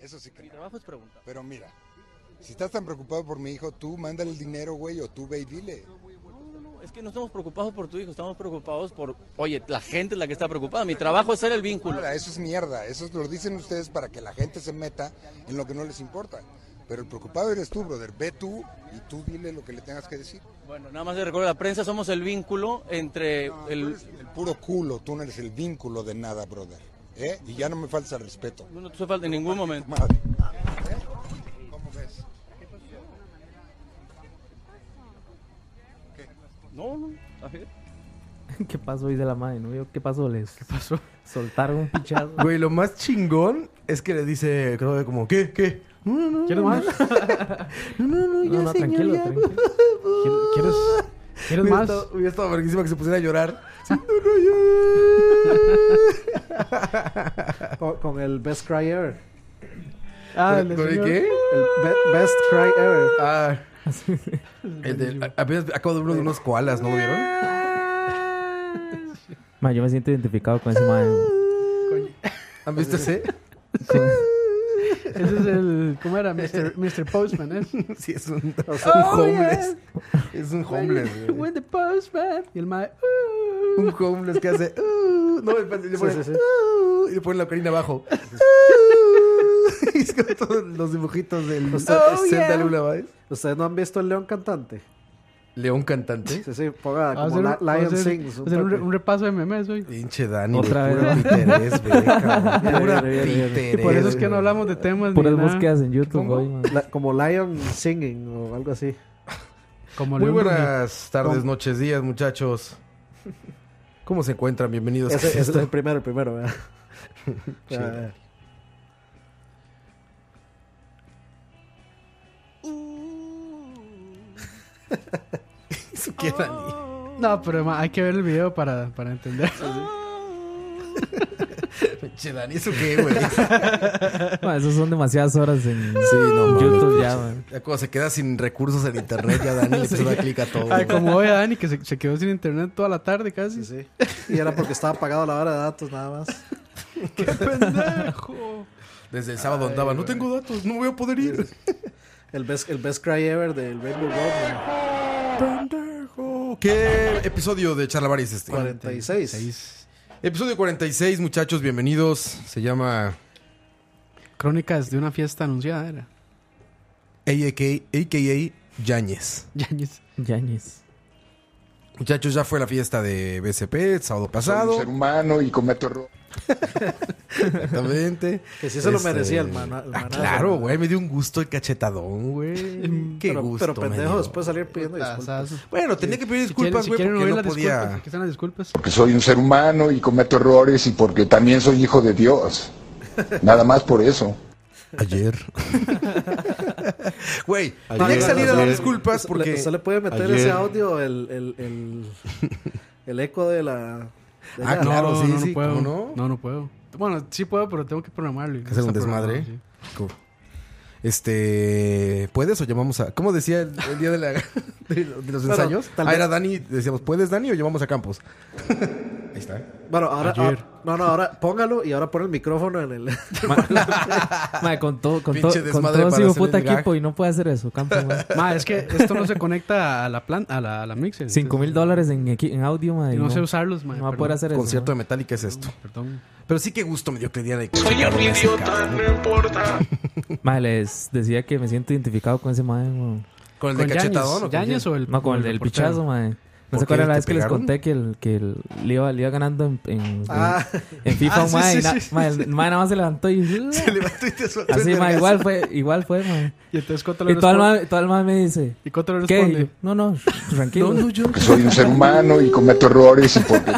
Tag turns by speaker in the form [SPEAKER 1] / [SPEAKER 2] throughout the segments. [SPEAKER 1] Eso sí que
[SPEAKER 2] Mi
[SPEAKER 1] no.
[SPEAKER 2] trabajo es preguntar.
[SPEAKER 1] Pero mira, si estás tan preocupado por mi hijo, tú mándale el dinero, güey, o tú ve y dile.
[SPEAKER 2] No, no, no, es que no estamos preocupados por tu hijo, estamos preocupados por, oye, la gente es la que está preocupada. Mi trabajo es ser el vínculo.
[SPEAKER 1] Nada, eso es mierda. Eso lo dicen ustedes para que la gente se meta en lo que no les importa. Pero el preocupado eres tú, brother. Ve tú y tú dile lo que le tengas que decir.
[SPEAKER 2] Bueno, nada más de recuerdo, la prensa somos el vínculo entre el...
[SPEAKER 1] El puro culo, tú no eres el vínculo de nada, brother. ¿Eh? Y ya no me falta el respeto.
[SPEAKER 2] No te hace falta en ningún momento.
[SPEAKER 1] Madre. ¿Eh? ¿Cómo ves?
[SPEAKER 2] No, no, a ver.
[SPEAKER 3] ¿Qué pasó? Dice la madre, ¿no? Yo, ¿Qué pasó? Les pasó? soltaron un pichazo.
[SPEAKER 4] Güey, lo más chingón es que le dice, creo que como, ¿qué? ¿Qué? No, no, no.
[SPEAKER 3] ¿Quieres más?
[SPEAKER 4] No, no, no, ya,
[SPEAKER 3] No, no,
[SPEAKER 4] señor,
[SPEAKER 3] tranquilo,
[SPEAKER 4] ya.
[SPEAKER 3] tranquilo. ¿Quieres- ¿Quieres, quieres
[SPEAKER 4] Hubiera
[SPEAKER 3] más?
[SPEAKER 4] estado, hubiera estado verguísima que se pusiera a llorar. Sí, no, no, ya.
[SPEAKER 5] Con, con el best cry ever.
[SPEAKER 3] Ah,
[SPEAKER 4] ¿Con-
[SPEAKER 3] el
[SPEAKER 4] con el
[SPEAKER 3] señor.
[SPEAKER 4] qué?
[SPEAKER 5] El be- best cry ever.
[SPEAKER 4] Ah, el de, a- apenas acabo de ver uno de unos koalas, ¿no lo vieron?
[SPEAKER 3] Ma, yo me siento identificado con ese madre. güey.
[SPEAKER 4] ¿Han visto ese?
[SPEAKER 5] Ese es el. ¿Cómo era? Mr. Mr. Postman, ¿eh?
[SPEAKER 4] Sí, es un,
[SPEAKER 5] O
[SPEAKER 4] es
[SPEAKER 5] sea,
[SPEAKER 4] un
[SPEAKER 5] oh,
[SPEAKER 4] homeless. Es un homeless, güey.
[SPEAKER 5] With the postman. Y el mae.
[SPEAKER 4] Un homeless que hace. "Uh", no, le ponen,
[SPEAKER 5] sí, sí.
[SPEAKER 4] "Uh", y le ponen la ocarina abajo. y es como todos los dibujitos del
[SPEAKER 5] O sea, oh,
[SPEAKER 4] Zelda
[SPEAKER 5] yeah.
[SPEAKER 4] Lula Vaz.
[SPEAKER 5] ¿Ustedes no han visto el león cantante?
[SPEAKER 4] León cantante.
[SPEAKER 5] Sí, sí, ponga
[SPEAKER 3] Vamos
[SPEAKER 5] como
[SPEAKER 3] a
[SPEAKER 5] la-
[SPEAKER 3] hacer-
[SPEAKER 5] Lion
[SPEAKER 3] vamos a hacer-
[SPEAKER 5] Sings.
[SPEAKER 3] vamos a hacer
[SPEAKER 5] toque.
[SPEAKER 3] un repaso de memes hoy.
[SPEAKER 4] Pinche Dani.
[SPEAKER 3] Otra
[SPEAKER 4] güey,
[SPEAKER 3] vez.
[SPEAKER 4] Pura piterés, güey. cabrón. Pura piterés.
[SPEAKER 3] Por eso es
[SPEAKER 4] güey.
[SPEAKER 3] de temas Puras búsquedas en YouTube
[SPEAKER 4] Pongo
[SPEAKER 3] hoy, man.
[SPEAKER 5] La- como Lion Singing o algo así.
[SPEAKER 6] Como
[SPEAKER 4] Muy
[SPEAKER 6] León Rubi.
[SPEAKER 4] buenas tardes, noches, días, muchachos. ¿Cómo se encuentran? Bienvenidos.
[SPEAKER 5] Ese, ese es
[SPEAKER 4] Esto-
[SPEAKER 5] el primero, el primero, ¿verdad?
[SPEAKER 4] Sí.
[SPEAKER 5] Ah,
[SPEAKER 4] Eso que Dani.
[SPEAKER 6] No, pero ma, hay que ver el video para, para entender.
[SPEAKER 4] Pinche Dani, ¿eso qué, güey?
[SPEAKER 3] Ma, Esos son demasiadas horas en
[SPEAKER 4] Sí, no mames.
[SPEAKER 3] YouTube ya, man.
[SPEAKER 4] Ya cuando se queda sin recursos en internet, ya Dani le puso una clic a todo.
[SPEAKER 6] Ay,
[SPEAKER 4] güey.
[SPEAKER 6] como hoy a Dani que se, se quedó sin internet toda la tarde casi.
[SPEAKER 5] sí, sí. Y era porque estaba apagado la hora de datos, nada más.
[SPEAKER 6] ¡Qué pendejo!
[SPEAKER 4] Desde el sábado andaba, no tengo datos, no voy a poder ir.
[SPEAKER 5] El best, el best cry ever del Rainbow Road, man.
[SPEAKER 4] Pendejo. ¿Qué episodio de Charla Bar es este?
[SPEAKER 5] 46.
[SPEAKER 6] Seis.
[SPEAKER 4] Episodio 46, muchachos, bienvenidos. Se llama
[SPEAKER 6] Crónicas de una fiesta anunciada era.
[SPEAKER 4] AKA, AKA Yáñez.
[SPEAKER 6] Yañez.
[SPEAKER 3] Yañez.
[SPEAKER 4] Muchachos, ya fue la fiesta de BCP el sábado
[SPEAKER 1] Soy un
[SPEAKER 4] pasado.
[SPEAKER 1] ser humano y cometo errores.
[SPEAKER 4] Exactamente.
[SPEAKER 5] Que sí se lo merecía el man- el
[SPEAKER 4] Ah,
[SPEAKER 5] manazo.
[SPEAKER 4] claro, güey. Me dio un gusto el cachetadón, güey. Qué
[SPEAKER 5] pero,
[SPEAKER 4] gusto.
[SPEAKER 5] Pero
[SPEAKER 4] me
[SPEAKER 5] pendejo,
[SPEAKER 4] dio.
[SPEAKER 5] después salir pidiendo disculpas.
[SPEAKER 6] Tazazo.
[SPEAKER 4] Bueno, tenía que pedir
[SPEAKER 6] Si quieren,
[SPEAKER 4] disculpas,
[SPEAKER 6] si
[SPEAKER 4] güey,
[SPEAKER 6] quieren
[SPEAKER 4] porque
[SPEAKER 6] oír
[SPEAKER 4] no
[SPEAKER 6] las disculpas,
[SPEAKER 4] podía.
[SPEAKER 6] aquí están las disculpas.
[SPEAKER 1] Porque soy un ser humano y cometo errores y porque también soy hijo de Dios. Nada más por eso.
[SPEAKER 4] Ayer. Güey, tenía
[SPEAKER 5] Ayer.
[SPEAKER 4] que salir a dar
[SPEAKER 5] Ayer.
[SPEAKER 4] disculpas
[SPEAKER 5] Porque
[SPEAKER 4] porque.
[SPEAKER 5] usted le puede meter
[SPEAKER 4] ayer-
[SPEAKER 5] ese audio, el, el, el, el eco de la. de
[SPEAKER 4] Ah,
[SPEAKER 5] la-
[SPEAKER 4] claro, sí,
[SPEAKER 6] no,
[SPEAKER 4] sí,
[SPEAKER 6] puedo.
[SPEAKER 4] ¿cómo no?
[SPEAKER 6] no, no puedo. Bueno, sí puedo, pero tengo que programarlo. y no
[SPEAKER 4] hacer un
[SPEAKER 6] está
[SPEAKER 4] desmadre.
[SPEAKER 6] programado, sí.
[SPEAKER 4] Este. ¿Puedes o llamamos a.? ¿Cómo decía el, el día de, la- de los de los
[SPEAKER 5] Bueno,
[SPEAKER 4] ensayos?
[SPEAKER 5] tal
[SPEAKER 4] ah,
[SPEAKER 5] vez-
[SPEAKER 4] era Dani. Decíamos, ¿puedes Dani o llamamos a Campos? Ahí está.
[SPEAKER 5] Bueno, ahora,
[SPEAKER 6] Ayer.
[SPEAKER 5] ahora- No, no, ahora póngalo y ahora pon el micrófono en el.
[SPEAKER 3] Ma, con todo, con todo,
[SPEAKER 4] Pinche
[SPEAKER 3] con
[SPEAKER 4] desmadre
[SPEAKER 3] todo
[SPEAKER 4] para
[SPEAKER 3] sigo
[SPEAKER 4] hacer
[SPEAKER 3] puta
[SPEAKER 4] el gag.
[SPEAKER 3] equipo y no puede hacer eso, campo, man.
[SPEAKER 6] Ma, es que esto no se conecta a la planta, a la, a la mixer.
[SPEAKER 3] Cinco mil dólares en, equi- en audio, man.
[SPEAKER 6] entonces,
[SPEAKER 3] y
[SPEAKER 6] No,
[SPEAKER 3] No,
[SPEAKER 6] sé usarlos, ma.
[SPEAKER 3] no va a
[SPEAKER 6] perdón.
[SPEAKER 3] poder hacer eso.
[SPEAKER 4] Concierto
[SPEAKER 3] man.
[SPEAKER 4] de Metallica es esto.
[SPEAKER 6] Perdón.
[SPEAKER 4] Pero sí, qué gusto me dio que el día de. Soy un idiota,
[SPEAKER 3] Ma, les decía que me siento identificado con ese madre, man.
[SPEAKER 4] ¿Con el de
[SPEAKER 6] Yañez?
[SPEAKER 4] cachetadón o con
[SPEAKER 6] ¿Yañez
[SPEAKER 4] quién?
[SPEAKER 6] o el
[SPEAKER 3] No, con el del
[SPEAKER 6] reportero?
[SPEAKER 3] pichazo, man. No
[SPEAKER 4] ¿Por
[SPEAKER 3] se acuerdan
[SPEAKER 4] qué?
[SPEAKER 3] la
[SPEAKER 4] ¿Te
[SPEAKER 3] vez que les
[SPEAKER 4] pegaron?
[SPEAKER 3] conté que, el, que el, le, iba, le iba ganando en, en,
[SPEAKER 5] Ah,
[SPEAKER 3] en FIFA
[SPEAKER 6] Ah,
[SPEAKER 3] un
[SPEAKER 6] sí,
[SPEAKER 3] mae,
[SPEAKER 6] sí,
[SPEAKER 3] y na-
[SPEAKER 6] sí, sí,
[SPEAKER 3] mae, el mae nada más se levantó y...
[SPEAKER 4] Se levantó y te soltó
[SPEAKER 3] Así,
[SPEAKER 4] el
[SPEAKER 3] ma,
[SPEAKER 4] vergazo.
[SPEAKER 3] igual fue, igual fue, man.
[SPEAKER 6] Y entonces Coto le
[SPEAKER 3] Y todo el
[SPEAKER 6] responde.
[SPEAKER 3] mae- todo el mae me dice...
[SPEAKER 6] Y Coto le
[SPEAKER 3] ¿Qué? Y
[SPEAKER 6] responde.
[SPEAKER 3] yo, no, no, tranquilo.
[SPEAKER 1] Porque soy un ser humano y cometo errores y porque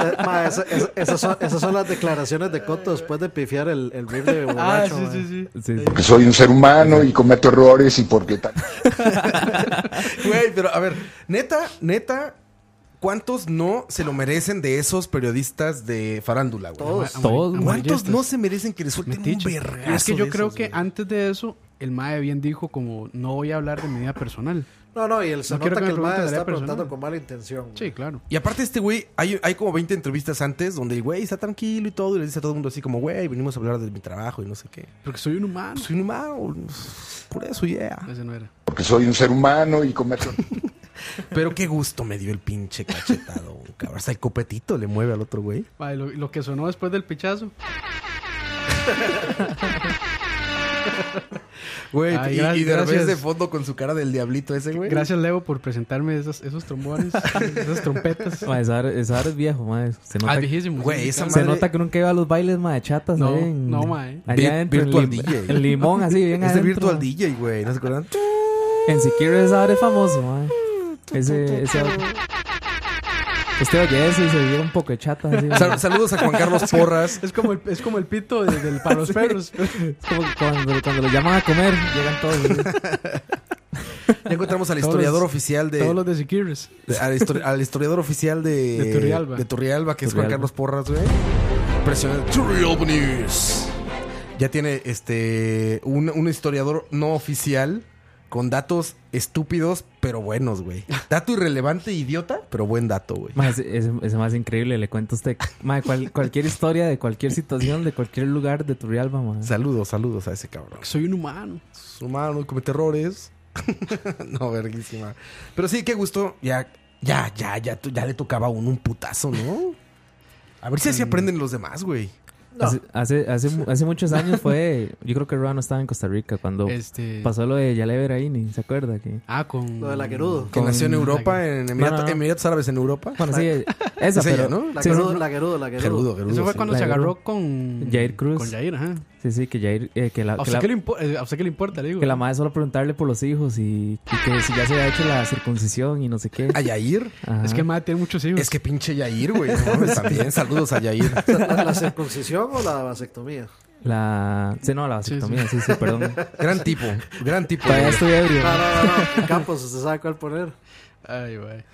[SPEAKER 5] eh, ma, esa- esa- esas, son, esas son las declaraciones de Coto después de pifiar el, el reel de
[SPEAKER 6] Ah,
[SPEAKER 5] borracho.
[SPEAKER 6] sí,
[SPEAKER 5] ma.
[SPEAKER 6] sí, sí.
[SPEAKER 3] Sí, sí.
[SPEAKER 1] porque soy un ser humano y cometo errores y porque tal.
[SPEAKER 4] Güey, pero a ver, neta, neta, ¿cuántos no se lo merecen de esos periodistas de farándula, güey?
[SPEAKER 5] Todos.
[SPEAKER 3] Todos,
[SPEAKER 6] Amar-
[SPEAKER 3] güey.
[SPEAKER 4] ¿Cuántos
[SPEAKER 6] amarillistas.
[SPEAKER 4] no se merecen que les suelten un
[SPEAKER 6] Metiche.
[SPEAKER 4] vergazo?
[SPEAKER 6] Y es que yo
[SPEAKER 4] de
[SPEAKER 6] creo
[SPEAKER 4] esos,
[SPEAKER 6] que
[SPEAKER 4] güey?
[SPEAKER 6] antes de eso, el Mae bien dijo como no voy a hablar de mi vida personal.
[SPEAKER 5] No, no, y el se
[SPEAKER 6] No quiero
[SPEAKER 5] nota
[SPEAKER 6] que
[SPEAKER 5] que,
[SPEAKER 6] me pregunten
[SPEAKER 5] el
[SPEAKER 6] de
[SPEAKER 5] mae
[SPEAKER 6] la
[SPEAKER 5] está
[SPEAKER 6] persona.
[SPEAKER 5] preguntando con mala intención.
[SPEAKER 6] Sí,
[SPEAKER 5] güey.
[SPEAKER 6] claro.
[SPEAKER 4] Y aparte este güey, hay, hay como 20 entrevistas antes donde el güey está tranquilo y todo y le dice a todo el mundo así como, güey, venimos a hablar de mi trabajo y no sé qué.
[SPEAKER 6] Porque soy un humano.
[SPEAKER 4] Soy un humano, por eso, yeah.
[SPEAKER 6] Ese no era.
[SPEAKER 7] Porque soy un ser humano y cometo.
[SPEAKER 4] Pero qué gusto me dio el pinche cachetado, güey, cabrón. Hasta el copetito le mueve al otro güey.
[SPEAKER 6] Mae, lo, lo que sonó después del pichazo.
[SPEAKER 4] Güey,
[SPEAKER 6] Ay,
[SPEAKER 4] y,
[SPEAKER 6] gra-
[SPEAKER 4] y de
[SPEAKER 6] gracias.
[SPEAKER 4] vez de fondo con su cara del diablito ese, güey.
[SPEAKER 6] Gracias, Leo, por presentarme esos, esos trombones, esas trompetas.
[SPEAKER 3] Ma, esa vara- esa vara es viejo, ma. Se
[SPEAKER 6] Ah,
[SPEAKER 3] nota,
[SPEAKER 6] viejísimo.
[SPEAKER 4] Güey,
[SPEAKER 6] sí,
[SPEAKER 4] esa
[SPEAKER 6] claro.
[SPEAKER 3] se
[SPEAKER 4] madre-
[SPEAKER 3] nota que nunca iba a los bailes, ma, de chatas.
[SPEAKER 6] No,
[SPEAKER 3] ahí en-
[SPEAKER 6] no, ma, eh.
[SPEAKER 4] Vir-
[SPEAKER 3] Allá adentro, en,
[SPEAKER 4] virtual
[SPEAKER 3] Lim-
[SPEAKER 4] DJ.
[SPEAKER 3] en Limón, así, bien
[SPEAKER 4] Es de
[SPEAKER 3] adentro.
[SPEAKER 4] Virtual
[SPEAKER 3] ma.
[SPEAKER 4] DJ, güey. ¿No se acuerdan?
[SPEAKER 3] En Siquiera esa vara es famoso, ma. Ese, ese... Usted oye eso y se vio un poco de chata. Así, ma.
[SPEAKER 4] Sal- saludos a Juan Carlos Porras.
[SPEAKER 6] Es como el, es como el pito de- del para los perros.
[SPEAKER 3] Es como cuando, cuando los llaman a comer, llegan todos. así.
[SPEAKER 4] Ya encontramos al
[SPEAKER 6] Todos
[SPEAKER 4] historiador
[SPEAKER 6] los-
[SPEAKER 4] oficial de...
[SPEAKER 6] Todos los de Sikiris.
[SPEAKER 4] de- al, histori- al historiador oficial de...
[SPEAKER 6] De Turrialba.
[SPEAKER 4] de Turrialba, que es Juan
[SPEAKER 3] Turrialba.
[SPEAKER 4] Carlos Porras, güey. Impresionante. Turrialba News. Ya tiene, este... Un, un historiador no oficial con datos estúpidos, pero buenos, güey. Dato irrelevante, idiota, pero buen dato, güey.
[SPEAKER 3] Ma, ese, ese- ese más increíble, le cuento a usted. Ma, cual- cualquier historia de cualquier situación, de cualquier lugar de Turrialba, ma.
[SPEAKER 4] Saludos, saludos a ese cabrón.
[SPEAKER 6] Soy un humano.
[SPEAKER 4] humano, comete errores. no, verguísima. Pero sí, qué gusto. Ya, ya, ya, ya, tú- ya le tocaba a uno un putazo, ¿no? A ver si
[SPEAKER 6] Mm.
[SPEAKER 4] así aprenden los demás, güey.
[SPEAKER 3] Hace, hace, hace, mu- hace muchos años fue. Yo creo que Ruano estaba en Costa Rica cuando
[SPEAKER 6] Este.
[SPEAKER 3] pasó lo de Yale Beraini, ¿se acuerda? Que...
[SPEAKER 6] Ah, con.
[SPEAKER 5] Lo de la Gerudo.
[SPEAKER 4] Que nació en
[SPEAKER 6] Con-
[SPEAKER 4] Europa, en Emirato-
[SPEAKER 3] No, no, no.
[SPEAKER 4] Emiratos Árabes, en Europa.
[SPEAKER 3] Bueno, sí, eh, esa,
[SPEAKER 4] Es ella,
[SPEAKER 3] pero.
[SPEAKER 4] ¿no?
[SPEAKER 5] La
[SPEAKER 3] sí,
[SPEAKER 5] Gerudo,
[SPEAKER 3] sí,
[SPEAKER 5] la Gerudo, la Gerudo.
[SPEAKER 4] Gerudo, gerudo.
[SPEAKER 6] Eso fue
[SPEAKER 4] sí.
[SPEAKER 6] cuando
[SPEAKER 3] La
[SPEAKER 6] se agarró
[SPEAKER 3] Gerudo.
[SPEAKER 6] con.
[SPEAKER 3] Jair Cruz.
[SPEAKER 6] Con Jair, ajá.
[SPEAKER 3] sí, sí, que Jair. eh, que la,
[SPEAKER 6] ¿A
[SPEAKER 3] que
[SPEAKER 6] usted,
[SPEAKER 3] la,
[SPEAKER 6] qué le impo- eh, a usted qué le importa, le digo.
[SPEAKER 3] que la madre solo preguntarle por los hijos y, y que si ya se había hecho la circuncisión y no sé qué.
[SPEAKER 4] A Yair.
[SPEAKER 3] Ajá.
[SPEAKER 6] Es que el madre tiene muchos hijos.
[SPEAKER 4] Es que pinche Yair, güey. No mames, también. Saludos a Yair.
[SPEAKER 5] O sea, ¿La, la circuncisión o la vasectomía?
[SPEAKER 3] La. Sí, no, la
[SPEAKER 6] Sí, sí.
[SPEAKER 3] vasectomía, sí, sí, perdón.
[SPEAKER 4] Gran tipo, gran tipo.
[SPEAKER 3] Todavía
[SPEAKER 4] güey.
[SPEAKER 3] estoy ebrio.
[SPEAKER 5] No, no, no, no. Campos, ¿usted sabe cuál poner?
[SPEAKER 6] Ay, güey.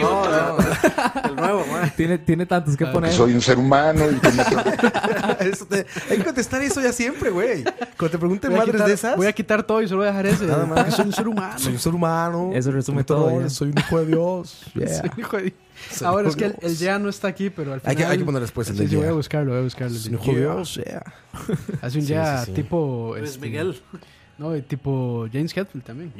[SPEAKER 5] No, no, no. El nuevo, mae.
[SPEAKER 3] Tiene, tiene tantos que poner.
[SPEAKER 7] Soy un ser humano y cometo.
[SPEAKER 4] Eso te- Hay que contestar eso ya siempre, güey. Cuando te pregunten
[SPEAKER 6] Voy a,
[SPEAKER 4] madres
[SPEAKER 6] quitar,
[SPEAKER 4] de esas.
[SPEAKER 6] voy a quitar todo y solo voy a dejar ese.
[SPEAKER 4] Nada más.
[SPEAKER 6] porque soy un ser humano.
[SPEAKER 4] Soy un ser humano.
[SPEAKER 3] Eso resume
[SPEAKER 4] cometo
[SPEAKER 3] todo, ya.
[SPEAKER 4] errores, Soy un hijo de Dios. Yeah.
[SPEAKER 6] Soy un hijo de-
[SPEAKER 4] Soy un
[SPEAKER 6] Ahora
[SPEAKER 4] hijo
[SPEAKER 6] es que
[SPEAKER 4] de
[SPEAKER 6] el,
[SPEAKER 4] Dios.
[SPEAKER 6] el ya no está aquí, pero al final.
[SPEAKER 4] Hay que, hay que poner después el
[SPEAKER 6] Sí,
[SPEAKER 4] de
[SPEAKER 6] sí, voy a
[SPEAKER 4] yeah.
[SPEAKER 6] buscarlo, voy a buscarlo. el de
[SPEAKER 4] Hijo de
[SPEAKER 6] yeah.
[SPEAKER 4] Dios, yeah.
[SPEAKER 6] Hace un
[SPEAKER 4] Sí,
[SPEAKER 6] ya
[SPEAKER 4] sí, sí.
[SPEAKER 6] tipo.
[SPEAKER 5] Luis
[SPEAKER 6] este,
[SPEAKER 5] Miguel.
[SPEAKER 6] No, y tipo James Hetfield también.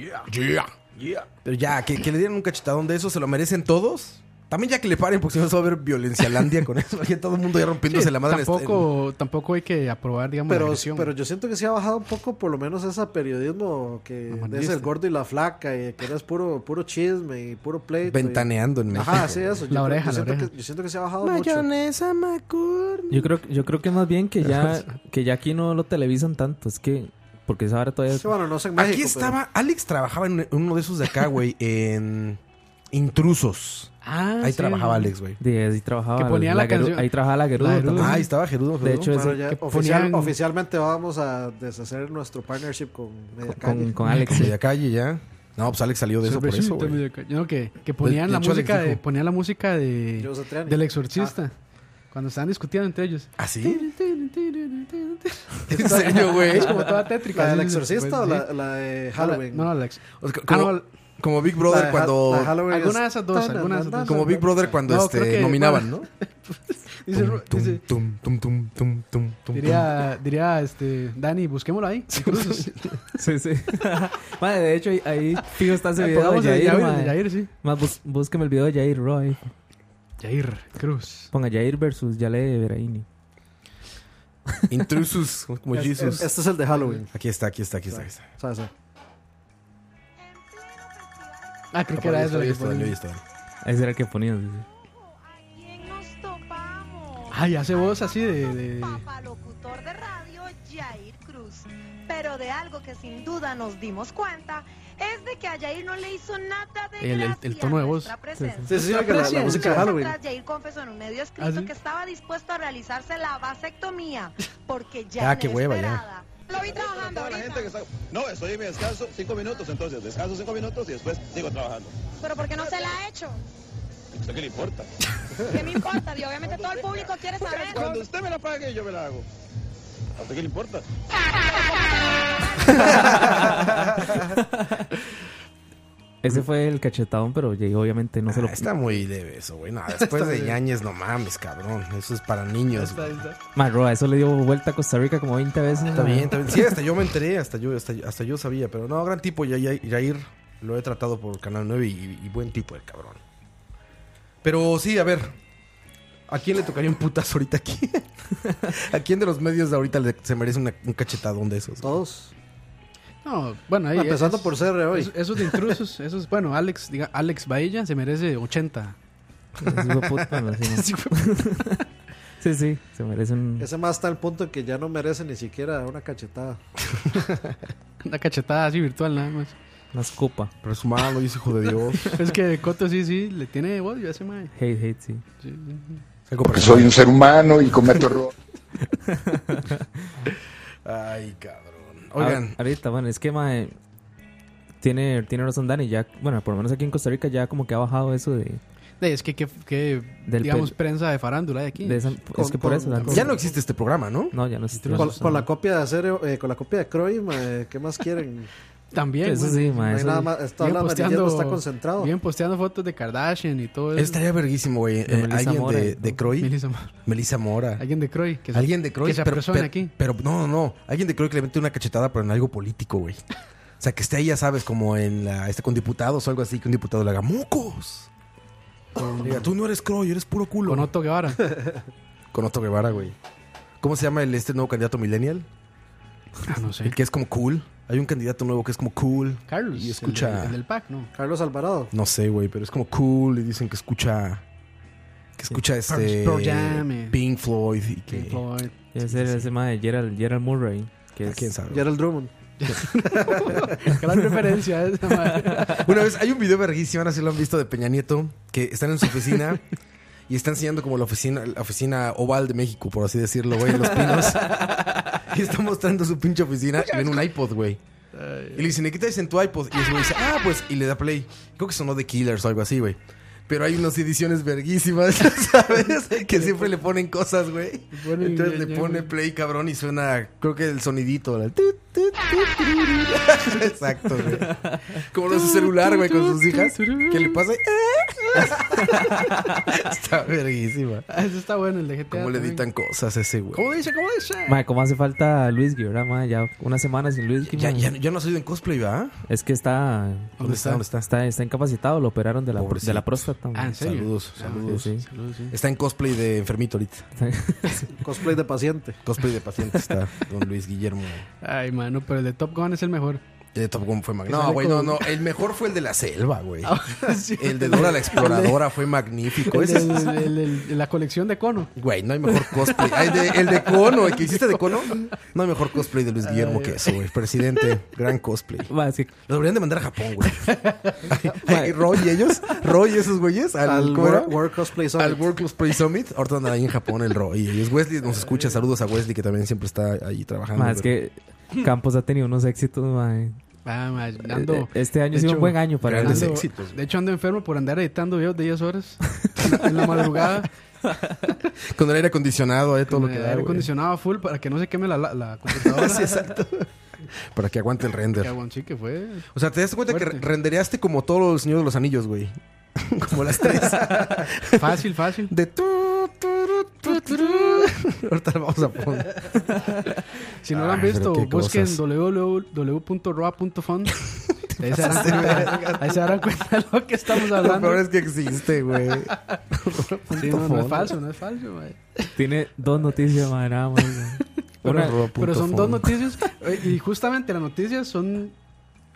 [SPEAKER 4] Pero ya, que, que le dieran un cachetadón de eso, se lo merecen todos. También ya que le paren, porque si no se va a ver violencialandia con eso. Porque todo el mundo ya rompiéndose
[SPEAKER 6] Sí,
[SPEAKER 4] la madre. este,
[SPEAKER 6] tampoco, tampoco hay que aprobar, digamos, la
[SPEAKER 5] Pero,
[SPEAKER 6] agresión.
[SPEAKER 5] pero yo siento que se ha bajado un poco, por lo menos, ese periodismo que es
[SPEAKER 6] Amarillista.
[SPEAKER 5] el gordo y la flaca, y que eres puro, puro chisme y puro pleito. y-
[SPEAKER 4] Ventaneando en México.
[SPEAKER 5] Ajá, sí, eso.
[SPEAKER 6] La
[SPEAKER 5] creo-
[SPEAKER 6] oreja, la
[SPEAKER 5] siento
[SPEAKER 6] oreja.
[SPEAKER 5] Que, yo siento que se ha bajado mucho.
[SPEAKER 4] Mayonesa Macur.
[SPEAKER 3] Yo creo, yo creo que más bien que ya, que ya aquí no lo televisan tanto. Es que. Porque esa vara todavía.
[SPEAKER 5] Sí, bueno, no sé en México.
[SPEAKER 4] Aquí estaba, Alex trabajaba en uno de esos de acá, güey, en Intrusos.
[SPEAKER 6] Ah,
[SPEAKER 4] Ahí
[SPEAKER 6] sí.
[SPEAKER 4] trabajaba Alex, güey.
[SPEAKER 3] De, ahí trabajaba.
[SPEAKER 6] Que ponía la
[SPEAKER 3] Geru-
[SPEAKER 6] canción.
[SPEAKER 3] Ahí trabajaba la Gerudo.
[SPEAKER 6] La Gerudo.
[SPEAKER 3] también.
[SPEAKER 4] Ah, ahí estaba Gerudo.
[SPEAKER 3] De hecho,
[SPEAKER 5] Pero,
[SPEAKER 3] es-
[SPEAKER 5] pero ya
[SPEAKER 6] que
[SPEAKER 5] oficial-
[SPEAKER 6] ponían-
[SPEAKER 5] oficialmente vamos a deshacer nuestro partnership con Mediacalle.
[SPEAKER 3] con, con Alex.
[SPEAKER 4] media calle ya. No, pues Alex salió de eso por eso,
[SPEAKER 6] Cervecita,
[SPEAKER 4] güey.
[SPEAKER 6] medio ca- no, que, que ponían
[SPEAKER 4] de
[SPEAKER 6] la
[SPEAKER 4] hecho, Alex
[SPEAKER 6] música de,
[SPEAKER 4] dijo-
[SPEAKER 6] ponían la música de
[SPEAKER 5] Joe Satriani.
[SPEAKER 6] del exorcista
[SPEAKER 5] Ah.
[SPEAKER 6] cuando estaban discutiendo entre ellos.
[SPEAKER 4] ¿Ah, sí? ¿En serio, güey?
[SPEAKER 6] Es como toda tétrica.
[SPEAKER 5] ¿La del
[SPEAKER 6] sí, sí, pues,
[SPEAKER 5] exorcista o
[SPEAKER 6] sí.
[SPEAKER 5] la, la de Halloween?
[SPEAKER 6] No, no, la ex-
[SPEAKER 4] O sea,
[SPEAKER 6] Ah,
[SPEAKER 4] como,
[SPEAKER 6] no,
[SPEAKER 4] como Big
[SPEAKER 5] La de
[SPEAKER 4] Brother
[SPEAKER 5] Ha-
[SPEAKER 4] cuando...
[SPEAKER 5] la de Halloween es-
[SPEAKER 6] alguna de esas dos, alguna de esas dos.
[SPEAKER 4] Como Big Brother cuando
[SPEAKER 6] No,
[SPEAKER 4] este,
[SPEAKER 6] creo que-
[SPEAKER 4] nominaban, ¿no?
[SPEAKER 6] dice-
[SPEAKER 4] Tum, tum,
[SPEAKER 6] dice-
[SPEAKER 4] tum, tum, tum, tum, tum, tum,
[SPEAKER 6] diría, diría este, Dani, busquémoslo ahí. Incluso.
[SPEAKER 3] Sí, sí. Madre, de hecho, ahí, ahí fijo está ese video de
[SPEAKER 6] Pongamos el
[SPEAKER 3] Jair.
[SPEAKER 6] Ah, Jair,
[SPEAKER 3] madre.
[SPEAKER 6] el Jair, sí.
[SPEAKER 3] Más bus- búsqueme el video de Jair Roy.
[SPEAKER 6] Jair Cruz.
[SPEAKER 3] Ponga Jair versus Yale Beraini.
[SPEAKER 4] tum. Intrusus, como Jesus.
[SPEAKER 5] Este es el de Halloween.
[SPEAKER 4] Aquí está, aquí está, aquí está. Aquí está.
[SPEAKER 5] O sea, sí.
[SPEAKER 6] Ah, creo que era eso. lo que
[SPEAKER 4] Ahí está, ahí
[SPEAKER 6] ponía.
[SPEAKER 4] está, ahí está.
[SPEAKER 3] Ese era el que ponía. sí, sí.
[SPEAKER 2] ¿A quién nos topamos?
[SPEAKER 6] Ay, Ah, hace voz así de. de-
[SPEAKER 2] Papá locutor de radio, Jair Cruz. Pero de algo que sin duda nos dimos cuenta es de que a Jair no le hizo nada de
[SPEAKER 6] El- el-
[SPEAKER 2] gracia
[SPEAKER 6] el tono de voz.
[SPEAKER 2] nuestra presencia.
[SPEAKER 5] Sí, sí, oiga, la, la música de Halloween.
[SPEAKER 2] Atrás, Jair confesó en un medio escrito
[SPEAKER 6] ¿Ah, sí?
[SPEAKER 2] que estaba dispuesto a realizarse la vasectomía porque
[SPEAKER 4] Ya,
[SPEAKER 2] ya
[SPEAKER 4] Ah, qué hueva, ya.
[SPEAKER 2] inesperada. Lo vi trabajando
[SPEAKER 8] Toda la
[SPEAKER 2] ahorita.
[SPEAKER 8] gente que está- No, estoy en mi descanso cinco minutos, entonces descanso cinco minutos y después sigo trabajando.
[SPEAKER 2] Pero ¿por qué no se la ha hecho?
[SPEAKER 8] ¿A usted qué le importa?
[SPEAKER 2] ¿Qué me importa? Y obviamente todo el público quiere saber.
[SPEAKER 8] Cuando usted me la pague, yo me la hago. ¿A usted qué le importa?
[SPEAKER 2] Pero ¿cómo se la va a hacer?
[SPEAKER 3] Ese fue el cachetadón, pero Jay obviamente no se lo...
[SPEAKER 4] Ah, está muy leve eso, güey. No, después de Yañez, no mames, cabrón. Eso es para niños. güey.
[SPEAKER 3] Marro, a eso le dio vuelta a Costa Rica como 20 veces.
[SPEAKER 4] Está
[SPEAKER 3] ma.
[SPEAKER 4] bien, está bien. Sí, hasta yo me enteré, hasta yo, hasta, hasta yo sabía. Pero no, gran tipo, Ya- Ya- Yair. Lo he tratado por Canal 9 y, y buen tipo el cabrón. Pero sí, a ver. ¿A quién le tocaría un putazo ahorita aquí? ¿A quién de los medios de ahorita le- se merece una- un cachetadón de esos?
[SPEAKER 5] Todos.
[SPEAKER 6] No, bueno, ahí.
[SPEAKER 5] Empezando
[SPEAKER 6] es-
[SPEAKER 5] por ser hoy.
[SPEAKER 6] es- Esos de intrusos, esos, bueno, Alex, diga, Alex Baella se merece 80.
[SPEAKER 3] Es hijo de puta, ma, sí, ma. Sí, sí, se merece un...
[SPEAKER 5] Ese más está al punto que ya no merece ni siquiera una cachetada.
[SPEAKER 6] Una cachetada así virtual nada más.
[SPEAKER 3] una escopa.
[SPEAKER 4] Pero es malo, dice hijo de Dios.
[SPEAKER 6] Es que Coto sí, sí, le tiene odio a ese mae.
[SPEAKER 3] Hate, hate, sí.
[SPEAKER 6] Sí, sí.
[SPEAKER 7] Porque soy un ser humano y cometo errores.
[SPEAKER 4] Ay,
[SPEAKER 3] Ah.
[SPEAKER 4] cabrón. Oigan,
[SPEAKER 3] A- ahorita, bueno, es que mae, tiene, tiene razón Dani, ya, bueno, por lo menos aquí en Costa Rica ya como que ha bajado eso de,
[SPEAKER 6] De- Es que, que, que,
[SPEAKER 3] Del
[SPEAKER 6] digamos,
[SPEAKER 3] pel-
[SPEAKER 6] prensa de farándula de aquí.
[SPEAKER 3] de esa- es que por
[SPEAKER 5] con-
[SPEAKER 3] eso la-
[SPEAKER 4] ya no existe este programa, ¿no?
[SPEAKER 3] no, ya no existe.
[SPEAKER 5] Con, con la copia de acero, eh, con la copia de Croy, mae, ¿qué más quieren?
[SPEAKER 6] También.
[SPEAKER 3] Eso
[SPEAKER 6] bueno.
[SPEAKER 3] sí,
[SPEAKER 5] No
[SPEAKER 3] mae,
[SPEAKER 5] hay
[SPEAKER 3] eso
[SPEAKER 5] nada
[SPEAKER 3] sí.
[SPEAKER 5] más. Está
[SPEAKER 6] Bien
[SPEAKER 5] la amarillento, está concentrado.
[SPEAKER 6] bien posteando fotos de Kardashian y todo eso.
[SPEAKER 4] Estaría verguísimo,
[SPEAKER 3] De
[SPEAKER 4] güey. Eh,
[SPEAKER 3] Melissa
[SPEAKER 4] alguien
[SPEAKER 3] Mora,
[SPEAKER 4] de, de
[SPEAKER 3] ¿no?
[SPEAKER 4] Croy.
[SPEAKER 6] Melissa Mar-
[SPEAKER 4] Melissa Mora.
[SPEAKER 6] Alguien de Croy. Que se-
[SPEAKER 4] Alguien de Croy.
[SPEAKER 6] Que se
[SPEAKER 4] pero,
[SPEAKER 6] apersone
[SPEAKER 4] pero-
[SPEAKER 6] aquí.
[SPEAKER 4] pero- no, no, no. Alguien de Croy que le mete una cachetada, pero en algo político, güey. O sea, que esté ahí, ya sabes, como en la, este, con diputados o algo así, que un diputado le haga mocos. Diga, tú no eres Croy, eres puro culo.
[SPEAKER 6] Con Otto Guevara.
[SPEAKER 4] Con Otto Guevara, güey. ¿Cómo se llama el, este nuevo candidato millennial?
[SPEAKER 6] Ah, no sé.
[SPEAKER 4] El que es como cool. Hay un candidato nuevo que es como cool.
[SPEAKER 6] Carlos.
[SPEAKER 4] Y escucha-
[SPEAKER 6] El, del- el del pack, ¿no?
[SPEAKER 5] Carlos Alvarado.
[SPEAKER 4] No sé, güey, pero es como cool y dicen que escucha. Que escucha este.
[SPEAKER 6] Pearl Jam, eh.
[SPEAKER 4] Pink Floyd y que.
[SPEAKER 6] Pink Floyd.
[SPEAKER 3] Debe ser ese mae de Gerald, Gerald Murray, que
[SPEAKER 4] Ah,
[SPEAKER 3] es...
[SPEAKER 4] ¿Quién sabe?
[SPEAKER 5] Gerald Drummond.
[SPEAKER 6] Gran referencia ¿eh? esa, mae.
[SPEAKER 4] Una vez hay un video verguísimo, ahora sí lo han visto de Peña Nieto, que están en su oficina y están enseñando como la oficina, la oficina oval de México, por así decirlo, güey, en los pinos. y está mostrando su pinche oficina y ven un iPod, güey. Y le dicen, ¿qué traes en tu iPod? Y ese güey dice, ah, pues, y le da play. Creo que sonó The Killers o algo así, güey. Pero hay unas ediciones verguísimas, ¿sabes? Que siempre le ponen cosas, güey.
[SPEAKER 6] ponen
[SPEAKER 4] Entonces le
[SPEAKER 6] ñaña,
[SPEAKER 4] pone
[SPEAKER 6] güey.
[SPEAKER 4] play, cabrón, y suena, creo que el sonidito. la tut, tut, tut, tut. Exacto, güey. Como no su celular, güey, con sus hijas. ¿Qué le pasa? ah, Está verguísima.
[SPEAKER 6] Ah, Eso está bueno, el de GTA.
[SPEAKER 4] ¿Cómo le
[SPEAKER 6] también.
[SPEAKER 4] editan cosas a ese güey?
[SPEAKER 6] ¿Cómo dice? ¿Cómo dice?
[SPEAKER 3] Mae, ¿cómo hace falta Luis ¿verdad, mae? Ya una semana sin Luis
[SPEAKER 4] Ya, ya, ya no ha salido en cosplay, ¿va?
[SPEAKER 3] Es que está...
[SPEAKER 4] ¿Dónde está? ¿Dónde está?
[SPEAKER 3] Está, está incapacitado, lo operaron de la,
[SPEAKER 4] Pobrecito.
[SPEAKER 3] de la próstata. mae.
[SPEAKER 6] Ah, ¿en serio?
[SPEAKER 4] Saludos,
[SPEAKER 6] Ah,
[SPEAKER 4] saludos.
[SPEAKER 3] sí, sí.
[SPEAKER 6] Saludos, sí.
[SPEAKER 4] Está en cosplay de enfermito ahorita.
[SPEAKER 5] Cosplay de paciente.
[SPEAKER 4] Cosplay de paciente está don Luis Guillermo.
[SPEAKER 6] Ay, mano, pero el de Top Gun es el mejor.
[SPEAKER 4] El de Top Gun fue magnífico.
[SPEAKER 6] Que sale
[SPEAKER 4] No, güey, no,
[SPEAKER 6] con-
[SPEAKER 4] no. El mejor fue el de la selva, güey.
[SPEAKER 6] Sí.
[SPEAKER 4] El de Dora la Exploradora fue magnífico.
[SPEAKER 6] El-
[SPEAKER 4] Ese es-
[SPEAKER 6] el- el- el- la colección de Cono.
[SPEAKER 4] Güey, no hay mejor cosplay. Ay, de- el de Cono, el que hiciste de Cono. No hay mejor cosplay de Luis Guillermo que eso, güey. Presidente, gran cosplay.
[SPEAKER 3] Mae, es que
[SPEAKER 4] Los deberían de mandar a Japón, güey. Ay, Roy y ellos, Roy y esos güeyes, al,
[SPEAKER 5] Al
[SPEAKER 4] ¿cómo era?
[SPEAKER 5] World, World Cosplay Summit.
[SPEAKER 4] al World Cosplay Summit. Ahorita andan ahí en Japón el Roy y ellos. Wesley nos
[SPEAKER 6] Eh.
[SPEAKER 4] escucha, saludos a Wesley que también siempre está ahí trabajando.
[SPEAKER 3] Mae, es
[SPEAKER 4] Ah, pero-
[SPEAKER 3] que Campos ha tenido unos éxitos, eh. mae.
[SPEAKER 6] Ah, mae, ando-
[SPEAKER 3] Este año
[SPEAKER 6] de
[SPEAKER 3] ha sido
[SPEAKER 6] hecho,
[SPEAKER 3] un buen año para
[SPEAKER 4] grandes
[SPEAKER 3] él.
[SPEAKER 6] ando-
[SPEAKER 4] éxitos, güey.
[SPEAKER 6] De hecho, ando enfermo por andar editando videos de 10 horas en la- en la madrugada.
[SPEAKER 4] Con el aire acondicionado, eh, todo lo
[SPEAKER 6] con
[SPEAKER 4] que
[SPEAKER 6] el
[SPEAKER 4] da,
[SPEAKER 6] aire
[SPEAKER 4] güey.
[SPEAKER 6] acondicionado a full para que no se queme la, la, la computadora.
[SPEAKER 4] Sí, exacto. Para que aguante el render.
[SPEAKER 6] Cagón, sí, que fue.
[SPEAKER 4] O sea, te das cuenta que
[SPEAKER 6] Fuerte.
[SPEAKER 4] re- rendereaste como todos los Señor de los Anillos, güey. como las tres.
[SPEAKER 6] Fácil, fácil.
[SPEAKER 4] De tu, tu, tu, tu, tu. Ahorita lo vamos a poner.
[SPEAKER 6] Si no lo han
[SPEAKER 4] Ay, pero
[SPEAKER 6] visto,
[SPEAKER 4] qué
[SPEAKER 6] busquen
[SPEAKER 4] cosas.
[SPEAKER 6] www.roa.fund. Ahí se darán cuenta- ahí se darán cuenta de lo que estamos
[SPEAKER 4] Lo
[SPEAKER 6] hablando.
[SPEAKER 4] peor es que eh, existe, güey.
[SPEAKER 6] Sí, no, no es falso, no es falso, mae.
[SPEAKER 3] Tiene dos noticias, mae, nada más. mae. Una-
[SPEAKER 6] Pero son dos noticias eh, y justamente las noticias son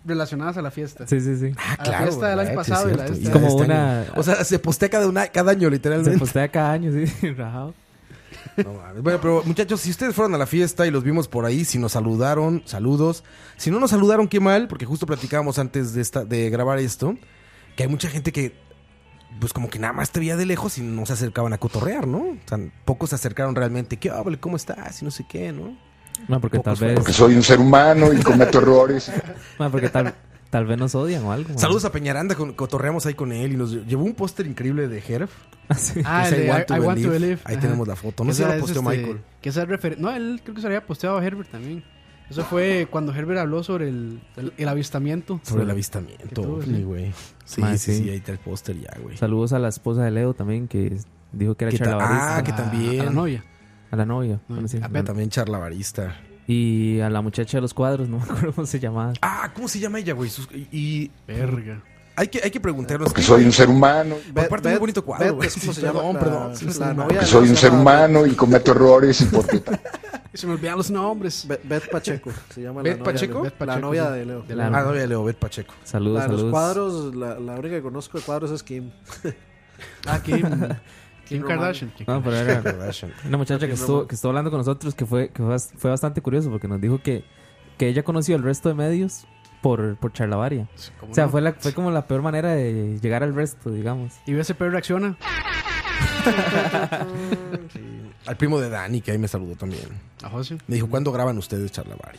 [SPEAKER 6] relacionadas a la fiesta.
[SPEAKER 3] Sí, sí, sí.
[SPEAKER 4] Ah,
[SPEAKER 6] A la fiesta del año
[SPEAKER 4] ¿verdad?
[SPEAKER 6] pasado
[SPEAKER 4] Sí,
[SPEAKER 6] y la de este
[SPEAKER 4] cierto. de
[SPEAKER 3] año.
[SPEAKER 4] este
[SPEAKER 3] Como
[SPEAKER 4] año.
[SPEAKER 3] una-
[SPEAKER 4] O sea, se postea cada, una, cada año,
[SPEAKER 3] Se
[SPEAKER 4] literalmente.
[SPEAKER 3] postea cada año, sí, rajado.
[SPEAKER 4] No mames. bueno, pero muchachos, si ustedes fueron a la fiesta y los vimos por ahí, si nos saludaron, saludos. Si no nos saludaron, qué mal, porque justo platicábamos antes de, esta, de grabar esto, que hay mucha gente que, pues como que nada más te veía de lejos y no se acercaban a cotorrear, ¿no? O sea, pocos se acercaron realmente. ¿Qué hable? ¿Cómo estás? Y no sé qué, ¿no?
[SPEAKER 3] No, porque tal
[SPEAKER 4] Pocos fueron.
[SPEAKER 3] vez,
[SPEAKER 7] Porque soy un ser humano y cometo errores.
[SPEAKER 3] ma, porque tal, tal vez nos odian o algo. ma.
[SPEAKER 4] Saludos a Peñaranda, con- cotorreamos ahí con él y nos llevó un póster increíble de Herf.
[SPEAKER 3] Ah, sí.
[SPEAKER 6] Ah,
[SPEAKER 4] Ese
[SPEAKER 6] el de I I want to believe.
[SPEAKER 4] Ahí
[SPEAKER 6] Ajá.
[SPEAKER 4] tenemos la foto. No
[SPEAKER 6] Que
[SPEAKER 4] sé si
[SPEAKER 6] esa
[SPEAKER 4] lo
[SPEAKER 6] es,
[SPEAKER 4] posteó
[SPEAKER 6] este,
[SPEAKER 4] Michael.
[SPEAKER 6] Que esa refer- no, él creo que se lo había posteado a Herbert también. Eso fue cuando Herbert habló sobre el, el- el avistamiento.
[SPEAKER 4] Sobre el
[SPEAKER 6] Que
[SPEAKER 4] avistamiento,
[SPEAKER 6] todo,
[SPEAKER 4] ovni,
[SPEAKER 6] sí.
[SPEAKER 4] güey. Sí,
[SPEAKER 3] Ma,
[SPEAKER 4] sí,
[SPEAKER 3] sí.
[SPEAKER 4] sí, ahí está el póster ya, güey.
[SPEAKER 3] Saludos a la esposa de Leo también, que dijo que era
[SPEAKER 4] Que ta-
[SPEAKER 3] charlabarista.
[SPEAKER 4] Ah, que
[SPEAKER 6] A-
[SPEAKER 4] también.
[SPEAKER 6] A la novia.
[SPEAKER 3] A la novia. bueno, sí.
[SPEAKER 6] a
[SPEAKER 4] Ah, También charlabarista.
[SPEAKER 3] Y a la muchacha de los cuadros, no me acuerdo cómo se llamaba.
[SPEAKER 4] Ah, ¿cómo se llama ella, güey? Sus- y- Y
[SPEAKER 6] Verga.
[SPEAKER 4] hay que, hay que preguntarnos.
[SPEAKER 7] Porque soy un ser humano,
[SPEAKER 4] Por parte de un bonito cuadro,
[SPEAKER 5] Beth,
[SPEAKER 4] güey.
[SPEAKER 5] es como
[SPEAKER 4] Sí,
[SPEAKER 5] pues, se llama
[SPEAKER 4] perdón,
[SPEAKER 5] la-
[SPEAKER 4] perdón. Sí,
[SPEAKER 5] la
[SPEAKER 4] sí, sí.
[SPEAKER 5] novia de
[SPEAKER 7] que soy
[SPEAKER 5] Leo
[SPEAKER 7] un
[SPEAKER 5] se
[SPEAKER 7] ser
[SPEAKER 5] llama
[SPEAKER 7] humano y cometo errores y por
[SPEAKER 6] Y se me olvidan los nombres.
[SPEAKER 5] Beth, Beth Pacheco. Se llama
[SPEAKER 4] ¿Beth
[SPEAKER 5] la novia
[SPEAKER 4] Pacheco?
[SPEAKER 5] De,
[SPEAKER 6] Beth Pacheco,
[SPEAKER 5] la novia
[SPEAKER 6] sí.
[SPEAKER 5] de Leo.
[SPEAKER 3] De
[SPEAKER 4] Ah,
[SPEAKER 3] la-
[SPEAKER 4] no, novia de Leo, Bet Pacheco.
[SPEAKER 3] Saludos,
[SPEAKER 5] La de
[SPEAKER 3] saludos.
[SPEAKER 5] los cuadros, la, la única que conozco de cuadros es Kim.
[SPEAKER 6] Ah, Kim. Kim Kardashian. Kim
[SPEAKER 3] No, pero
[SPEAKER 4] Kim
[SPEAKER 3] era
[SPEAKER 4] Kardashian.
[SPEAKER 3] una muchacha que estuvo, que estuvo hablando con nosotros que fue, que fue, bas- fue bastante curioso porque nos dijo que, que ella conoció al resto de medios por, por charlavaria.
[SPEAKER 6] Kardashian. ¿Cómo
[SPEAKER 3] O sea,
[SPEAKER 6] no?
[SPEAKER 3] fue, la, fue como la peor manera de llegar al resto, digamos.
[SPEAKER 6] Y BSP reacciona.
[SPEAKER 4] Al primo de Dani, que ahí me saludó también.
[SPEAKER 6] A José.
[SPEAKER 4] Me dijo, ¿cuándo graban ustedes charlavari?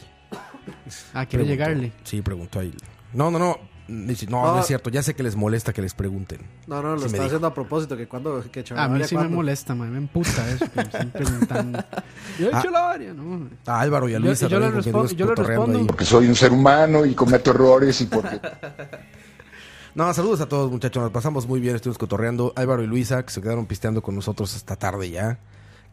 [SPEAKER 6] Ah, quiere
[SPEAKER 4] Preguntó.
[SPEAKER 6] llegarle.
[SPEAKER 4] Sí, preguntó ahí. No, no, no. Dice, no, no
[SPEAKER 5] No.
[SPEAKER 4] es cierto. Ya sé que les molesta que les pregunten.
[SPEAKER 5] No, no, lo
[SPEAKER 4] Sí me
[SPEAKER 5] está
[SPEAKER 4] dijo.
[SPEAKER 5] haciendo a propósito. Que cuando.
[SPEAKER 6] A
[SPEAKER 5] Que
[SPEAKER 6] mí
[SPEAKER 5] Charlavaria
[SPEAKER 6] sí me
[SPEAKER 5] cuándo.
[SPEAKER 6] molesta, man. Me emputa eso. Que me estén preguntando. Yo he
[SPEAKER 4] Ah.
[SPEAKER 6] hecho la varia, ¿no? man.
[SPEAKER 5] Ah,
[SPEAKER 4] A Álvaro y a
[SPEAKER 6] Yo-
[SPEAKER 4] Luisa.
[SPEAKER 6] y yo le
[SPEAKER 4] también, con quien
[SPEAKER 6] respondo-
[SPEAKER 4] anduve
[SPEAKER 6] yo le
[SPEAKER 4] cotorreando
[SPEAKER 6] respondo.
[SPEAKER 7] porque soy un ser humano y cometo errores y porque
[SPEAKER 4] ahí. No, saludos a todos, muchachos. Nos pasamos muy bien. Estuvimos cotorreando. Álvaro y Luisa, que se quedaron pisteando con nosotros hasta tarde ya.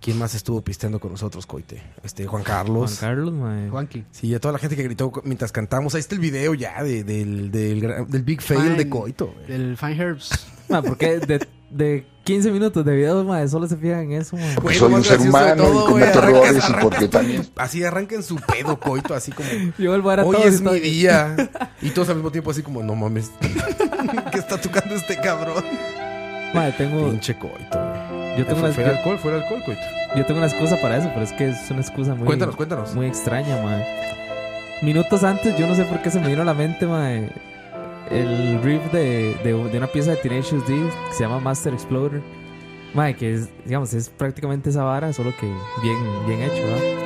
[SPEAKER 4] ¿Quién más estuvo pisteando con nosotros, Coite? Este, Juan Carlos.
[SPEAKER 3] Juan Carlos, mae.
[SPEAKER 6] Juanqui.
[SPEAKER 4] Sí, a toda la gente que gritó mientras cantamos. Ahí está el video ya de- del, del, gra- del Big Fail
[SPEAKER 6] Fine.
[SPEAKER 4] de Coito. güey.
[SPEAKER 6] Del Fine Herbs.
[SPEAKER 3] Ma, ¿por qué de, de 15 minutos de video, mae, solo se fijan en eso, mae?
[SPEAKER 4] Güey,
[SPEAKER 7] soy
[SPEAKER 4] lo Pues más
[SPEAKER 7] un ser
[SPEAKER 4] gracioso de
[SPEAKER 7] humano
[SPEAKER 4] todo,
[SPEAKER 7] y cometo
[SPEAKER 4] güey,
[SPEAKER 7] errores
[SPEAKER 4] arrancas-
[SPEAKER 7] y porque también.
[SPEAKER 4] Así arrancan su pedo, Coito, así como...
[SPEAKER 3] Yo vuelvo a ver a
[SPEAKER 4] Hoy
[SPEAKER 3] todos y
[SPEAKER 4] es
[SPEAKER 3] todo-
[SPEAKER 4] mi día. Y todos al mismo tiempo así como, no mames. ¿Qué está tocando este cabrón?
[SPEAKER 3] Mae, tengo,
[SPEAKER 4] Pinche coito, güey.
[SPEAKER 3] yo, tengo una,
[SPEAKER 4] Fue- Fuera
[SPEAKER 3] yo,
[SPEAKER 4] alcohol, fuera alcohol, coito.
[SPEAKER 3] yo tengo una excusa para eso, pero es que es una excusa muy...
[SPEAKER 4] Cuéntanos, cuéntanos.
[SPEAKER 3] Muy extraña, mae. Minutos antes, yo no sé por qué se me vino a la mente, mae, el riff de, de, de una pieza de Teenage D que se llama Master Explorer. Mae, que es, digamos, es prácticamente esa vara, solo que bien, bien hecho, ¿verdad?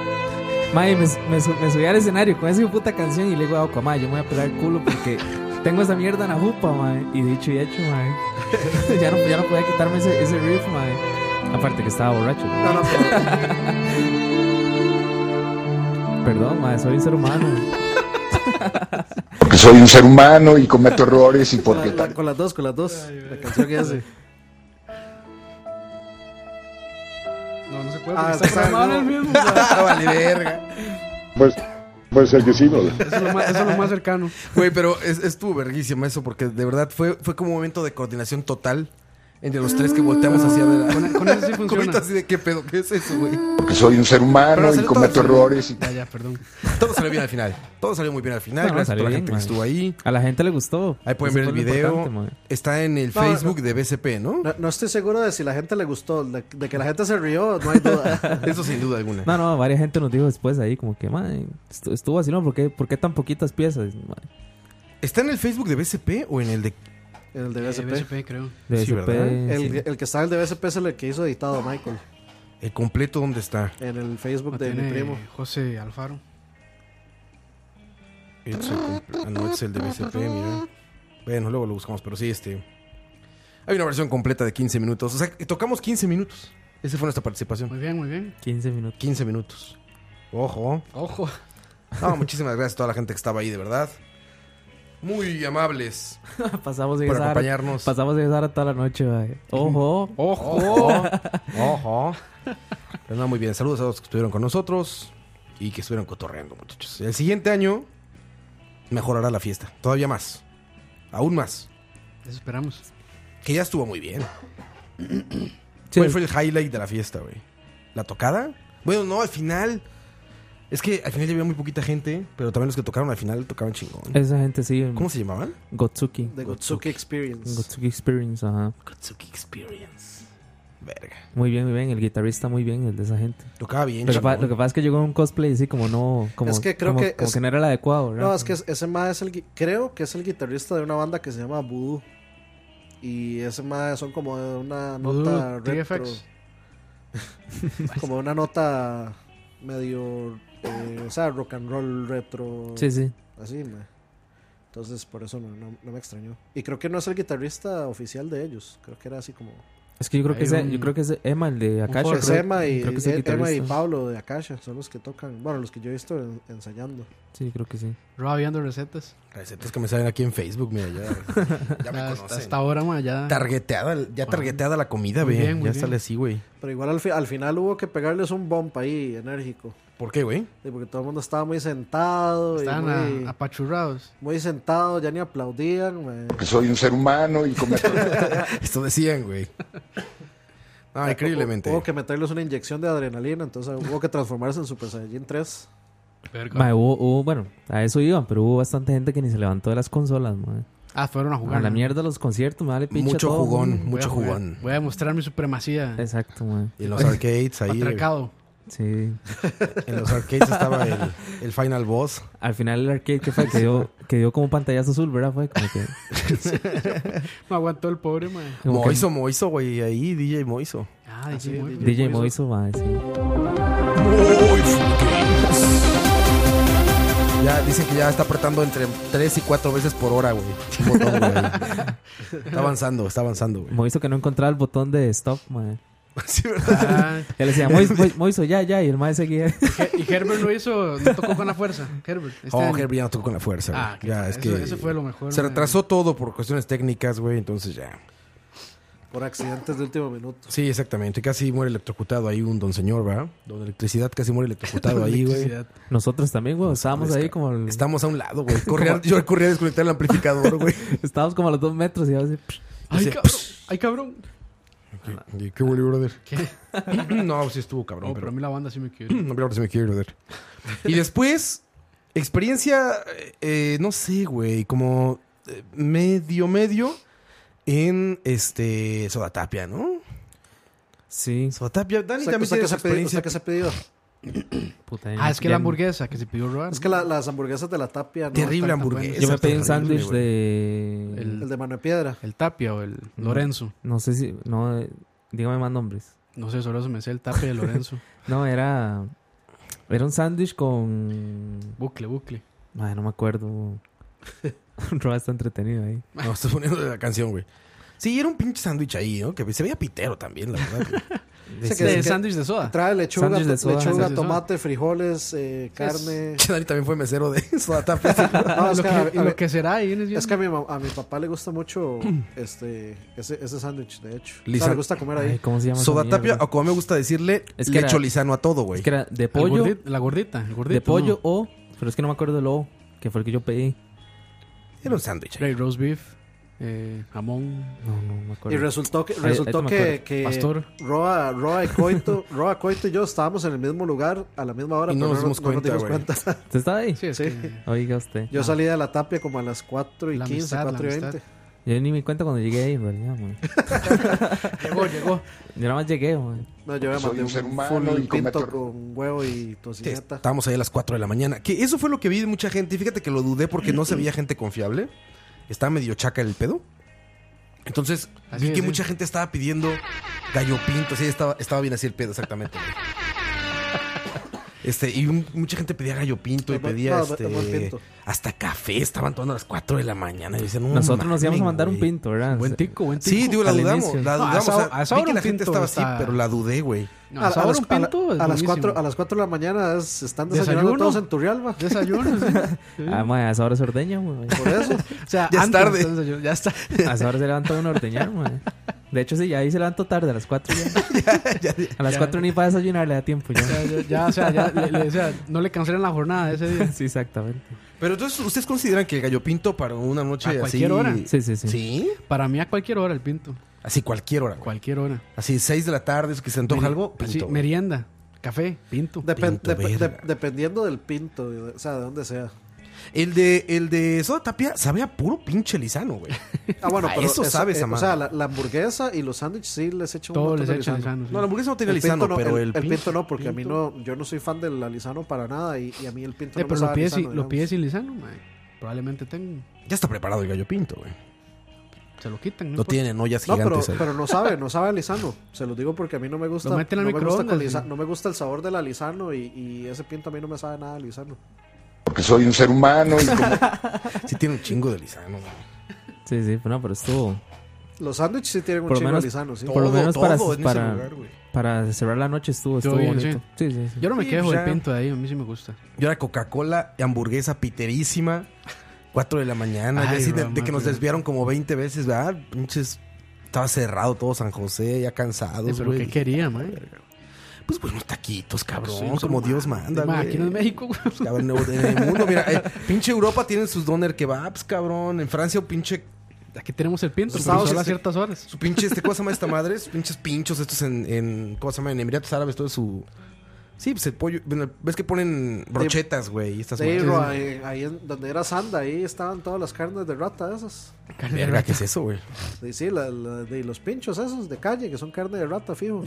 [SPEAKER 3] Mae, me, me su- me subí al escenario con esa puta canción y le digo a Aqua, mae, yo me voy a pegar el culo porque tengo esa mierda en la jupa, mae. Y dicho y hecho, mae. ya, no, ya no podía quitarme ese, ese riff, mae. Aparte que estaba borracho.
[SPEAKER 5] No, no, pero
[SPEAKER 3] Perdón, mae, soy un ser humano.
[SPEAKER 7] Porque soy un ser humano y cometo errores y
[SPEAKER 5] con, la-
[SPEAKER 7] porque
[SPEAKER 5] la- con las dos, con las dos. la canción que hace.
[SPEAKER 6] No, no se puede.
[SPEAKER 5] Ah,
[SPEAKER 6] porque está
[SPEAKER 5] está-
[SPEAKER 6] grabado
[SPEAKER 5] no.
[SPEAKER 6] en el mismo.
[SPEAKER 4] Ah, vale, verga.
[SPEAKER 9] Pues, puede ser que sí, ¿no?
[SPEAKER 6] Eso es lo más, eso es lo más cercano.
[SPEAKER 4] Güey, pero es, estuvo verguísima eso porque de verdad fue, fue como un momento de coordinación total entre los tres que volteamos hacia ver.
[SPEAKER 6] Ah. Con, e-, con eso sí funciona. Ah.
[SPEAKER 4] Coito así de qué pedo, ¿qué es eso, güey?
[SPEAKER 7] porque soy un ser
[SPEAKER 4] Pero
[SPEAKER 7] humano y
[SPEAKER 4] sale
[SPEAKER 7] cometo
[SPEAKER 4] todo.
[SPEAKER 7] errores y
[SPEAKER 6] Ya, ya, perdón.
[SPEAKER 4] Todo salió bien al final. Todo salió muy bien al final.
[SPEAKER 3] No, no,
[SPEAKER 4] Gracias a
[SPEAKER 3] salió
[SPEAKER 4] toda la
[SPEAKER 3] bien,
[SPEAKER 4] gente
[SPEAKER 3] man.
[SPEAKER 4] que estuvo ahí.
[SPEAKER 3] A la gente le gustó.
[SPEAKER 4] Ahí pueden
[SPEAKER 3] Eso
[SPEAKER 4] ver pues, el
[SPEAKER 3] fue lo
[SPEAKER 4] video.
[SPEAKER 3] importante, mae.
[SPEAKER 4] Está en el
[SPEAKER 5] No,
[SPEAKER 4] Facebook de BCP, ¿no?
[SPEAKER 5] No, no estoy seguro de si la gente le gustó. De, de que la gente se rió, no hay duda.
[SPEAKER 4] Eso sin duda alguna.
[SPEAKER 3] No, no, varias gente nos dijo después ahí como que, mae, estu- estuvo así, ¿no? ¿Por qué, por qué tan poquitas piezas? mae?
[SPEAKER 4] ¿Está en el Facebook de BCP o en el de
[SPEAKER 5] El de
[SPEAKER 6] Eh,
[SPEAKER 5] BSP.
[SPEAKER 6] BSP, creo.
[SPEAKER 3] De
[SPEAKER 4] Eh, Sí,
[SPEAKER 3] SP,
[SPEAKER 4] ¿verdad?
[SPEAKER 3] sí.
[SPEAKER 5] El, el que está el de BSP es el que hizo editado Michael
[SPEAKER 4] el completo dónde está?
[SPEAKER 5] en el
[SPEAKER 6] Lo
[SPEAKER 5] Facebook de mi
[SPEAKER 6] tiene
[SPEAKER 5] primo.
[SPEAKER 6] José Alfaro.
[SPEAKER 4] Es el comple- ah, no, es el de BCP, mira. Bueno, luego lo buscamos, pero sí, este. Hay una versión completa de 15 minutos. O sea, que tocamos 15 minutos. Esa fue nuestra participación.
[SPEAKER 6] Muy bien, muy bien.
[SPEAKER 3] 15 minutos.
[SPEAKER 4] 15 minutos. Ojo.
[SPEAKER 6] Ojo.
[SPEAKER 4] No, muchísimas gracias a toda la gente que estaba ahí, de verdad. Muy amables
[SPEAKER 3] pasamos de
[SPEAKER 4] por
[SPEAKER 3] esa hora,
[SPEAKER 4] acompañarnos.
[SPEAKER 3] pasamos de esa hora toda la noche, mae. Ojo.
[SPEAKER 4] Ojo. Ojo. Pero no, muy bien. Saludos a todos que estuvieron con nosotros y que estuvieron cotorreando, muchachos. El siguiente año mejorará la fiesta. Todavía más. Aún más.
[SPEAKER 6] Eso esperamos.
[SPEAKER 4] Que ya estuvo muy bien.
[SPEAKER 3] Sí,
[SPEAKER 4] ¿Cuál fue el highlight de la fiesta, güey? ¿La tocada? Bueno, no, al final. Es que al final ya había muy poquita gente, pero también los que tocaron al final tocaban chingón.
[SPEAKER 3] esa gente sí,
[SPEAKER 4] ¿Cómo se llamaban?
[SPEAKER 3] Gotsuki.
[SPEAKER 5] The Gotsuki Experience.
[SPEAKER 3] Gotsuki Experience, ajá.
[SPEAKER 4] Katsuki Experience. Verga.
[SPEAKER 3] Muy bien, muy bien. El guitarrista muy bien, el de esa gente.
[SPEAKER 4] Tocaba bien,
[SPEAKER 3] Lo que, pa-
[SPEAKER 4] chingón.
[SPEAKER 3] lo que pasa es que llegó un cosplay así como no... Como,
[SPEAKER 5] Es que creo
[SPEAKER 3] como-
[SPEAKER 5] que
[SPEAKER 3] como
[SPEAKER 5] es-
[SPEAKER 3] que no era el adecuado, ¿verdad?
[SPEAKER 5] No, es que es- ese ma es el gui- creo que es el guitarrista de una banda que se llama Voodoo. Y ese ma son como de una nota
[SPEAKER 6] Voodoo
[SPEAKER 5] retro,
[SPEAKER 6] TFX.
[SPEAKER 5] como una nota medio eh, o sea, rock and roll retro
[SPEAKER 3] Sí, sí.
[SPEAKER 5] así, ma. Entonces por eso no, no- no me extrañó. Y creo que no es el guitarrista oficial de ellos, creo que era así como
[SPEAKER 3] Es que yo creo que,
[SPEAKER 6] Hay
[SPEAKER 3] ese-
[SPEAKER 6] un-
[SPEAKER 3] yo creo que es Emma, el de Akasha.
[SPEAKER 6] Ford
[SPEAKER 3] creo-
[SPEAKER 5] Es Emma y,
[SPEAKER 3] creo que es el
[SPEAKER 5] Emma y
[SPEAKER 3] guitarrista.
[SPEAKER 5] Pablo de Akasha son los que tocan. Bueno, los que yo he visto en- ensayando.
[SPEAKER 3] Sí, creo que sí.
[SPEAKER 6] Roa viendo recetas.
[SPEAKER 4] Recetas que me salen aquí en Facebook, mira, ya, ya me
[SPEAKER 6] Ya, hasta,
[SPEAKER 4] conocen.
[SPEAKER 6] hasta ahora, ma, ya.
[SPEAKER 4] Targeteada, ya targeteada la comida,
[SPEAKER 6] Muy
[SPEAKER 4] ve.
[SPEAKER 6] bien, muy
[SPEAKER 4] ya
[SPEAKER 6] bien.
[SPEAKER 4] sale así, güey.
[SPEAKER 5] Pero igual al, fi- al final hubo que pegarles un bump ahí enérgico.
[SPEAKER 4] ¿Por qué, güey?
[SPEAKER 5] Sí, Porque todo el mundo estaba muy sentado. y
[SPEAKER 6] Están
[SPEAKER 5] muy,
[SPEAKER 6] a- apachurrados.
[SPEAKER 5] muy sentado, ya ni aplaudían. mae.
[SPEAKER 7] Porque soy un ser humano y cometo
[SPEAKER 4] Esto decían, güey. Ah, increíblemente.
[SPEAKER 5] Hubo que meterles una inyección de adrenalina, entonces hubo que transformarse en Super Saiyajin 3.
[SPEAKER 3] Mae, hubo- hubo- bueno, a eso iban, pero hubo bastante gente que ni se levantó de las consolas, mae.
[SPEAKER 6] Ah, fueron a jugar.
[SPEAKER 3] A la
[SPEAKER 6] ¿no?
[SPEAKER 3] mierda los conciertos, me vale pinche
[SPEAKER 4] Mucho
[SPEAKER 3] todo,
[SPEAKER 4] jugón,
[SPEAKER 3] mae.
[SPEAKER 6] Voy a
[SPEAKER 4] mucho
[SPEAKER 6] jugar.
[SPEAKER 4] jugón.
[SPEAKER 6] Voy a demostrar mi supremacía.
[SPEAKER 3] Exacto, mae.
[SPEAKER 4] Y en los arcades, ahí.
[SPEAKER 6] Atracado.
[SPEAKER 3] Sí.
[SPEAKER 4] En los arcades estaba el, el Final Boss.
[SPEAKER 3] Al final el arcade que fue que dio, que dio como un pantallazo azul, ¿verdad? Fue como que.
[SPEAKER 6] Me aguantó el pobre, ma.
[SPEAKER 3] como que
[SPEAKER 4] Moiso, Moiso, güey. Ahí, DJ Moiso.
[SPEAKER 6] Ah, dice, muy bien.
[SPEAKER 3] DJ Moiso, mae, sí.
[SPEAKER 4] Ya dicen que ya está apretando entre 3 y 4 veces por hora, güey. Un botón, güey. Está avanzando, está avanzando, güey.
[SPEAKER 3] Moiso que no encontraba el botón de stop, mae.
[SPEAKER 4] Sí, ¿verdad?
[SPEAKER 6] Ah,
[SPEAKER 3] Él decía, "Mois- Mois- Moiso, ya, ya, y el mae seguía.
[SPEAKER 6] He- y Herbert lo hizo, no tocó con la fuerza. Herbert. este
[SPEAKER 4] oh,
[SPEAKER 6] año.
[SPEAKER 4] Herbie ya no tocó con la fuerza. güey.
[SPEAKER 6] Ah, qué
[SPEAKER 4] ya,
[SPEAKER 6] tal.
[SPEAKER 4] es
[SPEAKER 6] Eso-
[SPEAKER 4] que
[SPEAKER 6] eso fue lo mejor,
[SPEAKER 4] Se
[SPEAKER 6] güey.
[SPEAKER 4] retrasó todo por cuestiones técnicas, güey. Entonces ya.
[SPEAKER 5] Por accidentes de último minuto.
[SPEAKER 4] Sí, exactamente. Casi muere electrocutado ahí un don señor, ¿verdad? Don electricidad casi muere electrocutado ahí, güey.
[SPEAKER 6] Electricidad.
[SPEAKER 3] Nosotros también, güey, estábamos ahí como. el-
[SPEAKER 4] Estamos a un lado, güey. Corría- yo corría a desconectar el amplificador, güey.
[SPEAKER 3] Estábamos como a los dos metros y a veces.
[SPEAKER 6] Ay,
[SPEAKER 4] Dice,
[SPEAKER 6] cabrón. Ay, cabrón.
[SPEAKER 4] ¿Qué, qué huele, brother?
[SPEAKER 6] ¿Qué?
[SPEAKER 4] no, sí estuvo cabrón,
[SPEAKER 6] No, pero
[SPEAKER 4] pero...
[SPEAKER 6] a mí la banda sí me quiere.
[SPEAKER 4] No, pero ahora se me quiere brother. Y después, experiencia, eh, no sé, güey, como eh, medio, medio en este Sodatapia, ¿no?
[SPEAKER 3] Sí,
[SPEAKER 4] Sodatapia,
[SPEAKER 5] O
[SPEAKER 4] Dani
[SPEAKER 5] sea,
[SPEAKER 4] también
[SPEAKER 5] o sea,
[SPEAKER 4] tiene
[SPEAKER 5] que
[SPEAKER 4] esa
[SPEAKER 5] se pidió, o
[SPEAKER 4] experiencia.
[SPEAKER 5] sea, que se pidió.
[SPEAKER 3] puta.
[SPEAKER 6] Ah,
[SPEAKER 3] ya-
[SPEAKER 6] es que
[SPEAKER 3] ya-
[SPEAKER 6] la hamburguesa que se pidió robar.
[SPEAKER 5] Es que la- las hamburguesas de la tapia. ¿no?
[SPEAKER 4] Terrible
[SPEAKER 6] tan buena.
[SPEAKER 4] hamburguesa.
[SPEAKER 3] Yo me pedí un
[SPEAKER 4] terrible,
[SPEAKER 3] sándwich
[SPEAKER 4] güey.
[SPEAKER 3] de.
[SPEAKER 5] El de mano de piedra.
[SPEAKER 6] El Tapia o el Lorenzo.
[SPEAKER 3] No sé si. No, eh, dígame más nombres.
[SPEAKER 6] No sé, solo se me sé el Tapia de Lorenzo.
[SPEAKER 3] No, era. Era un sándwich con.
[SPEAKER 6] bucle, bucle.
[SPEAKER 3] Ay, no me acuerdo. Roa está entretenido ahí.
[SPEAKER 4] No, estás poniendo la canción, güey. Sí, era un pinche sándwich ahí, ¿no? Que se veía pitero también, la verdad. güey.
[SPEAKER 5] Dice
[SPEAKER 6] De
[SPEAKER 5] que-
[SPEAKER 6] sándwich de soda.
[SPEAKER 5] Trae lechuga,
[SPEAKER 3] Sándwich de
[SPEAKER 5] to-
[SPEAKER 3] soda.
[SPEAKER 5] lechuga,
[SPEAKER 6] Sándwich de soda.
[SPEAKER 5] tomate, frijoles, eh, carne.
[SPEAKER 4] Che, Dani también fue mesero de Sodatapia.
[SPEAKER 5] No, es
[SPEAKER 6] lo
[SPEAKER 5] que,
[SPEAKER 6] que,
[SPEAKER 5] a-
[SPEAKER 6] y
[SPEAKER 5] a-
[SPEAKER 6] lo que será ahí viene siendo-
[SPEAKER 5] es que a, mi, mam- a mi papá le gusta mucho este ese ese sándwich, de hecho. O sea,
[SPEAKER 4] Lisa-
[SPEAKER 5] le gusta comer ahí.
[SPEAKER 3] Ay, ¿Cómo se llama? esa
[SPEAKER 4] Sodatapia,
[SPEAKER 3] mierda?
[SPEAKER 4] o como me gusta decirle,
[SPEAKER 3] Es
[SPEAKER 4] es
[SPEAKER 3] que
[SPEAKER 4] que
[SPEAKER 3] era-
[SPEAKER 4] lecho lisano a todo, güey.
[SPEAKER 3] Es que era de
[SPEAKER 6] El
[SPEAKER 3] pollo.
[SPEAKER 6] gordito- la gordita, el gordito.
[SPEAKER 3] de pollo
[SPEAKER 6] ¿no?
[SPEAKER 3] o. Pero es que no me acuerdo del o. Que fue el que yo pedí.
[SPEAKER 4] Era un sándwich. ahí.
[SPEAKER 6] Ray roast beef, eh, jamón,
[SPEAKER 3] No, no me acuerdo.
[SPEAKER 5] Y resultó que,
[SPEAKER 3] ahí
[SPEAKER 5] resultó
[SPEAKER 3] te me
[SPEAKER 5] que,
[SPEAKER 3] acuerdo.
[SPEAKER 5] que
[SPEAKER 6] pastor.
[SPEAKER 5] Roa, Roa y Coito, Roa, Coito y yo estábamos en el mismo lugar a la misma hora,
[SPEAKER 4] Y no
[SPEAKER 5] pero
[SPEAKER 4] nos dimos cuenta, güey.
[SPEAKER 5] cuenta.
[SPEAKER 3] ¿Usted estaba ahí?
[SPEAKER 6] Sí, es
[SPEAKER 5] Sí.
[SPEAKER 6] que-
[SPEAKER 3] Oiga usted.
[SPEAKER 5] Yo salí de la tapia como a las 4 y
[SPEAKER 6] La
[SPEAKER 5] 15,
[SPEAKER 6] amistad, la
[SPEAKER 5] 4 y
[SPEAKER 6] amistad.
[SPEAKER 5] 20.
[SPEAKER 3] Yo ni me di cuenta cuando llegué ahí, en realidad, man.
[SPEAKER 6] Llegó, llegó.
[SPEAKER 3] Yo nada más llegué, man.
[SPEAKER 5] No, yo me
[SPEAKER 7] Soy
[SPEAKER 5] mandé
[SPEAKER 7] un
[SPEAKER 5] un,
[SPEAKER 7] ser humano
[SPEAKER 5] full
[SPEAKER 7] y
[SPEAKER 5] pinto
[SPEAKER 7] cometo-
[SPEAKER 5] con huevo y tocineta.
[SPEAKER 4] Estábamos ahí a las 4 de la mañana. Que eso fue lo que vi de mucha gente. Fíjate que lo dudé porque no se veía gente confiable. Estaba medio chaca el pedo. Entonces,
[SPEAKER 6] Así
[SPEAKER 4] vi
[SPEAKER 6] es,
[SPEAKER 4] que
[SPEAKER 6] sí.
[SPEAKER 4] mucha gente estaba pidiendo gallo pinto. Sí, estaba, estaba bien así el pedo, exactamente. güey. Este, y un- mucha gente pedía gallo pinto y
[SPEAKER 5] El buen-
[SPEAKER 4] pedía
[SPEAKER 5] no, el
[SPEAKER 4] este,
[SPEAKER 5] buen pinto.
[SPEAKER 4] hasta café. Estaban tomando a las 4 de la mañana. Y decían, "No
[SPEAKER 3] Nosotros nos íbamos a
[SPEAKER 4] mamen,
[SPEAKER 3] mandar un
[SPEAKER 4] güey".
[SPEAKER 3] pinto, ¿verdad?
[SPEAKER 6] Buen tico, buen tico.
[SPEAKER 4] Sí, digo, la
[SPEAKER 3] Al
[SPEAKER 4] dudamos.
[SPEAKER 3] inicio.
[SPEAKER 4] La
[SPEAKER 6] No, a
[SPEAKER 4] dudamos.
[SPEAKER 6] esa-
[SPEAKER 4] o sea,
[SPEAKER 6] a esa
[SPEAKER 4] vi
[SPEAKER 6] hora
[SPEAKER 4] que
[SPEAKER 6] un
[SPEAKER 4] la gente
[SPEAKER 6] pinto
[SPEAKER 4] estaba
[SPEAKER 6] está-
[SPEAKER 4] así, pero la dudé, güey.
[SPEAKER 6] No, a,
[SPEAKER 5] a
[SPEAKER 6] ahora
[SPEAKER 5] las-
[SPEAKER 6] un
[SPEAKER 5] a la-
[SPEAKER 6] pinto es
[SPEAKER 5] a las
[SPEAKER 6] buenísimo.
[SPEAKER 5] 4 a las 4 de la mañana es- están desayunando
[SPEAKER 6] Desayuno.
[SPEAKER 5] todos en Turrialba.
[SPEAKER 6] Desayuno, sí. Sí.
[SPEAKER 3] Ah, man, a esa hora se ordeña, man.
[SPEAKER 5] Por eso.
[SPEAKER 6] O sea,
[SPEAKER 4] Ya es
[SPEAKER 6] antes
[SPEAKER 4] tarde.
[SPEAKER 6] del desayuno, Ya está.
[SPEAKER 3] A esa hora se levanta uno a ordeñar, man. De hecho, sí, ya ahí se levantó tarde, a las 4 ya. A las
[SPEAKER 6] Ya.
[SPEAKER 3] 4 ni para desayunar le da tiempo ya.
[SPEAKER 6] O sea, ya, ya, o sea, ya le- le- o sea, no le cancelan la jornada ese día.
[SPEAKER 3] Sí, exactamente.
[SPEAKER 4] Pero entonces, ¿ustedes consideran que el gallo pinto para una noche
[SPEAKER 6] A
[SPEAKER 4] así?
[SPEAKER 6] cualquier hora.
[SPEAKER 3] Sí, sí, sí.
[SPEAKER 4] ¿Sí?
[SPEAKER 6] Para mí a cualquier hora el pinto.
[SPEAKER 4] Así cualquier hora, güey.
[SPEAKER 6] Cualquier hora.
[SPEAKER 4] Así 6 de la tarde, es que se antoja
[SPEAKER 6] Meri-
[SPEAKER 4] algo,
[SPEAKER 6] así,
[SPEAKER 4] pinto. güey.
[SPEAKER 6] merienda, café, pinto.
[SPEAKER 5] Depen-
[SPEAKER 4] Pinto,
[SPEAKER 5] dep-
[SPEAKER 4] verga.
[SPEAKER 5] de- dependiendo del pinto, de- o sea, de dónde sea.
[SPEAKER 4] el de el de Soda Tapia sabía puro pinche lisano, güey.
[SPEAKER 5] Ah, bueno,
[SPEAKER 4] A
[SPEAKER 5] pero
[SPEAKER 4] eso
[SPEAKER 5] es-
[SPEAKER 4] sabes,
[SPEAKER 5] eh, O
[SPEAKER 4] amado.
[SPEAKER 5] sea, la, la hamburguesa y los sándwiches sí les echan un
[SPEAKER 6] Todo
[SPEAKER 5] montón
[SPEAKER 6] les
[SPEAKER 5] de
[SPEAKER 6] echan
[SPEAKER 5] lisano.
[SPEAKER 6] lisano, sí.
[SPEAKER 4] No, la hamburguesa no tenía
[SPEAKER 5] El
[SPEAKER 4] lisano,
[SPEAKER 5] pinto no,
[SPEAKER 4] pero el,
[SPEAKER 5] el, el pinto no, porque a mí no, yo no soy fan del alisano para nada y, y a mí el pinto
[SPEAKER 6] Eh,
[SPEAKER 5] no
[SPEAKER 6] pero
[SPEAKER 5] me
[SPEAKER 6] lo
[SPEAKER 5] sabe
[SPEAKER 6] pide,
[SPEAKER 5] lisano,
[SPEAKER 6] sin, lo
[SPEAKER 5] digamos.
[SPEAKER 6] pide sin lisano, mae. Probablemente tengan.
[SPEAKER 4] Ya está preparado el gallo pinto, güey.
[SPEAKER 6] Se lo quitan.
[SPEAKER 4] No,
[SPEAKER 6] importa.
[SPEAKER 4] tienen ollas
[SPEAKER 5] No, pero,
[SPEAKER 4] gigantes ahí.
[SPEAKER 5] pero no sabe, no sabe a lisano. Se lo digo porque a mí no me gusta.
[SPEAKER 6] Lo meten al
[SPEAKER 5] no, me gusta
[SPEAKER 6] microondas,
[SPEAKER 5] con lisa-
[SPEAKER 6] sí.
[SPEAKER 5] no me gusta el sabor del alisano y, y ese pinto a mí no me sabe nada a lisano.
[SPEAKER 7] porque soy un ser humano y cometo
[SPEAKER 4] Sí tiene un chingo de lisano, güey.
[SPEAKER 3] Sí, sí, pero no, pero estuvo.
[SPEAKER 5] Los sándwiches sí tienen un
[SPEAKER 3] Por lo
[SPEAKER 5] chingo
[SPEAKER 3] menos-
[SPEAKER 5] de lisano, sí.
[SPEAKER 3] por lo menos para-
[SPEAKER 4] todo en ese
[SPEAKER 3] para-
[SPEAKER 4] lugar, güey.
[SPEAKER 3] Para cerrar la noche estuvo,
[SPEAKER 6] Estuvo
[SPEAKER 3] estuvo
[SPEAKER 6] bien,
[SPEAKER 3] bonito. Sí, sí, sí.
[SPEAKER 6] Yo no me
[SPEAKER 4] Sí,
[SPEAKER 6] quejo
[SPEAKER 4] pues
[SPEAKER 6] del
[SPEAKER 4] ya.
[SPEAKER 6] pinto de ahí, a mí sí me gusta.
[SPEAKER 4] Yo era Coca-Cola, hamburguesa piterísima, 4 de la mañana,
[SPEAKER 6] Ay,
[SPEAKER 4] ya así de,
[SPEAKER 6] bro,
[SPEAKER 4] de que nos
[SPEAKER 6] madre.
[SPEAKER 4] desviaron como 20 veces, ¿verdad? Pinches, estaba cerrado todo San José, ya cansados,
[SPEAKER 6] Sí, pero
[SPEAKER 4] güey.
[SPEAKER 6] ¿qué quería, man?
[SPEAKER 4] Pues unos taquitos, cabrón,
[SPEAKER 6] Sí, un ser
[SPEAKER 4] como
[SPEAKER 6] humano.
[SPEAKER 4] Dios manda,
[SPEAKER 6] Ma,
[SPEAKER 4] güey.
[SPEAKER 6] Aquí no es México, güey.
[SPEAKER 4] Pues, Cabrón, en el mundo, mira, eh, pinche Europa tienen sus doner kebabs, pues, cabrón. En Francia, un pinche
[SPEAKER 6] Aquí tenemos el pinto,
[SPEAKER 4] Pues
[SPEAKER 6] pero
[SPEAKER 4] vamos
[SPEAKER 6] solo a
[SPEAKER 4] este-
[SPEAKER 6] ciertas horas.
[SPEAKER 4] Su pinche, este, ¿cómo se llama esta madre? Sus pinches pinchos estos en, en ¿cómo se llama? En Emiratos Árabes, todo su... Sí, pues el pollo... bueno, ves que ponen brochetas, güey, y estas
[SPEAKER 5] Sí,
[SPEAKER 4] madres.
[SPEAKER 5] bro, ahí, ahí en- donde era Sanda, ahí estaban todas las carnes de rata esas.
[SPEAKER 6] Carne de
[SPEAKER 4] Verga,
[SPEAKER 6] rata.
[SPEAKER 4] ¿qué es eso, güey?
[SPEAKER 5] Sí, sí, la- la- de los pinchos esos de calle, que son carne de rata, fijo.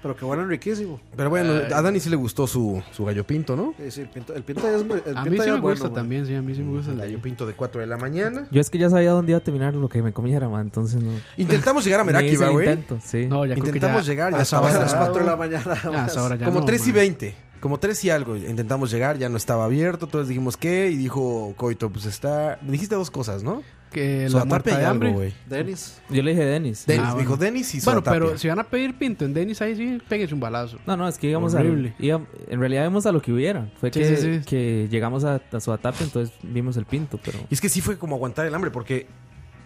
[SPEAKER 5] Pero que huelen riquísimo.
[SPEAKER 4] Pero bueno, a Dani sí le gustó su, su gallo pinto, ¿no?
[SPEAKER 5] Sí, sí, el pinto, el pinto ahí es, el pinto
[SPEAKER 6] A mí
[SPEAKER 5] ahí
[SPEAKER 6] sí
[SPEAKER 5] es
[SPEAKER 6] me
[SPEAKER 5] bueno,
[SPEAKER 6] gusta
[SPEAKER 5] man.
[SPEAKER 6] también, sí, a mí sí me gusta.
[SPEAKER 4] El
[SPEAKER 6] el
[SPEAKER 4] gallo
[SPEAKER 6] gallo.
[SPEAKER 4] pinto de 4 de la mañana.
[SPEAKER 3] Yo es que ya sabía dónde iba a terminar lo que me comiera, man. Entonces no.
[SPEAKER 4] Intentamos llegar a
[SPEAKER 3] ni
[SPEAKER 4] Meraki,
[SPEAKER 3] hice
[SPEAKER 4] ¿va,
[SPEAKER 3] el
[SPEAKER 4] güey.
[SPEAKER 3] intento, sí.
[SPEAKER 6] No, ya creo que
[SPEAKER 4] Intentamos
[SPEAKER 6] ya-
[SPEAKER 4] llegar, ya
[SPEAKER 6] a esa
[SPEAKER 4] estaba
[SPEAKER 5] A
[SPEAKER 6] hora-
[SPEAKER 5] las 4 de la mañana.
[SPEAKER 6] Ya, a esa hora ya
[SPEAKER 4] Como
[SPEAKER 6] no,
[SPEAKER 4] 3 y
[SPEAKER 6] ma.
[SPEAKER 4] 20. Como 3 y algo. Intentamos llegar, ya no estaba abierto. Entonces dijimos, ¿qué? Y dijo Coito, pues está... Me dijiste dos cosas, ¿no?
[SPEAKER 6] Que la muerte
[SPEAKER 4] y
[SPEAKER 6] de hambre.
[SPEAKER 4] algo, güey.
[SPEAKER 5] Denis.
[SPEAKER 3] Yo le dije a Denis.
[SPEAKER 4] Denis,
[SPEAKER 6] Ah,
[SPEAKER 4] me
[SPEAKER 6] bueno.
[SPEAKER 4] dijo Denis y
[SPEAKER 6] Bueno,
[SPEAKER 4] Soratapia.
[SPEAKER 6] pero si van a pedir pinto en Denis, ahí sí, péguense un balazo.
[SPEAKER 3] No, no, es que íbamos
[SPEAKER 6] Horrible.
[SPEAKER 3] a. iba- en realidad íbamos a lo que hubiera. Fue
[SPEAKER 6] Sí,
[SPEAKER 3] que,
[SPEAKER 6] sí, sí.
[SPEAKER 3] que llegamos a, a Suatapia, entonces vimos el pinto, pero
[SPEAKER 4] Y es que sí fue como aguantar el hambre, porque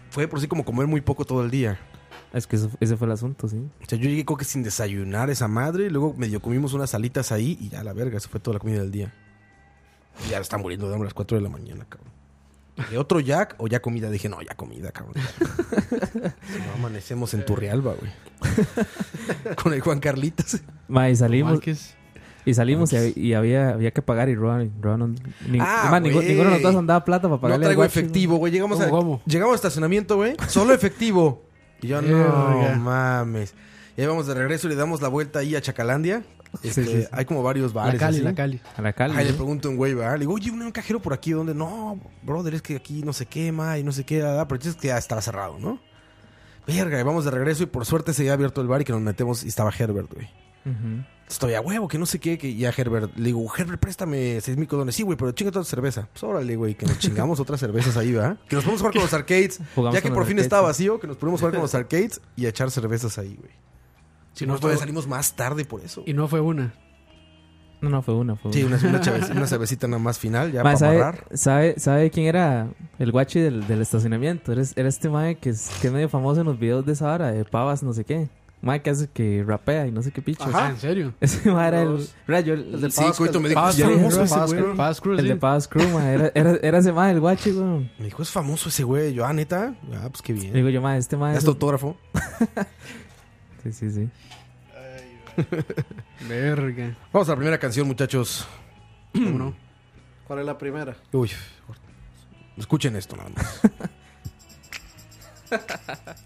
[SPEAKER 4] fue por sí como comer muy poco todo el día.
[SPEAKER 3] es que eso- ese fue el asunto, sí.
[SPEAKER 4] O sea, yo llegué creo que sin desayunar esa madre, y luego medio comimos unas alitas ahí y ya la verga, eso fue toda la comida del día. Y ya están muriendo de hambre a las 4 de la mañana, cabrón. ¿De otro Jack o ya comida? Dije, no, ya comida, cabrón. si no amanecemos en Turrialba, güey. Con el Juan Carlitos.
[SPEAKER 3] Ma, y salimos,
[SPEAKER 6] Marques.
[SPEAKER 3] y salimos y, hab- y había, había que pagar y robar. y robar no- ni-
[SPEAKER 4] Ah,
[SPEAKER 3] ma, ninguno,
[SPEAKER 4] güey.
[SPEAKER 3] ninguno de nosotros andaba plata para
[SPEAKER 4] No
[SPEAKER 3] pagarle. al
[SPEAKER 4] traigo
[SPEAKER 3] guacho,
[SPEAKER 4] efectivo, güey. Llegamos,
[SPEAKER 6] ¿Cómo,
[SPEAKER 4] a-
[SPEAKER 6] cómo?
[SPEAKER 4] llegamos al estacionamiento, güey. Solo efectivo. Y yo,
[SPEAKER 6] Verga.
[SPEAKER 4] no mames. Y ahí vamos de regreso y le damos la vuelta ahí a Chacalandia. Este,
[SPEAKER 3] sí, sí.
[SPEAKER 4] Hay como varios
[SPEAKER 6] La
[SPEAKER 4] bares.
[SPEAKER 6] Cali,
[SPEAKER 4] así.
[SPEAKER 6] la Cali.
[SPEAKER 3] ma. A la ¿eh? calle.
[SPEAKER 4] Ahí le
[SPEAKER 3] ¿no?
[SPEAKER 4] pregunto a un güey, ¿verdad? Le digo, oye, un cajero por aquí, ¿dónde? No, brother, es que aquí no se quema y no se queda, pero es que ya estaba cerrado, ¿no? Verga, y vamos de regreso y por suerte se había abierto el bar y que nos metemos y estaba Herbert, güey.
[SPEAKER 3] Ujú.
[SPEAKER 4] Estoy a huevo, que no sé qué, que ya Herbert, le digo, Herbert, préstame seis mil colones. Sí, güey, pero chinga toda tu cerveza. Pues órale, güey, que nos chingamos otras cervezas ahí, ¿verdad? Que nos podemos jugar con los arcades.
[SPEAKER 3] Jugamos
[SPEAKER 4] ya que
[SPEAKER 3] con
[SPEAKER 4] por
[SPEAKER 3] los
[SPEAKER 4] fin
[SPEAKER 3] arcades,
[SPEAKER 4] estaba
[SPEAKER 3] sí.
[SPEAKER 4] vacío, que nos podemos jugar con los arcades y echar cervezas ahí, güey. Si no, todavía salimos más tarde por eso.
[SPEAKER 6] Y no fue una.
[SPEAKER 3] No, no, fue una, fue una.
[SPEAKER 4] Sí, una, una, chave- una cervecita nada más final, ya
[SPEAKER 3] Ma,
[SPEAKER 4] para
[SPEAKER 3] ¿sabe,
[SPEAKER 4] amarrar.
[SPEAKER 3] sabe, sabe quién era el guachi del, del estacionamiento? Era, era este mae que es, que es medio famoso en los videos de esa hora, de pavas, no sé qué. Mae que hace que rapea y no sé qué picho.
[SPEAKER 6] Ah, ¿En serio?
[SPEAKER 3] Ese mae era el. era yo el-
[SPEAKER 5] El de
[SPEAKER 4] Sí,
[SPEAKER 5] Pavas-
[SPEAKER 4] Coito
[SPEAKER 3] Pues,
[SPEAKER 4] me dijo,
[SPEAKER 5] Pavas
[SPEAKER 4] ya
[SPEAKER 5] Cruz,
[SPEAKER 4] famoso
[SPEAKER 5] Pavas
[SPEAKER 4] ese güey.
[SPEAKER 5] Cruz.
[SPEAKER 6] Pavas Cruz,
[SPEAKER 3] el
[SPEAKER 6] sí.
[SPEAKER 3] de Pavas Crew, mae. Era, era, era ese mae el guachi, weón.
[SPEAKER 4] Me dijo, es famoso ese güey. Yo, ah, neta. Ah, pues qué bien.
[SPEAKER 3] Digo yo, mae, este mae.
[SPEAKER 4] ¿Ya es
[SPEAKER 3] es-
[SPEAKER 4] tu autógrafo?
[SPEAKER 3] Sí, sí, sí.
[SPEAKER 6] Verga.
[SPEAKER 4] Vamos a la primera canción, muchachos.
[SPEAKER 6] ¿Cómo no?
[SPEAKER 5] ¿Cuál es la primera?
[SPEAKER 4] Uy, escuchen esto nada más.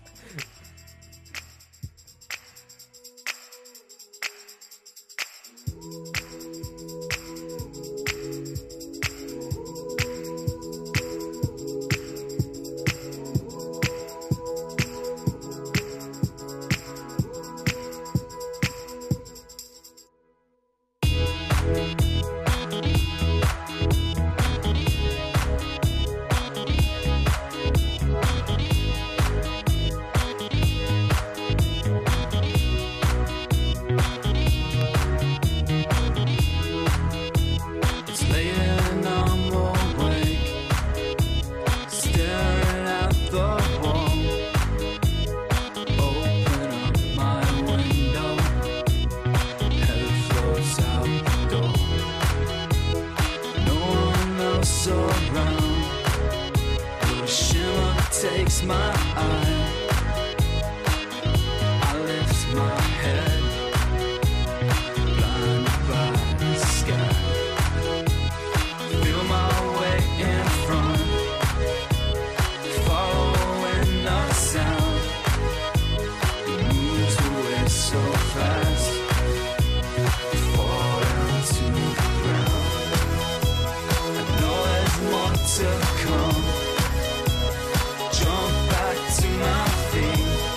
[SPEAKER 10] It's late and I'm awake, staring at the wall. Open up my window, head flows out the door. No one else around, but a shimmer takes my eye. I lift my head, blinded by the sky. Feel my way in front, following the sound. It moves away so fast, you fall down to the ground. I know there's more to come. Jump back to my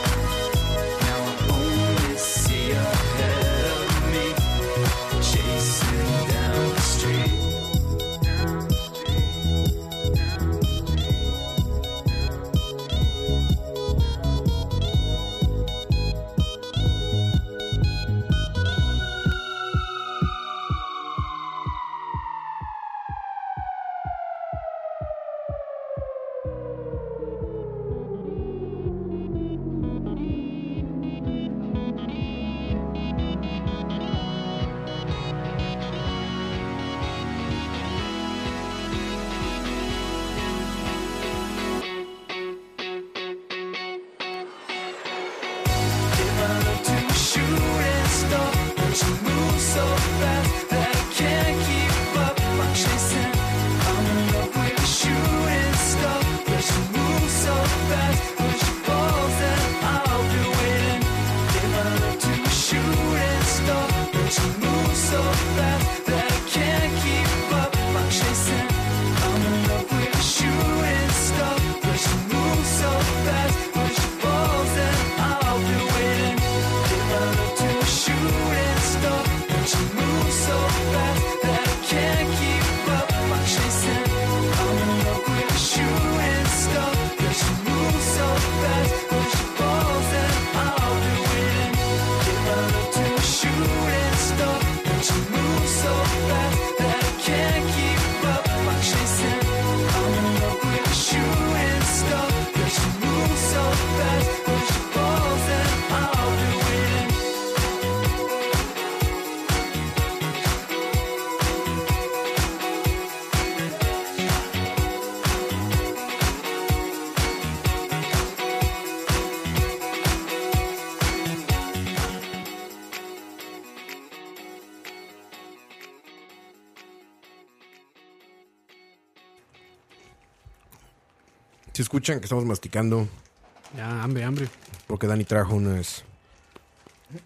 [SPEAKER 4] Si escuchan que estamos masticando,
[SPEAKER 6] Ya, Ah, hambre, hambre.
[SPEAKER 4] porque Dani trajo unas.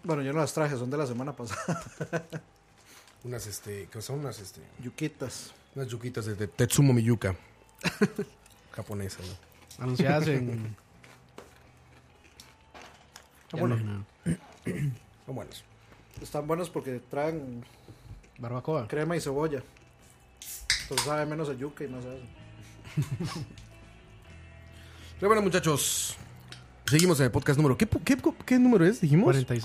[SPEAKER 5] Bueno, yo no las traje, son de la semana pasada.
[SPEAKER 4] Unas, este. que son? Unas, este.
[SPEAKER 5] Yuquitas.
[SPEAKER 4] Unas yuquitas de, de Tetsumo Miyuka. japonesa, ¿no?
[SPEAKER 6] Anunciadas en.
[SPEAKER 4] Ah, bueno.
[SPEAKER 6] Ya no hay nada.
[SPEAKER 4] Son buenas.
[SPEAKER 5] Están buenas porque traen
[SPEAKER 6] Barbacoa.
[SPEAKER 5] crema y cebolla. Entonces sabe menos a yuca y más a eso.
[SPEAKER 4] Pero bueno, muchachos. Seguimos en el podcast número. ¿Qué, po- qué, po- qué número es? Dijimos.
[SPEAKER 6] 46.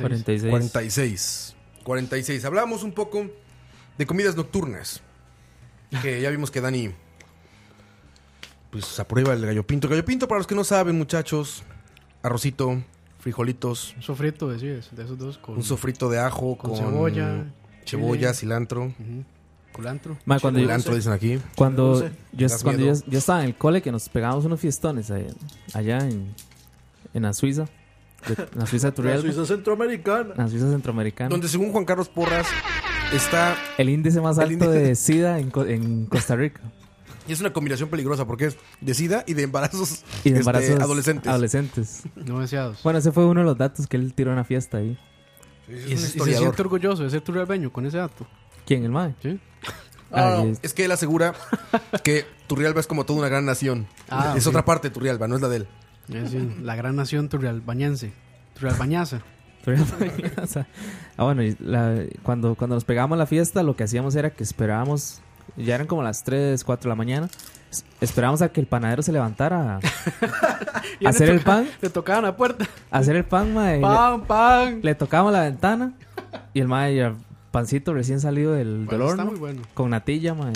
[SPEAKER 3] 46.
[SPEAKER 4] 46. 46. Hablamos un poco de comidas nocturnas. Que ya vimos que Dani. Pues aprueba el gallo pinto. Gallo pinto, para los que no saben, muchachos. Arrocito, frijolitos,
[SPEAKER 6] Un sofrito, decís, de esos dos con,
[SPEAKER 4] un sofrito de ajo con,
[SPEAKER 6] con cebolla.
[SPEAKER 4] cebolla,
[SPEAKER 6] chile,
[SPEAKER 4] cilantro.
[SPEAKER 6] ujú, culantro.
[SPEAKER 3] Ma, cuando yo,
[SPEAKER 4] Cilantro, dicen aquí.
[SPEAKER 3] cuando, yo,
[SPEAKER 4] Das
[SPEAKER 3] cuando yo,
[SPEAKER 4] miedo.
[SPEAKER 3] yo estaba en el cole que nos pegábamos unos fiestones ahí- allá en, en la Suiza. de- en la Suiza de
[SPEAKER 5] La
[SPEAKER 3] Turrialba.
[SPEAKER 5] Suiza centroamericana.
[SPEAKER 3] en la Suiza centroamericana.
[SPEAKER 4] Donde según Juan Carlos Porras está
[SPEAKER 3] El índice más
[SPEAKER 4] El
[SPEAKER 3] alto
[SPEAKER 4] índice-
[SPEAKER 3] de SIDA en, Co- en Costa Rica.
[SPEAKER 4] Y es una combinación peligrosa porque es de sida y de embarazos,
[SPEAKER 3] Y de
[SPEAKER 4] este,
[SPEAKER 3] embarazos
[SPEAKER 4] adolescentes.
[SPEAKER 3] adolescentes.
[SPEAKER 6] No deseados.
[SPEAKER 3] Bueno, ese fue uno de los datos que él tiró en la fiesta ahí.
[SPEAKER 4] Sí,
[SPEAKER 6] y,
[SPEAKER 4] es un
[SPEAKER 6] y se- y se
[SPEAKER 4] historiador.
[SPEAKER 6] siente orgulloso de ser turrialbeño con ese dato.
[SPEAKER 3] ¿Quién? ¿El mae?
[SPEAKER 6] ¿Sí?
[SPEAKER 4] Ah,
[SPEAKER 3] Ay,
[SPEAKER 4] no,
[SPEAKER 3] es-
[SPEAKER 4] Es que él asegura que Turrialba es como toda una gran nación.
[SPEAKER 6] Ah,
[SPEAKER 4] es
[SPEAKER 6] sí.
[SPEAKER 4] otra parte de Turrialba, no es la de él.
[SPEAKER 6] Es decir, la gran nación turrialbañense. Turrialbañaza.
[SPEAKER 3] Pero- o sea, ah, bueno, y la- cuando, cuando nos pegábamos a la fiesta, lo que hacíamos era que esperábamos, ya eran como las 3, 4 de la mañana, es- esperábamos a que el panadero se levantara a-
[SPEAKER 6] Y
[SPEAKER 3] ¿Hacer
[SPEAKER 6] le
[SPEAKER 3] el pan?
[SPEAKER 6] Le tocaban la puerta.
[SPEAKER 3] a hacer el pan, mae, y le,
[SPEAKER 6] ¡Pan, pan!
[SPEAKER 3] le tocábamos la ventana y el mae, ya, pancito recién salido del, del
[SPEAKER 6] Bueno, está
[SPEAKER 3] horno,
[SPEAKER 6] muy bueno.
[SPEAKER 3] con natilla, mae.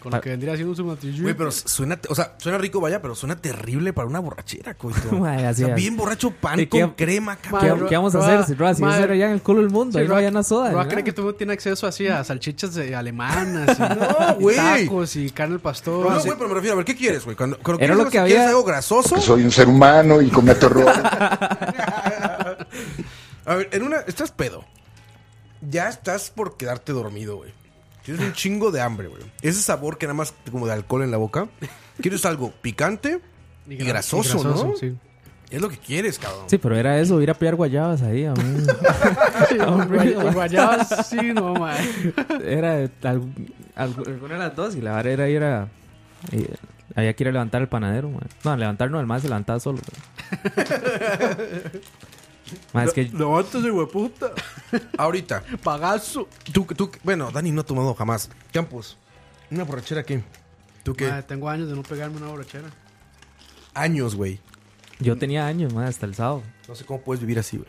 [SPEAKER 6] Con lo
[SPEAKER 3] Pa-
[SPEAKER 6] que vendría siendo un sumatillo.
[SPEAKER 4] Güey, pero suena, o sea, suena rico, vaya, pero suena terrible para una borrachera, coito.
[SPEAKER 3] Madre, así
[SPEAKER 4] O sea,
[SPEAKER 3] es.
[SPEAKER 4] bien borracho pan
[SPEAKER 3] ¿Y
[SPEAKER 4] con
[SPEAKER 3] qué-
[SPEAKER 4] crema, cabrón.
[SPEAKER 6] Madre,
[SPEAKER 3] ¿Qué,
[SPEAKER 6] Ro-
[SPEAKER 3] qué vamos a
[SPEAKER 6] Roa,
[SPEAKER 3] hacer? Si, Roa, si
[SPEAKER 6] mae,
[SPEAKER 3] eso era ya en el culo del mundo, ahí no había una soda.
[SPEAKER 6] Roa
[SPEAKER 3] ni
[SPEAKER 6] cree
[SPEAKER 3] nada.
[SPEAKER 6] que tú no tienes acceso así a salchichas eh, alemanas, y,
[SPEAKER 4] No,
[SPEAKER 6] y
[SPEAKER 4] güey.
[SPEAKER 6] tacos y carne al pastor.
[SPEAKER 4] No,
[SPEAKER 6] Sí.
[SPEAKER 4] güey, pero me refiero, a ver, ¿qué quieres, güey? Cuando, cuando
[SPEAKER 3] Era
[SPEAKER 4] quieres,
[SPEAKER 3] lo
[SPEAKER 4] algo-
[SPEAKER 3] que
[SPEAKER 4] ¿quieres
[SPEAKER 3] había-
[SPEAKER 4] algo grasoso? pues
[SPEAKER 9] Soy un ser humano y cometo errores.
[SPEAKER 4] A ver, en una, estás pedo. Ya estás por quedarte dormido, güey. Tienes un chingo de hambre, güey. Ese sabor que nada más como de alcohol en la boca. Quieres algo picante y,
[SPEAKER 6] gra-
[SPEAKER 4] grasoso, ¿no?
[SPEAKER 6] sí.
[SPEAKER 4] Es lo que quieres, cabrón.
[SPEAKER 3] Sí, pero era eso, ir a pillar guayabas ahí, a mí. Hombre,
[SPEAKER 6] Guay- Guayabas, sí, no, mae.
[SPEAKER 3] era de al- al- alguna de las dos y la vara era ir a... y- había que ir a levantar el panadero, man. No, levantar no, el más se levantaba solo. más Ah, es que...
[SPEAKER 5] Levántese, hueputa.
[SPEAKER 4] Ahorita,
[SPEAKER 6] Pagazo.
[SPEAKER 4] tú, tú, bueno, Dani no ha tomado jamás. Campos, una borrachera aquí. ¿Tú qué?
[SPEAKER 6] Mae, tengo años de no pegarme una borrachera.
[SPEAKER 4] Años, güey.
[SPEAKER 3] Yo tenía años, man, hasta el sábado.
[SPEAKER 4] No sé cómo puedes vivir así, güey.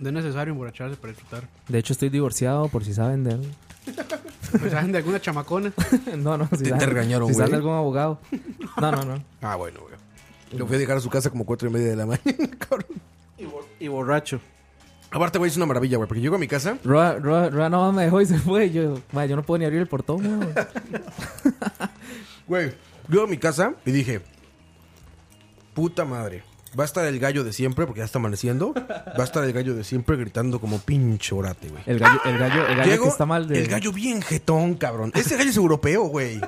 [SPEAKER 6] No es necesario emborracharse para disfrutar.
[SPEAKER 3] De hecho, estoy divorciado, por si saben de algo.
[SPEAKER 6] Mensajes Pues, de alguna chamacona.
[SPEAKER 3] No, no, si
[SPEAKER 4] Te- te
[SPEAKER 3] saben-
[SPEAKER 4] regañaron,
[SPEAKER 3] Si saben de
[SPEAKER 4] güey.
[SPEAKER 3] algún abogado. No, no, no.
[SPEAKER 4] Ah, bueno, güey. Lo fui a dejar a su casa como cuatro y media de la mañana, cabrón.
[SPEAKER 5] Y borracho.
[SPEAKER 4] Aparte, güey, es una maravilla, güey. Porque llego a mi casa
[SPEAKER 3] Roa, Roa, Roa nomás me dejó y se fue. Yo, man, yo no puedo ni abrir el portón, man.
[SPEAKER 4] Güey, yo a mi casa y dije, puta madre, va a estar el gallo de siempre, porque ya está amaneciendo, va a estar el gallo de siempre gritando como pinche orate, güey.
[SPEAKER 3] El gallo, el gallo, el gallo
[SPEAKER 4] Llego,
[SPEAKER 3] que está mal de...
[SPEAKER 4] el gallo bien jetón, cabrón. Ese gallo es europeo, güey.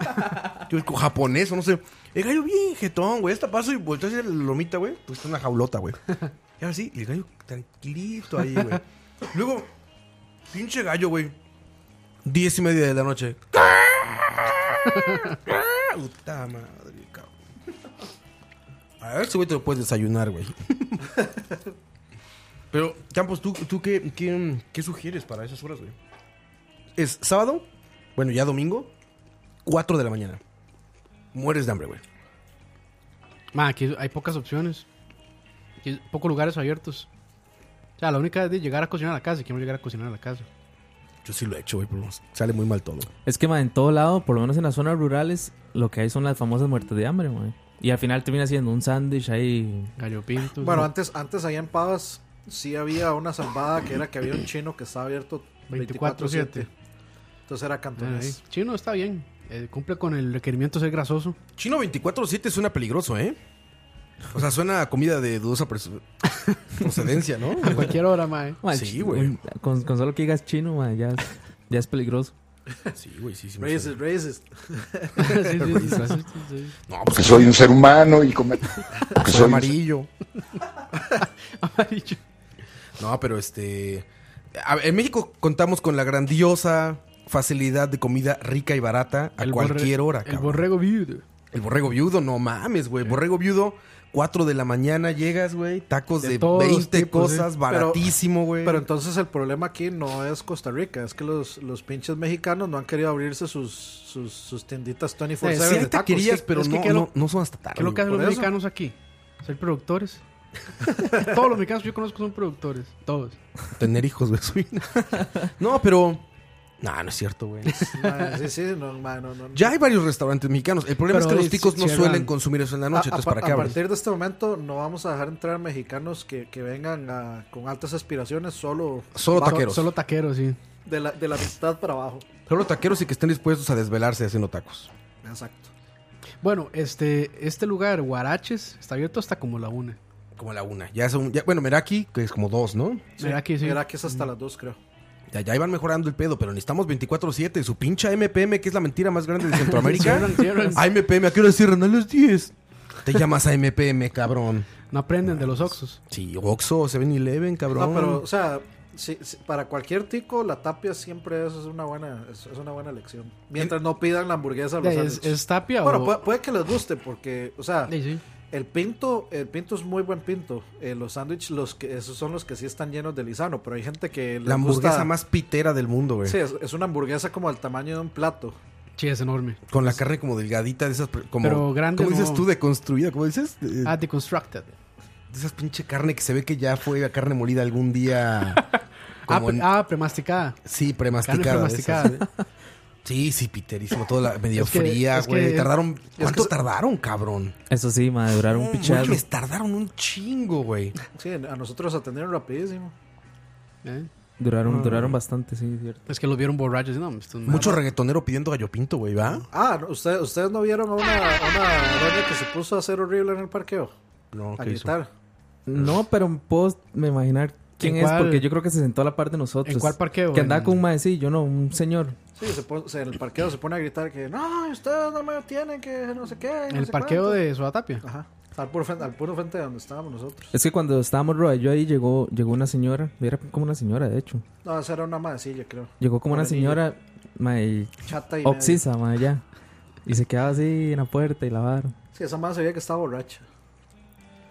[SPEAKER 4] Yo, o japonés, o no sé. El gallo bien jetón, güey. Esta paso y volteo hacia la lomita, güey. Pues está una jaulota, güey. Y ahora sí, el gallo tranquilito ahí, güey. Luego, pinche gallo, güey. Diez y media de la noche. Puta madre, cabrón. A ver si, güey, te lo puedes desayunar, güey. Pero,
[SPEAKER 6] Pues,
[SPEAKER 4] Campos, ¿tú, tú qué, qué, qué sugieres para esas horas, güey? Es sábado, bueno, ya domingo, 4 de la mañana. Mueres de hambre, güey.
[SPEAKER 6] Mae, aquí hay pocas opciones. Aquí hay pocos lugares abiertos. O sea, la única es de llegar a cocinar a la casa. Y quiero llegar a cocinar a la casa.
[SPEAKER 4] Yo sí lo he hecho, güey, pero sale muy mal todo.
[SPEAKER 3] Es que, ma, en todo lado, por lo menos en las zonas rurales, lo que hay son las famosas muertes de hambre, ma. Y al final termina siendo un sándwich ahí.
[SPEAKER 6] Gallo pinto.
[SPEAKER 5] Bueno, antes, antes allá en Pavas sí había una salvada que era que había un chino que estaba abierto
[SPEAKER 6] 24/7.
[SPEAKER 5] 24-7. Entonces era cantonés.
[SPEAKER 6] Ah, Ahí. Chino está bien. Eh, cumple con el requerimiento de ser grasoso.
[SPEAKER 4] Chino 24-7 suena peligroso, ¿eh? O sea, suena a comida de dudosa pres- procedencia, ¿no?
[SPEAKER 6] A cualquier hora, eh. mae.
[SPEAKER 3] Ma,
[SPEAKER 4] Sí,
[SPEAKER 3] ch-
[SPEAKER 4] güey.
[SPEAKER 3] un- Con, con solo que digas chino, ma, ya, es- ya es peligroso.
[SPEAKER 4] Sí, güey, sí, sí. me suena.
[SPEAKER 5] Racist, racist.
[SPEAKER 6] Sí, sí, sí, sí, sí.
[SPEAKER 4] No,
[SPEAKER 9] Porque
[SPEAKER 4] pues
[SPEAKER 9] soy un ser humano y cometo. Porque
[SPEAKER 4] soy
[SPEAKER 9] soy un-
[SPEAKER 4] amarillo.
[SPEAKER 6] Amarillo.
[SPEAKER 4] No, pero este. a ver, en México contamos con la grandiosa facilidad de comida rica y barata a
[SPEAKER 6] El
[SPEAKER 4] cualquier
[SPEAKER 6] borre-
[SPEAKER 4] hora.
[SPEAKER 6] El
[SPEAKER 4] cabrón.
[SPEAKER 6] borrego viudo.
[SPEAKER 4] El borrego viudo, no mames, güey. Borrego viudo, 4 de la mañana llegas, güey. Tacos de,
[SPEAKER 6] De todos
[SPEAKER 4] 20
[SPEAKER 6] tipos,
[SPEAKER 4] cosas,
[SPEAKER 6] sí.
[SPEAKER 4] baratísimo, güey.
[SPEAKER 5] Pero entonces el problema aquí no es Costa Rica, es que los, los pinches mexicanos no han querido abrirse sus, sus, sus tienditas
[SPEAKER 6] Eh,
[SPEAKER 5] 24
[SPEAKER 4] Sí
[SPEAKER 5] horas
[SPEAKER 4] hay
[SPEAKER 5] de tacos.
[SPEAKER 4] taquerías,
[SPEAKER 6] que-
[SPEAKER 4] pero
[SPEAKER 6] es que
[SPEAKER 4] no,
[SPEAKER 6] qué lo-
[SPEAKER 4] no- no son hasta tarde.
[SPEAKER 6] ¿Qué es lo que hacen
[SPEAKER 5] por
[SPEAKER 6] los
[SPEAKER 5] eso.
[SPEAKER 6] mexicanos aquí? Ser productores. Todos los mexicanos que yo conozco son productores. Todos.
[SPEAKER 4] güey. Tener hijos, güey. soy una- no, pero... No, no es cierto, güey.
[SPEAKER 5] Ma, Ah, Sí, sí, no, ma, no, no.
[SPEAKER 4] Ya hay varios restaurantes mexicanos. El problema
[SPEAKER 6] Pero
[SPEAKER 4] es que los
[SPEAKER 6] es-
[SPEAKER 4] ticos no
[SPEAKER 6] cierran.
[SPEAKER 4] suelen consumir eso en la
[SPEAKER 5] A-
[SPEAKER 4] noche.
[SPEAKER 5] a,
[SPEAKER 4] entonces,
[SPEAKER 5] par-
[SPEAKER 4] ¿para qué
[SPEAKER 5] a
[SPEAKER 4] hablas?
[SPEAKER 5] partir de este momento no vamos a dejar entrar mexicanos que, que vengan a- con altas aspiraciones, solo
[SPEAKER 4] Solo
[SPEAKER 5] bajo-
[SPEAKER 4] taqueros.
[SPEAKER 6] Solo taqueros, sí.
[SPEAKER 5] de, la, de la mitad para abajo.
[SPEAKER 4] Solo taqueros y que estén dispuestos a desvelarse haciendo tacos.
[SPEAKER 5] Exacto.
[SPEAKER 6] Bueno, este, este lugar, Guaraches, está abierto hasta como la una.
[SPEAKER 4] Como a la una. Ya son, ya- bueno, Meraki, que es como dos, ¿no?
[SPEAKER 6] Mira aquí, sí.
[SPEAKER 5] Era que es hasta las dos, creo.
[SPEAKER 4] Ya, ya iban mejorando el pedo, pero necesitamos 24-7. Su pincha MPM, que es la mentira más grande de Centroamérica.
[SPEAKER 6] Cierran, cierran.
[SPEAKER 4] AMPM, ¿a qué hora cierran? A las 10. Te llamas AMPM, cabrón.
[SPEAKER 6] No aprenden de los Oxos.
[SPEAKER 4] Sí, Oxxo, 7-Eleven, cabrón.
[SPEAKER 5] No, pero, o sea, si- si- para cualquier tico, la tapia siempre es, es una buena es, es una buena elección. Mientras no pidan la hamburguesa a los
[SPEAKER 6] ¿Es,
[SPEAKER 5] sándwiches.
[SPEAKER 6] es tapia
[SPEAKER 5] Bueno,
[SPEAKER 6] o...?
[SPEAKER 5] puede, puede que les guste, porque, o sea,
[SPEAKER 6] Sí, sí.
[SPEAKER 5] el pinto, el pinto es muy buen pinto. Eh, los sándwiches, los que, esos son los que sí están llenos de lisano, pero hay gente que les
[SPEAKER 4] la hamburguesa
[SPEAKER 5] gusta-
[SPEAKER 4] más pitera del mundo, güey.
[SPEAKER 5] Sí, es, es una hamburguesa como al tamaño de un plato.
[SPEAKER 6] Sí, es enorme.
[SPEAKER 4] Con la carne como delgadita de esas. Como,
[SPEAKER 6] Pero grande
[SPEAKER 4] ¿Cómo dices
[SPEAKER 6] no.
[SPEAKER 4] tú? Deconstruida. ¿Cómo dices? Eh,
[SPEAKER 6] Ah, deconstructed.
[SPEAKER 4] de esas pinche carne que se ve que ya fue a carne molida algún día.
[SPEAKER 6] Ah,
[SPEAKER 4] como
[SPEAKER 6] pre-
[SPEAKER 4] en-
[SPEAKER 6] ah, premasticada.
[SPEAKER 4] sí, premasticada.
[SPEAKER 6] Carne
[SPEAKER 4] de esas,
[SPEAKER 6] premasticada. ¿eh?
[SPEAKER 4] güey. sí, sí, piterísimo. Toda la medio
[SPEAKER 6] Es que-
[SPEAKER 4] fría,
[SPEAKER 6] es que-
[SPEAKER 4] güey. tardaron.
[SPEAKER 6] que
[SPEAKER 4] ¿Cuánto
[SPEAKER 6] es-
[SPEAKER 4] tardaron, cabrón?
[SPEAKER 3] Eso sí, ma, duraron un
[SPEAKER 4] No,
[SPEAKER 3] pichazo.
[SPEAKER 4] güey, les tardaron un chingo, güey.
[SPEAKER 5] Sí, a nosotros los atendieron rapidísimo.
[SPEAKER 6] ¿eh?
[SPEAKER 3] Duraron, duraron bastante, sí, es cierto.
[SPEAKER 6] Es que los vieron borrachos. No, estos madres.
[SPEAKER 4] Mucho reggaetonero pidiendo gallo pinto, güey, ¿va?
[SPEAKER 5] Ah, no, ustedes, ustedes no vieron a una, a una doña que se puso a hacer horrible en el parqueo.
[SPEAKER 4] No,
[SPEAKER 5] A
[SPEAKER 4] ¿qué hizo?
[SPEAKER 5] gritar.
[SPEAKER 3] No, pero puedo me imaginar quién
[SPEAKER 6] ¿En
[SPEAKER 3] es,
[SPEAKER 6] cuál?
[SPEAKER 3] porque yo creo que se sentó a la par de nosotros.
[SPEAKER 6] ¿En cuál parqueo?
[SPEAKER 3] Que andaba
[SPEAKER 6] ¿En-
[SPEAKER 3] con un maecillo, no, un señor.
[SPEAKER 5] Sí, se pon- se- en el parqueo se pone a gritar que no, ustedes no me tienen, que no sé qué.
[SPEAKER 6] En el parqueo de Suatapia.
[SPEAKER 5] Ajá. Al puro, frente, al puro frente de donde estábamos nosotros.
[SPEAKER 3] Es que cuando estábamos Roa y yo ahí llegó, llegó una señora, era como una señora, de hecho.
[SPEAKER 5] No, esa era una madecilla, creo.
[SPEAKER 3] Llegó como una señora, ma, y
[SPEAKER 5] Chata y. media.
[SPEAKER 3] oxisa, ma, ya. Y se quedaba así en la puerta y lavaron.
[SPEAKER 5] Sí, esa madre se veía que estaba borracha.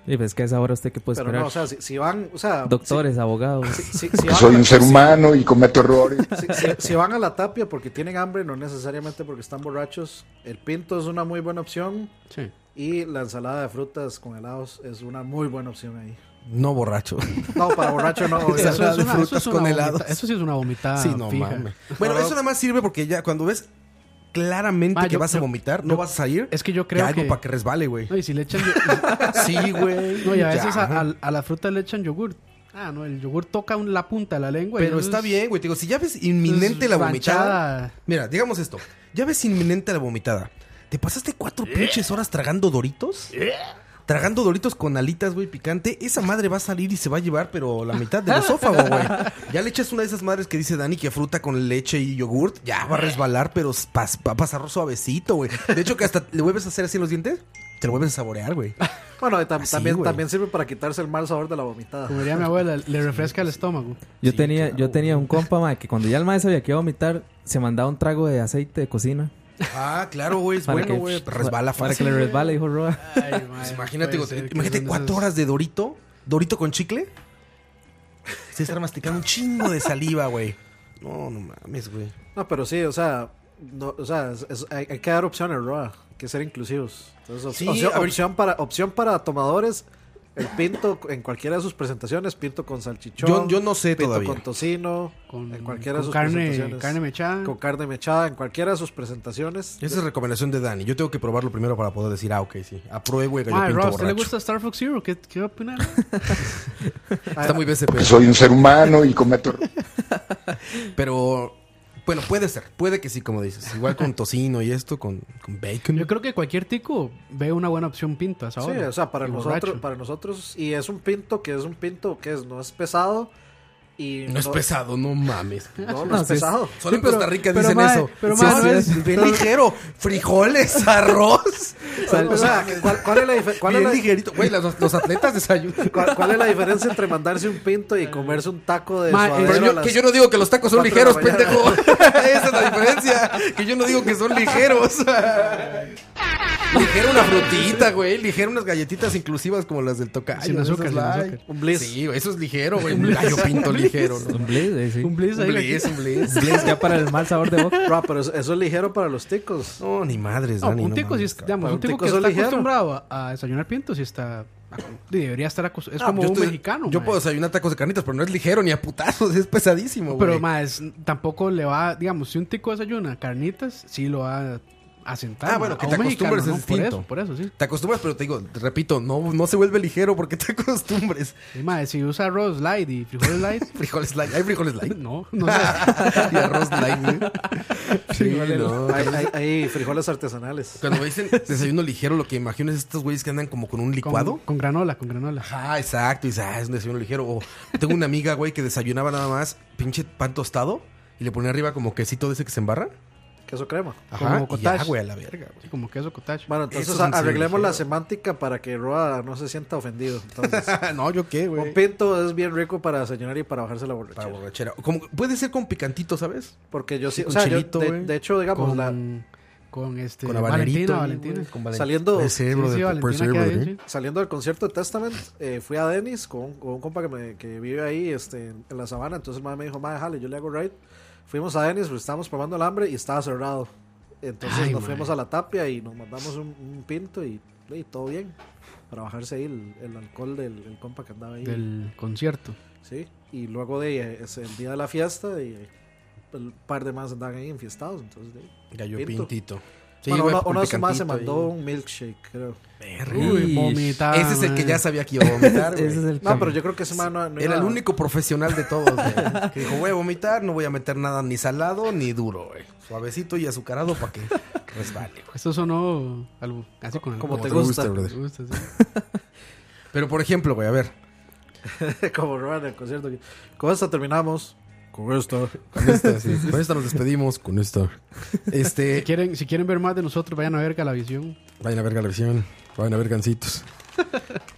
[SPEAKER 3] Y pues que es ahora usted que puede
[SPEAKER 5] Pero
[SPEAKER 3] esperar.
[SPEAKER 5] no, o sea, si, si van. O sea,
[SPEAKER 3] Doctores, abogados.
[SPEAKER 5] si- si- si- si
[SPEAKER 9] Porque
[SPEAKER 5] van
[SPEAKER 9] soy
[SPEAKER 5] a-
[SPEAKER 9] un ser
[SPEAKER 5] si-
[SPEAKER 9] humano y cometo errores.
[SPEAKER 5] Si, si- si van a la tapia porque tienen hambre, no necesariamente porque están borrachos. El pinto es una muy buena opción.
[SPEAKER 6] Sí.
[SPEAKER 5] Y la ensalada de frutas con helados es una muy buena opción ahí.
[SPEAKER 4] No borracho.
[SPEAKER 5] No, para borracho no. obvio.
[SPEAKER 4] Ensalada de
[SPEAKER 6] eso
[SPEAKER 4] frutas
[SPEAKER 6] una
[SPEAKER 4] con
[SPEAKER 6] vomita-
[SPEAKER 4] helados.
[SPEAKER 6] Eso sí es una vomitada
[SPEAKER 4] sí, no
[SPEAKER 6] fija.
[SPEAKER 4] mames. Bueno,
[SPEAKER 5] No.
[SPEAKER 4] eso nada más sirve porque ya cuando ves claramente
[SPEAKER 6] Ma,
[SPEAKER 4] que
[SPEAKER 6] yo-
[SPEAKER 4] vas a
[SPEAKER 6] yo-
[SPEAKER 4] vomitar, no
[SPEAKER 6] yo-
[SPEAKER 4] vas a salir.
[SPEAKER 6] Es que yo
[SPEAKER 4] ya
[SPEAKER 6] creo
[SPEAKER 4] algo
[SPEAKER 6] que...
[SPEAKER 4] para que resbale, güey.
[SPEAKER 6] No, y si le echan...
[SPEAKER 4] Sí, güey.
[SPEAKER 6] No, y a veces
[SPEAKER 4] Ya.
[SPEAKER 6] a, a- a la fruta le echan yogur. Ah, no, el yogur toca un- la punta de la lengua. y
[SPEAKER 4] Pero
[SPEAKER 6] eso
[SPEAKER 4] está
[SPEAKER 6] es-
[SPEAKER 4] bien, güey. Te digo, si ya ves inminente
[SPEAKER 6] es
[SPEAKER 4] la vomitada.
[SPEAKER 6] ranchada.
[SPEAKER 4] Mira, digamos esto. Ya ves inminente la vomitada. ¿Te pasaste cuatro pinches horas tragando doritos? Tragando doritos con alitas, güey, picante. Esa madre va a salir y se va a llevar, pero la mitad del esófago, güey. Ya le echas una de esas madres que dice Dani que fruta con leche y yogurt. Ya va a resbalar, pero pas- va a pasar suavecito, güey. De hecho, que hasta le vuelves a hacer así en los dientes, te lo vuelves a saborear, güey.
[SPEAKER 5] Bueno, y tam-
[SPEAKER 4] Así,
[SPEAKER 5] también,
[SPEAKER 4] güey.
[SPEAKER 5] también sirve para quitarse el mal sabor de la vomitada.
[SPEAKER 6] Ah, Como diría mi abuela, le refresca el estómago.
[SPEAKER 3] Yo
[SPEAKER 4] Sí,
[SPEAKER 3] tenía,
[SPEAKER 4] claro,
[SPEAKER 3] yo tenía un compa, ma, que cuando ya el maestro sabía que iba a vomitar, se mandaba un trago de aceite de cocina.
[SPEAKER 4] Ah, claro, güey. Es
[SPEAKER 3] Para
[SPEAKER 4] bueno,
[SPEAKER 3] que-
[SPEAKER 4] güey.
[SPEAKER 3] Para
[SPEAKER 4] Resbala fácil.
[SPEAKER 3] que le resbale, dijo Roa.
[SPEAKER 4] Pues imagínate, güey, imagínate cuatro horas de dorito, dorito con chicle. Se está masticando un chingo de saliva, güey. No, no mames, güey.
[SPEAKER 5] No, pero sí, o sea, no, o sea es- es- hay, hay que dar opciones, Roa. Hay que ser inclusivos. Entonces, op-
[SPEAKER 4] Sí,
[SPEAKER 5] opción,
[SPEAKER 4] a ver.
[SPEAKER 5] opción para, opción para tomadores, el pinto en cualquiera de sus presentaciones, pinto con salchichón.
[SPEAKER 4] Yo- yo no sé
[SPEAKER 5] pinto
[SPEAKER 4] todavía.
[SPEAKER 5] con tocino,
[SPEAKER 6] Con,
[SPEAKER 5] en cualquiera de
[SPEAKER 6] con
[SPEAKER 5] sus
[SPEAKER 6] carne,
[SPEAKER 5] presentaciones.
[SPEAKER 6] carne mechada.
[SPEAKER 5] Con carne mechada, en cualquiera de sus presentaciones.
[SPEAKER 4] Esa es recomendación de Dani. Yo tengo que probarlo primero para poder decir, ah, ok, sí. Apruebo el
[SPEAKER 5] Ah,
[SPEAKER 4] gallo
[SPEAKER 6] Madre,
[SPEAKER 4] pinto
[SPEAKER 6] Rob, ¿a usted le
[SPEAKER 4] borracho.
[SPEAKER 6] gusta Star Fox Zero? ¿Qué, qué va a opinar?
[SPEAKER 4] Está muy BCP.
[SPEAKER 9] Porque soy un ser humano y cometo errores.
[SPEAKER 4] Pero, bueno, puede ser. Puede que sí, como dices. Igual con tocino y esto, con, con bacon.
[SPEAKER 6] Yo creo que cualquier tico ve una buena opción pinto a esa
[SPEAKER 5] Sí,
[SPEAKER 6] hora.
[SPEAKER 5] o sea, para
[SPEAKER 6] Y
[SPEAKER 5] nosotros,
[SPEAKER 6] borracho.
[SPEAKER 5] para nosotros, y es un pinto que es un pinto que es, no es pesado, Y
[SPEAKER 4] No es pesado, no mames.
[SPEAKER 5] No, no
[SPEAKER 4] No,
[SPEAKER 5] es
[SPEAKER 4] sí es-
[SPEAKER 5] pesado.
[SPEAKER 4] Solo en Costa Rica
[SPEAKER 5] pero,
[SPEAKER 4] dicen
[SPEAKER 5] mae,
[SPEAKER 4] eso.
[SPEAKER 5] pero,
[SPEAKER 4] Sí,
[SPEAKER 5] mae,
[SPEAKER 4] sí,
[SPEAKER 5] no es-
[SPEAKER 4] es bien
[SPEAKER 5] no-
[SPEAKER 4] ligero. Frijoles, arroz.
[SPEAKER 5] O sea, ¿cuál, cuál es la, dife- cuál es
[SPEAKER 4] bien
[SPEAKER 5] la-
[SPEAKER 4] ligerito. Güey, los, los atletas desayunan.
[SPEAKER 5] cuál- cuál es la diferencia entre mandarse un pinto y comerse un taco de
[SPEAKER 6] Ma,
[SPEAKER 5] suadero
[SPEAKER 4] Pero
[SPEAKER 5] a
[SPEAKER 4] eh, yo,
[SPEAKER 5] las
[SPEAKER 4] que yo no digo que los tacos son
[SPEAKER 5] cuatro de la
[SPEAKER 4] ligeros,
[SPEAKER 5] mañana?
[SPEAKER 4] pendejo. Esa es la diferencia. Que yo no digo que son ligeros. Ligera una frutita, güey. Ligera unas galletitas inclusivas como las del tocayo.
[SPEAKER 6] Sin azúcar, sin
[SPEAKER 4] esas light.
[SPEAKER 6] azúcar.
[SPEAKER 5] Un bliss.
[SPEAKER 4] Sí, güey, eso es ligero, güey. Un gallo pinto ligero. ¿no?
[SPEAKER 3] Un blitz, eh, sí.
[SPEAKER 6] Un blitz ahí.
[SPEAKER 4] Un blitz, un blitz.
[SPEAKER 3] Blitz ya para el mal sabor de boca.
[SPEAKER 5] Ra, pero eso, eso es ligero para los ticos.
[SPEAKER 4] No, ni madres,
[SPEAKER 6] No,
[SPEAKER 4] Dani.
[SPEAKER 6] un
[SPEAKER 4] no
[SPEAKER 6] tico, sí
[SPEAKER 4] mames,
[SPEAKER 6] es-
[SPEAKER 4] cabrón.
[SPEAKER 6] digamos, un
[SPEAKER 5] Un
[SPEAKER 6] tico
[SPEAKER 5] tico
[SPEAKER 6] que
[SPEAKER 5] es
[SPEAKER 6] está
[SPEAKER 5] ligero.
[SPEAKER 6] acostumbrado a, a desayunar pinto, sí está. Debería estar acostumbrado. Es
[SPEAKER 4] No,
[SPEAKER 6] como
[SPEAKER 4] Ah, yo
[SPEAKER 6] un
[SPEAKER 4] estoy-
[SPEAKER 6] mexicano.
[SPEAKER 4] Yo
[SPEAKER 6] mae.
[SPEAKER 4] puedo desayunar tacos de carnitas, pero no es ligero ni a putazos, es pesadísimo, güey.
[SPEAKER 6] Pero más, tampoco le va, digamos, si un tico desayuna carnitas, sí lo va a sentar.
[SPEAKER 4] Ah, bueno,
[SPEAKER 6] ma.
[SPEAKER 4] que
[SPEAKER 6] A
[SPEAKER 4] te
[SPEAKER 6] un mexicano,
[SPEAKER 4] acostumbres
[SPEAKER 6] ¿no?
[SPEAKER 4] es
[SPEAKER 6] Por
[SPEAKER 4] distinto.
[SPEAKER 6] eso, por eso, sí.
[SPEAKER 4] Te acostumbras, pero te digo, te repito, no, no se vuelve ligero porque te acostumbres.
[SPEAKER 6] Y más, si usa arroz light y frijoles light,
[SPEAKER 4] Frijoles light, hay frijoles light.
[SPEAKER 6] no, no sé.
[SPEAKER 4] y arroz light, güey. Sí, no.
[SPEAKER 5] Hay, hay- hay frijoles artesanales.
[SPEAKER 4] Cuando me dicen desayuno ligero, lo que imagino es estos güeyes que andan como con un
[SPEAKER 6] Con-
[SPEAKER 4] licuado.
[SPEAKER 6] Con, granola, con granola.
[SPEAKER 4] Ajá, exacto. Y dice, ah, es un desayuno ligero. O tengo una amiga, güey, que desayunaba nada más pinche pan tostado y le ponía arriba como quesito de ese que se embarra.
[SPEAKER 5] Queso crema.
[SPEAKER 6] Como
[SPEAKER 4] Ajá, y ya,
[SPEAKER 6] cottage.
[SPEAKER 4] güey, a la verga, güey.
[SPEAKER 6] Sí, como queso cottage.
[SPEAKER 5] Bueno, entonces
[SPEAKER 4] Esos son
[SPEAKER 5] a- arreglemos la
[SPEAKER 4] ligeros.
[SPEAKER 5] semántica para que Roa no se sienta ofendido. Entonces,
[SPEAKER 4] no, yo qué, güey.
[SPEAKER 5] un pinto es bien rico para desayunar y para bajarse la
[SPEAKER 4] Para
[SPEAKER 5] borrachera.
[SPEAKER 4] borrachera. Como, puede ser con picantito, ¿sabes?
[SPEAKER 5] Porque yo sí, o
[SPEAKER 4] con
[SPEAKER 5] sea, yo-
[SPEAKER 4] chilito,
[SPEAKER 5] de,
[SPEAKER 4] güey.
[SPEAKER 5] de hecho, digamos,
[SPEAKER 6] con,
[SPEAKER 5] la,
[SPEAKER 6] con este.
[SPEAKER 4] Con
[SPEAKER 6] Valentina,
[SPEAKER 4] habanerito.
[SPEAKER 6] Valentina.
[SPEAKER 4] güey, con Valentina.
[SPEAKER 5] Saliendo-
[SPEAKER 4] Puede ser,
[SPEAKER 6] Sí,
[SPEAKER 4] brother,
[SPEAKER 6] sí,
[SPEAKER 4] puede
[SPEAKER 6] Valentina
[SPEAKER 4] ser,
[SPEAKER 6] queda
[SPEAKER 4] brother,
[SPEAKER 6] bien,
[SPEAKER 4] ¿eh?
[SPEAKER 6] sí.
[SPEAKER 5] saliendo del concierto de Testament, eh, fui a Denis con, un- con un compa que, me- que vive ahí este, en, en la sabana. Entonces, madre me dijo, madre, jale, yo le hago ride. Fuimos a Denis, pues, estábamos probando el hambre y estaba cerrado. Entonces,
[SPEAKER 6] Ay,
[SPEAKER 5] nos
[SPEAKER 6] mae.
[SPEAKER 5] fuimos a la tapia y nos mandamos un, un pinto y, y todo bien. Para bajarse ahí el, el alcohol del el compa que andaba ahí.
[SPEAKER 6] Del concierto.
[SPEAKER 5] Sí, y luego de eh, es el día de la fiesta, y eh, el par de más andaban ahí enfiestados. Entonces, de,
[SPEAKER 4] Gallo
[SPEAKER 5] Pinto.
[SPEAKER 4] pintito.
[SPEAKER 5] bueno,
[SPEAKER 4] güey, pues,
[SPEAKER 5] uno,
[SPEAKER 4] con
[SPEAKER 5] uno de sus más se
[SPEAKER 4] picantito
[SPEAKER 5] mandó
[SPEAKER 4] ahí.
[SPEAKER 5] un milkshake, creo.
[SPEAKER 4] Verga.
[SPEAKER 6] Uy,
[SPEAKER 3] Ish.
[SPEAKER 6] vomitaba.
[SPEAKER 4] Ese es el que ya sabía que iba a vomitar, güey.
[SPEAKER 3] Ese es el
[SPEAKER 5] No, pero yo creo que ese man no, no
[SPEAKER 4] Era el
[SPEAKER 5] iba-
[SPEAKER 4] único profesional de todos, güey. Que dijo, voy a vomitar, no voy a meter nada ni salado ni duro, güey. Pues Suavecito y azucarado para que resbale, güey.
[SPEAKER 6] Eso sonó algo. Así con
[SPEAKER 5] Como
[SPEAKER 6] algo.
[SPEAKER 5] te gusta.
[SPEAKER 4] brother.
[SPEAKER 6] Te gusta, sí.
[SPEAKER 4] Pero, por ejemplo, güey, a ver.
[SPEAKER 5] como Roa en el concierto. que- Con esta terminamos. Con esto.
[SPEAKER 4] Con esta, sí, con esta nos despedimos. Con esta. Este,
[SPEAKER 6] Si quieren, si quieren ver más de nosotros, vayan a ver Galavisión.
[SPEAKER 4] Vayan a ver Galavisión. Vayan a ver Gancitos.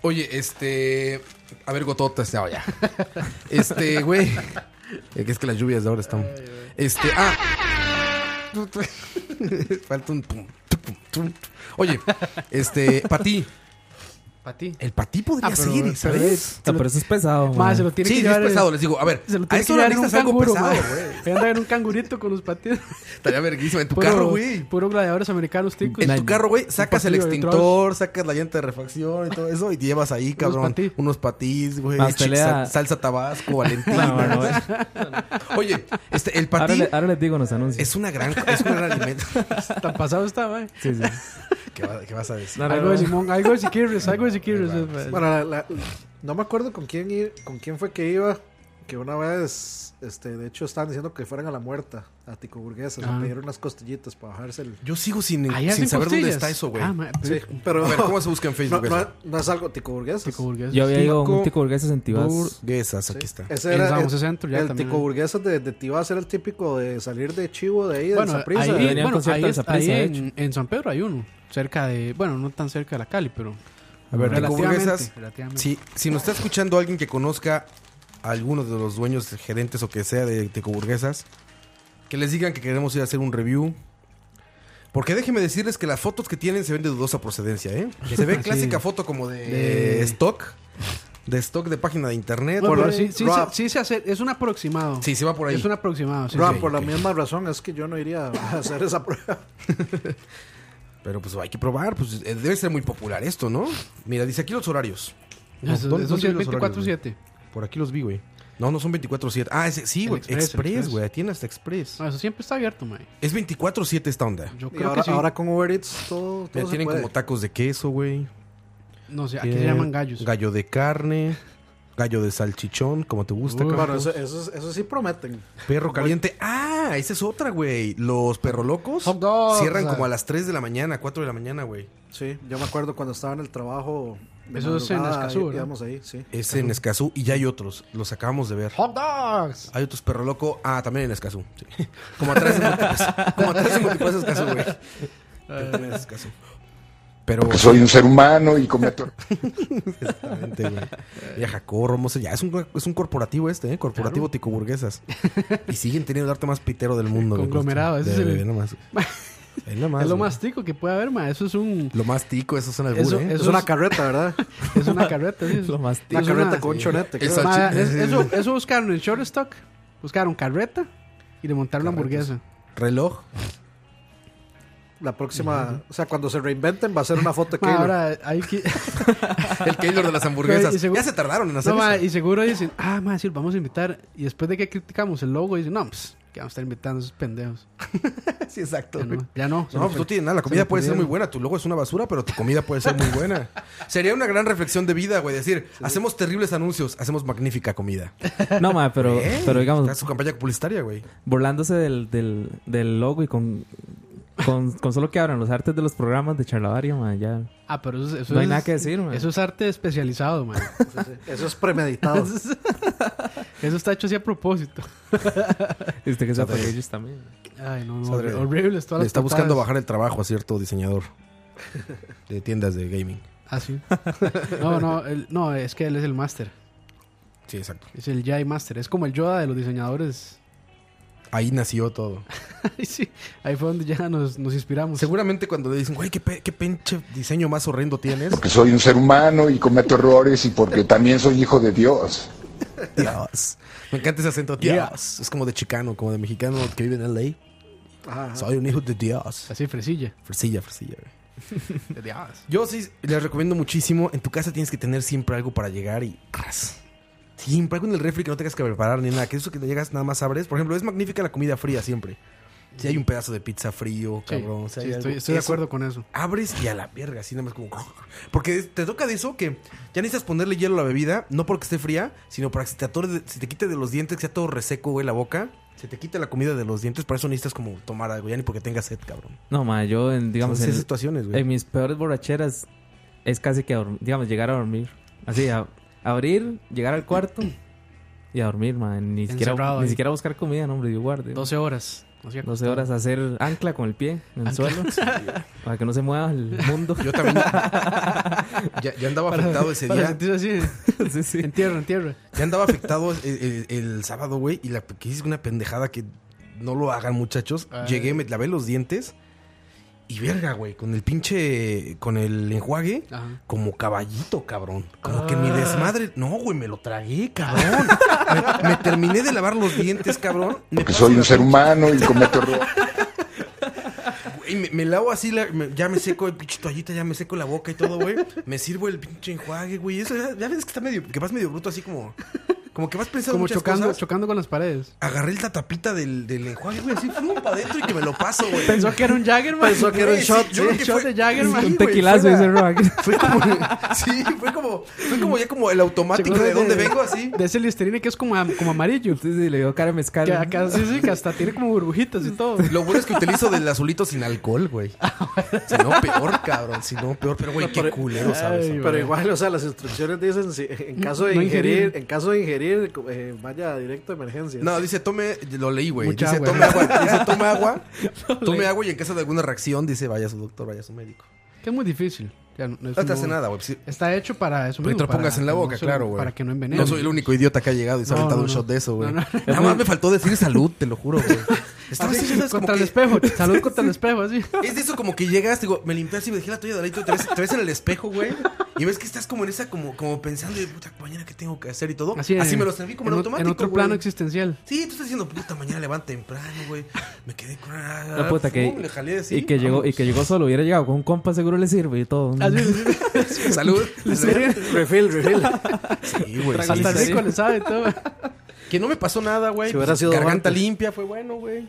[SPEAKER 4] Oye, este. A ver, gototas. No, ya. Este, güey. Eh, que Es que las lluvias de ahora están. Este, ah. Falta un. pum, tum, pum, tum. Oye, este, Patí.
[SPEAKER 6] Para ti.
[SPEAKER 4] El Patí podría
[SPEAKER 6] Ah, pero-
[SPEAKER 4] seguir,
[SPEAKER 6] pero
[SPEAKER 4] ¿sabes?
[SPEAKER 3] No, pero eso es pesado,
[SPEAKER 6] Más,
[SPEAKER 3] man.
[SPEAKER 6] se lo tiene
[SPEAKER 4] Sí,
[SPEAKER 6] que
[SPEAKER 4] sí es
[SPEAKER 6] llevar.
[SPEAKER 4] pesado, les digo. A ver,
[SPEAKER 6] Se lo
[SPEAKER 4] a
[SPEAKER 6] tiene que
[SPEAKER 4] eso la
[SPEAKER 6] llevar en
[SPEAKER 4] lista
[SPEAKER 6] un
[SPEAKER 4] es algo
[SPEAKER 6] canguro,
[SPEAKER 4] pesado,
[SPEAKER 6] mae.
[SPEAKER 4] güey.
[SPEAKER 6] Ahí anda en un cangurito con los patios.
[SPEAKER 4] Estaría verguísima en tu
[SPEAKER 6] Puro-
[SPEAKER 4] carro, güey.
[SPEAKER 6] Puro gladiadores americanos, ticos.
[SPEAKER 4] En tu carro, güey, sacas el
[SPEAKER 6] patillo de
[SPEAKER 4] extintor, sacas la llanta de refacción y todo eso y te llevas ahí, cabrón.
[SPEAKER 6] patí.
[SPEAKER 4] Unos patís, güey.
[SPEAKER 3] Más
[SPEAKER 4] chi-
[SPEAKER 3] pelea.
[SPEAKER 4] sal- Salsa
[SPEAKER 3] No,
[SPEAKER 4] tabasco,
[SPEAKER 3] no,
[SPEAKER 4] valentina.
[SPEAKER 3] no, eh.
[SPEAKER 4] Oye, este, el
[SPEAKER 3] ahora,
[SPEAKER 4] patí
[SPEAKER 3] le- ahora les digo en los anuncios.
[SPEAKER 4] es una gran, es un gran alimento.
[SPEAKER 6] Tan pasado está, mae.
[SPEAKER 3] Sí, sí.
[SPEAKER 4] ¿Qué, va- qué vas a decir?
[SPEAKER 3] No, no,
[SPEAKER 6] Pues,
[SPEAKER 3] no.
[SPEAKER 6] Algo de Simón, algo de Siquirres, algo de Siquirres. pues.
[SPEAKER 4] Ahí va.
[SPEAKER 6] mae.
[SPEAKER 5] Bueno, la- la- no me acuerdo con quién, i- con quién fue que iba. Que una vez, este, de hecho, estaban diciendo que fueran a la muerta, a Tico Burguesas,
[SPEAKER 6] Ah.
[SPEAKER 5] a pedir unas costillitas para bajarse el.
[SPEAKER 4] Yo sigo sin,
[SPEAKER 6] Ahí
[SPEAKER 4] sin
[SPEAKER 6] hacen
[SPEAKER 4] saber dónde
[SPEAKER 6] costillas.
[SPEAKER 4] está eso, güey.
[SPEAKER 6] Ah, mae,
[SPEAKER 5] Sí,
[SPEAKER 6] pero-
[SPEAKER 5] pero.
[SPEAKER 4] a ver, ¿cómo se busca en
[SPEAKER 5] no,
[SPEAKER 4] Facebook
[SPEAKER 5] no,
[SPEAKER 4] eso?
[SPEAKER 5] no es algo Tico Burguesas.
[SPEAKER 6] Tico burgués.
[SPEAKER 3] Yo había ido a un
[SPEAKER 4] Tico-
[SPEAKER 3] tico burguesas en Tibás.
[SPEAKER 4] Burguesas, aquí está.
[SPEAKER 5] Ese
[SPEAKER 6] En
[SPEAKER 5] era
[SPEAKER 6] San
[SPEAKER 5] el,
[SPEAKER 6] José Centro, ya
[SPEAKER 5] el
[SPEAKER 6] también.
[SPEAKER 5] Tico Burguesas de, de Tibás era el típico de salir de chivo de ahí, de
[SPEAKER 6] Bueno,
[SPEAKER 5] esa prisa.
[SPEAKER 6] ahí,
[SPEAKER 3] venía
[SPEAKER 6] bueno,
[SPEAKER 3] un concierto
[SPEAKER 6] ahí
[SPEAKER 3] de
[SPEAKER 6] es-
[SPEAKER 3] Saprissa,
[SPEAKER 6] ahí
[SPEAKER 3] de
[SPEAKER 6] en, en San Pedro hay uno. Cerca de. Bueno, no tan cerca de la Cali, pero.
[SPEAKER 4] A ver, Tico
[SPEAKER 6] relativamente,
[SPEAKER 4] Burguesas.
[SPEAKER 6] relativamente.
[SPEAKER 4] Si, si nos está escuchando alguien que conozca a alguno de los dueños, gerentes o que sea de Teco Burguesas, que les digan que queremos ir a hacer un review. Porque déjenme decirles que las fotos que tienen se ven de dudosa procedencia, ¿eh? Se ve
[SPEAKER 6] Sí.
[SPEAKER 4] clásica foto como de,
[SPEAKER 6] De-
[SPEAKER 4] stock, de stock de página de internet.
[SPEAKER 6] Bueno,
[SPEAKER 5] Por-
[SPEAKER 6] pero sí, sí,
[SPEAKER 5] Rob.
[SPEAKER 6] se- sí se hace. Es un aproximado.
[SPEAKER 4] Sí, se va por ahí.
[SPEAKER 6] Es un aproximado. sí,
[SPEAKER 5] Roa,
[SPEAKER 6] sí.
[SPEAKER 5] por la misma razón es que yo no iría a hacer esa prueba.
[SPEAKER 4] Pero pues hay que probar, pues eh, debe ser muy popular esto, ¿no? Mira, dice aquí los horarios. No,
[SPEAKER 6] Eso,
[SPEAKER 4] ¿dónde-
[SPEAKER 6] eso sí es
[SPEAKER 4] dónde los horarios, güey?
[SPEAKER 6] 24-7.
[SPEAKER 4] Por aquí los vi, güey. No, no son 24-7. Ah, ese- sí,
[SPEAKER 6] El
[SPEAKER 4] güey.
[SPEAKER 6] Express, el
[SPEAKER 4] Express,
[SPEAKER 6] Express.
[SPEAKER 4] güey. Tiene hasta Express.
[SPEAKER 6] No, eso siempre está abierto, mae.
[SPEAKER 4] Es 24-7 esta onda.
[SPEAKER 6] Yo
[SPEAKER 5] Y
[SPEAKER 6] creo
[SPEAKER 5] ahora,
[SPEAKER 6] que sí.
[SPEAKER 5] ahora con Uber Eats todo, todo
[SPEAKER 4] Mira,
[SPEAKER 5] se
[SPEAKER 4] tienen
[SPEAKER 5] puede.
[SPEAKER 4] como tacos de queso, güey.
[SPEAKER 6] No sé, aquí se
[SPEAKER 4] Tienen
[SPEAKER 6] llaman gallos.
[SPEAKER 4] Gallo de carne. Gallo de salchichón, como te gusta,
[SPEAKER 6] Uy.
[SPEAKER 4] cabrón.
[SPEAKER 5] Bueno, eso, eso- eso sí prometen.
[SPEAKER 4] Perro caliente. Ah, esa es otra, güey. Los perro locos
[SPEAKER 6] Hot dogs,
[SPEAKER 4] cierran
[SPEAKER 6] o sea.
[SPEAKER 4] como a las 3 de la mañana, 4 de la mañana, güey.
[SPEAKER 5] Sí, yo me acuerdo cuando estaba en el trabajo, de
[SPEAKER 6] Eso es en
[SPEAKER 5] madrugada,
[SPEAKER 6] Escazú,
[SPEAKER 5] y-
[SPEAKER 6] ¿verdad?
[SPEAKER 5] íbamos ahí, sí.
[SPEAKER 4] Es en Escazú y ya hay otros. Los acabamos de ver.
[SPEAKER 6] ¡Hot dogs!
[SPEAKER 4] Hay otros perro loco. Ah, también en Escazú. sí. Como atrás de Multiplaza. Como atrás de Multiplaza Escazú, güey. También es Escazú. Pero
[SPEAKER 9] Porque soy un ser humano y cometo
[SPEAKER 4] exactamente, güey. Y a Jacobo Romo, ya es un, es un corporativo este, ¿eh? Corporativo ticoburguesas. Y siguen teniendo el arte más pitero del mundo. güey.
[SPEAKER 6] Conglomerado, ese
[SPEAKER 4] De-
[SPEAKER 6] es el-
[SPEAKER 4] de- nomás. Ahí nomás,
[SPEAKER 6] es lo
[SPEAKER 4] güey.
[SPEAKER 6] más tico que puede haber, ma. Eso es un.
[SPEAKER 4] Lo más tico, eso son
[SPEAKER 6] Eso-
[SPEAKER 4] algunos, ¿eh?
[SPEAKER 5] Es
[SPEAKER 6] Eso
[SPEAKER 5] una
[SPEAKER 6] es-
[SPEAKER 5] carreta, ¿verdad?
[SPEAKER 6] Es una carreta, sí.
[SPEAKER 3] Lo más
[SPEAKER 5] Una
[SPEAKER 6] Es
[SPEAKER 5] carreta
[SPEAKER 6] una-
[SPEAKER 5] con un chonete. creo.
[SPEAKER 4] Esa-
[SPEAKER 6] Ma, es-
[SPEAKER 4] Sí.
[SPEAKER 6] eso, eso buscaron en short stock. Buscaron carreta y le montaron una
[SPEAKER 4] Carretas.
[SPEAKER 6] hamburguesa.
[SPEAKER 4] Reloj.
[SPEAKER 5] La próxima, o sea, cuando se reinventen va a ser una foto de
[SPEAKER 6] Ma,
[SPEAKER 5] Keylor.
[SPEAKER 6] ahora hay que.
[SPEAKER 4] El Keylor de las
[SPEAKER 6] Güey,
[SPEAKER 4] hamburguesas.
[SPEAKER 6] y seguro-
[SPEAKER 4] Ya se tardaron en hacer
[SPEAKER 6] No, ma,
[SPEAKER 4] eso.
[SPEAKER 6] y seguro dicen, ah, ma, sí, los vamos a invitar. Y después de que criticamos el logo, dicen, no, pues, que vamos a estar invitando a esos pendejos.
[SPEAKER 4] Sí, exacto.
[SPEAKER 6] Ya
[SPEAKER 4] güey.
[SPEAKER 6] no, ya no. se lo
[SPEAKER 4] No, pues no
[SPEAKER 6] perdí.
[SPEAKER 4] tiene nada. La
[SPEAKER 6] Se
[SPEAKER 4] comida
[SPEAKER 6] lo
[SPEAKER 4] puede ser muy
[SPEAKER 6] perdieron.
[SPEAKER 4] buena. Tu logo es una basura, pero tu comida puede ser muy buena. Sería una gran reflexión de vida, güey. Decir, hacemos terribles anuncios, hacemos magnífica comida.
[SPEAKER 3] No, ma, pero,
[SPEAKER 4] Ey,
[SPEAKER 3] pero
[SPEAKER 4] Está
[SPEAKER 3] digamos,
[SPEAKER 4] su campaña publicitaria, güey.
[SPEAKER 3] burlándose del, del, del logo y con, con, con solo que abran los artes de los programas de Charlavaria, ma, ya.
[SPEAKER 6] Ah, pero eso, eso
[SPEAKER 3] No hay
[SPEAKER 6] es,
[SPEAKER 3] nada que decir, ma.
[SPEAKER 6] Eso es arte especializado, man.
[SPEAKER 5] Eso es premeditado.
[SPEAKER 6] eso está hecho así a propósito.
[SPEAKER 3] Y usted que sea para ellos también.
[SPEAKER 6] Ay, no, no.
[SPEAKER 4] Madre.
[SPEAKER 6] horri- Horrible. es todas
[SPEAKER 4] Le
[SPEAKER 6] las
[SPEAKER 4] está buscando
[SPEAKER 6] patadas.
[SPEAKER 4] bajar el trabajo a cierto diseñador de tiendas de gaming.
[SPEAKER 6] Ah, sí. No, no, él- no, es que él es el máster.
[SPEAKER 4] Sí, exacto.
[SPEAKER 6] Es el Jai Master. Es como el Yoda de los diseñadores.
[SPEAKER 4] Ahí nació todo.
[SPEAKER 6] Ay, sí. Ahí fue donde ya nos, nos inspiramos.
[SPEAKER 4] Seguramente cuando le dicen, güey, qué, pe- qué pinche diseño más horrendo tienes.
[SPEAKER 9] porque soy un ser humano y cometo errores y porque también soy hijo de Dios.
[SPEAKER 4] Dios. Me encanta ese acento. Dios. Es como de chicano, como de mexicano que vive en LA.
[SPEAKER 5] Ajá, ajá.
[SPEAKER 4] Soy un hijo de Dios.
[SPEAKER 6] Así, fresilla.
[SPEAKER 4] Fresilla, fresilla, güey. Yo sí les recomiendo muchísimo. En tu casa tienes que tener siempre algo para llegar y. ¡cras! Siempre algo en el refri que no tengas que preparar ni nada. Que eso que te llegas nada más abres. Por ejemplo, es magnífica la comida fría siempre. Si hay un pedazo de pizza frío,
[SPEAKER 6] Sí,
[SPEAKER 4] cabrón. si
[SPEAKER 6] sí,
[SPEAKER 4] hay
[SPEAKER 6] estoy,
[SPEAKER 4] algo-
[SPEAKER 6] estoy de
[SPEAKER 4] eso,
[SPEAKER 6] acuerdo con eso.
[SPEAKER 4] Abres y a la verga, así nada más como. Porque te toca de eso que ya necesitas ponerle hielo a la bebida, no porque esté fría, sino para que se te, atore de- se te quite de los dientes, que sea todo reseco, güey, la boca. Se te quita la comida de los dientes, para eso necesitas como tomar algo, ya ni porque tengas sed, cabrón.
[SPEAKER 3] No, ma, yo, en, digamos,
[SPEAKER 4] Son
[SPEAKER 3] en,
[SPEAKER 4] esas situaciones, güey.
[SPEAKER 3] en mis peores borracheras es casi que, a dorm- digamos, llegar a dormir. Así, a- abrir, llegar al cuarto y a dormir, ma. Ni siquiera,
[SPEAKER 6] Encerrado
[SPEAKER 3] ni
[SPEAKER 6] ahí.
[SPEAKER 3] siquiera buscar comida, no, hombre, yo guarde.
[SPEAKER 6] 12 horas. No sé,
[SPEAKER 3] 12 horas hacer ancla con el pie en el suelo para que no se mueva el mundo.
[SPEAKER 4] Yo también. ya, ya andaba afectado ese
[SPEAKER 6] Para
[SPEAKER 4] día.
[SPEAKER 6] sentirse así.
[SPEAKER 3] sí, sí.
[SPEAKER 6] En tierra, en tierra.
[SPEAKER 4] Ya andaba afectado el, el- el sábado, güey. Y la que hice una pendejada que no lo hagan, muchachos.
[SPEAKER 6] Ay.
[SPEAKER 4] Llegué, me lavé los dientes. Y verga, güey. Con el pinche. Con el enjuague.
[SPEAKER 6] Ajá. Ah.
[SPEAKER 4] Como caballito, cabrón. Como que mi desmadre. No, güey, me lo tragué, cabrón. Me, me terminé de lavar los dientes, cabrón. Me
[SPEAKER 9] Porque
[SPEAKER 4] paso
[SPEAKER 9] soy
[SPEAKER 4] la
[SPEAKER 9] un ser
[SPEAKER 4] pinche-
[SPEAKER 9] humano y cometo errores.
[SPEAKER 4] Güey, me, me lavo así, la- me- ya me seco el pinche toallita, ya me seco la boca y todo, güey. Me sirvo el pinche enjuague, güey. Eso ya, ya ves que está medio, que vas medio bruto así como, como que vas pensando
[SPEAKER 6] Como
[SPEAKER 4] muchas
[SPEAKER 6] chocando,
[SPEAKER 4] cosas.
[SPEAKER 6] chocando con las paredes.
[SPEAKER 4] Agarré la tapita del, del enjuague, güey, así para adentro y que me lo paso, güey.
[SPEAKER 6] Pensó que era un Jagger, man. Pensó
[SPEAKER 4] que era un shot, sí.
[SPEAKER 6] un shot de Jagger,
[SPEAKER 4] Sí,
[SPEAKER 6] man.
[SPEAKER 3] Un
[SPEAKER 4] güey,
[SPEAKER 3] tequilazo,
[SPEAKER 4] fue la-
[SPEAKER 3] dice Rock.
[SPEAKER 4] Fue como, sí, fue como, fue como ya como el automático
[SPEAKER 6] Chocó
[SPEAKER 4] de dónde
[SPEAKER 6] de-
[SPEAKER 4] vengo, así.
[SPEAKER 6] De ese listerine que es como, am- como amarillo.
[SPEAKER 3] Sí, sí, le dio cara de mezcal.
[SPEAKER 6] Que acá sí, sí, que hasta tiene como burbujitas y todo. Ah,
[SPEAKER 4] Lo bueno es que utilizo del azulito sin alcohol, güey. Si no, peor, cabrón. Si no, peor. Pero, güey, qué culero, ¿sabes?
[SPEAKER 6] Ay,
[SPEAKER 5] Pero igual, o sea, las instrucciones dicen si- en caso de
[SPEAKER 6] No
[SPEAKER 5] ingerir,
[SPEAKER 6] ingerir.
[SPEAKER 5] en caso de ingerir, eh, vaya directo a emergencias.
[SPEAKER 4] No, dice tome, lo leí, güey.
[SPEAKER 6] Mucha
[SPEAKER 4] Dice
[SPEAKER 6] agua.
[SPEAKER 4] tome agua, dice tome agua, tome agua y en caso de alguna reacción dice vaya a su doctor, vaya a su médico.
[SPEAKER 6] Que es muy difícil. Ya no- no es
[SPEAKER 4] No te
[SPEAKER 6] un-
[SPEAKER 4] hace nada, güey. Sí.
[SPEAKER 6] Está hecho para eso.
[SPEAKER 4] Pero
[SPEAKER 6] mismo,
[SPEAKER 4] te lo
[SPEAKER 6] para
[SPEAKER 4] pongas en la
[SPEAKER 6] que no
[SPEAKER 4] boca,
[SPEAKER 6] se-
[SPEAKER 4] claro, güey.
[SPEAKER 6] Para que no envenene.
[SPEAKER 4] No soy el único idiota que ha llegado y se ha
[SPEAKER 6] No,
[SPEAKER 4] aventado
[SPEAKER 6] no, no.
[SPEAKER 4] un shot de eso, güey.
[SPEAKER 6] No, no.
[SPEAKER 4] Nada más me faltó decir salud, te lo juro, güey. Estaba
[SPEAKER 6] Así,
[SPEAKER 4] haciendo como
[SPEAKER 6] Ah, contra el
[SPEAKER 4] que-
[SPEAKER 6] espejo. Salud contra el espejo, así.
[SPEAKER 4] Es de eso como que llegas, digo, me limpias y me dejé la toalla de ladito, te ves, te ves en el espejo, güey. Y ves que estás como en esa, como, como pensando, de puta, mañana qué tengo que hacer y todo. Así,
[SPEAKER 6] en-
[SPEAKER 4] me lo serví como en,
[SPEAKER 6] en ot-
[SPEAKER 4] automático.
[SPEAKER 6] En otro
[SPEAKER 4] güey.
[SPEAKER 6] plano existencial.
[SPEAKER 4] Sí, tú estás diciendo, puta, mañana levanta temprano, güey. Me quedé con una...
[SPEAKER 3] La puta que,
[SPEAKER 4] Ah, Le jalé así.
[SPEAKER 3] y que llegó y que llegó solo, hubiera llegado con un compa seguro le sirve y todo.
[SPEAKER 4] Ah,
[SPEAKER 6] Así,
[SPEAKER 4] Salud.
[SPEAKER 5] Refill, refill.
[SPEAKER 4] Sí, güey. sí,
[SPEAKER 6] hasta
[SPEAKER 4] sí.
[SPEAKER 6] rico le sabe todo.
[SPEAKER 4] Que no me pasó nada, güey. Pues,
[SPEAKER 5] Si hubiera sido
[SPEAKER 4] Garganta
[SPEAKER 5] antes.
[SPEAKER 4] limpia, fue bueno, güey.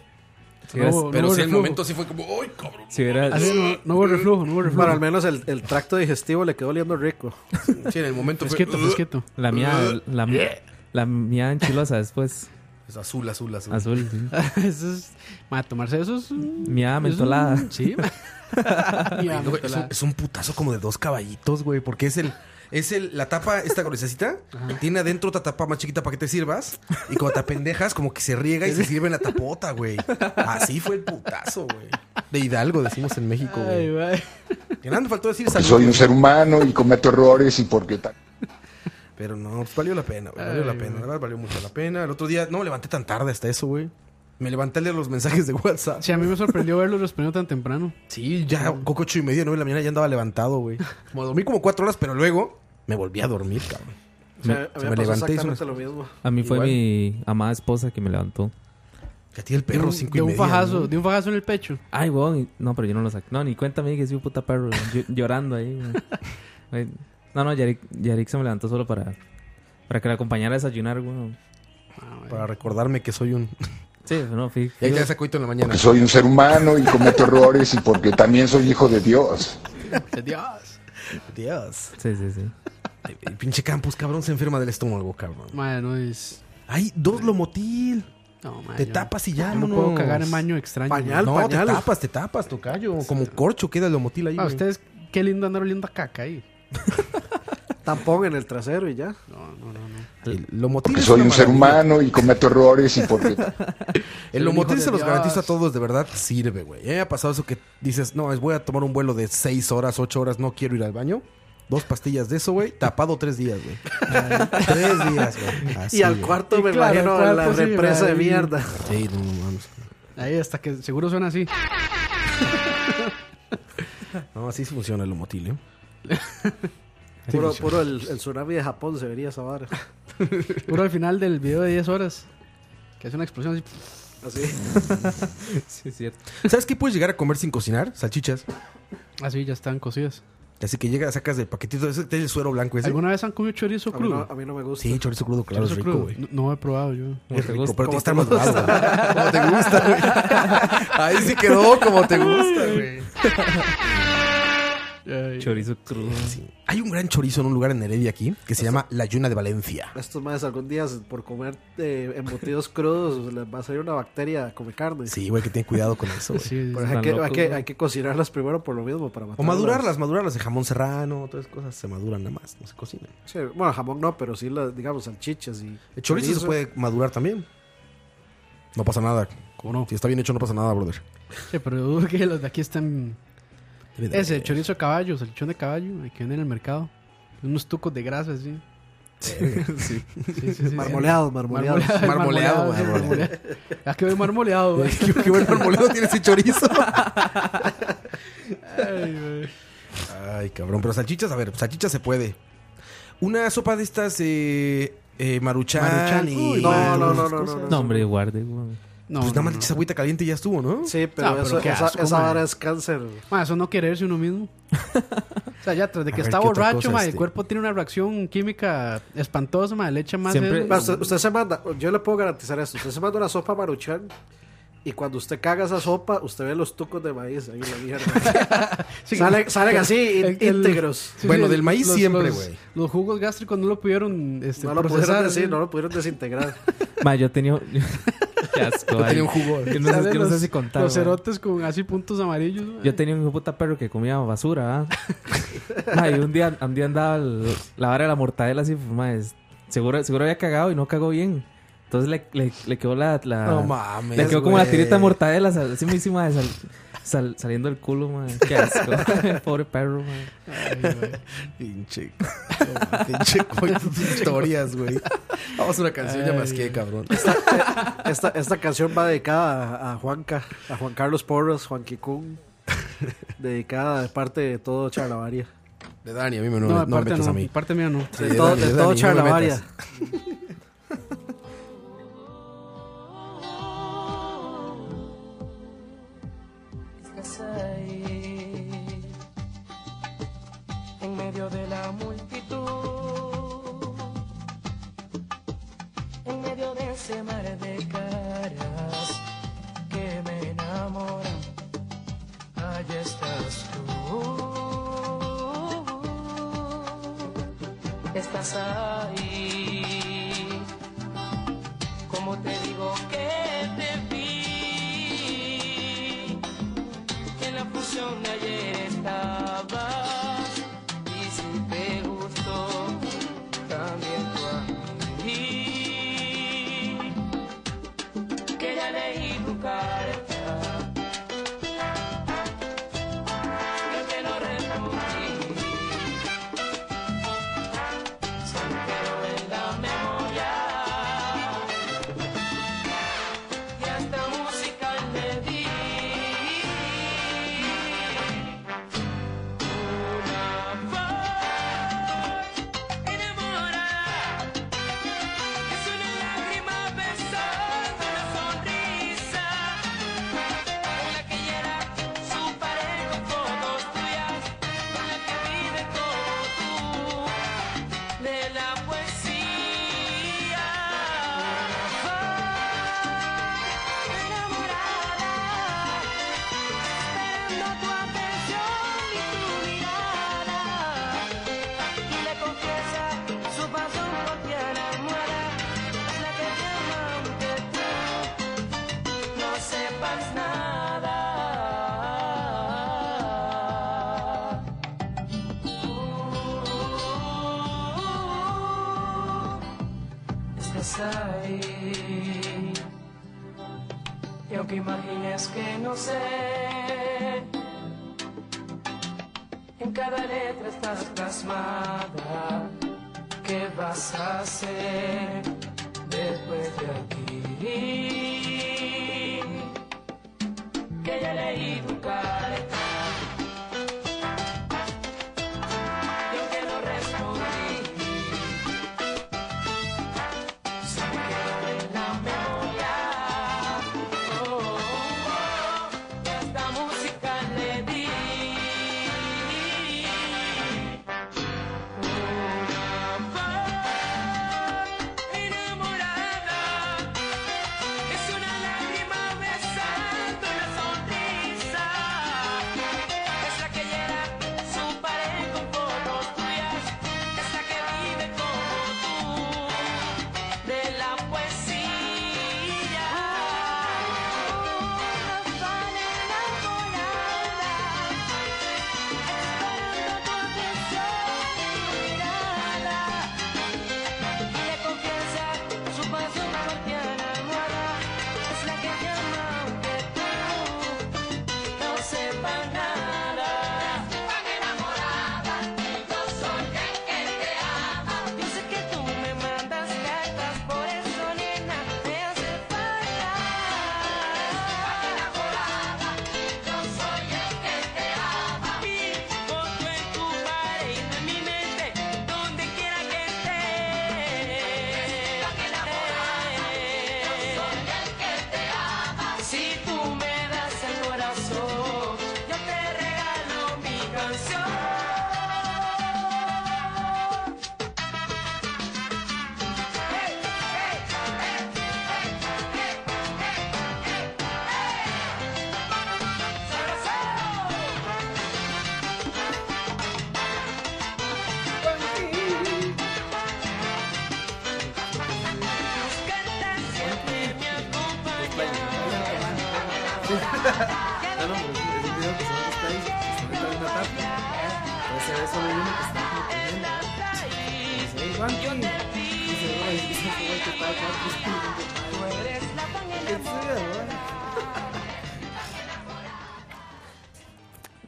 [SPEAKER 3] Si hubiera-
[SPEAKER 6] No,
[SPEAKER 4] Pero
[SPEAKER 6] hubo
[SPEAKER 4] sí, el
[SPEAKER 6] reflujo.
[SPEAKER 4] momento sí fue como, ¡ay, cabrón!
[SPEAKER 3] si hubiera-
[SPEAKER 6] Así, no, Ah, no hubo reflujo, no hubo reflujo.
[SPEAKER 5] Bueno, mm, al menos el, el tracto digestivo le quedó oliendo rico.
[SPEAKER 4] Sí, en el momento fue... Ah.
[SPEAKER 6] Fresquito, fresquito.
[SPEAKER 3] la mía la mía la mía enchilosa después
[SPEAKER 4] Es azul, azul, azul.
[SPEAKER 3] azul. sí.
[SPEAKER 6] Eso es. Ma, tomarse eso es. un-
[SPEAKER 3] Mía
[SPEAKER 6] es un-
[SPEAKER 3] mentolada.
[SPEAKER 6] Sí, ma. Mía
[SPEAKER 4] Güey, es, un,
[SPEAKER 6] mentolada.
[SPEAKER 4] es un putazo como de dos caballitos, güey. Porque es el... Es el, la tapa, esta gruesecita, tiene adentro otra tapa más chiquita para que te sirvas. Y cuando te pendejas, como que se riega y se sirve en la tapota, güey. Así fue el putazo, güey. De Hidalgo, decimos en México, güey. Que nada, me faltó decir salud.
[SPEAKER 9] Soy un ser humano y cometo errores y porque ta-
[SPEAKER 4] Pero no, pues valió la pena, güey. Valió la
[SPEAKER 6] Ay,
[SPEAKER 4] pena,
[SPEAKER 6] güey.
[SPEAKER 4] la verdad, valió mucho la pena. El otro día, no me levanté tan tarde hasta eso, güey. Me levanté a leer los mensajes de WhatsApp.
[SPEAKER 6] Sí, a mí me sorprendió verlo respondiendo tan temprano.
[SPEAKER 4] Sí, ya, coco ocho y media, nueve de la mañana ya andaba levantado, güey. Como dormí como cuatro horas, pero luego me volví a dormir, cabrón.
[SPEAKER 5] O sea, a mí
[SPEAKER 4] se
[SPEAKER 5] me,
[SPEAKER 4] me
[SPEAKER 5] pasó
[SPEAKER 4] levanté y
[SPEAKER 5] exactamente lo mismo.
[SPEAKER 3] A mí fue
[SPEAKER 4] Igual.
[SPEAKER 3] mi amada esposa que me levantó.
[SPEAKER 4] Que a ti el
[SPEAKER 6] De
[SPEAKER 4] perro
[SPEAKER 6] un-
[SPEAKER 4] cinco
[SPEAKER 6] de
[SPEAKER 4] y
[SPEAKER 6] un
[SPEAKER 4] media.
[SPEAKER 6] fajazo,
[SPEAKER 4] ¿no?
[SPEAKER 6] de un fajazo en el pecho.
[SPEAKER 3] Ay, weón. y- No, pero yo no lo saqué. No, ni cuéntame que soy un puta perro. yo- llorando ahí, weón. Güey, No, no, Yarik, Yarik se me levantó solo para, para que la acompañara a desayunar, weón.
[SPEAKER 6] Ah,
[SPEAKER 4] Para recordarme que soy un...
[SPEAKER 3] Sí, no, fui.
[SPEAKER 4] Y ahí
[SPEAKER 3] fui-
[SPEAKER 4] te das a coito en la mañana.
[SPEAKER 9] porque soy un ser humano y cometo errores y porque también soy hijo de Dios.
[SPEAKER 6] Dios.
[SPEAKER 4] Dios.
[SPEAKER 3] Sí, sí, sí.
[SPEAKER 4] Ay, El pinche campus, cabrón, se enferma del estómago, cabrón.
[SPEAKER 6] Madre, no es.
[SPEAKER 4] Hay dos lomotil.
[SPEAKER 6] No, madre,
[SPEAKER 4] Te
[SPEAKER 6] yo-
[SPEAKER 4] tapas y ya,
[SPEAKER 6] Yo no puedo cagar en baño extraño.
[SPEAKER 5] Pañal.
[SPEAKER 4] No, te
[SPEAKER 5] pañal.
[SPEAKER 4] tapas, te tapas, tocayo. Como corcho queda el lomotil ahí,
[SPEAKER 6] güey. Ah,
[SPEAKER 4] güey.
[SPEAKER 6] ustedes, qué lindo andar oliendo a caca ahí.
[SPEAKER 5] Tampón en el trasero y ya.
[SPEAKER 6] No, no, no. no.
[SPEAKER 4] El lomotil
[SPEAKER 9] porque
[SPEAKER 4] es
[SPEAKER 9] soy
[SPEAKER 4] una
[SPEAKER 9] un ser
[SPEAKER 4] maravilla.
[SPEAKER 9] humano y cometo errores y porque
[SPEAKER 4] El
[SPEAKER 6] Soy un
[SPEAKER 4] Lomotil
[SPEAKER 6] hijo
[SPEAKER 4] se
[SPEAKER 6] de
[SPEAKER 4] los garantizo a
[SPEAKER 6] Dios.
[SPEAKER 4] todos, de verdad sirve, güey. Ya me ha pasado eso que dices, no, es voy a tomar un vuelo de 6 horas, 8 horas, no quiero ir al baño. Dos pastillas de eso, güey. Tapado tres días, güey. tres días, güey. Así,
[SPEAKER 5] y al
[SPEAKER 4] güey.
[SPEAKER 5] cuarto
[SPEAKER 6] Y
[SPEAKER 5] me
[SPEAKER 6] claro,
[SPEAKER 5] imagino
[SPEAKER 6] al
[SPEAKER 5] la
[SPEAKER 6] cuarto sí,
[SPEAKER 5] represa de
[SPEAKER 6] ahí.
[SPEAKER 5] mierda.
[SPEAKER 4] Sí, no, no, mames.
[SPEAKER 6] Ahí hasta que seguro suena así.
[SPEAKER 4] No, así funciona el Lomotil, ¿eh?
[SPEAKER 5] Puro, puro el, el tsunami de Japón se vería esa vara.
[SPEAKER 6] Puro al final del video de 10 horas. Que es una explosión así.
[SPEAKER 5] Así.
[SPEAKER 3] Sí, es cierto.
[SPEAKER 4] ¿Sabes qué puedes llegar a comer sin cocinar? Salchichas.
[SPEAKER 6] Así Ah, ya están cocidas.
[SPEAKER 4] Así que llegas, sacas del paquetito, ese tiene el suero blanco ese.
[SPEAKER 6] ¿Alguna vez han comido chorizo
[SPEAKER 5] A mí, no,
[SPEAKER 6] crudo?
[SPEAKER 5] a mí no me gusta.
[SPEAKER 4] Sí, chorizo crudo, claro,
[SPEAKER 6] Chorizo
[SPEAKER 4] es rico,
[SPEAKER 6] crudo.
[SPEAKER 4] güey.
[SPEAKER 6] No, no he probado yo.
[SPEAKER 4] Es
[SPEAKER 3] te
[SPEAKER 4] rico,
[SPEAKER 3] gusta?
[SPEAKER 4] pero tiene que
[SPEAKER 5] ¿Cómo
[SPEAKER 4] estar
[SPEAKER 5] te
[SPEAKER 4] madurado, güey. Como te gusta, güey. Ahí sí quedó como te gusta, güey.
[SPEAKER 6] Ay.
[SPEAKER 3] Chorizo crudo.
[SPEAKER 4] Hay un gran chorizo en un lugar en Heredia aquí que se llama La Yuna de Valencia.
[SPEAKER 5] Estos más algún día por comer eh, embutidos crudos les va a salir una bacteria come carne.
[SPEAKER 4] Sí, güey, que tiene cuidado con eso. güey.
[SPEAKER 6] Sí,
[SPEAKER 5] Por
[SPEAKER 6] sí.
[SPEAKER 3] Están
[SPEAKER 5] eso hay, que, hay,
[SPEAKER 3] locos,
[SPEAKER 5] que,
[SPEAKER 3] ¿no?
[SPEAKER 5] hay que cocinarlas primero por lo mismo para
[SPEAKER 4] O
[SPEAKER 5] matarlas.
[SPEAKER 4] madurarlas, madurarlas de jamón serrano, todas esas cosas se maduran nada más, no se cocinan.
[SPEAKER 5] Sí, bueno, jamón no, pero sí, las, digamos, salchichas y.
[SPEAKER 4] El chorizo, se puede madurar también. No pasa nada.
[SPEAKER 6] ¿Cómo no?
[SPEAKER 4] Si está bien hecho, no pasa nada, brother.
[SPEAKER 6] Sí, pero dudo que los de aquí están.
[SPEAKER 4] Debe de
[SPEAKER 6] Ese,
[SPEAKER 4] haber.
[SPEAKER 6] chorizo de caballo, salchichón de caballo, el que venden en el mercado. Unos tucos de grasa, así. Sí, sí, sí, sí.
[SPEAKER 5] Marmoleados, marmoleados.
[SPEAKER 6] Marmoleado, marmoleado,
[SPEAKER 4] Marmoleado,
[SPEAKER 6] sí,
[SPEAKER 4] marmoleado.
[SPEAKER 6] marmoleado. Ya que veo marmoleado, güey.
[SPEAKER 4] qué, qué buen marmoleado tiene ese chorizo.
[SPEAKER 6] Ay, güey.
[SPEAKER 4] Ay, cabrón, pero salchichas, a ver, salchichas se puede. Una sopa de estas, eh, eh, maruchan,
[SPEAKER 6] Maruchan,
[SPEAKER 4] y-
[SPEAKER 6] uy,
[SPEAKER 5] No, no, no,
[SPEAKER 4] esas
[SPEAKER 5] no,
[SPEAKER 4] cosas.
[SPEAKER 5] no, no.
[SPEAKER 3] No, hombre, guarde, weón.
[SPEAKER 6] No,
[SPEAKER 4] Pues
[SPEAKER 6] no,
[SPEAKER 4] nada más le
[SPEAKER 6] no.
[SPEAKER 4] echas agüita caliente y ya estuvo, ¿no?
[SPEAKER 5] Sí, pero,
[SPEAKER 6] Ah, pero
[SPEAKER 5] eso-
[SPEAKER 6] qué
[SPEAKER 5] esa,
[SPEAKER 6] asco,
[SPEAKER 5] esa
[SPEAKER 6] man.
[SPEAKER 5] vara es cáncer.
[SPEAKER 6] Ma, eso no quererse uno mismo. O sea, ya tras de
[SPEAKER 4] A
[SPEAKER 6] que
[SPEAKER 4] ver,
[SPEAKER 6] está
[SPEAKER 4] ¿qué otra
[SPEAKER 6] borracho,
[SPEAKER 4] cosa,
[SPEAKER 6] ma, el
[SPEAKER 4] este?
[SPEAKER 6] cuerpo tiene una reacción química espantosa, ma, le echa más.
[SPEAKER 3] Siempre-
[SPEAKER 6] el-
[SPEAKER 5] Va, Usted, usted se manda, yo le puedo garantizar esto: usted se manda una sopa maruchan y cuando usted caga esa sopa, usted ve los tucos de maíz ahí en la mierda.
[SPEAKER 6] Sí,
[SPEAKER 5] Salen, salen así,
[SPEAKER 6] el- el-
[SPEAKER 5] íntegros.
[SPEAKER 6] sí,
[SPEAKER 4] Bueno,
[SPEAKER 6] sí,
[SPEAKER 4] del maíz siempre,
[SPEAKER 6] los-
[SPEAKER 4] güey.
[SPEAKER 6] Los jugos gástricos no lo pudieron este,
[SPEAKER 5] No lo
[SPEAKER 6] procesar,
[SPEAKER 5] pudieron decir,
[SPEAKER 6] ¿sí?
[SPEAKER 5] no lo pudieron desintegrar.
[SPEAKER 3] Ma, yo tenía. Qué asco,
[SPEAKER 4] Yo
[SPEAKER 3] ay.
[SPEAKER 4] tenía un jugo.
[SPEAKER 3] Yo no sé,
[SPEAKER 6] ¿eh? Salen
[SPEAKER 3] yo no sé
[SPEAKER 6] los-
[SPEAKER 3] si contar.
[SPEAKER 6] Los
[SPEAKER 3] weón.
[SPEAKER 6] cerotes con así puntos amarillos. ma.
[SPEAKER 3] Yo tenía un hijo puta perro que comía basura, ¿verdad? Ma, y un día, un día andaba el- la vara de la mortadela así, pues, ma, es- seguro, seguro había cagado y no cagó bien. Entonces le, le, le quedó la, la-
[SPEAKER 4] No mames.
[SPEAKER 3] le quedó como la
[SPEAKER 4] güey.
[SPEAKER 3] tirita de mortadela, sal- así misma de sal- sal- saliendo del culo, ma. Qué asco. Pobre perro, ma.
[SPEAKER 6] Ay, güey.
[SPEAKER 4] Pinche. cabrón, Pinche coño, tus historias, güey. Vamos a una canción, ya más que, cabrón.
[SPEAKER 5] Esta, esta canción va dedicada a, a Juanca, a Juan Carlos Porras, Juan Kikun. Dedicada de parte de todo Charlavaria.
[SPEAKER 4] De Dani, a mí me
[SPEAKER 6] No,
[SPEAKER 4] no, no me
[SPEAKER 6] aparte
[SPEAKER 4] metas
[SPEAKER 6] no,
[SPEAKER 4] a mí.
[SPEAKER 6] parte mía no.
[SPEAKER 4] Sí,
[SPEAKER 5] De todo,
[SPEAKER 4] Dani,
[SPEAKER 5] de
[SPEAKER 4] Dani,
[SPEAKER 5] todo
[SPEAKER 4] no me
[SPEAKER 5] Charlavaria.
[SPEAKER 4] metas.
[SPEAKER 11] Estás ahí, en medio de la multitud, en medio de ese mar de caras que me enamora, allá estás tú, estás ahí. Como te digo que te vi en la fusión de ayer estabas y si te gustó
[SPEAKER 2] Oh, ahí. Y aunque imagines que no sé, en cada letra estás plasmada. ¿Qué vas a hacer después de aquí? Que ya leí tu carta. Y aunque no respondí, se me quedó en la memoria. Oh, oh, oh, y esta música le di. Una voz enamorada es una lágrima besando una sonrisa. Es la que llena su pared con fotos tuyas. Es la que vive como tú de la poesía. Una fan enamorada esperando tu atención y mirada. Y de confianza, su paso cortiana almohada es la que llama aunque tú no sepas nada. Tan enamorada, yo soy el que te ama. Yo sé que tú me mandas cartas, por eso nena me hace falta. Tan enamorada, yo soy el que te ama. Mi foto en tu pared, en mi mente, donde quiera que estés. Tan enamorada, yo soy el que te ama. Si tú me das el corazón, yo te regalo mi canción.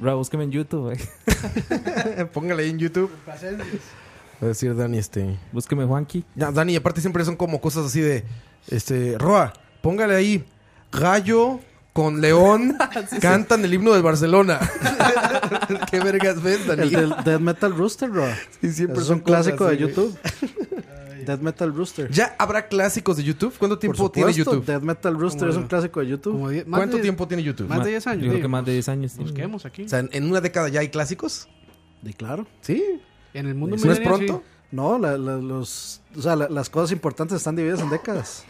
[SPEAKER 3] Ra, búsqueme en YouTube, güey.
[SPEAKER 4] Póngale ahí en YouTube. Va a decir Dani, este.
[SPEAKER 3] Búsqueme Juanqui.
[SPEAKER 4] Ya, Dani, aparte siempre son como cosas así de. Este. Roa, póngale ahí. Gallo con León cantan el himno del Barcelona. Qué vergas ves, Dani.
[SPEAKER 5] El del Death Metal Rooster, bro.
[SPEAKER 4] Y siempre
[SPEAKER 5] es un clásico
[SPEAKER 4] cosas
[SPEAKER 5] de
[SPEAKER 4] así, güey.
[SPEAKER 5] YouTube. Death Metal Rooster.
[SPEAKER 4] ¿Ya habrá clásicos de YouTube? ¿Cuánto
[SPEAKER 5] Por
[SPEAKER 4] tiempo tiene
[SPEAKER 5] supuesto,
[SPEAKER 4] YouTube?
[SPEAKER 5] Death Metal Rooster
[SPEAKER 6] Como
[SPEAKER 5] es un
[SPEAKER 6] de-
[SPEAKER 5] clásico de YouTube.
[SPEAKER 6] Como diez- más
[SPEAKER 4] ¿Cuánto
[SPEAKER 6] de-
[SPEAKER 4] tiempo tiene YouTube?
[SPEAKER 6] Más de 10 años.
[SPEAKER 3] Yo creo que
[SPEAKER 6] digo,
[SPEAKER 3] más de 10 años. tiene.
[SPEAKER 6] Busquemos aquí.
[SPEAKER 4] O sea, ¿en- ¿en una década ya hay clásicos?
[SPEAKER 5] Y claro.
[SPEAKER 4] Sí.
[SPEAKER 6] En el mundo
[SPEAKER 4] ¿No es
[SPEAKER 6] millennial,
[SPEAKER 4] pronto?
[SPEAKER 6] sí.
[SPEAKER 5] No, la- la- los, o sea, la- las cosas importantes están divididas en décadas.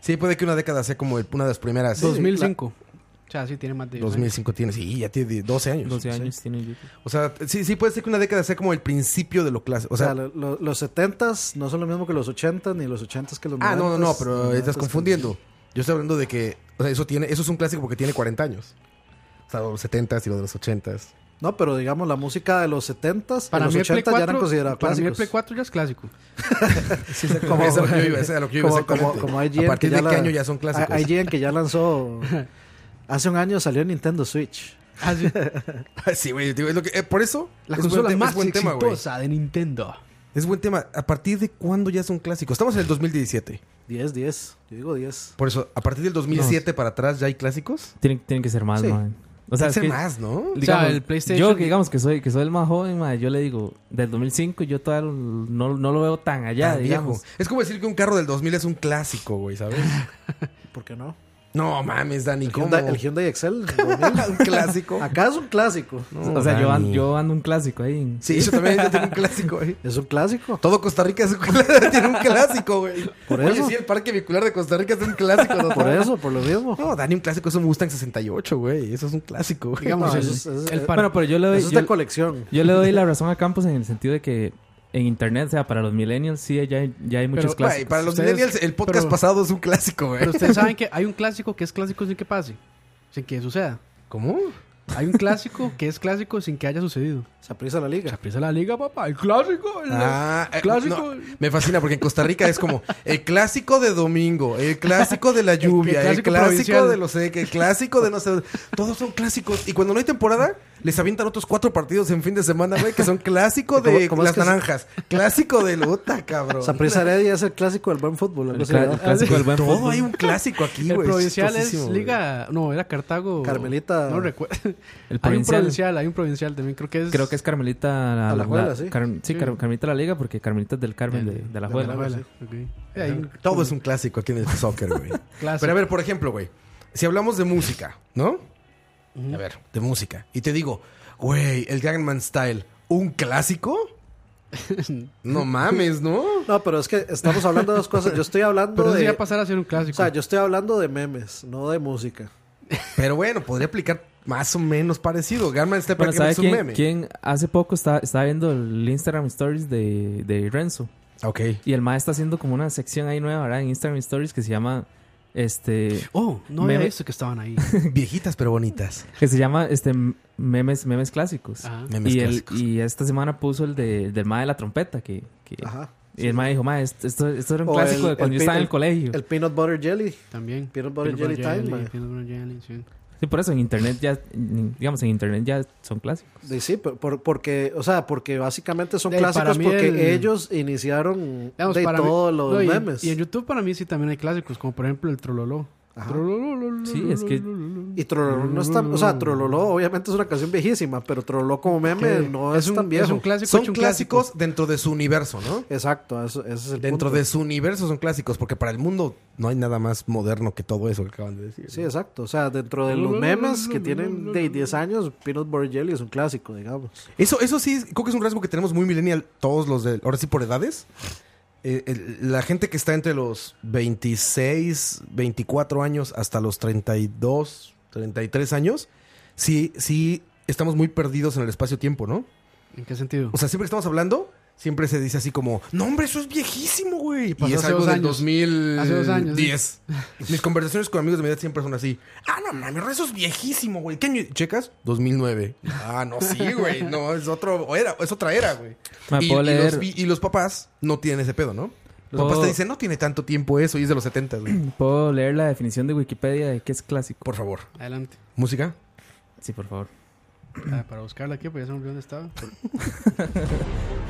[SPEAKER 4] Sí, puede que una década sea como el- una de las primeras.
[SPEAKER 6] 2005. O sea, sí tiene más de 10 años.
[SPEAKER 4] 2005 tiene, sí, ya tiene 12 años.
[SPEAKER 3] 12 años tiene YouTube.
[SPEAKER 4] O sea, sí, sí puede ser que una década sea como el principio de lo clásico. O sea,
[SPEAKER 5] lo- lo- los 70s no son lo mismo que los 80s ni los 80s que los 90s.
[SPEAKER 4] ah, no, no, no, pero
[SPEAKER 5] ni
[SPEAKER 4] estás
[SPEAKER 5] 90s.
[SPEAKER 4] confundiendo. Yo estoy hablando de que, o sea, eso tiene, eso es un clásico porque tiene 40 años. O sea, los 70s y los de los 80s.
[SPEAKER 5] No, pero digamos la música de los 70s
[SPEAKER 6] Para
[SPEAKER 5] y los
[SPEAKER 6] mí, el Play
[SPEAKER 5] 80s ya
[SPEAKER 6] 4,
[SPEAKER 5] eran considerados
[SPEAKER 6] para mí el
[SPEAKER 5] clásicos.
[SPEAKER 6] Play 4 ya es clásico.
[SPEAKER 4] Como eso es lo que yo iba, eso es lo que yo iba
[SPEAKER 5] como, como,
[SPEAKER 4] exactamente.
[SPEAKER 5] como IGN,
[SPEAKER 4] A partir
[SPEAKER 5] que
[SPEAKER 4] de
[SPEAKER 5] ya
[SPEAKER 4] qué
[SPEAKER 5] la-
[SPEAKER 4] año ya son clásicos.
[SPEAKER 5] a- IGN que ya lanzó hace un año salió Nintendo Switch.
[SPEAKER 6] Ah, sí.
[SPEAKER 4] sí, güey, digo, es lo que- eh, por eso
[SPEAKER 6] La
[SPEAKER 4] es
[SPEAKER 6] consola
[SPEAKER 4] buen te- es
[SPEAKER 6] más
[SPEAKER 4] buen tema, güey.
[SPEAKER 6] exitosa de Nintendo.
[SPEAKER 4] Es buen tema. ¿A partir de cuándo ya son clásicos? Estamos en el 2017.
[SPEAKER 5] 10, 10. Yo digo 10.
[SPEAKER 4] Por eso, ¿a partir del 2007 para atrás ya hay clásicos?
[SPEAKER 3] Tienen, tienen que ser más,
[SPEAKER 4] Sí.
[SPEAKER 3] man. O sea, es
[SPEAKER 4] Ser
[SPEAKER 3] que-
[SPEAKER 4] más, ¿no?
[SPEAKER 3] digamos,
[SPEAKER 6] el PlayStation-
[SPEAKER 3] Yo, que digamos que soy, que soy el más joven, ma, yo le digo, del 2005 yo todavía no, no lo veo tan allá,
[SPEAKER 4] Ah, viejo.
[SPEAKER 3] digamos.
[SPEAKER 4] Es como decir que un carro del 2000 es un clásico, güey, ¿sabes?
[SPEAKER 5] ¿Por qué no?
[SPEAKER 4] No mames, Dani,
[SPEAKER 5] El
[SPEAKER 4] ¿cómo?
[SPEAKER 5] Hyundai, el Hyundai Excel. 2000.
[SPEAKER 4] un clásico.
[SPEAKER 5] Acá es un clásico.
[SPEAKER 4] No,
[SPEAKER 3] o sea, yo,
[SPEAKER 4] Dani.
[SPEAKER 3] an- yo ando un clásico ahí.
[SPEAKER 4] Sí, yo también yo tengo un clásico, güey.
[SPEAKER 5] Es un clásico.
[SPEAKER 4] Todo Costa Rica es un cl- tiene un clásico, güey.
[SPEAKER 5] Por
[SPEAKER 4] Oye,
[SPEAKER 5] eso.
[SPEAKER 4] sí, el parque vehicular de Costa Rica es un clásico. ¿no?
[SPEAKER 5] Por eso, por lo mismo.
[SPEAKER 4] No, Dani, un clásico es un Mustang 68, güey. Eso es un clásico, güey.
[SPEAKER 6] Digamos,
[SPEAKER 5] No,
[SPEAKER 6] el,
[SPEAKER 5] eso es- eso es-
[SPEAKER 6] el par-
[SPEAKER 3] Bueno, pero yo le doy,
[SPEAKER 5] Eso es de
[SPEAKER 3] yo,
[SPEAKER 5] colección.
[SPEAKER 3] yo le doy la razón a Campos en el sentido de que en internet, o sea, para los millennials sí ya hay, ya hay muchos
[SPEAKER 4] Güey,
[SPEAKER 3] clásicos.
[SPEAKER 4] para los
[SPEAKER 6] Ustedes-
[SPEAKER 4] millennials, el podcast
[SPEAKER 6] pero-
[SPEAKER 4] pasado es un clásico, güey.
[SPEAKER 6] pero ustedes saben que hay un clásico que es clásico sin que pase. Sin que suceda.
[SPEAKER 4] ¿Cómo?
[SPEAKER 6] Hay un clásico que es clásico sin que haya sucedido.
[SPEAKER 5] Se aprisa la liga.
[SPEAKER 6] Chapiza la liga, papá. El clásico. El
[SPEAKER 4] Ah, eh,
[SPEAKER 6] clásico.
[SPEAKER 4] no, me fascina porque en Costa Rica es como el clásico de domingo, el clásico de la lluvia, el
[SPEAKER 6] clásico
[SPEAKER 4] clásico,
[SPEAKER 6] provincial.
[SPEAKER 4] de los que el clásico de no sé. dónde. Todos son clásicos. Y cuando no hay temporada, les avientan otros cuatro partidos en fin de semana, güey, que son clásico
[SPEAKER 5] ¿Cómo-
[SPEAKER 4] de
[SPEAKER 5] cómo es
[SPEAKER 4] las
[SPEAKER 5] que se-
[SPEAKER 4] naranjas, clásico de luta, cabrón.
[SPEAKER 5] Saprissa Heredia es el clásico del buen fútbol. algo
[SPEAKER 3] El,
[SPEAKER 5] así,
[SPEAKER 3] cla-
[SPEAKER 5] ¿verdad?
[SPEAKER 3] el clásico del buen
[SPEAKER 4] Todo
[SPEAKER 3] fútbol.
[SPEAKER 4] hay un clásico aquí,
[SPEAKER 6] El
[SPEAKER 4] güey.
[SPEAKER 6] provincial es
[SPEAKER 4] chistosísimo, güey.
[SPEAKER 6] Liga. No, era Cartago.
[SPEAKER 5] Carmelita.
[SPEAKER 6] No recuerdo.
[SPEAKER 3] El
[SPEAKER 6] Hay un
[SPEAKER 3] provincial.
[SPEAKER 6] provincial, hay un provincial también. Creo que es.
[SPEAKER 3] Creo que es Carmelita la,
[SPEAKER 5] Alajuela,
[SPEAKER 3] la-
[SPEAKER 5] sí.
[SPEAKER 3] Carm- sí,
[SPEAKER 6] Sí.
[SPEAKER 3] Car- Carmelita la Liga, porque Carmelita es del Carmen de, de la Juela.
[SPEAKER 6] Bueno, bueno, ok. Sí, Eh,
[SPEAKER 3] Eh,
[SPEAKER 6] hay un
[SPEAKER 4] Todo es un clásico aquí en el soccer, güey.
[SPEAKER 6] clásico.
[SPEAKER 4] Pero a ver, por ejemplo, güey, si hablamos de música, ¿no? A ver, de música. Y te digo, güey, el Gangman Style, ¿un clásico? no mames, ¿no?
[SPEAKER 5] No, pero es que estamos hablando de dos cosas. Yo estoy hablando
[SPEAKER 6] Pero eso
[SPEAKER 5] de.
[SPEAKER 6] sí ya pasar a ser un
[SPEAKER 5] O
[SPEAKER 6] clásico.
[SPEAKER 5] sea, yo estoy hablando de memes, no de música.
[SPEAKER 4] Pero bueno, podría aplicar más o menos parecido. Gangman Style
[SPEAKER 3] Bueno, ¿sabe
[SPEAKER 4] prácticamente es un
[SPEAKER 3] quién,
[SPEAKER 4] meme.
[SPEAKER 3] quién hace poco está, está viendo el Instagram Stories de, de Renzo?
[SPEAKER 4] Ok.
[SPEAKER 3] Y el maestro está haciendo como una sección ahí nueva, ¿verdad? En Instagram Stories que se llama... Este...
[SPEAKER 6] Oh, no había
[SPEAKER 3] Meme.
[SPEAKER 6] visto que estaban ahí.
[SPEAKER 4] Viejitas pero bonitas.
[SPEAKER 3] Que se llama este, memes, memes clásicos.
[SPEAKER 6] Ajá.
[SPEAKER 4] Memes
[SPEAKER 3] y, el-
[SPEAKER 4] clásicos.
[SPEAKER 3] y esta semana puso el de, del mae de la trompeta. Que, que-
[SPEAKER 5] Ajá.
[SPEAKER 3] y el mae dijo, mae, esto, esto, esto era un
[SPEAKER 5] O
[SPEAKER 3] clásico
[SPEAKER 5] el-
[SPEAKER 3] de cuando
[SPEAKER 5] el
[SPEAKER 3] yo estaba
[SPEAKER 5] pin-
[SPEAKER 3] en el colegio.
[SPEAKER 5] El peanut butter jelly.
[SPEAKER 6] También.
[SPEAKER 5] Peanut butter jelly time, man.
[SPEAKER 6] Peanut butter jelly, sí.
[SPEAKER 3] Sí, por eso en internet ya, digamos, en internet ya son clásicos.
[SPEAKER 5] Sí, sí, por- por- porque, o sea, porque básicamente son
[SPEAKER 6] De- para
[SPEAKER 5] clásicos
[SPEAKER 6] mí
[SPEAKER 5] porque
[SPEAKER 6] el-
[SPEAKER 5] ellos iniciaron
[SPEAKER 6] Digamos,
[SPEAKER 5] de
[SPEAKER 6] para mí-
[SPEAKER 5] todos los
[SPEAKER 6] no, y,
[SPEAKER 5] memes.
[SPEAKER 6] Y en YouTube para mí sí también hay clásicos, como por ejemplo el Trololó. Trololó,
[SPEAKER 3] Sí, es que-
[SPEAKER 6] lololó.
[SPEAKER 5] Y Trololó no es tan, o sea, Trololó obviamente es una canción viejísima, pero Trololó como meme
[SPEAKER 6] Que
[SPEAKER 5] no es,
[SPEAKER 6] un,
[SPEAKER 5] tan viejo.
[SPEAKER 6] Es un clásico
[SPEAKER 4] Son
[SPEAKER 6] hecho un
[SPEAKER 4] clásicos
[SPEAKER 6] clásico.
[SPEAKER 4] dentro de su universo, ¿no?
[SPEAKER 5] Exacto, eso, ese es el
[SPEAKER 4] Dentro
[SPEAKER 5] punto.
[SPEAKER 4] de su universo son clásicos, porque para el mundo no hay nada más moderno que todo eso que acaban de decir.
[SPEAKER 5] Sí, exacto, o sea, dentro de los memes que tienen de 10 años, Peanut Butter Jelly es un clásico, digamos.
[SPEAKER 4] Eso, eso sí, es- creo que es un rasgo que tenemos muy millennial todos los de... Ahora sí, por edades. Eh, el- la gente que está entre los 26, 24 años hasta los 32, 33 años, sí, sí estamos muy perdidos en el espacio-tiempo, ¿no?
[SPEAKER 6] ¿En qué sentido?
[SPEAKER 4] O sea, siempre que estamos hablando, siempre se dice así como, no, hombre, eso es viejísimo, güey.
[SPEAKER 6] pasó
[SPEAKER 4] Y es
[SPEAKER 6] hace
[SPEAKER 4] algo
[SPEAKER 6] dos
[SPEAKER 4] del
[SPEAKER 6] años.
[SPEAKER 4] 2010.
[SPEAKER 6] Hace dos años, sí.
[SPEAKER 4] Mis conversaciones con amigos de mi edad siempre son así. Ah, no, mames, eso es viejísimo, güey. ¿Qué año checas? 2009. Ah, no, sí, güey. No, es otro, o era, es otra era, güey.
[SPEAKER 3] Ma,
[SPEAKER 4] Y,
[SPEAKER 3] puedo
[SPEAKER 4] y
[SPEAKER 3] leer-
[SPEAKER 4] los, vi- y los papás no tienen ese pedo, ¿no? Los
[SPEAKER 3] Puedo-
[SPEAKER 4] papás te dicen, no tiene tanto tiempo eso y es de los 70, güey.
[SPEAKER 3] ¿Puedo leer la definición de Wikipedia de qué es clásico?
[SPEAKER 4] Por favor.
[SPEAKER 6] Adelante.
[SPEAKER 4] ¿Música?
[SPEAKER 3] Sí, por favor.
[SPEAKER 6] Ah, para buscarla aquí, pues ya se me olvidó dónde estaba.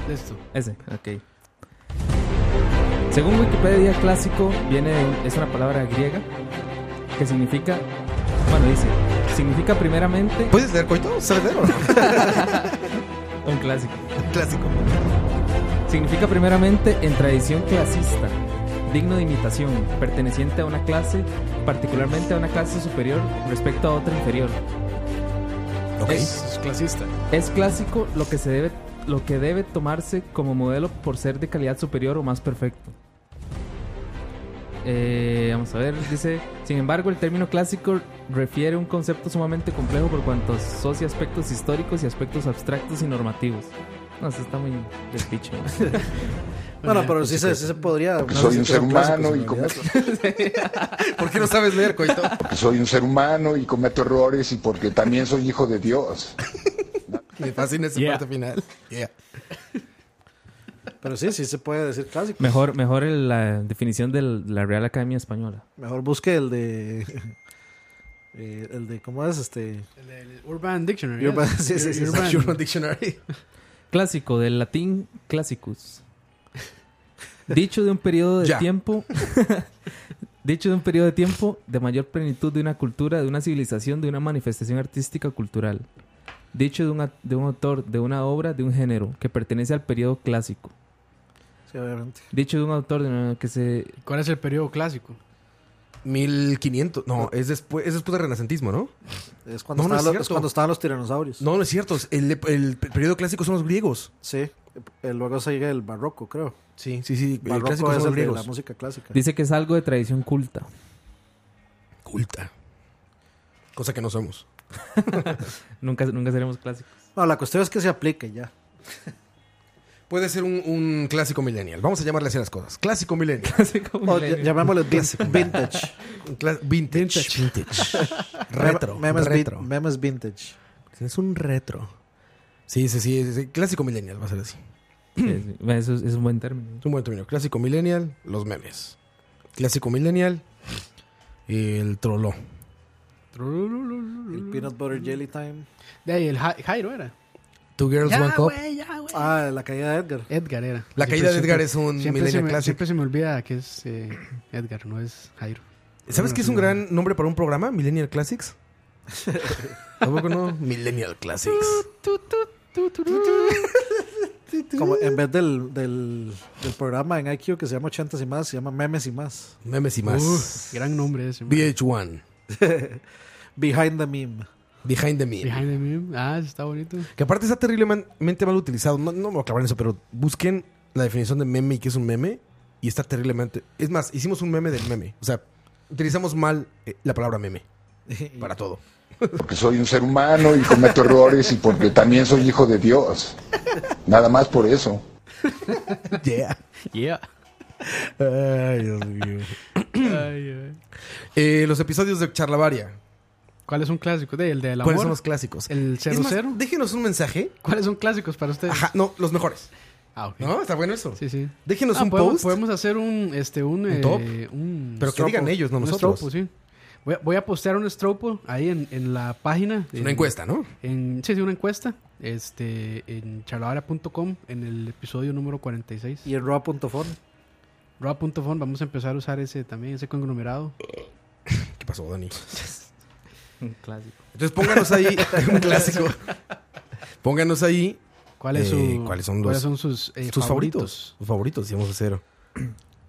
[SPEAKER 6] Listo.
[SPEAKER 3] Ese, ok. Según Wikipedia, clásico viene de- es una palabra griega que significa, bueno, dice, significa primeramente
[SPEAKER 4] ¿Puedes leer coito? ¿Sabes leer o no?
[SPEAKER 3] un clásico.
[SPEAKER 4] Clásico.
[SPEAKER 3] Significa primeramente en tradición clasista, digno de imitación, perteneciente a una clase, particularmente a una clase superior respecto a otra inferior.
[SPEAKER 4] Ok.
[SPEAKER 6] Es, es clasista.
[SPEAKER 3] Es clásico lo que se debe lo que debe tomarse como modelo por ser de calidad superior o más perfecto. Eh, vamos a ver, dice, sin embargo, el término clásico refiere a un concepto sumamente complejo por cuanto asocia aspectos históricos y aspectos abstractos y normativos. No, eso está muy despicho.
[SPEAKER 5] Bueno,
[SPEAKER 6] pues
[SPEAKER 5] pero sí se, sí se podría...
[SPEAKER 9] Porque
[SPEAKER 5] no,
[SPEAKER 9] soy
[SPEAKER 5] sí
[SPEAKER 9] un
[SPEAKER 5] que
[SPEAKER 9] ser
[SPEAKER 5] son clásicos,
[SPEAKER 9] humano
[SPEAKER 5] en
[SPEAKER 9] y cometo,
[SPEAKER 5] realidad.
[SPEAKER 4] ¿Por qué no sabes leer coito?
[SPEAKER 9] porque soy un ser humano y cometo errores y porque también soy hijo de Dios.
[SPEAKER 4] Me fascina esa
[SPEAKER 3] Yeah.
[SPEAKER 4] parte final. Yeah.
[SPEAKER 5] Pero sí, sí se puede decir clásico.
[SPEAKER 3] Mejor, mejor el- la definición del- de la Real Academia Española.
[SPEAKER 5] Mejor busque el de... eh, el de, ¿cómo es? Este...
[SPEAKER 6] El, el Urban Dictionary.
[SPEAKER 5] Urban-
[SPEAKER 6] yes.
[SPEAKER 5] sí, sí, sí, sí.
[SPEAKER 6] Urban-
[SPEAKER 4] Urban Dictionary.
[SPEAKER 3] Clásico, del latín classicus. Dicho de un periodo de
[SPEAKER 4] Ya.
[SPEAKER 3] tiempo. dicho de un periodo de tiempo de mayor plenitud de una cultura, de una civilización, de una manifestación artística o cultural. Dicho de un, a- de un autor, de una obra, de un género, que pertenece al periodo clásico.
[SPEAKER 5] Sí, obviamente.
[SPEAKER 3] Dicho de un autor de una- que se.
[SPEAKER 6] ¿Cuál es el periodo clásico?
[SPEAKER 4] 1500. No, es después, es después del renacentismo, ¿no?
[SPEAKER 5] Es cuando,
[SPEAKER 4] No, no
[SPEAKER 5] estaban
[SPEAKER 4] es
[SPEAKER 5] los-
[SPEAKER 4] cierto.
[SPEAKER 5] es cuando estaban los tiranosaurios.
[SPEAKER 4] No, no es cierto. es El, el periodo clásico son los griegos.
[SPEAKER 5] Sí. Eh, luego sigue el barroco, creo.
[SPEAKER 4] Sí, sí, sí. El
[SPEAKER 5] Barroco
[SPEAKER 4] clásico
[SPEAKER 5] es
[SPEAKER 4] son los
[SPEAKER 5] el de la
[SPEAKER 4] griegos.
[SPEAKER 5] música clásica.
[SPEAKER 3] Dice que es algo de tradición culta.
[SPEAKER 4] Culta. Cosa que no somos.
[SPEAKER 3] Nunca, nunca seremos clásicos.
[SPEAKER 5] No, la cuestión es que se aplique ya.
[SPEAKER 4] Puede ser un, un clásico millennial. Vamos a llamarle así las cosas. Clásico millennial.
[SPEAKER 3] Así como
[SPEAKER 5] O
[SPEAKER 3] le-
[SPEAKER 5] ll- llamémosle vin- vintage.
[SPEAKER 4] Un cla- vintage. Vintage. retro.
[SPEAKER 5] Memes, vin-
[SPEAKER 4] retro.
[SPEAKER 5] memes vintage.
[SPEAKER 4] Es un retro. Sí, sí, sí. sí, sí. Clásico millennial va a ser así.
[SPEAKER 3] Sí, sí. Bueno, Eso es, es un buen término.
[SPEAKER 4] Es un buen término. Clásico millennial, los memes. Clásico millennial, el troló.
[SPEAKER 5] El peanut butter jelly time.
[SPEAKER 6] De ahí, el Ja- Jairo era.
[SPEAKER 4] Two Girls, One Cup.
[SPEAKER 5] Ah, la caída de Edgar.
[SPEAKER 6] Edgar era.
[SPEAKER 4] La caída de Edgar es un
[SPEAKER 6] siempre se
[SPEAKER 4] millennial
[SPEAKER 6] me,
[SPEAKER 4] clásico.
[SPEAKER 6] Siempre se me olvida que es eh, Edgar, no es Jairo.
[SPEAKER 4] ¿Sabes qué es un gran nombre para un programa? Millennial Classics. ¿Tampoco no? Millennial Classics.
[SPEAKER 5] Como en vez del, del, del programa en IQ que se llama 80 y más, se llama Memes y más.
[SPEAKER 4] Memes y más.
[SPEAKER 6] Uf, gran nombre ese. man.
[SPEAKER 4] VH1.
[SPEAKER 5] Behind the meme.
[SPEAKER 4] Behind the Meme.
[SPEAKER 6] Behind the Meme. Ah, ese está bonito.
[SPEAKER 4] Que aparte está terriblemente mal utilizado. No, no me voy a clavar en eso, pero busquen la definición de meme y qué es un meme. Y está terriblemente. Es más, hicimos un meme del meme. O sea, utilizamos mal eh, la palabra meme. Para todo.
[SPEAKER 9] porque soy un ser humano y cometo errores y porque también soy hijo de Dios. Nada más por eso.
[SPEAKER 4] Yeah.
[SPEAKER 6] Yeah.
[SPEAKER 4] Ay, Dios mío.
[SPEAKER 6] Ay, ay.
[SPEAKER 4] Eh, los episodios de Charlavaria.
[SPEAKER 6] ¿Cuál es un clásico? De, el del amor.
[SPEAKER 4] ¿Cuáles son los clásicos?
[SPEAKER 6] El
[SPEAKER 4] Es más,
[SPEAKER 6] 00.
[SPEAKER 4] déjenos un mensaje.
[SPEAKER 6] ¿Cuáles son clásicos para ustedes?
[SPEAKER 4] Ajá, no, los mejores.
[SPEAKER 6] Ah, ok.
[SPEAKER 4] ¿No? Está bueno eso.
[SPEAKER 6] Sí, sí.
[SPEAKER 4] Déjenos
[SPEAKER 6] Ah,
[SPEAKER 4] un
[SPEAKER 6] podemos,
[SPEAKER 4] post.
[SPEAKER 6] podemos hacer un este un, eh,
[SPEAKER 4] top.
[SPEAKER 6] un
[SPEAKER 4] Pero que digan ellos, no
[SPEAKER 6] un
[SPEAKER 4] nosotros.
[SPEAKER 6] stropo, sí. Voy a, voy a postear un stropo ahí en, en la página.
[SPEAKER 4] Es
[SPEAKER 6] en-
[SPEAKER 4] Una encuesta, ¿no?
[SPEAKER 6] En, sí, sí, una encuesta. Este, en charlavara.com en el episodio número 46.
[SPEAKER 5] Y en raw.fun.
[SPEAKER 6] Roa.fon, vamos a empezar a usar ese también, ese conglomerado.
[SPEAKER 4] ¿Qué pasó, Dani?
[SPEAKER 3] Un clásico.
[SPEAKER 4] Entonces pónganos ahí un clásico. Pónganos ahí
[SPEAKER 6] ¿Cuál es
[SPEAKER 4] Eh,
[SPEAKER 6] su-
[SPEAKER 4] ¿cuáles son los-
[SPEAKER 6] sus, eh,
[SPEAKER 4] sus favoritos. Sus favoritos, y vamos a hacer.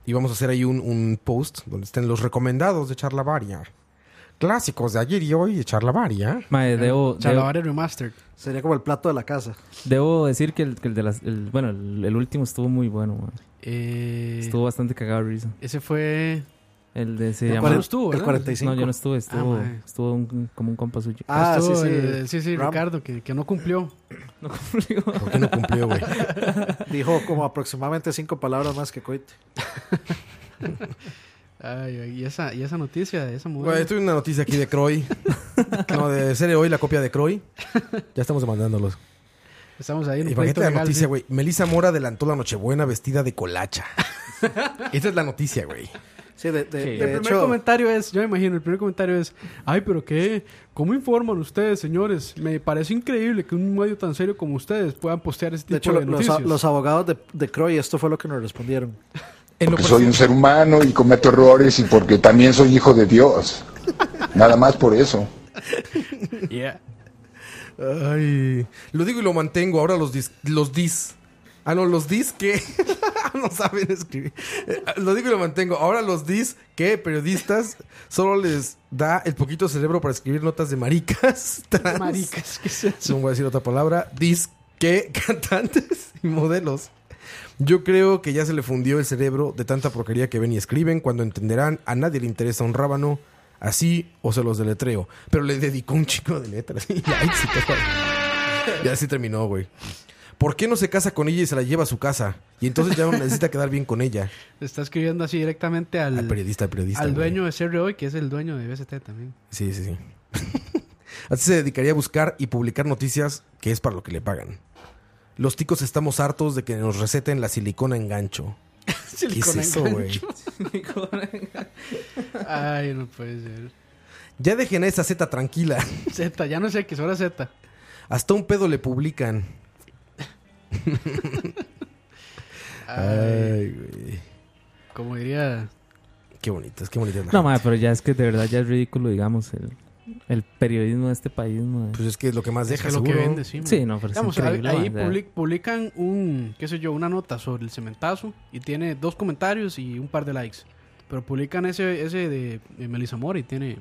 [SPEAKER 4] Y vamos a hacer ahí un, un post donde estén los recomendados de Charlavaria. Clásicos de ayer y hoy de Charlavaria.
[SPEAKER 3] Mae, debo, debo,
[SPEAKER 6] Charlavara Remastered.
[SPEAKER 5] Sería como el plato de la casa.
[SPEAKER 3] debo decir que el, que el de las. el- bueno, el, el último estuvo muy bueno, mae.
[SPEAKER 6] Eh,
[SPEAKER 3] Estuvo bastante cagado de risa.
[SPEAKER 6] Ese fue.
[SPEAKER 3] El de se
[SPEAKER 5] El
[SPEAKER 3] llama.
[SPEAKER 5] cuarenta-
[SPEAKER 6] estuvo,
[SPEAKER 5] el
[SPEAKER 6] ¿verdad?
[SPEAKER 5] 45.
[SPEAKER 3] No, yo no estuve, estuvo,
[SPEAKER 6] mae.
[SPEAKER 3] estuvo un- como un compa suyo.
[SPEAKER 5] Ah,
[SPEAKER 6] estuvo
[SPEAKER 5] sí, sí.
[SPEAKER 6] el- sí, sí,
[SPEAKER 5] Ram
[SPEAKER 6] Ricardo, que, que no cumplió.
[SPEAKER 3] No cumplió.
[SPEAKER 4] ¿Por qué no cumplió, güey?
[SPEAKER 5] Dijo como aproximadamente cinco palabras más que coite.
[SPEAKER 6] Ay, ay, y, esa, y esa noticia de esa mujer.
[SPEAKER 4] Güey, estoy en una noticia aquí de Croy. No, de serie hoy, la copia de Croy. Ya estamos demandándolos.
[SPEAKER 6] Estamos ahí en un
[SPEAKER 4] Imagínate
[SPEAKER 6] proyecto
[SPEAKER 4] la
[SPEAKER 6] legal.
[SPEAKER 4] noticia,
[SPEAKER 6] sí.
[SPEAKER 4] güey. Melissa Mora adelantó la Nochebuena vestida de colacha. Esta es la noticia, güey.
[SPEAKER 5] Sí, de, de, de
[SPEAKER 6] El primer
[SPEAKER 5] hecho,
[SPEAKER 6] comentario es, yo me imagino, el primer comentario es, ay, pero qué, ¿cómo informan ustedes, señores? Me parece increíble que un medio tan serio como ustedes puedan postear ese tipo de,
[SPEAKER 5] de, hecho, lo- los,
[SPEAKER 6] noticias.
[SPEAKER 5] los abogados de, de Croy, esto fue lo que nos respondieron.
[SPEAKER 4] En lo
[SPEAKER 9] Porque soy un ser humano y cometo errores y porque también soy hijo de Dios. Nada más por eso.
[SPEAKER 6] Yeah.
[SPEAKER 4] Ay, lo digo y lo mantengo. Ahora los dis. Los dis. Ah, no, los dis que. no saben escribir. Eh, Lo digo y lo mantengo. Ahora los dis que periodistas solo les da el poquito cerebro para escribir notas de maricas. trans.
[SPEAKER 6] Maricas, ¿qué es eso?
[SPEAKER 4] No voy a decir otra palabra. Dis que cantantes y modelos. Yo creo que ya se le fundió el cerebro de tanta porquería que ven y escriben. Cuando entenderán, a nadie le interesa un rábano. Así o se los deletreo. Pero le dedicó un chico de letras. Y ahí sí te- ya así terminó, güey. ¿Por qué no se casa con ella y se la lleva a su casa? Y entonces ya no necesita quedar bien con ella.
[SPEAKER 6] Le está escribiendo así directamente al,
[SPEAKER 4] Al periodista, al periodista.
[SPEAKER 6] al
[SPEAKER 4] güey.
[SPEAKER 6] dueño de CROI, que es el dueño de BST también.
[SPEAKER 4] Sí, sí, sí. Así se dedicaría a buscar y publicar noticias que es para lo que le pagan. Los ticos estamos hartos de que nos receten la silicona en gancho. ¿Qué es eso, güey?
[SPEAKER 6] Ay, no puede ser.
[SPEAKER 4] Ya dejen a esa Z tranquila.
[SPEAKER 6] Z, ya no sé qué, ahora Z.
[SPEAKER 4] Hasta un pedo le publican. Ay, güey.
[SPEAKER 6] Como diría...
[SPEAKER 4] Qué bonito, es que bonito.
[SPEAKER 3] No, mae, pero ya es que de verdad ya es ridículo, digamos, el, el periodismo de este país, mae.
[SPEAKER 4] Pues es que es lo que más
[SPEAKER 6] Es
[SPEAKER 4] deja,
[SPEAKER 6] que lo que
[SPEAKER 4] seguro.
[SPEAKER 6] vende, sí. man.
[SPEAKER 3] Sí, no, pero es
[SPEAKER 6] Digamos, ahí
[SPEAKER 3] increíble, mae,
[SPEAKER 6] ahí
[SPEAKER 3] ya.
[SPEAKER 6] public- publican un, qué sé yo, una nota sobre el cementazo y tiene dos comentarios y un par de likes. Pero publican ese, ese de, de Melissa Mora y tiene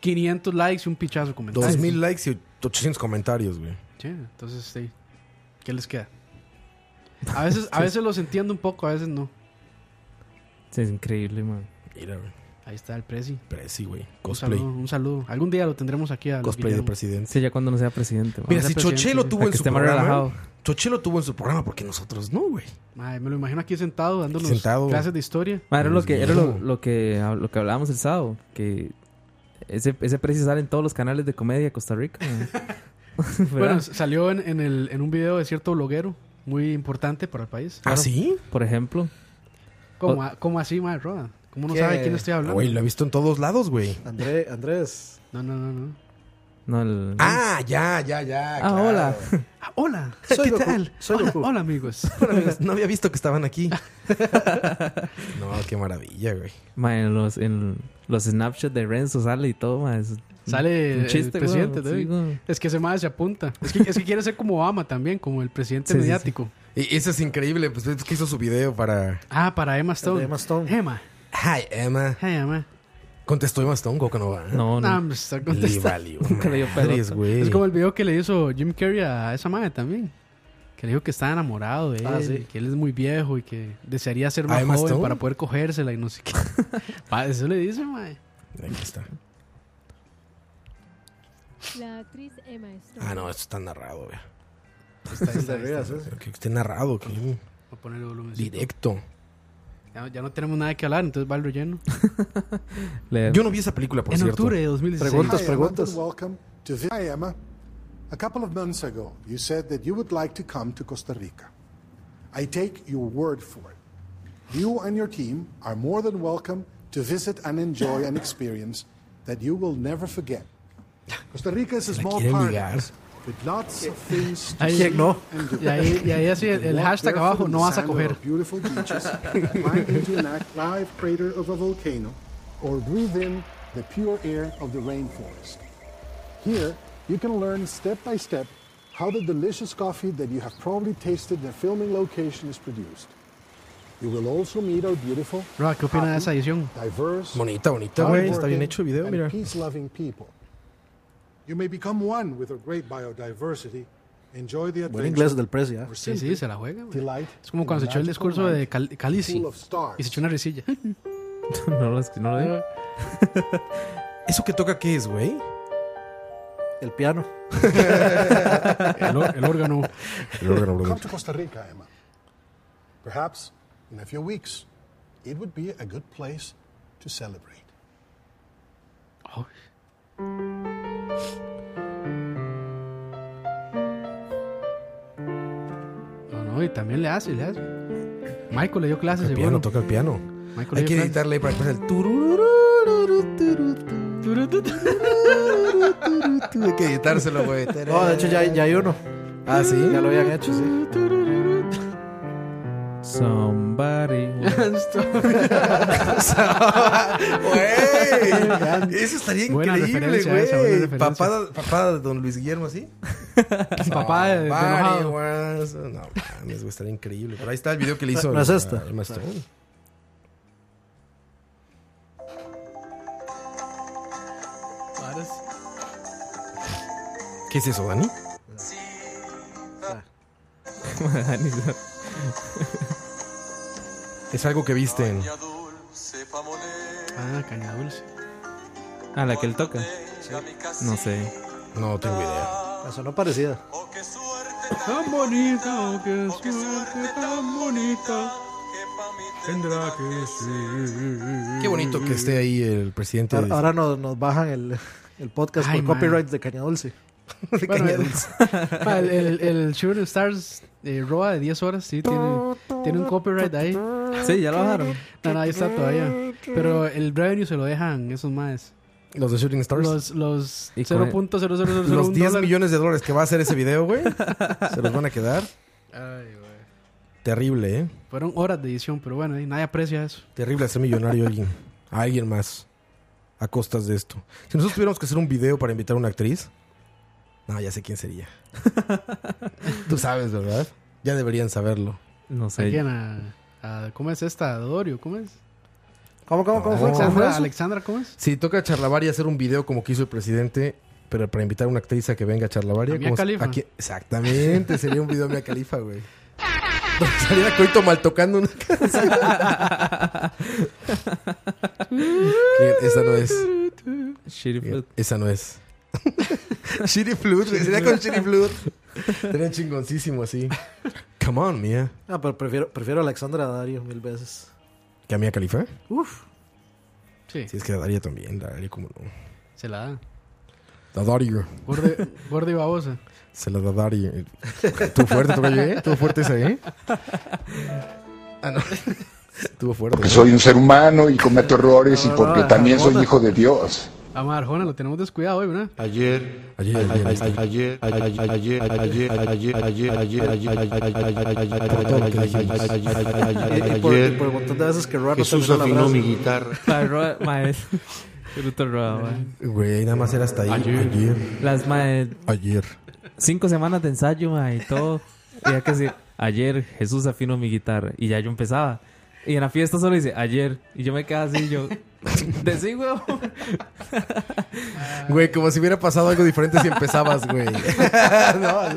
[SPEAKER 6] 500 likes y un pichazo de comentarios.
[SPEAKER 4] 2000 likes y 800 comentarios, güey.
[SPEAKER 6] Sí, entonces, sí. ¿Qué les queda? A veces, a veces los entiendo un poco, a veces no.
[SPEAKER 3] Sí, es increíble, mae.
[SPEAKER 4] Mira, güey.
[SPEAKER 6] Ahí está el Prezi.
[SPEAKER 4] Presi, güey.
[SPEAKER 6] Un
[SPEAKER 4] Cosplay.
[SPEAKER 6] saludo, un saludo. Algún día lo tendremos aquí a
[SPEAKER 4] Cosplay de
[SPEAKER 6] Guillermo.
[SPEAKER 4] presidente.
[SPEAKER 3] Sí, ya cuando no sea presidente, mae.
[SPEAKER 4] Mira,
[SPEAKER 6] sea
[SPEAKER 4] si
[SPEAKER 6] presidente,
[SPEAKER 4] Chochelo
[SPEAKER 6] sí.
[SPEAKER 4] tuvo
[SPEAKER 3] Para
[SPEAKER 4] en
[SPEAKER 3] que
[SPEAKER 4] su
[SPEAKER 3] esté más
[SPEAKER 4] programa.
[SPEAKER 3] relajado.
[SPEAKER 4] Chochelo tuvo en su programa porque nosotros no, güey.
[SPEAKER 6] Madre, me lo imagino aquí sentado dándonos
[SPEAKER 4] Sentado.
[SPEAKER 6] clases de historia.
[SPEAKER 3] Mae, era lo
[SPEAKER 4] Dios
[SPEAKER 3] que, era lo,
[SPEAKER 4] mío.
[SPEAKER 3] lo que lo que hablábamos
[SPEAKER 4] ¿Ah,
[SPEAKER 3] el sábado, que ese, ese precio sale en todos los canales de comedia de Costa Rica. mae.
[SPEAKER 6] Bueno, s- salió en, en el, en un video de cierto bloguero muy importante para el país.
[SPEAKER 4] ¿Ah, sí?
[SPEAKER 3] Por ejemplo.
[SPEAKER 6] ¿Cómo, a- cómo así, madre Roda? ¿Cómo no sabe de quién estoy hablando?
[SPEAKER 4] Güey, lo he visto en todos lados, güey.
[SPEAKER 5] André- Andrés.
[SPEAKER 6] No, no, no, no.
[SPEAKER 3] No, el-
[SPEAKER 4] Ah, ya, ya, ya.
[SPEAKER 3] Ah, hola.
[SPEAKER 6] Ah, hola.
[SPEAKER 5] Soy
[SPEAKER 6] ¿Qué
[SPEAKER 5] Goku,
[SPEAKER 6] tal?
[SPEAKER 5] soy
[SPEAKER 6] hola,
[SPEAKER 5] Goku.
[SPEAKER 6] hola, amigos.
[SPEAKER 4] Bueno, amigos, no había visto que estaban aquí. no, qué maravilla, güey.
[SPEAKER 3] Ma, en los, en los snapshots de Renzo sale y todo, ma, es
[SPEAKER 6] Sale
[SPEAKER 3] un
[SPEAKER 6] el
[SPEAKER 3] chiste, güey,
[SPEAKER 6] presidente,
[SPEAKER 3] sí,
[SPEAKER 6] ¿no?
[SPEAKER 3] güey.
[SPEAKER 6] Es que ese madre se apunta. Es que, es que quiere ser como Obama también, como el presidente
[SPEAKER 3] Sí, sí, sí.
[SPEAKER 6] mediático.
[SPEAKER 4] Y eso es increíble, pues es que hizo su video para...
[SPEAKER 6] Ah, para Emma
[SPEAKER 5] El
[SPEAKER 6] Stone.
[SPEAKER 5] de Emma Stone.
[SPEAKER 6] Emma.
[SPEAKER 4] Hi, Emma.
[SPEAKER 6] Hey, Emma.
[SPEAKER 4] Contestó Emma Stone, Coco no va.
[SPEAKER 3] No, no.
[SPEAKER 6] Ah, me está
[SPEAKER 4] Le
[SPEAKER 6] contestando.
[SPEAKER 4] valió.
[SPEAKER 3] Nunca le dio
[SPEAKER 4] madres,
[SPEAKER 3] pelota.
[SPEAKER 4] güey.
[SPEAKER 6] Es como el video que le hizo Jim Carrey a esa madre también. Que le dijo que estaba enamorado de él,
[SPEAKER 5] Ah, sí.
[SPEAKER 6] y que él es muy viejo y que desearía ser
[SPEAKER 4] ¿A
[SPEAKER 6] más
[SPEAKER 4] Emma
[SPEAKER 6] joven
[SPEAKER 4] Stone?
[SPEAKER 6] para poder cogérsela y no sé qué. Pa, eso le dice, madre.
[SPEAKER 4] Aquí está.
[SPEAKER 12] La actriz Emma Stone.
[SPEAKER 4] Ah, no, esto está narrado, güey. Pues
[SPEAKER 5] Te rías, ¿eh?
[SPEAKER 4] Que esté narrado, que
[SPEAKER 6] Voy a poner el volumen.
[SPEAKER 4] directo.
[SPEAKER 6] Ya, ya no tenemos nada que hablar, entonces va el relleno.
[SPEAKER 3] Le-
[SPEAKER 4] Yo no vi esa película, por
[SPEAKER 6] en
[SPEAKER 4] cierto.
[SPEAKER 6] octubre de 2016.
[SPEAKER 5] Preguntas, preguntas.
[SPEAKER 9] Welcome to Hi, Emma. A couple of months ago, you said that you would like to come to Costa Rica. I take your word for it. You and your team are more than welcome to visit and enjoy an experience that you will never forget. Costa Rica is a small
[SPEAKER 4] quieren
[SPEAKER 9] paradise with lots of things to
[SPEAKER 6] Ahí-
[SPEAKER 9] see
[SPEAKER 6] ¿Quién no?
[SPEAKER 9] and do.
[SPEAKER 6] Y ahí, y ahí así el, el hashtag abajo, no vas a coger.
[SPEAKER 9] Beautiful beaches, climb into an live crater of a volcano, or breathe in the pure air of the rainforest. Here, you can learn step by step how the delicious coffee that you have probably tasted in a filming location is produced. You will also meet our beautiful,
[SPEAKER 6] Roa, ¿qué opina de esa edición?
[SPEAKER 9] diverse,
[SPEAKER 4] Bonita, bonita, güey. Está bien hecho el video, mira.
[SPEAKER 9] peace loving people. You may become one with our great biodiversity, enjoy the
[SPEAKER 5] Buen
[SPEAKER 9] adventure,
[SPEAKER 5] inglés del precio, ¿eh?
[SPEAKER 9] or
[SPEAKER 6] Sí,
[SPEAKER 9] simply
[SPEAKER 6] sí, se la juega. güey.
[SPEAKER 9] delight
[SPEAKER 6] Es como
[SPEAKER 9] in
[SPEAKER 6] cuando
[SPEAKER 9] the
[SPEAKER 6] se echó el
[SPEAKER 9] magical
[SPEAKER 6] discurso
[SPEAKER 9] light
[SPEAKER 6] de Cal- Calici
[SPEAKER 9] full of stars.
[SPEAKER 6] y se echó una risilla.
[SPEAKER 3] no, lo, no lo digo.
[SPEAKER 4] ¿Eso que toca qué es, güey?
[SPEAKER 5] El piano.
[SPEAKER 6] El, or- el órgano.
[SPEAKER 4] El órgano,
[SPEAKER 9] Come
[SPEAKER 4] brother.
[SPEAKER 9] to Costa Rica, Emma. Perhaps in a few weeks, it would be a good place to celebrate.
[SPEAKER 6] Oh. No, no, y también le hace, le hace. Michael le dio clases,
[SPEAKER 4] El
[SPEAKER 6] seguro.
[SPEAKER 4] piano, toca el piano.
[SPEAKER 6] Michael
[SPEAKER 4] Hay
[SPEAKER 6] le
[SPEAKER 4] que
[SPEAKER 6] dio clases.
[SPEAKER 4] editarle para que pase el turururururururu. Hay que editárselo, güey.
[SPEAKER 5] No, de hecho ya, ya hay uno.
[SPEAKER 4] Ah, sí.
[SPEAKER 5] Ya lo habían hecho, sí.
[SPEAKER 3] Somebody.
[SPEAKER 4] Güey, eso estaría
[SPEAKER 6] Buena
[SPEAKER 4] increíble,
[SPEAKER 6] referencia esa, buena
[SPEAKER 4] güey.
[SPEAKER 6] referencia.
[SPEAKER 4] Papada, papada de Don Luis Guillermo, ¿sí?
[SPEAKER 6] Papá de, de
[SPEAKER 4] Somebody
[SPEAKER 6] enojado.
[SPEAKER 4] wants- Ah, No, mames, güey, estaría increíble. Pero ahí está el video que le hizo.
[SPEAKER 5] No es
[SPEAKER 4] a
[SPEAKER 5] esta.
[SPEAKER 4] Emma Stone. ¿Qué es eso, Dani? Es algo que viste en...
[SPEAKER 6] Ah, caña dulce.
[SPEAKER 3] ah, la que él toca. No sé.
[SPEAKER 4] No tengo idea.
[SPEAKER 5] Me sonó parecida.
[SPEAKER 6] Tan bonita, qué suerte tan bonita. Tendrá que ser.
[SPEAKER 4] Qué bonito que esté ahí el presidente.
[SPEAKER 5] Ahora, ahora nos, nos bajan el, el podcast
[SPEAKER 6] Ay,
[SPEAKER 5] por
[SPEAKER 6] man.
[SPEAKER 5] copyright de Caña Dulce.
[SPEAKER 4] de
[SPEAKER 6] bueno,
[SPEAKER 4] Caña
[SPEAKER 6] el-
[SPEAKER 4] Dulce.
[SPEAKER 6] Ah, el, el, el Shooting Stars eh, Roa de 10 horas, sí, tiene, tiene un copyright ahí. No,
[SPEAKER 3] Sí, ya lo bajaron.
[SPEAKER 6] no, ahí está todavía. Pero el revenue se lo dejan esos más.
[SPEAKER 4] Los de Shooting Stars. Los,
[SPEAKER 6] Los, los
[SPEAKER 3] Y con el-
[SPEAKER 6] 0.00001
[SPEAKER 4] 10
[SPEAKER 6] dólar.
[SPEAKER 4] millones de dólares que va a hacer ese video, güey. se los van a quedar.
[SPEAKER 6] Ay, güey.
[SPEAKER 4] Terrible, ¿eh?
[SPEAKER 6] Fueron horas de edición, pero bueno, ahí nadie aprecia eso.
[SPEAKER 4] Terrible hacer millonario a alguien. A alguien más. A costas de esto. Si nosotros tuviéramos que hacer un video para invitar a una actriz. No, ya sé quién sería. Tú sabes, ¿verdad? Ya deberían saberlo.
[SPEAKER 3] No
[SPEAKER 6] ¿A
[SPEAKER 3] sé.
[SPEAKER 6] quién? A- a- ¿Cómo es esta? ¿Dorio? ¿Cómo es?
[SPEAKER 5] ¿Cómo, cómo, cómo fue?
[SPEAKER 4] No.
[SPEAKER 5] ¿Cómo fue
[SPEAKER 6] Alexandra,
[SPEAKER 5] eso?
[SPEAKER 6] Alexandra, ¿cómo es?
[SPEAKER 4] Si toca charlabar y hacer un video como que hizo el presidente, pero para invitar a una actriz a que venga a charlabar.
[SPEAKER 6] A Mia Khalifa.
[SPEAKER 4] Exactamente, sería un video de Mia Califa, güey. Sería Coito mal tocando una canción. Que esa no es.
[SPEAKER 3] Shitty Food.
[SPEAKER 4] Esa no es. Shitty Flute, güey, sería con Shitty Flute. Sería chingoncísimo así. Come on, Mia.
[SPEAKER 5] Ah, pero prefiero, prefiero a Alexandra a Dario mil veces.
[SPEAKER 4] ¿Que a Mia Califa?
[SPEAKER 5] Uf.
[SPEAKER 6] Sí,
[SPEAKER 4] Sí, es que a Daria también, Daria, como no.
[SPEAKER 6] se la da.
[SPEAKER 4] La Dario.
[SPEAKER 6] Gorda, gorda y babosa.
[SPEAKER 4] Se la da Dario. Estuvo fuerte, tocayo, ¿eh? Estuvo fuerte esa, ¿eh? Ah, no. Estuvo fuerte.
[SPEAKER 1] Porque soy un ser humano y cometo errores y
[SPEAKER 6] No, no,
[SPEAKER 1] porque
[SPEAKER 6] no,
[SPEAKER 1] también soy
[SPEAKER 6] no.
[SPEAKER 1] hijo de Dios.
[SPEAKER 6] A Marjona lo tenemos descuidado hoy, ¿verdad?
[SPEAKER 4] Ayer, ayer,
[SPEAKER 6] ayer,
[SPEAKER 4] ayer, ayer, ayer, ayer, ayer, ayer,
[SPEAKER 5] Y por, y por el montón de veces que Roa no terminó la frase.
[SPEAKER 3] Mae, Roa- mae, es- Bruto Roa, mae.
[SPEAKER 4] Güey, nada más era hasta ahí.
[SPEAKER 3] Ayer.
[SPEAKER 4] Ayer.
[SPEAKER 3] Las mae,
[SPEAKER 4] Ayer.
[SPEAKER 3] cinco semanas de ensayo, mae, y todo. Y ya que sí, ayer Jesús afinó mi guitarra. Y ya yo empezaba. Y en la fiesta solo dice, ayer. Y yo me quedaba así, yo. De sí, huevo.
[SPEAKER 4] Güey, como si hubiera pasado algo diferente si empezabas, güey. no,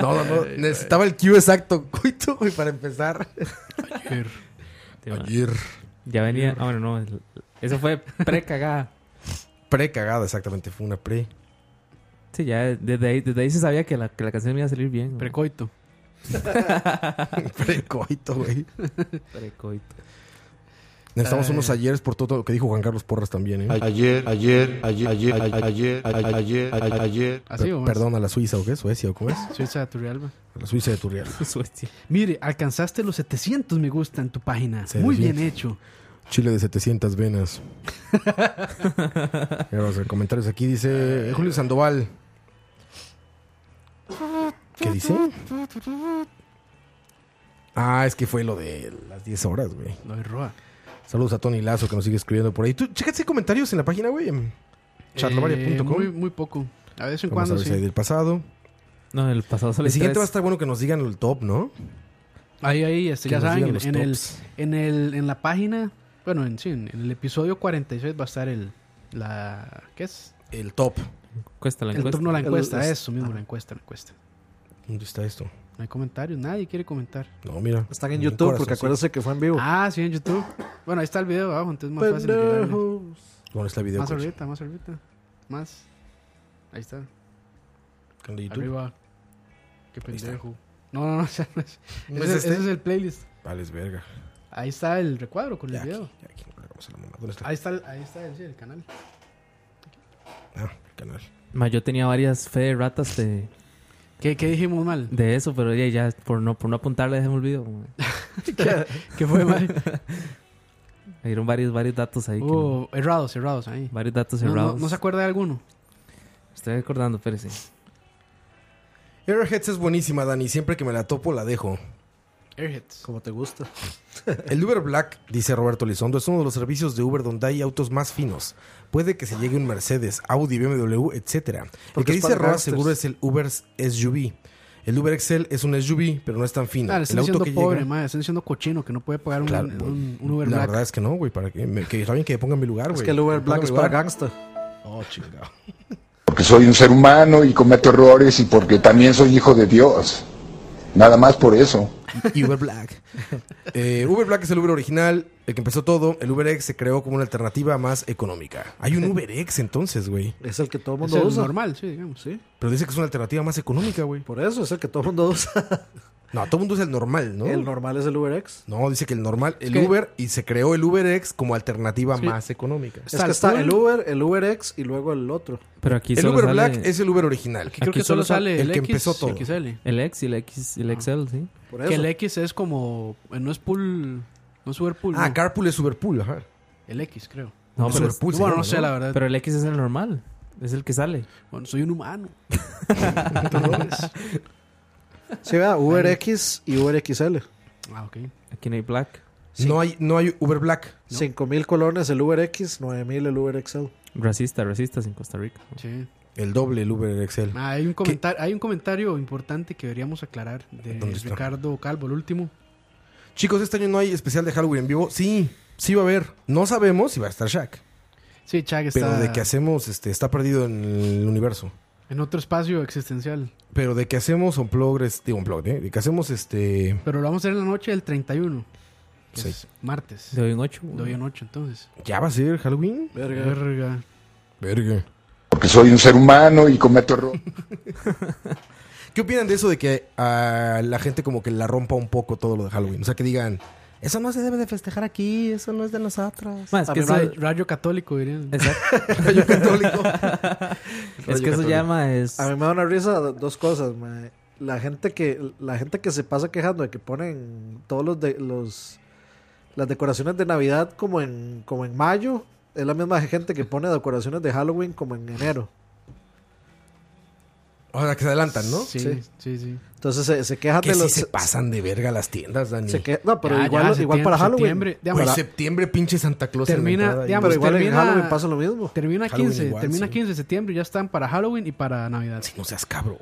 [SPEAKER 4] no, no. Necesitaba el cue exacto, coito, güey, para empezar.
[SPEAKER 6] Ayer.
[SPEAKER 4] Ayer.
[SPEAKER 3] Ya venía. Ah, bueno, no. Eso fue pre-cagada.
[SPEAKER 4] Pre-cagada, exactamente. Fue una pre.
[SPEAKER 3] Sí, ya desde ahí, desde ahí se sabía que la, que la canción iba a salir bien. güey.
[SPEAKER 6] Precoito.
[SPEAKER 4] Precoito, güey.
[SPEAKER 3] Precoito.
[SPEAKER 4] Necesitamos
[SPEAKER 3] Ay.
[SPEAKER 4] unos
[SPEAKER 6] Eh.
[SPEAKER 4] ayeres por todo lo que dijo Juan Carlos Porras también, ¿eh?
[SPEAKER 13] Ayer, ayer, ayer, ayer, ayer, ayer, ayer, ayer.
[SPEAKER 6] Así, o
[SPEAKER 4] Per-
[SPEAKER 6] más.
[SPEAKER 4] Perdón, a la Suiza, ¿o qué? ¿Suecia o cómo es?
[SPEAKER 6] Suiza de Turrialba.
[SPEAKER 4] A la Suiza de Turrial.
[SPEAKER 3] Suecia.
[SPEAKER 6] Mire, alcanzaste los 700 me gusta en tu página.
[SPEAKER 4] Sí,
[SPEAKER 6] Muy
[SPEAKER 4] sí.
[SPEAKER 6] bien hecho.
[SPEAKER 4] Chile de 700 venas. Ya vamos a ver comentarios aquí. Dice eh, Julio Sandoval. ¿Qué dice? Ah, es que fue lo de las 10 horas, güey.
[SPEAKER 6] Lo de Roa.
[SPEAKER 4] Saludos a Tony Lazo que nos sigue escribiendo por ahí. Tú, chécate comentarios en la página, güey. en Charlavaria.com.
[SPEAKER 6] Eh, muy, muy poco. A vez en
[SPEAKER 4] Vamos
[SPEAKER 6] cuando
[SPEAKER 4] a ver si
[SPEAKER 6] sí.
[SPEAKER 4] hay del pasado.
[SPEAKER 3] No, el pasado solo
[SPEAKER 4] El
[SPEAKER 3] hay
[SPEAKER 4] siguiente
[SPEAKER 3] tres.
[SPEAKER 4] va a estar bueno que nos digan el top, ¿no?
[SPEAKER 6] Ahí, ahí, este,
[SPEAKER 4] Que
[SPEAKER 6] ya
[SPEAKER 4] nos
[SPEAKER 6] saben, en,
[SPEAKER 4] digan los
[SPEAKER 6] en el,
[SPEAKER 4] tops.
[SPEAKER 6] en, el, en la página, bueno, en, sí, en el episodio 46 va a estar el, la, ¿qué es?
[SPEAKER 4] El top.
[SPEAKER 3] Cuesta la
[SPEAKER 6] El
[SPEAKER 3] encuesta.
[SPEAKER 6] top no la
[SPEAKER 3] El-
[SPEAKER 6] encuesta,
[SPEAKER 3] es-
[SPEAKER 6] eso mismo, la encuesta, la encuesta.
[SPEAKER 4] ¿Dónde está esto?
[SPEAKER 6] No hay comentarios, nadie quiere comentar.
[SPEAKER 4] No, mira.
[SPEAKER 5] Están en
[SPEAKER 4] Un
[SPEAKER 5] YouTube, porque
[SPEAKER 4] corazón, sí.
[SPEAKER 5] acuérdense que fue en vivo.
[SPEAKER 6] Ah, sí, en YouTube. Bueno, ahí está el video abajo, entonces es más fácil. agregarle.
[SPEAKER 5] Pendejos.
[SPEAKER 4] ¿Dónde está el video? pues.
[SPEAKER 6] Más
[SPEAKER 4] coach?
[SPEAKER 6] ahorita, más ahorita. Más. Ahí está.
[SPEAKER 4] ¿En YouTube?
[SPEAKER 6] Arriba. Qué
[SPEAKER 4] Ahí está.
[SPEAKER 6] pendejo. No, no, no, o sea, no es.
[SPEAKER 4] ¿No
[SPEAKER 6] ese,
[SPEAKER 4] es
[SPEAKER 6] es
[SPEAKER 4] este?
[SPEAKER 6] ese es el playlist.
[SPEAKER 4] Vale, es verga.
[SPEAKER 6] Ahí está el recuadro con
[SPEAKER 4] Ya
[SPEAKER 6] el
[SPEAKER 4] aquí,
[SPEAKER 6] video.
[SPEAKER 4] ya aquí, no le hagamos a la mamá. ¿Dónde está?
[SPEAKER 6] Ahí está, el- ahí está el, sí, el canal.
[SPEAKER 4] Ah, el canal.
[SPEAKER 3] Ma, yo tenía varias fe de ratas de,
[SPEAKER 6] ¿Qué, qué dijimos mal?
[SPEAKER 3] de eso, pero ya, ya por, no, por no apuntarle dejé me olvido. ma.
[SPEAKER 6] ¿Qué, qué fue mal?
[SPEAKER 3] Me dieron varios, varios datos ahí. que no-
[SPEAKER 6] Uh, errados, errados ahí.
[SPEAKER 3] varios datos
[SPEAKER 6] No, no-
[SPEAKER 3] errados.
[SPEAKER 6] no se acuerda de alguno?
[SPEAKER 3] Estoy recordando, espérese.
[SPEAKER 4] Airheads es buenísima, Dani. Siempre que me la topo, la dejo.
[SPEAKER 6] Airheads.
[SPEAKER 5] Como te gusta.
[SPEAKER 4] El Uber Black, dice Roberto Lizondo, es uno de los servicios de Uber donde hay autos más finos. Puede que se llegue un Mercedes, Audi, BMW, etcétera. El
[SPEAKER 5] Porque
[SPEAKER 4] que
[SPEAKER 5] es
[SPEAKER 4] dice
[SPEAKER 5] para
[SPEAKER 4] Roa
[SPEAKER 5] gangsters.
[SPEAKER 4] seguro es el Uber SUV. El Uber Excel es un SUV, pero no es tan fino.
[SPEAKER 6] Ah, le
[SPEAKER 4] el
[SPEAKER 6] están
[SPEAKER 4] auto
[SPEAKER 6] diciendo
[SPEAKER 4] que
[SPEAKER 6] pobre,
[SPEAKER 4] llega...
[SPEAKER 6] madre. Están diciendo cochino que no puede pagar un,
[SPEAKER 4] Claro,
[SPEAKER 6] un-
[SPEAKER 4] güey.
[SPEAKER 6] un- un Uber
[SPEAKER 4] la
[SPEAKER 6] Black.
[SPEAKER 4] verdad es que no, güey. Para que, me- que está bien que me pongan mi lugar, güey.
[SPEAKER 5] Es que el Uber Black es para
[SPEAKER 4] Pongan mi lugar.
[SPEAKER 5] gangsta.
[SPEAKER 4] Oh, chingado.
[SPEAKER 1] Porque soy un ser humano y cometo errores y porque también soy hijo de Dios. Nada más por eso.
[SPEAKER 4] Y Uber Black. Eh, Uber Black es el Uber original, el que empezó todo. El UberX se creó como una alternativa más económica. Hay un UberX entonces, güey.
[SPEAKER 5] Es el que todo el
[SPEAKER 6] Es
[SPEAKER 5] mundo
[SPEAKER 6] el
[SPEAKER 5] usa.
[SPEAKER 6] normal, sí, digamos.
[SPEAKER 5] Sí.
[SPEAKER 4] Pero dice que es una alternativa más económica, güey.
[SPEAKER 5] Por eso es el que todo el mundo usa.
[SPEAKER 4] No, todo el mundo es el normal, ¿no?
[SPEAKER 5] El normal es el UberX.
[SPEAKER 4] No, dice que el normal, el
[SPEAKER 6] que-
[SPEAKER 4] Uber, y se creó el UberX como alternativa
[SPEAKER 6] Sí.
[SPEAKER 4] más económica.
[SPEAKER 5] Es que está el Uber, el UberX y luego el otro.
[SPEAKER 3] Pero aquí
[SPEAKER 4] El
[SPEAKER 3] solo
[SPEAKER 4] Uber
[SPEAKER 3] sale
[SPEAKER 4] Black es el Uber original.
[SPEAKER 6] creo
[SPEAKER 3] Aquí
[SPEAKER 6] que solo
[SPEAKER 3] solo
[SPEAKER 6] sale
[SPEAKER 4] sale
[SPEAKER 6] el,
[SPEAKER 4] el que
[SPEAKER 6] X Ah.
[SPEAKER 4] empezó todo.
[SPEAKER 6] y el XL.
[SPEAKER 3] el X y el X y el XL, sí.
[SPEAKER 5] Por
[SPEAKER 6] Que
[SPEAKER 5] eso.
[SPEAKER 6] el X es como. eh, No es pool. No es Uber pool.
[SPEAKER 4] Ah,
[SPEAKER 6] no.
[SPEAKER 4] Carpool es Uberpool, ajá.
[SPEAKER 6] El X, creo.
[SPEAKER 3] No,
[SPEAKER 4] Es
[SPEAKER 3] pero,
[SPEAKER 4] Uber Pool, se
[SPEAKER 6] bueno,
[SPEAKER 4] llama,
[SPEAKER 6] no sé, la verdad.
[SPEAKER 3] pero el X es el normal. Es el que sale.
[SPEAKER 6] Bueno, soy un humano. Errores.
[SPEAKER 5] Sí, vea, UberX y UberXL.
[SPEAKER 6] ah, ok.
[SPEAKER 3] Aquí no hay Black.
[SPEAKER 4] No, hay, no hay Uber Black.
[SPEAKER 5] 5 mil colones el UberX, 9 mil el UberXL.
[SPEAKER 3] Racista, racistas en Costa Rica.
[SPEAKER 6] Sí.
[SPEAKER 4] El doble, el Uber Excel.
[SPEAKER 6] Ah, hay, un comentario, hay un comentario importante que deberíamos aclarar de
[SPEAKER 4] ¿Dónde está?
[SPEAKER 6] Ricardo Calvo, el último.
[SPEAKER 4] Chicos, este año no hay especial de Halloween en vivo. Sí, sí va a haber. No sabemos si va a estar Shaq.
[SPEAKER 6] Sí, Chag está
[SPEAKER 4] Pero de que hacemos, este, está perdido en el universo.
[SPEAKER 6] en otro espacio existencial.
[SPEAKER 4] Pero de que hacemos un blog, digo un blog, ¿eh? De que hacemos este.
[SPEAKER 6] Pero lo vamos a hacer en la noche del 31. que
[SPEAKER 4] Sí.
[SPEAKER 6] es martes.
[SPEAKER 3] Le doy un 8.
[SPEAKER 6] Lo vi anoche, entonces.
[SPEAKER 4] ¿Ya va a ser Halloween?
[SPEAKER 5] Verga.
[SPEAKER 6] Verga.
[SPEAKER 4] Verga.
[SPEAKER 1] Porque soy un ser humano y cometo errores.
[SPEAKER 4] ¿Qué opinan de eso de que a la gente como que la rompa un poco todo lo de Halloween? O sea, que digan, Eso no se debe de festejar aquí, eso no es de nosotros.
[SPEAKER 3] Ma, es que
[SPEAKER 6] También ra-
[SPEAKER 3] eso-
[SPEAKER 6] rayo católico, dirían.
[SPEAKER 3] Exacto. Rayo católico. Es que eso ya, ma, es-
[SPEAKER 5] A mí me da una risa do- dos cosas, ma. La gente que la gente que se pasa quejando de que ponen todos los de, los las decoraciones de Navidad como en como en mayo, es la misma gente que pone decoraciones de Halloween como en enero.
[SPEAKER 4] O sea, que se adelantan, ¿no?
[SPEAKER 5] Sí, Sí.
[SPEAKER 6] sí, sí.
[SPEAKER 5] Entonces se, se quejan
[SPEAKER 4] Que
[SPEAKER 5] de
[SPEAKER 4] sí
[SPEAKER 5] los
[SPEAKER 4] se pasan de verga las tiendas, Dani.
[SPEAKER 5] Se que- no, pero Ya, igual- ya, igual para septiembre, Halloween. septiembre, digamos,
[SPEAKER 4] Güey,
[SPEAKER 5] para-
[SPEAKER 4] septiembre, pinche Santa Claus.
[SPEAKER 6] Termina,
[SPEAKER 4] inventada ahí.
[SPEAKER 6] digamos, termina,
[SPEAKER 5] lo mismo.
[SPEAKER 6] Termina
[SPEAKER 4] Halloween
[SPEAKER 6] 15,
[SPEAKER 4] igual,
[SPEAKER 6] termina
[SPEAKER 4] sí.
[SPEAKER 6] 15 de septiembre, ya están para Halloween y para Navidad.
[SPEAKER 4] no seas cabrón,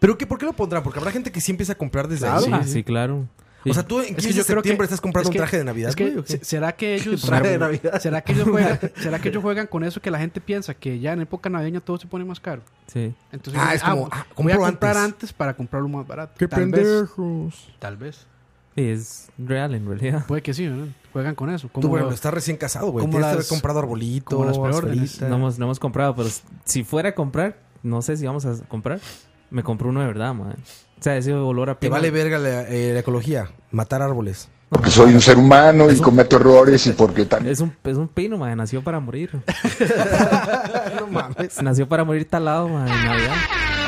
[SPEAKER 4] ¿Pero qué, por qué lo pondrán? Porque habrá gente que sí empieza a comprar desde
[SPEAKER 6] Claro.
[SPEAKER 4] ahí.
[SPEAKER 6] Ah, sí,
[SPEAKER 3] claro.
[SPEAKER 4] O sea, tú en 15 de septiembre estás comprando
[SPEAKER 6] es
[SPEAKER 4] un
[SPEAKER 6] que-
[SPEAKER 4] traje de Navidad,
[SPEAKER 6] es que,
[SPEAKER 4] güey, ¿o qué?
[SPEAKER 6] se- ¿Será que ellos...
[SPEAKER 4] Traje de Navidad.
[SPEAKER 6] ¿Será que ellos juegan, ¿Será que ellos juegan con eso que la gente piensa que ya en época navideña todo se pone más caro?
[SPEAKER 3] Sí.
[SPEAKER 6] Entonces,
[SPEAKER 4] Ah,
[SPEAKER 6] dicen,
[SPEAKER 4] es como, ah,
[SPEAKER 6] pues, voy a
[SPEAKER 4] compro
[SPEAKER 6] comprar
[SPEAKER 4] antes".
[SPEAKER 6] antes. para comprarlo más barato.
[SPEAKER 3] ¡Qué pendejos!
[SPEAKER 6] Vez, tal vez.
[SPEAKER 3] Y es real en realidad.
[SPEAKER 6] Puede que sí, ¿verdad? Juegan con eso.
[SPEAKER 3] Tú, por
[SPEAKER 6] lo-
[SPEAKER 3] ejemplo, estás recién casado, güey.
[SPEAKER 6] como
[SPEAKER 4] Tienes que
[SPEAKER 6] las-
[SPEAKER 4] haber comprado arbolito,
[SPEAKER 6] como las preórdenes.
[SPEAKER 3] No hemos, no hemos comprado, pero si fuera a comprar, no sé si vamos a comprar. Me compró uno de verdad, man. O sea, ese olor a
[SPEAKER 4] Te
[SPEAKER 3] pino-
[SPEAKER 4] vale verga la, eh, la ecología. Matar árboles.
[SPEAKER 1] Porque soy un ser humano y cometo errores y porque también...
[SPEAKER 3] Es un, es Pues un pino, man. Nació para morir.
[SPEAKER 4] no mames.
[SPEAKER 3] Nació para morir talado, man. en Navidad.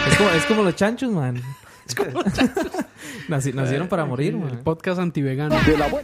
[SPEAKER 3] Es como, es como los chanchos, man. Naci- nacieron para morir,
[SPEAKER 6] El
[SPEAKER 3] man.
[SPEAKER 6] podcast antivegano.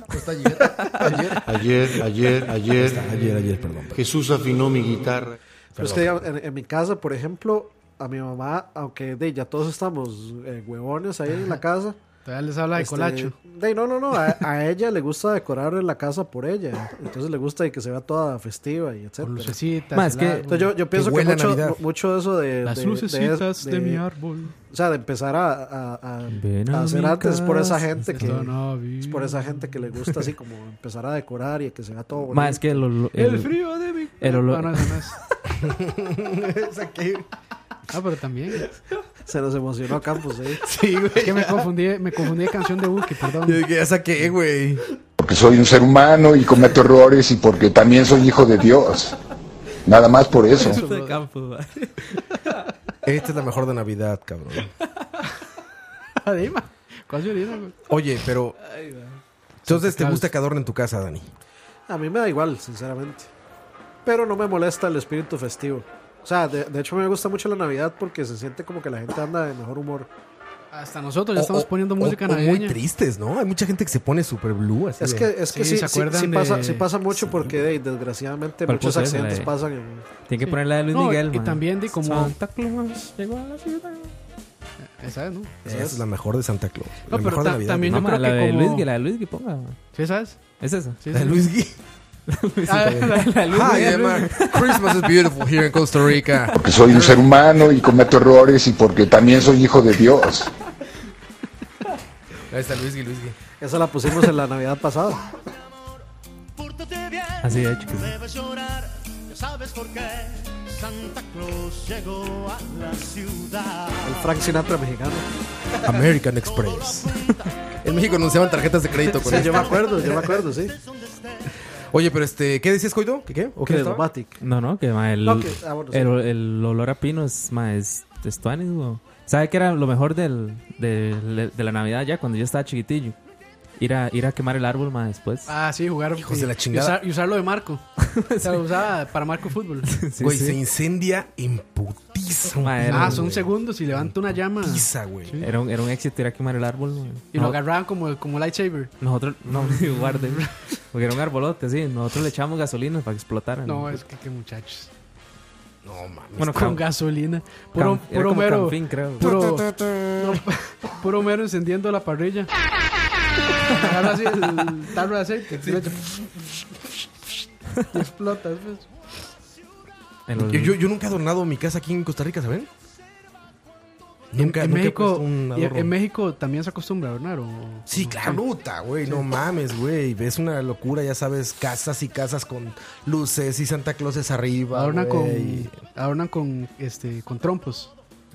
[SPEAKER 5] pues,
[SPEAKER 13] Ayer, ayer, ayer. Ayer, ayer, perdón. Jesús afinó mi guitarra.
[SPEAKER 5] Pero es que digamos, en, en mi casa, por ejemplo, a mi mamá, aunque de, ya todos estamos eh, huevones ahí en la casa. Este,
[SPEAKER 6] Todavía les habla de colacho.
[SPEAKER 5] de, no, no, no. A, a ella le gusta decorar en la casa por ella. Entonces le gusta y que se vea toda festiva y etc.
[SPEAKER 6] lucecitas,
[SPEAKER 3] Ma, es el que- árbol.
[SPEAKER 5] Entonces, yo, yo
[SPEAKER 3] Que
[SPEAKER 5] pienso que,
[SPEAKER 3] huela a
[SPEAKER 5] mucho,
[SPEAKER 3] Navidad.
[SPEAKER 5] mu- mucho de eso de.
[SPEAKER 3] Las
[SPEAKER 5] de- de-
[SPEAKER 3] lucecitas de mi árbol.
[SPEAKER 5] O sea, de empezar a, a- a-
[SPEAKER 3] Ven
[SPEAKER 5] a
[SPEAKER 3] a
[SPEAKER 5] hacer
[SPEAKER 3] mi
[SPEAKER 5] antes es por esa
[SPEAKER 3] casa,
[SPEAKER 5] gente que.
[SPEAKER 3] esta
[SPEAKER 5] Es por esa gente que le gusta así como empezar a decorar y que se vea todo bonito.
[SPEAKER 3] Ma, es que el, olo-
[SPEAKER 5] El frío de mi-
[SPEAKER 3] el olor-
[SPEAKER 5] Ah, no, eso no es.
[SPEAKER 6] Ah, pero también.
[SPEAKER 5] Se nos emocionó Campos, ¿eh?
[SPEAKER 4] Sí, güey.
[SPEAKER 6] Es que me confundí, me confundí de canción de Buki, perdón.
[SPEAKER 4] ya saqué, güey.
[SPEAKER 1] Porque soy un ser humano y cometo errores y porque también soy hijo de Dios. Nada más por eso.
[SPEAKER 4] Esta es la mejor de Navidad, cabrón.
[SPEAKER 6] Además, casi orina, güey.
[SPEAKER 4] Oye, pero.
[SPEAKER 6] Ay, va.
[SPEAKER 4] Entonces, ¿te
[SPEAKER 5] Santa
[SPEAKER 4] gusta que adornen tu casa, Dani?
[SPEAKER 5] A mí me da igual, sinceramente. Pero no me molesta el espíritu festivo. O sea, de, de hecho me gusta mucho la Navidad porque se siente como que la gente anda de mejor humor.
[SPEAKER 6] Hasta nosotros ya estamos poniendo
[SPEAKER 4] o-
[SPEAKER 6] música
[SPEAKER 4] o
[SPEAKER 6] navideña.
[SPEAKER 4] muy tristes, ¿no? Hay mucha gente que se pone super blue. Así
[SPEAKER 5] Es
[SPEAKER 4] de-
[SPEAKER 5] que, es que sí, sí, sí pasa, sí pasa mucho porque de- desgraciadamente
[SPEAKER 3] ¿Cuál
[SPEAKER 5] muchos
[SPEAKER 3] puso esa,
[SPEAKER 5] accidentes
[SPEAKER 3] la de-
[SPEAKER 5] pasan en...
[SPEAKER 3] Tiene que poner la de Luis
[SPEAKER 6] No,
[SPEAKER 3] Miguel,
[SPEAKER 6] Y
[SPEAKER 3] man.
[SPEAKER 6] también di como.
[SPEAKER 3] Santa Claus llegó a la ciudad.
[SPEAKER 6] Eh, Esa, ¿no?
[SPEAKER 4] Esa es la mejor de Santa Claus.
[SPEAKER 6] No,
[SPEAKER 4] la
[SPEAKER 6] pero
[SPEAKER 4] mejor de
[SPEAKER 6] ta-
[SPEAKER 4] Navidad.
[SPEAKER 6] también
[SPEAKER 4] güey.
[SPEAKER 6] yo creo
[SPEAKER 3] la
[SPEAKER 6] que
[SPEAKER 3] de
[SPEAKER 6] como-
[SPEAKER 3] Luis Gui, la de Luis Gui, ponga, man.
[SPEAKER 6] ¿Sí sabes?
[SPEAKER 3] Es esa.
[SPEAKER 6] Sí,
[SPEAKER 4] La de
[SPEAKER 6] sí.
[SPEAKER 4] Luis Gui.
[SPEAKER 6] Ah, la- la Luis
[SPEAKER 4] Hi,
[SPEAKER 6] Miguel.
[SPEAKER 4] Emma. Christmas is beautiful here in Costa Rica.
[SPEAKER 1] Porque soy un ser humano y cometo errores y porque también soy hijo de Dios.
[SPEAKER 4] Ahí está Luis Gui, Luis Gui.
[SPEAKER 5] Esa la pusimos en la Navidad pasada.
[SPEAKER 3] Así de hecho que sí.
[SPEAKER 11] Debes llorar, ya sabes por qué. Santa Claus llegó a la ciudad.
[SPEAKER 5] El Frank Sinatra mexicano.
[SPEAKER 4] American Express. En México anunciaban tarjetas de crédito con
[SPEAKER 5] Sí,
[SPEAKER 4] esto.
[SPEAKER 5] yo me acuerdo, yo me acuerdo, sí.
[SPEAKER 4] Oye, pero este, ¿qué decías, Coito? ¿Qué qué? ¿O qué
[SPEAKER 5] Que de
[SPEAKER 4] estaba?
[SPEAKER 5] Domatic.
[SPEAKER 3] No, no, que ma, el,
[SPEAKER 5] No, que- ah, bueno, sí.
[SPEAKER 3] el, el olor a pino es, ma, es, es tuanis, güey. ¿Sabe qué era lo mejor del, del- de la Navidad ya cuando yo estaba chiquitillo? Ir a, ir a quemar el árbol, más después.
[SPEAKER 6] Ah, sí, jugaron.
[SPEAKER 4] Hijos
[SPEAKER 6] y-
[SPEAKER 4] de la
[SPEAKER 6] Y,
[SPEAKER 4] chingada.
[SPEAKER 6] usar- y usarlo de Marco. O sea, lo usaba para Marco Fútbol.
[SPEAKER 4] Güey, se incendia en putiza. un
[SPEAKER 3] Ma, era,
[SPEAKER 6] Ah, son segundos y levanta una llama.
[SPEAKER 4] Putiza, güey.
[SPEAKER 6] Sí.
[SPEAKER 3] era un, era un éxito ir a quemar el árbol, güey.
[SPEAKER 6] Y lo
[SPEAKER 3] No-
[SPEAKER 6] agarraban como, como lightsaber.
[SPEAKER 3] Nosotros, no, guarde. Porque era un arbolote, sí. Nosotros le echamos gasolina para que explotara.
[SPEAKER 6] No, es que qué muchachos.
[SPEAKER 4] pues No mames.
[SPEAKER 3] Bueno,
[SPEAKER 6] Bueno,
[SPEAKER 3] cam-
[SPEAKER 6] con gasolina.
[SPEAKER 3] cam-
[SPEAKER 6] Puro,
[SPEAKER 3] era
[SPEAKER 6] puro
[SPEAKER 3] como
[SPEAKER 6] mero.
[SPEAKER 3] Canfín, creo.
[SPEAKER 6] Puro, no, puro mero encendiendo la parrilla. Agarra así el tarro de aceite. y le echa- Y explota. pues.
[SPEAKER 3] El-
[SPEAKER 4] Yo, yo- yo nunca he adornado mi casa aquí en Costa Rica, ¿saben? Nunca,
[SPEAKER 6] en,
[SPEAKER 4] nunca he
[SPEAKER 6] México,
[SPEAKER 4] puesto un
[SPEAKER 6] y en-
[SPEAKER 4] adorno.
[SPEAKER 6] en México también se acostumbra, ¿verdad? O-
[SPEAKER 4] Sí,
[SPEAKER 6] o-
[SPEAKER 4] claro, puta, güey, no mames, güey. Es una locura, ya sabes, casas y casas con luces y Santa Claus es arriba.
[SPEAKER 6] Adornan
[SPEAKER 4] güey.
[SPEAKER 6] con, adornan con, este, con trompos.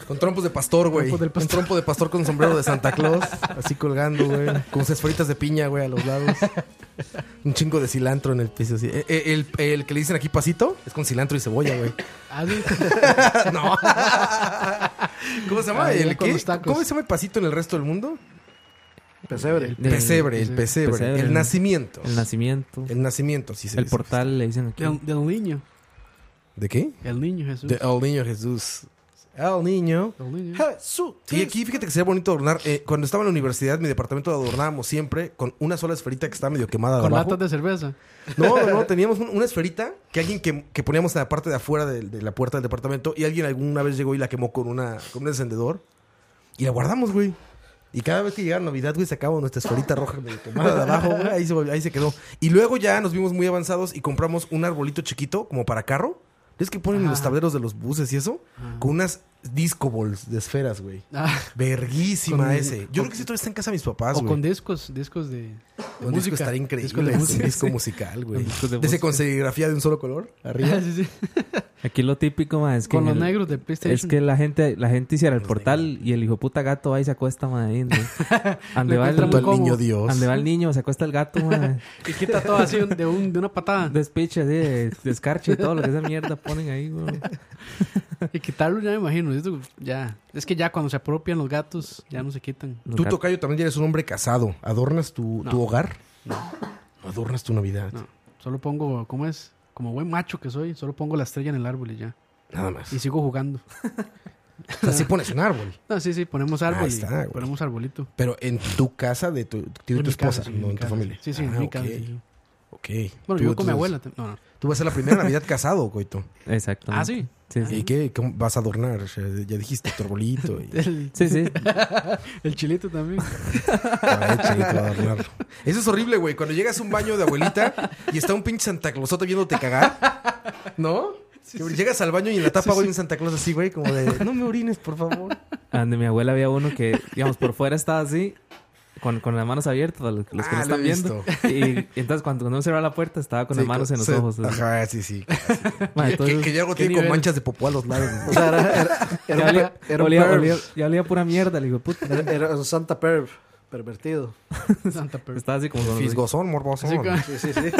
[SPEAKER 4] Con trompos de pastor, güey.
[SPEAKER 6] Trompos del
[SPEAKER 4] Un
[SPEAKER 6] pastor.
[SPEAKER 4] trompo de pastor con sombrero de Santa Claus, así colgando, güey. Con sus esferitas de piña, güey, a los lados. Un chingo de cilantro en el piso, así. Eh, eh, El, el que le dicen aquí pasito es con cilantro y cebolla, güey.
[SPEAKER 6] Ah, sí.
[SPEAKER 4] No. ¿Cómo se llama?
[SPEAKER 6] Ah, ya
[SPEAKER 4] ¿El
[SPEAKER 6] con
[SPEAKER 4] qué?
[SPEAKER 6] los tacos.
[SPEAKER 4] ¿Cómo se llama el pasito en el resto del mundo?
[SPEAKER 5] Pesebre. El
[SPEAKER 4] pesebre, el pesebre, el nacimiento.
[SPEAKER 3] El nacimiento.
[SPEAKER 4] El nacimiento, sí se
[SPEAKER 3] El
[SPEAKER 4] dice.
[SPEAKER 3] portal le dicen aquí.
[SPEAKER 6] Del, del niño.
[SPEAKER 4] ¿De qué?
[SPEAKER 6] El niño Jesús.
[SPEAKER 4] De El Niño Jesús. El Niño. Jesús.
[SPEAKER 6] Pues,
[SPEAKER 4] Y aquí fíjate que sería bonito adornar. eh, cuando estaba en la universidad, mi departamento lo adornábamos siempre con una sola esferita que estaba medio quemada. de
[SPEAKER 6] Con
[SPEAKER 4] abajo.
[SPEAKER 6] latas de cerveza.
[SPEAKER 4] No, no, no, teníamos un- una esferita que alguien que, que poníamos en la parte de afuera de, de la puerta del departamento y alguien alguna vez llegó y la quemó con, una, con un encendedor y la guardamos, güey. Y cada vez que llegaba Navidad, güey, sacábamos nuestra esferita roja medio quemada de abajo, güey, ahí se, volvió- ahí se quedó. Y luego ya nos vimos muy avanzados y compramos un arbolito chiquito como para carro. ¿Ves que ponen en
[SPEAKER 6] Ah.
[SPEAKER 4] los tableros de los buses y eso? Con unas disco balls de esferas, güey.
[SPEAKER 6] Ah.
[SPEAKER 4] Verguísima
[SPEAKER 6] Con-
[SPEAKER 4] ese. Yo creo que si todavía está en casa de mis papás,
[SPEAKER 6] o
[SPEAKER 4] güey.
[SPEAKER 6] con discos, discos de, de
[SPEAKER 4] Un disco estaría increíble.
[SPEAKER 6] Discos de
[SPEAKER 4] un
[SPEAKER 6] música,
[SPEAKER 4] disco
[SPEAKER 6] sí.
[SPEAKER 4] musical, güey.
[SPEAKER 6] Con discos de
[SPEAKER 4] De ese
[SPEAKER 6] música.
[SPEAKER 4] con serigrafía de un solo color. Arriba.
[SPEAKER 6] Ah, sí, sí.
[SPEAKER 3] Aquí lo típico, ma, es que.
[SPEAKER 6] Con
[SPEAKER 3] en
[SPEAKER 6] los negros de PlayStation.
[SPEAKER 3] Es que la gente, la gente hiciera el portal y el hijo puta gato ahí se acuesta, ma. Ahí, ¿no? Ande
[SPEAKER 6] Le
[SPEAKER 3] va
[SPEAKER 6] encuentra muy cómodo.
[SPEAKER 3] Ande va el niño, se acuesta el gato, ma.
[SPEAKER 6] Y quita todo así de, un- de una patada.
[SPEAKER 3] Despeche, así, de, de escarcha y todo lo que esa mierda ponen ahí, güey.
[SPEAKER 6] Y quitarlo ya me imagino. esto ya. Es que ya cuando se apropian los gatos, ya no se quitan.
[SPEAKER 4] Tú, Tocayo, también eres un hombre casado. ¿Adornas tu,
[SPEAKER 6] No.
[SPEAKER 4] tu hogar? No. ¿Adornas tu Navidad?
[SPEAKER 6] No, solo pongo, ¿cómo es? Como buen macho que soy, solo pongo la estrella en el árbol y ya.
[SPEAKER 4] Nada más.
[SPEAKER 6] Y sigo jugando.
[SPEAKER 4] O sea, sí pones un árbol.
[SPEAKER 6] No, sí, sí, ponemos árbol.
[SPEAKER 4] Ahí
[SPEAKER 6] y
[SPEAKER 4] está, güey.
[SPEAKER 6] ponemos arbolito.
[SPEAKER 4] Pero en tu casa de tu, tío y
[SPEAKER 6] En
[SPEAKER 4] tu
[SPEAKER 6] mi casa,
[SPEAKER 4] esposa,
[SPEAKER 6] sí, en
[SPEAKER 4] no
[SPEAKER 6] mi
[SPEAKER 4] en tu
[SPEAKER 6] casa.
[SPEAKER 4] familia.
[SPEAKER 6] Sí, sí, en
[SPEAKER 4] Ah,
[SPEAKER 6] mi casa,
[SPEAKER 4] ok.
[SPEAKER 6] sí, sí.
[SPEAKER 4] Ok.
[SPEAKER 6] Bueno,
[SPEAKER 4] Tú,
[SPEAKER 6] yo con mi
[SPEAKER 4] entonces,
[SPEAKER 6] abuela. te- No, no.
[SPEAKER 4] Tú vas a ser la primera Navidad casado, Coito.
[SPEAKER 3] Exactamente.
[SPEAKER 6] Ah, sí.
[SPEAKER 4] ¿Y qué? ¿Cómo vas a adornar? O sea, Ya dijiste tu arbolito. y-
[SPEAKER 6] El-
[SPEAKER 3] Sí, sí.
[SPEAKER 6] el chilito también.
[SPEAKER 4] Ay, chilito, adornarlo. Eso es horrible, güey. Cuando llegas a un baño de abuelita y está un pinche Santa Clausote viéndote cagar, ¿no? Que Llegas al baño y en la tapa, güey, un Santa Claus así, güey, como de... No me orines, por favor.
[SPEAKER 3] Ande mi abuela había uno que, digamos, por fuera estaba así. Con, con las manos abiertas, para los que
[SPEAKER 4] Ah,
[SPEAKER 3] no
[SPEAKER 4] lo he
[SPEAKER 3] están viendo. Y, y entonces, cuando, cuando uno cerraba la puerta, estaba con
[SPEAKER 4] Sí,
[SPEAKER 3] las manos en los
[SPEAKER 4] se-
[SPEAKER 3] ojos. así.
[SPEAKER 4] Ajá, sí, sí.
[SPEAKER 3] Ma,
[SPEAKER 4] Que-
[SPEAKER 3] entonces,
[SPEAKER 4] que, que ya algo
[SPEAKER 3] ¿qué
[SPEAKER 4] tiene con
[SPEAKER 3] nivel?
[SPEAKER 4] manchas de popó a los lados. güey.
[SPEAKER 5] O sea, era, era, era
[SPEAKER 3] Ya
[SPEAKER 5] un
[SPEAKER 3] olía,
[SPEAKER 5] per- era un
[SPEAKER 3] olía-
[SPEAKER 5] perv.
[SPEAKER 3] olía- ya olía pura mierda, le digo, puta.
[SPEAKER 5] Era, era un Santa Perv, pervertido.
[SPEAKER 6] Santa Perv.
[SPEAKER 3] Estaba así como con los-
[SPEAKER 4] Fisgozón, morbosón.
[SPEAKER 6] Así como-
[SPEAKER 5] Sí, sí, sí.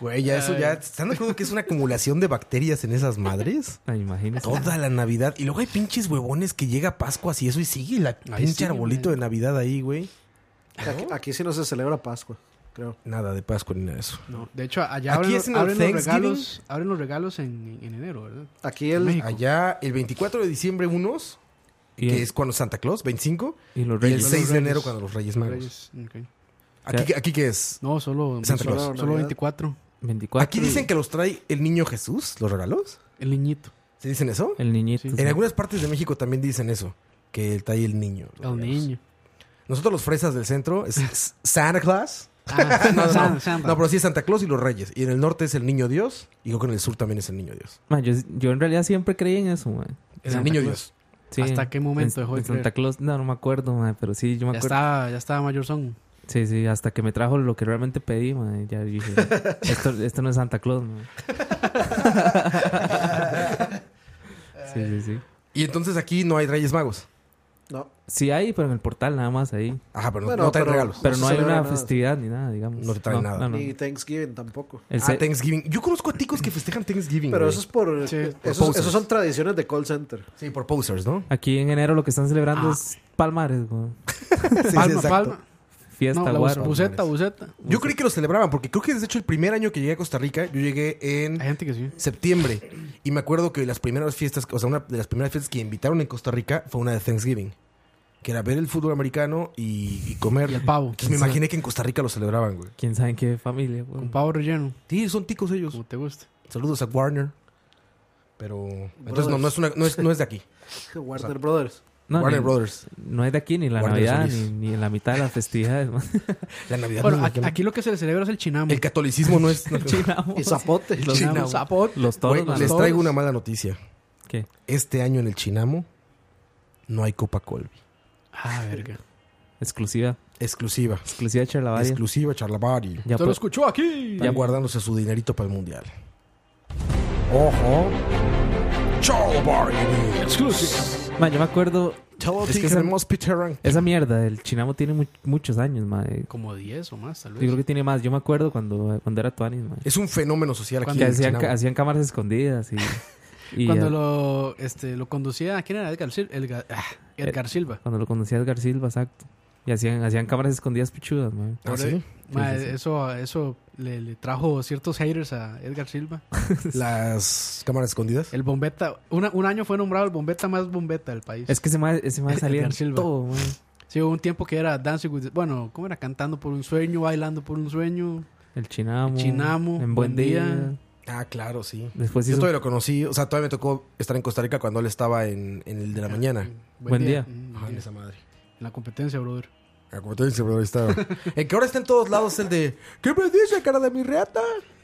[SPEAKER 4] Güey, ya eso ya... ¿Están de acuerdo que es una acumulación de bacterias en esas madres?
[SPEAKER 3] Ay, imagínese.
[SPEAKER 4] Toda la Navidad. Y luego hay pinches huevones que llega Pascua y eso y sigue la
[SPEAKER 6] Ay,
[SPEAKER 4] pinche
[SPEAKER 6] sí,
[SPEAKER 4] arbolito
[SPEAKER 6] güey.
[SPEAKER 4] de Navidad ahí, güey.
[SPEAKER 5] Aquí, aquí sí no se celebra Pascua, creo.
[SPEAKER 4] Nada de Pascua ni nada de eso.
[SPEAKER 6] No, de hecho, allá
[SPEAKER 4] Aquí
[SPEAKER 6] abren,
[SPEAKER 4] es en el
[SPEAKER 6] abren los
[SPEAKER 4] Thanksgiving.
[SPEAKER 6] regalos, abren los regalos en, en enero, ¿verdad?
[SPEAKER 5] Aquí
[SPEAKER 6] En
[SPEAKER 5] el,
[SPEAKER 6] México.
[SPEAKER 4] Allá el 24 de diciembre unos,
[SPEAKER 3] Y
[SPEAKER 4] que
[SPEAKER 3] el-
[SPEAKER 4] es cuando Santa Claus, 25.
[SPEAKER 3] Y los
[SPEAKER 4] Y el
[SPEAKER 3] reyes.
[SPEAKER 4] 6 de
[SPEAKER 6] Reyes.
[SPEAKER 4] enero cuando los Reyes Magos.
[SPEAKER 6] Reyes, ok.
[SPEAKER 4] Aquí, aquí que es...
[SPEAKER 6] No, solo,
[SPEAKER 4] Santa
[SPEAKER 6] solo,
[SPEAKER 4] Claus.
[SPEAKER 6] solo
[SPEAKER 5] Navidad.
[SPEAKER 6] 24.
[SPEAKER 3] 24.
[SPEAKER 4] Aquí dicen que los trae el niño Jesús, los regalos.
[SPEAKER 6] El niñito.
[SPEAKER 4] ¿Se dicen eso?
[SPEAKER 3] El niñito.
[SPEAKER 4] En
[SPEAKER 3] sí.
[SPEAKER 4] algunas partes de México también dicen eso, que el trae el niño. los
[SPEAKER 6] El
[SPEAKER 4] regalos.
[SPEAKER 6] niño.
[SPEAKER 4] Nosotros los fresas del centro es S- Santa Claus.
[SPEAKER 6] Ah,
[SPEAKER 4] No, no, no.
[SPEAKER 6] Santa, Santa.
[SPEAKER 4] No, pero sí es Santa Claus y los Reyes. Y en el norte es el Niño Dios. Y creo que en el sur también es el Niño Dios.
[SPEAKER 3] Ma, yo, yo en realidad siempre creí en eso, ma.
[SPEAKER 4] Es el
[SPEAKER 6] Santa
[SPEAKER 4] Niño
[SPEAKER 6] Claus.
[SPEAKER 4] Dios.
[SPEAKER 3] Sí,
[SPEAKER 6] ¿Hasta qué momento
[SPEAKER 3] en-
[SPEAKER 6] dejó de
[SPEAKER 3] en Santa
[SPEAKER 6] creer?
[SPEAKER 3] Claus, no, no me acuerdo, ma, pero sí, yo me
[SPEAKER 6] Ya
[SPEAKER 3] acuerdo.
[SPEAKER 6] estaba, ya estaba mayor son.
[SPEAKER 3] Sí, sí, hasta que me trajo lo que realmente pedí, ma, y ya dije, esto, esto no es Santa Claus, ma. Sí, sí, sí.
[SPEAKER 4] Y entonces aquí no hay Reyes Magos.
[SPEAKER 5] no,
[SPEAKER 3] Sí hay, pero en el portal nada más ahí.
[SPEAKER 4] Ajá, Ah, pero no-
[SPEAKER 5] Bueno,
[SPEAKER 4] no traen
[SPEAKER 5] pero-
[SPEAKER 4] regalos.
[SPEAKER 3] Pero
[SPEAKER 5] se
[SPEAKER 3] no hay
[SPEAKER 5] celebra
[SPEAKER 3] una
[SPEAKER 5] nada.
[SPEAKER 3] festividad ni nada, digamos.
[SPEAKER 4] No te traen nada.
[SPEAKER 3] no.
[SPEAKER 5] ni Thanksgiving tampoco.
[SPEAKER 3] El
[SPEAKER 4] Ah,
[SPEAKER 3] se-
[SPEAKER 4] Thanksgiving. Yo conozco ticos que festejan Thanksgiving.
[SPEAKER 5] Pero
[SPEAKER 4] güey.
[SPEAKER 5] eso es por... eh,
[SPEAKER 6] Sí.
[SPEAKER 5] esos-
[SPEAKER 4] Por
[SPEAKER 5] esos,
[SPEAKER 4] posers.
[SPEAKER 5] son tradiciones de call center.
[SPEAKER 4] Sí, por posers, ¿no?
[SPEAKER 3] Aquí en enero lo que están celebrando
[SPEAKER 6] Ah.
[SPEAKER 3] es palmares, güey.
[SPEAKER 4] Sí, sí,
[SPEAKER 6] palma,
[SPEAKER 4] exacto.
[SPEAKER 6] palma.
[SPEAKER 3] Fiesta,
[SPEAKER 6] No, la
[SPEAKER 3] guaro.
[SPEAKER 6] bus- buceta, buceta.
[SPEAKER 4] Yo creí que lo celebraban porque creo que desde hecho el primer año que llegué a Costa Rica, yo llegué en
[SPEAKER 6] Hay gente que sí.
[SPEAKER 4] septiembre. Y me acuerdo que las primeras fiestas, o sea, una de las primeras fiestas que invitaron en Costa Rica fue una de Thanksgiving. Que era ver el fútbol americano y, y comer.
[SPEAKER 6] Y el pavo.
[SPEAKER 4] Entonces me imaginé que en Costa Rica lo celebraban, güey.
[SPEAKER 3] Quién sabe en qué familia, pues? güey.
[SPEAKER 6] Con pavo relleno,
[SPEAKER 4] Sí, son ticos ellos.
[SPEAKER 6] como te gusta.
[SPEAKER 4] Saludos a Warner. Pero. Entonces no, no es, una, no, es, no es de aquí.
[SPEAKER 5] Warner Brothers.
[SPEAKER 3] No,
[SPEAKER 4] Warner
[SPEAKER 3] ni-
[SPEAKER 4] Brothers.
[SPEAKER 3] No es de aquí ni la
[SPEAKER 4] Guardia
[SPEAKER 3] Navidad,
[SPEAKER 4] Solís.
[SPEAKER 3] ni, ni en la mitad de las festividades, man.
[SPEAKER 4] La Navidad
[SPEAKER 6] Bueno,
[SPEAKER 4] no es de
[SPEAKER 6] aquí,
[SPEAKER 4] ¿no?
[SPEAKER 6] aquí lo que se le celebra es el chinamo.
[SPEAKER 4] El catolicismo no es. no-
[SPEAKER 3] Chinamo.
[SPEAKER 5] Y zapote.
[SPEAKER 3] Los,
[SPEAKER 6] Chinamo, zapote.
[SPEAKER 3] los toros,
[SPEAKER 4] Güey,
[SPEAKER 3] man.
[SPEAKER 4] les traigo una mala noticia.
[SPEAKER 3] ¿Qué?
[SPEAKER 4] Este año en el Chinamo no hay Copa Colby.
[SPEAKER 6] Ah, verga.
[SPEAKER 3] Exclusiva.
[SPEAKER 4] Exclusiva.
[SPEAKER 3] Exclusiva de Charlavaria.
[SPEAKER 4] Exclusiva, Charlavari.
[SPEAKER 3] ya,
[SPEAKER 6] Te lo
[SPEAKER 3] pro-
[SPEAKER 6] escuchó aquí.
[SPEAKER 4] Ya guardándose su dinerito para el mundial. Ojo. Charlavari. Exclusiva.
[SPEAKER 3] man, yo me acuerdo... Es que esa,
[SPEAKER 4] Peter
[SPEAKER 3] esa mierda, el Chinamo tiene mu- muchos años, man. Yo
[SPEAKER 6] Como 10 o más, tal vez.
[SPEAKER 3] creo que tiene más. Yo me acuerdo cuando, cuando era Tuanis, man.
[SPEAKER 4] Es un fenómeno social aquí
[SPEAKER 3] Que
[SPEAKER 4] en el
[SPEAKER 3] hacían,
[SPEAKER 4] Chinamo.
[SPEAKER 3] ca- hacían cámaras escondidas y... y,
[SPEAKER 6] Cuando
[SPEAKER 3] eh, Eh,
[SPEAKER 6] lo, este, lo conducía, ¿quién era? Edgar, Sil- Elga- ah, Edgar Silva.
[SPEAKER 3] Cuando lo conocía Edgar Silva, exacto. Y hacían, hacían cámaras escondidas pichudas, man.
[SPEAKER 4] Ah,
[SPEAKER 6] Por ahí- Ma, Eso, eso le, le trajo ciertos haters a Edgar Silva.
[SPEAKER 4] Las cámaras escondidas.
[SPEAKER 6] El bombeta. una- un año fue nombrado el bombeta más bombeta del país.
[SPEAKER 3] Es que ese mae ese mae
[SPEAKER 6] Edgar
[SPEAKER 3] salía en
[SPEAKER 6] Silva.
[SPEAKER 3] todo, man.
[SPEAKER 6] Sí, hubo un tiempo que era Dancing with... Bueno, ¿cómo era? Cantando por un sueño, bailando por un sueño.
[SPEAKER 3] El chinamo.
[SPEAKER 6] Chinamo,
[SPEAKER 3] En buen
[SPEAKER 6] Buen
[SPEAKER 3] día.
[SPEAKER 6] Día.
[SPEAKER 4] Ah, claro, sí.
[SPEAKER 3] Después
[SPEAKER 4] Yo
[SPEAKER 3] hizo-
[SPEAKER 4] todavía lo conocí, o sea, todavía me tocó estar en Costa Rica cuando él estaba en, en el de la mañana.
[SPEAKER 3] Buen día.
[SPEAKER 6] Mm,
[SPEAKER 4] Ah,
[SPEAKER 6] buen día.
[SPEAKER 4] esa madre.
[SPEAKER 6] En la competencia, brother.
[SPEAKER 4] Ah, como te dice, bro, ahí está. El que ahora está en todos lados, el de ¿Qué me dice, cara de mi reata?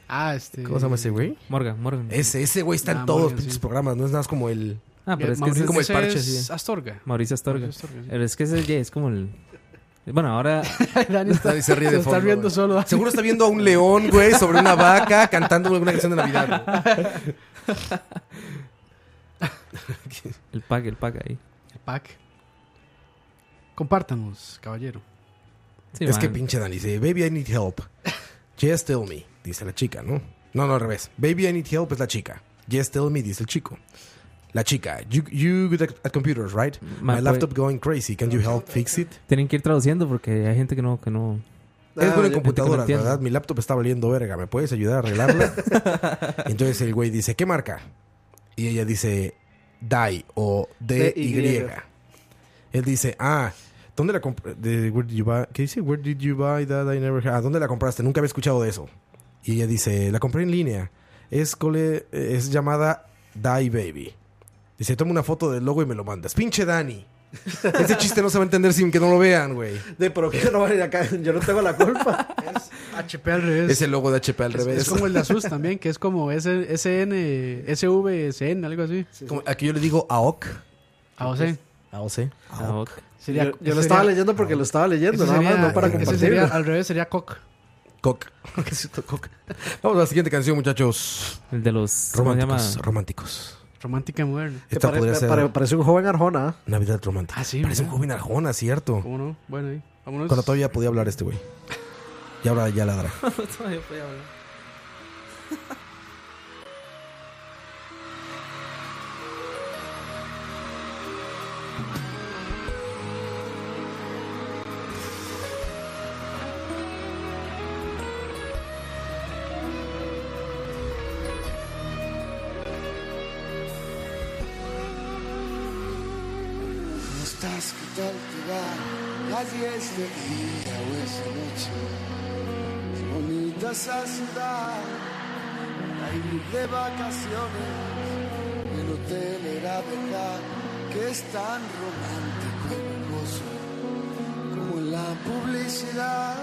[SPEAKER 6] Ah, este...
[SPEAKER 4] ¿Cómo se llama ese güey?
[SPEAKER 3] Morgan, Morgan.
[SPEAKER 4] Ese, ese güey está
[SPEAKER 6] Ah,
[SPEAKER 4] en todos los
[SPEAKER 6] Morgan,
[SPEAKER 4] pinches
[SPEAKER 6] sí.
[SPEAKER 4] programas, no es nada más como el.
[SPEAKER 3] Ah, pero
[SPEAKER 6] Eh,
[SPEAKER 3] es que
[SPEAKER 6] Mauricio,
[SPEAKER 3] ese-
[SPEAKER 4] como el parche,
[SPEAKER 6] ese es
[SPEAKER 4] sí.
[SPEAKER 6] Astorga.
[SPEAKER 3] Mauricio Astorga.
[SPEAKER 6] Mauricio Astorga, sí.
[SPEAKER 3] Pero es que ese ya es como el... Bueno, ahora...
[SPEAKER 6] Dani está,
[SPEAKER 4] Nadie se ríe de
[SPEAKER 6] está
[SPEAKER 4] fondo,
[SPEAKER 6] riendo
[SPEAKER 4] güey.
[SPEAKER 6] solo.
[SPEAKER 4] Seguro está viendo a un león, güey, sobre una vaca cantando alguna canción de Navidad. güey.
[SPEAKER 3] El pack, el pack ahí.
[SPEAKER 6] El pack. Compártanos, caballero.
[SPEAKER 3] Sí,
[SPEAKER 4] es
[SPEAKER 3] man.
[SPEAKER 4] que pinche Dani dice, baby, I need help. Just tell me, dice la chica, ¿no? No, no, al revés. Baby, I need help es la chica. Just tell me, dice el chico. La chica, you, you good at, at computers, right?
[SPEAKER 3] Man,
[SPEAKER 4] My
[SPEAKER 3] pues-
[SPEAKER 4] laptop going crazy. Can you help fix it?
[SPEAKER 3] Tienen que ir traduciendo porque hay gente que no... Que no...
[SPEAKER 4] Es
[SPEAKER 5] yo- yo
[SPEAKER 6] Ah,
[SPEAKER 4] buena
[SPEAKER 5] te
[SPEAKER 4] computadora,
[SPEAKER 3] entiendo.
[SPEAKER 4] ¿verdad? Mi laptop está valiendo verga. ¿Me puedes ayudar a arreglarla? Entonces el güey dice, ¿qué marca? Y ella dice, DY o DY.
[SPEAKER 5] DY.
[SPEAKER 4] Él dice, ah, ¿dónde la compraste? ¿Qué dice? Where did you buy that I never had? Ah, ¿dónde la compraste? Nunca había escuchado de eso. Y ella dice, la compré en línea. Es, cole- es llamada Die Baby. Dice, toma una foto del logo y me lo mandas. ¡Pinche Dani! Ese chiste no se va a entender sin que no lo vean, güey.
[SPEAKER 5] De, pero que no van a ir acá, yo no tengo la culpa.
[SPEAKER 6] HP al revés.
[SPEAKER 4] Es el logo de HP al
[SPEAKER 6] Es-
[SPEAKER 4] revés.
[SPEAKER 6] Es como el de Asus también, que es como S- SN, SVSN, algo así.
[SPEAKER 4] Como- aquí yo le digo AOC.
[SPEAKER 6] AOC.
[SPEAKER 4] AOC.
[SPEAKER 3] AOC.
[SPEAKER 6] Sería,
[SPEAKER 5] yo yo
[SPEAKER 6] ese
[SPEAKER 5] lo estaba
[SPEAKER 6] sería-
[SPEAKER 5] leyendo porque lo estaba leyendo,
[SPEAKER 6] ese
[SPEAKER 5] nada más,
[SPEAKER 6] sería-
[SPEAKER 5] no para
[SPEAKER 6] ese
[SPEAKER 5] compartirlo.
[SPEAKER 6] sería- al revés sería COC.
[SPEAKER 4] Coc. Vamos a la siguiente canción, muchachos.
[SPEAKER 3] El de los... ¿Cómo se llama?
[SPEAKER 4] Románticos. Románticos.
[SPEAKER 6] Romántica moderna.
[SPEAKER 5] Que
[SPEAKER 4] Esta
[SPEAKER 5] pare-
[SPEAKER 4] podría
[SPEAKER 5] pa-
[SPEAKER 4] ser
[SPEAKER 5] pare- parece un joven Arjona.
[SPEAKER 4] Navidad romántica.
[SPEAKER 6] Ah, sí,
[SPEAKER 4] Parece un
[SPEAKER 6] ¿verdad?
[SPEAKER 4] joven Arjona, cierto.
[SPEAKER 6] ¿Cómo no? Bueno, ahí. Vámonos.
[SPEAKER 4] Cuando todavía podía hablar este güey. Y ahora ya ladra.
[SPEAKER 3] Todavía podía hablar.
[SPEAKER 10] ¿Cómo estás? ¿Qué tal te va? Las 10 de día o esa noche. Qué bonita esa ciudad. Para ir de vacaciones. El hotel era verdad que es tan romántico y lujoso. Como en la publicidad.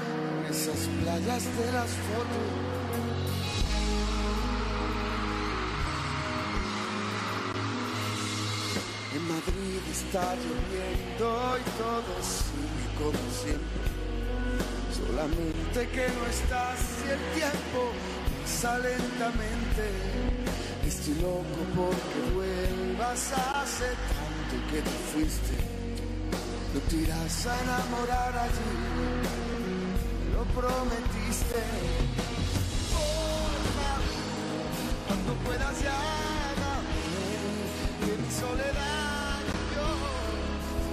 [SPEAKER 10] Con esas playas de las fotos. En Madrid está lloviendo y todo sigue como siempre. Solamente que no estás y el tiempo pasa lentamente. Estoy loco porque vuelvas hace tanto que te fuiste. No te irás a enamorar allí, me lo prometiste. Volverá Cuando puedas ya hágame de mi soledad y yo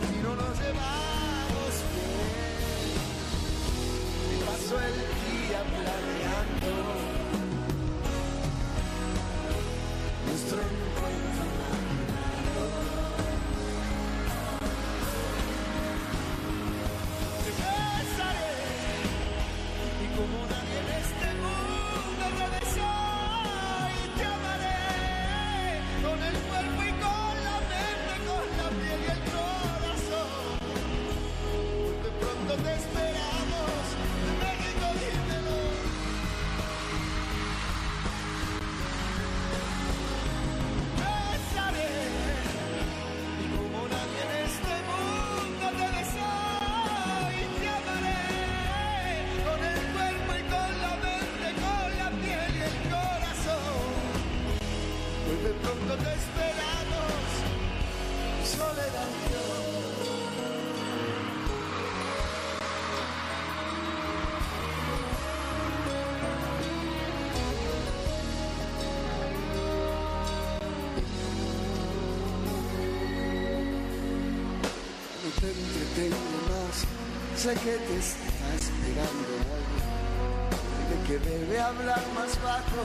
[SPEAKER 10] si no nos llevamos bien me paso el día planeando nuestro encuentro te besaré y como nadie en este mundo te besó y te amaré con el cuerpo y con la mente, con la piel y el corazón. De pronto te esperamos, de México dímelo. Besaré y como nadie en este mundo te besó y te amaré con el cuerpo y con la mente, con la piel y el corazón. Hoy de pronto te esperamos, soledad. y yo. no te entretengo más. Sé que te está esperando algo. De que debe hablar más bajo.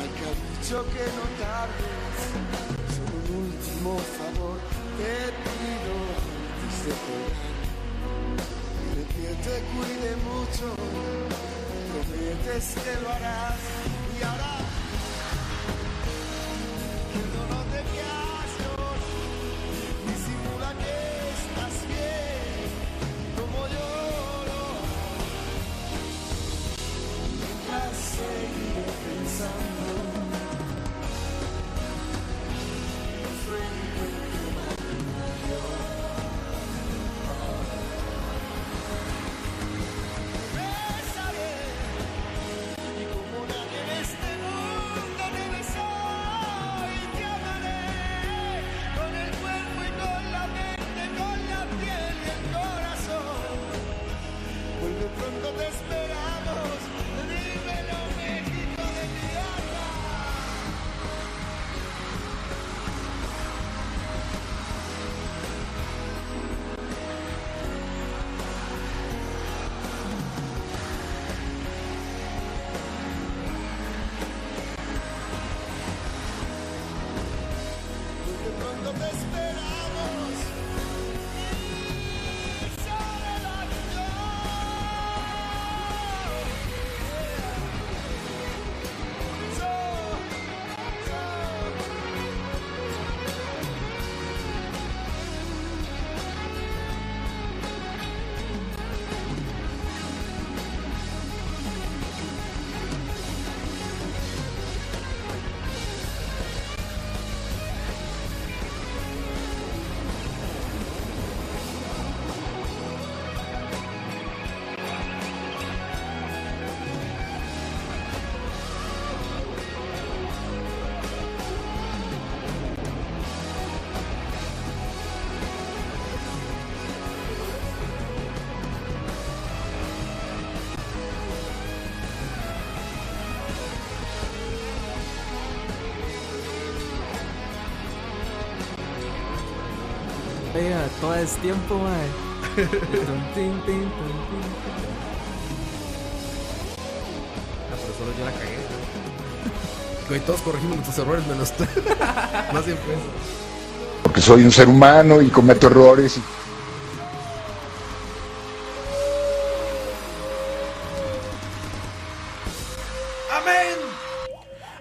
[SPEAKER 10] Al que ha dicho que no tardes. Solo un último favor te pido antes de jugar. De que te cuide mucho. Prometes que lo harás. Y ahora. Que el dolor de mi asco Disimula que estás bien, como lloro. Mientras seguiré pensando, en sueño en tu matrimonio. Te besaré, y como nadie en este mundo te besó, y te amaré con el cuerpo y con la mente, con la piel y el corazón. Vuelve pronto, te esperamos. Dímelo, México de mi alma. Vuelve pronto, te esperamos. Y sobre la
[SPEAKER 3] Vea, todo es tiempo, mae. Tun, tin, tin, tun, tin, tin.
[SPEAKER 4] Ah, pero solo yo la cagué. Güey, todos corregimos nuestros errores menos tú. Más bien pues.
[SPEAKER 1] porque soy un ser humano y cometo errores. y-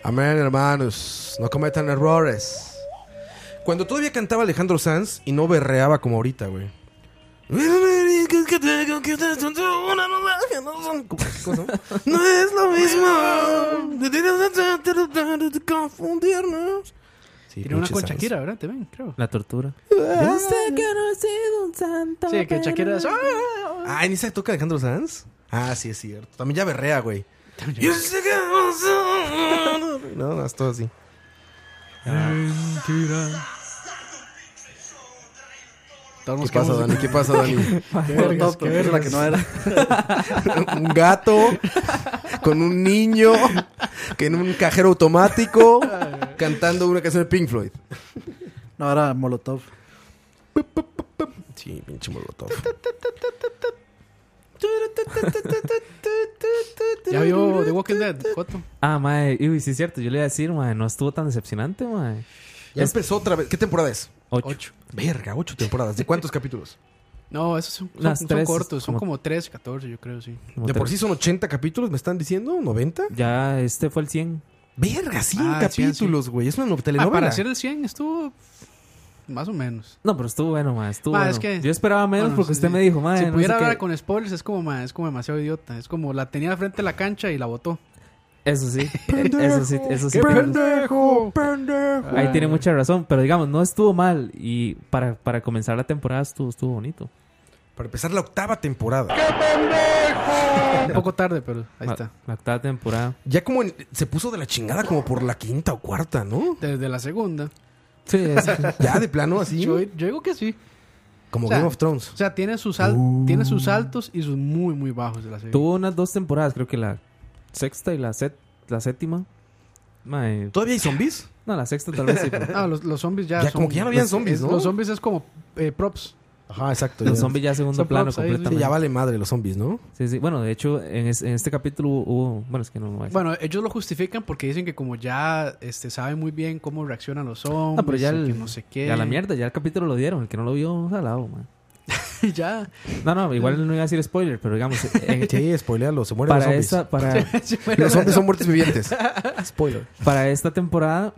[SPEAKER 4] Amén, hermanos. No cometan errores. Cuando todavía cantaba Alejandro Sanz y no berreaba como ahorita, güey. No es lo mismo. Confundirnos. Ah,
[SPEAKER 6] Tiene una con Shakira, ¿verdad? Te ven, creo.
[SPEAKER 3] La tortura.
[SPEAKER 4] Yo
[SPEAKER 3] sé que no he sido un santo.
[SPEAKER 6] Sí, que Shakira es- "Ah".
[SPEAKER 4] Ay, ni se toca Alejandro Sanz. Ah, sí, es cierto. También ya berrea, güey.
[SPEAKER 11] Yo sé que
[SPEAKER 4] No, no, es todo así.
[SPEAKER 6] Ah. Todos
[SPEAKER 4] ¿Qué pasa,
[SPEAKER 6] quedamos-
[SPEAKER 4] Dani? ¿Qué pasa, Dani?
[SPEAKER 6] Qué vergas, qué vergas.
[SPEAKER 4] un gato con un niño que en un cajero automático cantando una canción de Pink Floyd.
[SPEAKER 5] No, ahora Molotov.
[SPEAKER 4] Sí, pinche molotov.
[SPEAKER 6] Ya vio The Walking Dead, Coto.
[SPEAKER 3] Ah, mae. Uy, sí es cierto. Yo le iba a decir, mae, no estuvo tan decepcionante, mae.
[SPEAKER 4] Ya empezó otra vez. ¿Qué temporada es?
[SPEAKER 3] Ocho.
[SPEAKER 4] Verga, ocho temporadas. ¿De cuántos capítulos?
[SPEAKER 6] No, esos son, son-
[SPEAKER 3] Las
[SPEAKER 6] son
[SPEAKER 3] tres,
[SPEAKER 6] cortos, son
[SPEAKER 3] como-
[SPEAKER 6] como 3, 14, yo creo, sí.
[SPEAKER 4] De por sí son 80 capítulos, me están diciendo, 90.
[SPEAKER 3] Ya, este fue el 100.
[SPEAKER 4] Verga, 100
[SPEAKER 6] Ah, 100,
[SPEAKER 4] capítulos, güey. Es una no-
[SPEAKER 6] Ah,
[SPEAKER 4] telenovela.
[SPEAKER 6] para hacer el 100 estuvo más o menos.
[SPEAKER 3] No, pero estuvo bueno, mae. Estuvo
[SPEAKER 6] Ma,
[SPEAKER 3] bueno.
[SPEAKER 6] es que-
[SPEAKER 3] Yo esperaba menos
[SPEAKER 6] Bueno,
[SPEAKER 3] porque
[SPEAKER 6] sí,
[SPEAKER 3] usted
[SPEAKER 6] sí.
[SPEAKER 3] me dijo, mae.
[SPEAKER 6] Si
[SPEAKER 3] no
[SPEAKER 6] pudiera
[SPEAKER 3] sé qué.
[SPEAKER 6] hablar con spoilers, es como, ma, es como demasiado idiota. Es como la tenía al frente de la cancha y la botó.
[SPEAKER 3] Eso sí. eso sí, eso sí.
[SPEAKER 6] ¡Qué
[SPEAKER 3] pero-
[SPEAKER 6] pendejo!
[SPEAKER 4] ¡Pendejo!
[SPEAKER 3] Ahí tiene mucha razón, pero digamos, no estuvo mal. Y para, para comenzar la temporada estuvo, estuvo bonito.
[SPEAKER 4] Para empezar la octava temporada.
[SPEAKER 6] Un poco tarde, pero ahí
[SPEAKER 3] La-
[SPEAKER 6] está.
[SPEAKER 3] La octava temporada.
[SPEAKER 4] Ya como en- se puso de la chingada como por la quinta o cuarta, ¿no?
[SPEAKER 6] Desde la segunda.
[SPEAKER 3] Sí,
[SPEAKER 4] ya de plano así.
[SPEAKER 6] Yo, yo digo que sí.
[SPEAKER 4] Como
[SPEAKER 6] O sea,
[SPEAKER 4] Game of Thrones. Uh.
[SPEAKER 6] O sea, tiene sus, al- tiene sus altos y sus muy, muy bajos de la serie.
[SPEAKER 3] Tuvo unas dos temporadas, creo que la sexta y la, set- la séptima. Mae,
[SPEAKER 4] ¿Todavía hay zombies?
[SPEAKER 3] No, la sexta tal vez sí. pero-
[SPEAKER 6] Ah, los, los zombies ya.
[SPEAKER 4] Ya
[SPEAKER 6] son-
[SPEAKER 4] como que ya no habían
[SPEAKER 6] los-
[SPEAKER 4] zombies,
[SPEAKER 6] es-
[SPEAKER 4] ¿no?
[SPEAKER 6] Los zombies es como eh, props.
[SPEAKER 4] Ajá, exacto.
[SPEAKER 3] Los zombies ya segundo plano completamente.
[SPEAKER 4] Sí, ya vale madre los zombies, ¿no?
[SPEAKER 3] Sí, sí. Bueno, de hecho, en, es- en este capítulo hubo, hubo- Bueno, es que no. es-
[SPEAKER 6] Bueno, ellos lo justifican porque dicen que como ya este, saben muy bien cómo reaccionan los
[SPEAKER 3] no,
[SPEAKER 6] zombies,
[SPEAKER 3] Ah, pero ya,
[SPEAKER 6] y
[SPEAKER 3] el,
[SPEAKER 6] que no sé qué.
[SPEAKER 3] ya la mierda, ya el capítulo lo dieron. El que no lo vio, salado, man.
[SPEAKER 6] ya.
[SPEAKER 3] No, no, igual no iba a decir spoiler, pero digamos. En,
[SPEAKER 4] sí, spoilealo, se mueren
[SPEAKER 3] para
[SPEAKER 4] los zombies.
[SPEAKER 3] Esta, para,
[SPEAKER 6] Se mueren
[SPEAKER 4] Los zombies son muertos vivientes. Spoiler.
[SPEAKER 3] Para esta temporada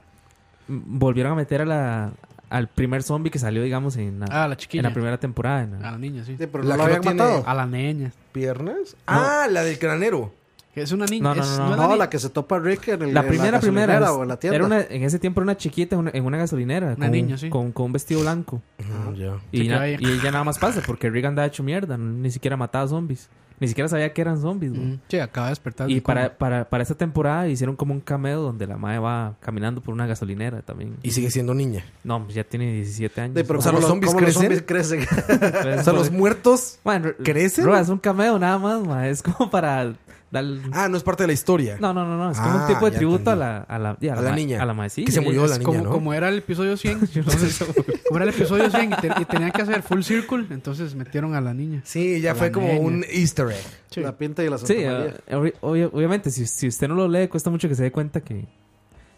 [SPEAKER 3] mm, volvieron a meter a la, al primer zombie que salió, digamos, en la,
[SPEAKER 6] Ah, la chiquilla.
[SPEAKER 3] en la primera temporada. en la-
[SPEAKER 6] A la niña, sí.
[SPEAKER 5] pero
[SPEAKER 4] La no la que no habían tiene matado.
[SPEAKER 6] A la niña.
[SPEAKER 4] ¿Piernas? Ah, la del granero.
[SPEAKER 6] Es una niña.
[SPEAKER 3] No, no,
[SPEAKER 6] es-
[SPEAKER 3] no,
[SPEAKER 6] es
[SPEAKER 3] no,
[SPEAKER 5] No,
[SPEAKER 6] niña.
[SPEAKER 5] la que se topa Rick en, el,
[SPEAKER 3] La
[SPEAKER 5] en
[SPEAKER 3] primera, primera.
[SPEAKER 5] gasolinera
[SPEAKER 3] es-
[SPEAKER 5] o en la tienda.
[SPEAKER 3] Era una, en ese tiempo era una chiquita en una, en una gasolinera.
[SPEAKER 6] Una
[SPEAKER 3] con,
[SPEAKER 6] niña, sí.
[SPEAKER 3] con, con un vestido blanco.
[SPEAKER 4] ya.
[SPEAKER 3] Y,
[SPEAKER 6] Se
[SPEAKER 3] na-
[SPEAKER 6] queda ahí.
[SPEAKER 3] y ella nada más pasa porque Regan andaba hecho mierda. no- Ni siquiera mataba zombies. Ni siquiera sabía que eran zombies. güey.
[SPEAKER 6] Mm, Sí, acaba de despertar.
[SPEAKER 3] Y
[SPEAKER 6] del
[SPEAKER 3] para,
[SPEAKER 6] coma.
[SPEAKER 3] para, para esta temporada hicieron como un cameo donde la madre va caminando por una gasolinera también.
[SPEAKER 4] Y sigue siendo niña.
[SPEAKER 3] No, pues ya tiene 17 años.
[SPEAKER 5] Sí, pero
[SPEAKER 4] O sea,
[SPEAKER 5] ¿cómo
[SPEAKER 4] los zombies
[SPEAKER 5] cómo
[SPEAKER 4] crecen?
[SPEAKER 5] crecen?
[SPEAKER 3] Pues,
[SPEAKER 4] O sea, los
[SPEAKER 3] pues,
[SPEAKER 4] muertos.
[SPEAKER 3] man, r-
[SPEAKER 4] ¿Crecen?
[SPEAKER 3] Roa, es un cameo nada más, ma, Es como para dar...
[SPEAKER 4] Ah, no es parte de la historia.
[SPEAKER 3] No, no, no, no. Es como
[SPEAKER 4] Ah,
[SPEAKER 3] un tipo de
[SPEAKER 4] ya
[SPEAKER 3] tributo a
[SPEAKER 4] entendí.
[SPEAKER 3] la, a la, y
[SPEAKER 4] A la
[SPEAKER 3] ma-
[SPEAKER 4] niña.
[SPEAKER 3] A la maecilla.
[SPEAKER 4] Que se murió
[SPEAKER 6] Es
[SPEAKER 4] la niña,
[SPEAKER 6] como,
[SPEAKER 4] ¿no?
[SPEAKER 6] como era el episodio 100. entonces, como era el episodio 100 y, te- y tenían que hacer full circle, entonces metieron a la niña.
[SPEAKER 4] Sí, ya
[SPEAKER 6] A la
[SPEAKER 4] fue como
[SPEAKER 6] niña.
[SPEAKER 4] un easter egg.
[SPEAKER 6] Sí.
[SPEAKER 5] La pinta y la Santa
[SPEAKER 3] Sí,
[SPEAKER 5] María.
[SPEAKER 3] eh, obvi- obvia- obviamente, si, si usted no lo lee, cuesta mucho que se dé cuenta que,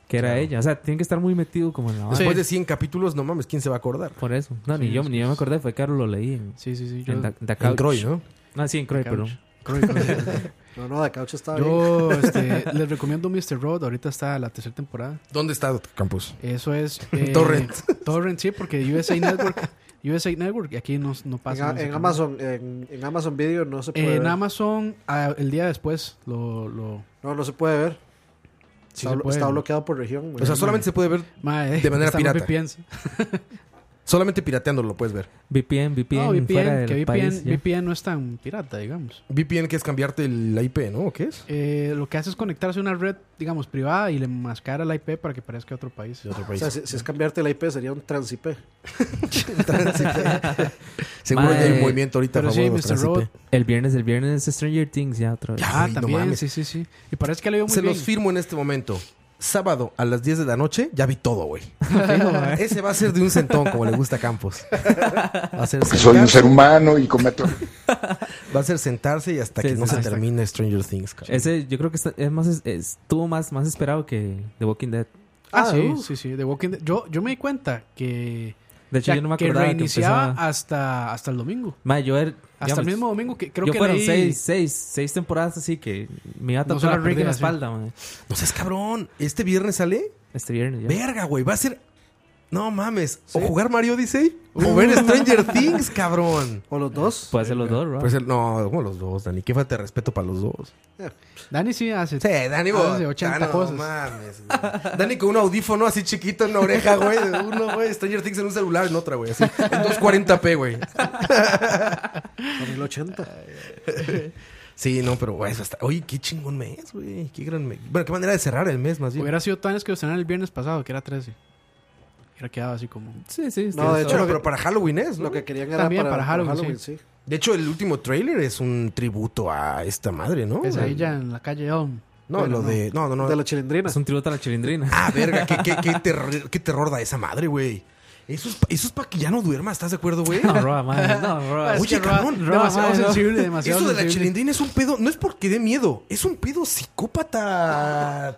[SPEAKER 3] que era ella. O sea, tiene que estar muy metido como en la banda.
[SPEAKER 4] Después de 100 capítulos, no mames, ¿quién se va a acordar?
[SPEAKER 3] Por eso. No, ni,
[SPEAKER 6] Sí,
[SPEAKER 3] yo,
[SPEAKER 6] sí,
[SPEAKER 3] ni yo me acordé, fue que ahora lo leí en,
[SPEAKER 6] Sí, sí, sí. Yo,
[SPEAKER 3] en Da- Da
[SPEAKER 4] En
[SPEAKER 3] Couch.
[SPEAKER 4] Troy, ¿no?
[SPEAKER 3] Ah, sí, en Croy,
[SPEAKER 6] Couch.
[SPEAKER 3] perdón.
[SPEAKER 6] Croy, Croy.
[SPEAKER 5] No, no, de caucho estaba bien.
[SPEAKER 6] Yo este, les recomiendo Mr. Road. Ahorita está la tercera temporada.
[SPEAKER 4] ¿Dónde está Campos?
[SPEAKER 6] Eso es. eh,
[SPEAKER 4] Torrent.
[SPEAKER 6] Torrent, sí, porque USA Network. USA Network, y aquí no, no
[SPEAKER 5] En,
[SPEAKER 6] pasa. no
[SPEAKER 5] en
[SPEAKER 6] sé cómo.
[SPEAKER 5] Amazon, en, en Amazon Video no se puede
[SPEAKER 6] Eh,
[SPEAKER 5] ver.
[SPEAKER 6] en Amazon, ah, el día después lo. lo
[SPEAKER 5] No, no se puede ver.
[SPEAKER 6] sí
[SPEAKER 5] está,
[SPEAKER 6] se
[SPEAKER 5] blo-
[SPEAKER 6] puede.
[SPEAKER 5] está bloqueado por región. güey.
[SPEAKER 4] O sea, solamente se puede ver,
[SPEAKER 3] eh,
[SPEAKER 6] Mae,
[SPEAKER 4] de manera
[SPEAKER 6] está muy
[SPEAKER 4] pirata.
[SPEAKER 6] VPNs.
[SPEAKER 4] solamente pirateándolo lo puedes ver.
[SPEAKER 3] VPN, VPN,
[SPEAKER 6] No,
[SPEAKER 3] fuera
[SPEAKER 6] VPN,
[SPEAKER 3] del
[SPEAKER 6] que VPN,
[SPEAKER 3] país. ya.
[SPEAKER 6] VPN no es tan pirata, digamos.
[SPEAKER 4] VPN que es cambiarte el- la IP, ¿no? ¿O qué es?
[SPEAKER 6] Eh, lo que hace es conectarse a una red, digamos, privada y le mascara la IP para que parezca otro país.
[SPEAKER 5] O sea, si, si es cambiarte la IP sería un trans IP.
[SPEAKER 4] Seguro
[SPEAKER 3] Madre.
[SPEAKER 4] ya hay un movimiento ahorita
[SPEAKER 6] Pero
[SPEAKER 4] a favor
[SPEAKER 6] sí,
[SPEAKER 4] de los
[SPEAKER 6] Mr. Road.
[SPEAKER 4] trans IP.
[SPEAKER 3] El viernes, el viernes Stranger Things ya otra vez.
[SPEAKER 6] Ah,
[SPEAKER 4] Ay, no
[SPEAKER 6] también,
[SPEAKER 4] mames.
[SPEAKER 6] sí, sí, sí. Y parece que le dio muy
[SPEAKER 4] Se
[SPEAKER 6] bien.
[SPEAKER 4] los firmo en este momento. Sábado a las 10 de la noche, ya vi todo, güey.
[SPEAKER 3] ¿eh?
[SPEAKER 4] Ese va a ser de un centón, como le gusta a Campos. Va a ser,
[SPEAKER 1] Porque Pues soy un
[SPEAKER 4] sentarse-
[SPEAKER 1] ser humano y cometo...
[SPEAKER 4] va a ser sentarse y hasta
[SPEAKER 3] Sí,
[SPEAKER 4] que
[SPEAKER 3] sí,
[SPEAKER 4] no
[SPEAKER 3] sí,
[SPEAKER 4] se
[SPEAKER 3] exacto.
[SPEAKER 4] termine Stranger Things. cabrón.
[SPEAKER 3] Ese yo creo que está- es más, es- estuvo más, más esperado que The Walking Dead.
[SPEAKER 6] Ah, sí,
[SPEAKER 4] uh.
[SPEAKER 6] sí, sí. The Walking Dead. Yo, yo me di cuenta que,
[SPEAKER 3] De hecho,
[SPEAKER 6] o sea,
[SPEAKER 3] yo no me
[SPEAKER 6] que
[SPEAKER 3] acordaba que,
[SPEAKER 6] reiniciaba
[SPEAKER 3] empezaba.
[SPEAKER 6] hasta, hasta el domingo.
[SPEAKER 3] Ma, yo era-
[SPEAKER 6] Hasta
[SPEAKER 3] digamos,
[SPEAKER 6] el mismo domingo que creo
[SPEAKER 3] yo
[SPEAKER 6] que
[SPEAKER 3] fueron
[SPEAKER 6] leí-
[SPEAKER 3] seis, seis, seis temporadas así que me iba a
[SPEAKER 6] No se
[SPEAKER 3] tatuar
[SPEAKER 6] la
[SPEAKER 3] a Rick en
[SPEAKER 6] perdía,
[SPEAKER 3] la
[SPEAKER 6] sí.
[SPEAKER 3] espalda, ma.
[SPEAKER 4] No seas cabrón. ¿Este viernes sale?
[SPEAKER 3] Este viernes ya.
[SPEAKER 4] Verga, güey. Va a ser. No mames. O jugar Mario Odyssey o ver Stranger Things, cabrón.
[SPEAKER 5] O los dos.
[SPEAKER 3] Uh. Puede ser los dos, ¿verdad?
[SPEAKER 4] Pues el- no, como los dos, Dani. Qué falta de respeto para los dos.
[SPEAKER 6] Dani sí hace.
[SPEAKER 4] Sí, Dani,
[SPEAKER 6] hace
[SPEAKER 4] vos-
[SPEAKER 6] 80
[SPEAKER 4] ah, no
[SPEAKER 6] cosas.
[SPEAKER 4] mames, güey. Dani con un audífono así chiquito en la oreja, güey. de Uno, güey. Stranger Things en un celular, en otra, güey. Así. En 240p, güey.
[SPEAKER 5] 2080.
[SPEAKER 4] Sí, no, pero, güey, eso está. Oye, qué chingón mes, güey. Qué gran mes. Bueno, qué manera de cerrar el mes, más bien.
[SPEAKER 6] Hubiera sido tan que estrenaron el viernes pasado, que era 13. Era quedado así como.
[SPEAKER 3] Sí, sí.
[SPEAKER 5] No, de
[SPEAKER 3] sí,
[SPEAKER 4] Bueno,
[SPEAKER 5] hecho, lo que-
[SPEAKER 4] pero para Halloween es, ¿no?
[SPEAKER 5] Lo que querían era
[SPEAKER 6] También
[SPEAKER 5] para,
[SPEAKER 6] para
[SPEAKER 5] para
[SPEAKER 6] Halloween,
[SPEAKER 5] Halloween,
[SPEAKER 6] sí.
[SPEAKER 5] sí.
[SPEAKER 4] De hecho, el último trailer es un tributo a esta madre, ¿no?
[SPEAKER 6] Pesadilla en la calle Elm.
[SPEAKER 4] No,
[SPEAKER 6] Bueno,
[SPEAKER 4] lo de. No, no, no.
[SPEAKER 5] De la chilindrina.
[SPEAKER 3] Es un tributo a la chilindrina.
[SPEAKER 4] Ah, verga, qué, qué, qué, terror, qué terror da esa madre, güey. Eso es, pa- eso es para que ya no duerma, ¿estás de acuerdo, güey?
[SPEAKER 3] No, Roa, madre. No, Roa.
[SPEAKER 6] Es
[SPEAKER 4] Oye,
[SPEAKER 6] que Ra-
[SPEAKER 4] cabrón,
[SPEAKER 3] Ra-
[SPEAKER 6] demasiado
[SPEAKER 3] madre, no.
[SPEAKER 6] sensible, demasiado
[SPEAKER 4] Eso de la
[SPEAKER 6] sensible.
[SPEAKER 4] chilindrina es un pedo, no es porque dé miedo, es un pedo psicópata ah,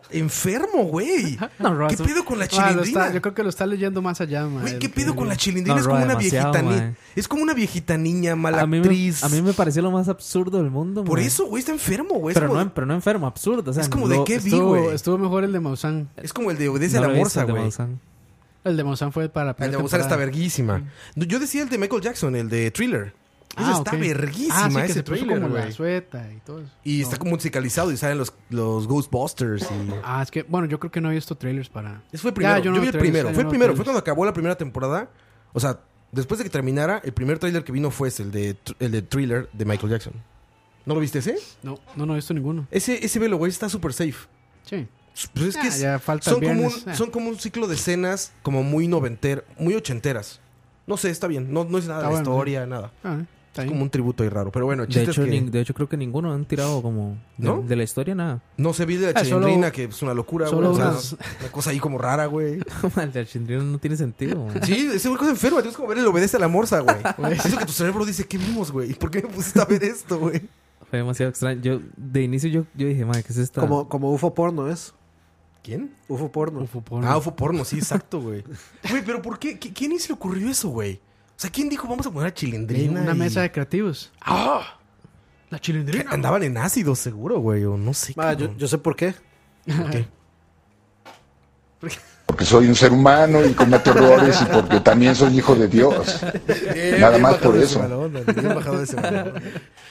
[SPEAKER 4] enfermo, güey.
[SPEAKER 3] No, Roa,
[SPEAKER 4] ¿Qué
[SPEAKER 3] es-
[SPEAKER 4] pedo con la
[SPEAKER 6] Ah, lo está-
[SPEAKER 4] chilindrina?
[SPEAKER 6] yo creo que lo está leyendo más allá, man.
[SPEAKER 4] Güey, ¿qué pedo con la chilindrina?
[SPEAKER 3] No,
[SPEAKER 4] es como
[SPEAKER 3] Roa,
[SPEAKER 4] una viejita
[SPEAKER 3] demasiado,
[SPEAKER 4] niña.
[SPEAKER 3] mae.
[SPEAKER 4] Es como una viejita niña, mala
[SPEAKER 3] A mí, me,
[SPEAKER 4] actriz.
[SPEAKER 3] a mí me pareció lo más absurdo del mundo,
[SPEAKER 4] Por
[SPEAKER 3] ma.
[SPEAKER 4] eso, güey, está enfermo, güey. Es
[SPEAKER 3] Pero
[SPEAKER 4] como
[SPEAKER 3] no,
[SPEAKER 4] de-
[SPEAKER 3] pero no enfermo, absurdo. O sea,
[SPEAKER 4] Es como de
[SPEAKER 3] lo-
[SPEAKER 4] qué vi,
[SPEAKER 6] Estuvo,
[SPEAKER 4] güey.
[SPEAKER 6] estuvo mejor el de Maussan.
[SPEAKER 4] Es como el de Obedece
[SPEAKER 3] no
[SPEAKER 4] a
[SPEAKER 3] lo
[SPEAKER 4] la
[SPEAKER 3] he visto,
[SPEAKER 4] Morsa,
[SPEAKER 3] el de
[SPEAKER 4] güey.
[SPEAKER 3] Maussan.
[SPEAKER 6] El de Maussan fue para la
[SPEAKER 4] El de
[SPEAKER 6] primera
[SPEAKER 4] Abusar está
[SPEAKER 6] temporada.
[SPEAKER 4] verguísima.
[SPEAKER 3] Mm.
[SPEAKER 4] No, Yo decía el de Michael Jackson, el de Thriller. Ese
[SPEAKER 6] Ah,
[SPEAKER 4] está
[SPEAKER 6] ok.
[SPEAKER 4] verguísima
[SPEAKER 6] Ah, sí, que
[SPEAKER 4] ese
[SPEAKER 6] se puso
[SPEAKER 4] thriller,
[SPEAKER 6] como la
[SPEAKER 4] güey.
[SPEAKER 6] sueta y todo eso.
[SPEAKER 4] Y
[SPEAKER 6] No.
[SPEAKER 4] está como musicalizado y salen los, los Ghostbusters. Y...
[SPEAKER 6] Ah, es que, bueno, yo creo que no he visto trailers para...
[SPEAKER 4] Ese fue el primero.
[SPEAKER 6] Ya,
[SPEAKER 4] yo
[SPEAKER 6] no
[SPEAKER 4] vi el
[SPEAKER 6] trailers,
[SPEAKER 4] primero.
[SPEAKER 6] ya,
[SPEAKER 4] Fue
[SPEAKER 6] yo
[SPEAKER 4] el
[SPEAKER 6] no
[SPEAKER 4] primero. Fue
[SPEAKER 6] trailers.
[SPEAKER 4] cuando acabó la primera temporada. O sea, después de que terminara, el primer tráiler que vino fue ese, el de, thr- el de Thriller de Michael Jackson. ¿No lo viste ese?
[SPEAKER 6] No, no, no he visto ninguno.
[SPEAKER 4] Ese, ese velo, güey, está súper safe.
[SPEAKER 6] Sí.
[SPEAKER 4] Pues es
[SPEAKER 6] Ah,
[SPEAKER 4] que es-
[SPEAKER 6] ya falta el
[SPEAKER 4] son, como
[SPEAKER 6] viernes.
[SPEAKER 4] un,
[SPEAKER 6] Ah.
[SPEAKER 4] son como un ciclo de escenas como muy noventer, muy ochenteras. No sé, está bien. No, no es
[SPEAKER 6] Está
[SPEAKER 4] nada de
[SPEAKER 6] bueno,
[SPEAKER 4] historia, nada.
[SPEAKER 6] Ah,
[SPEAKER 4] Es como un tributo ahí raro. Pero bueno, el
[SPEAKER 3] De
[SPEAKER 4] chiste
[SPEAKER 3] hecho,
[SPEAKER 4] es que...
[SPEAKER 3] nin- de hecho, creo que ninguno han tirado como... De,
[SPEAKER 4] ¿No?
[SPEAKER 3] de la historia, nada.
[SPEAKER 4] No se vi de la
[SPEAKER 3] Ah, solo-
[SPEAKER 4] chilindrina, que es una locura, güey.
[SPEAKER 3] solo
[SPEAKER 4] O sea,
[SPEAKER 3] unas-
[SPEAKER 4] una cosa ahí como rara, güey.
[SPEAKER 3] el de Archindrino no tiene sentido, man.
[SPEAKER 4] Sí, ese güey cosa enferma. Tienes como ver el obedece a la morsa, güey. Eso que tu cerebro dice, ¿qué vimos, güey? ¿Y por qué me pusiste a ver esto, güey?
[SPEAKER 3] Fue demasiado extraño. Yo, de inicio yo, yo dije, madre, ¿qué es esta?
[SPEAKER 5] Como, como UFO porno es.
[SPEAKER 4] ¿Quién?
[SPEAKER 5] UFO porno.
[SPEAKER 6] UFO
[SPEAKER 4] Ah, fue porno, sí, exacto, güey. Güey, pero ¿por qué? ¿Qui- ¿Quién se le ocurrió eso, güey? O sea, ¿quién dijo vamos a poner a chilindrina?
[SPEAKER 6] Una
[SPEAKER 4] y-
[SPEAKER 6] mesa de creativos.
[SPEAKER 4] ¡Ah!
[SPEAKER 6] La chilindrina.
[SPEAKER 4] Andaban en ácido, seguro, güey. O no sé.
[SPEAKER 5] Ma, yo, yo sé por qué.
[SPEAKER 1] porque soy un ser humano y cometo errores y porque también soy hijo de
[SPEAKER 4] Pues,
[SPEAKER 1] Dios.
[SPEAKER 4] Bien
[SPEAKER 1] Nada más
[SPEAKER 4] bajado
[SPEAKER 1] por
[SPEAKER 4] de ese
[SPEAKER 1] eso.
[SPEAKER 4] balón, Dani, bien bajado de ese balón.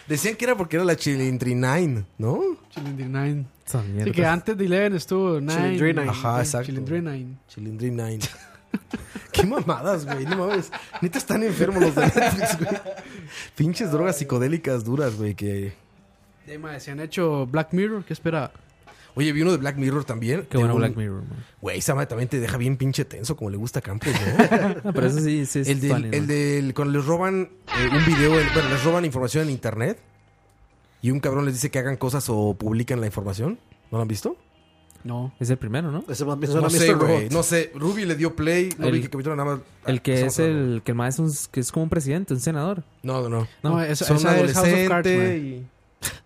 [SPEAKER 4] Decían que era porque era la chilindrina, ¿no?
[SPEAKER 6] Chilindrina.
[SPEAKER 3] Esa
[SPEAKER 6] Así
[SPEAKER 3] mierda.
[SPEAKER 6] que antes de Eleven estuvo Nine.
[SPEAKER 4] Chilindrina. Ajá,
[SPEAKER 6] Sí,
[SPEAKER 4] exacto.
[SPEAKER 6] Chilindrina.
[SPEAKER 4] Chilindrina. Qué mamadas, güey. No mames. Neta están enfermos los de Netflix, güey. Pinches drogas psicodélicas duras, güey. Que.
[SPEAKER 6] De, ma, se han hecho Black Mirror. ¿Qué espera?
[SPEAKER 4] Oye, vi uno de Black Mirror también.
[SPEAKER 3] Qué
[SPEAKER 4] De
[SPEAKER 3] bueno
[SPEAKER 4] un-
[SPEAKER 3] Black Mirror, man.
[SPEAKER 4] Güey, esa madre también te deja bien pinche tenso, como le gusta a Campos, ¿no?
[SPEAKER 3] No, pero eso sí- sí es
[SPEAKER 4] el del,
[SPEAKER 3] funny,
[SPEAKER 4] el
[SPEAKER 3] ¿no?
[SPEAKER 4] del- Cuando les roban eh, un video, el- bueno, les roban información en internet y un cabrón les dice que hagan cosas o publican la información. ¿No lo han visto?
[SPEAKER 6] No.
[SPEAKER 3] Es el primero, ¿no?
[SPEAKER 5] Ese más bien suena
[SPEAKER 4] No
[SPEAKER 5] a
[SPEAKER 4] sé,
[SPEAKER 5] Mr.
[SPEAKER 4] güey.
[SPEAKER 5] Robot.
[SPEAKER 4] No sé. Ruby le dio play. No
[SPEAKER 3] El-
[SPEAKER 4] vi que capítulo nada más. ah,
[SPEAKER 3] El que
[SPEAKER 4] Estamos
[SPEAKER 3] es el... Que el más es, un- que es como un presidente, un senador.
[SPEAKER 4] No, no, no.
[SPEAKER 6] No, esa-
[SPEAKER 4] Son
[SPEAKER 6] esa es House of
[SPEAKER 4] adolescente
[SPEAKER 6] Cards, ma.
[SPEAKER 4] y-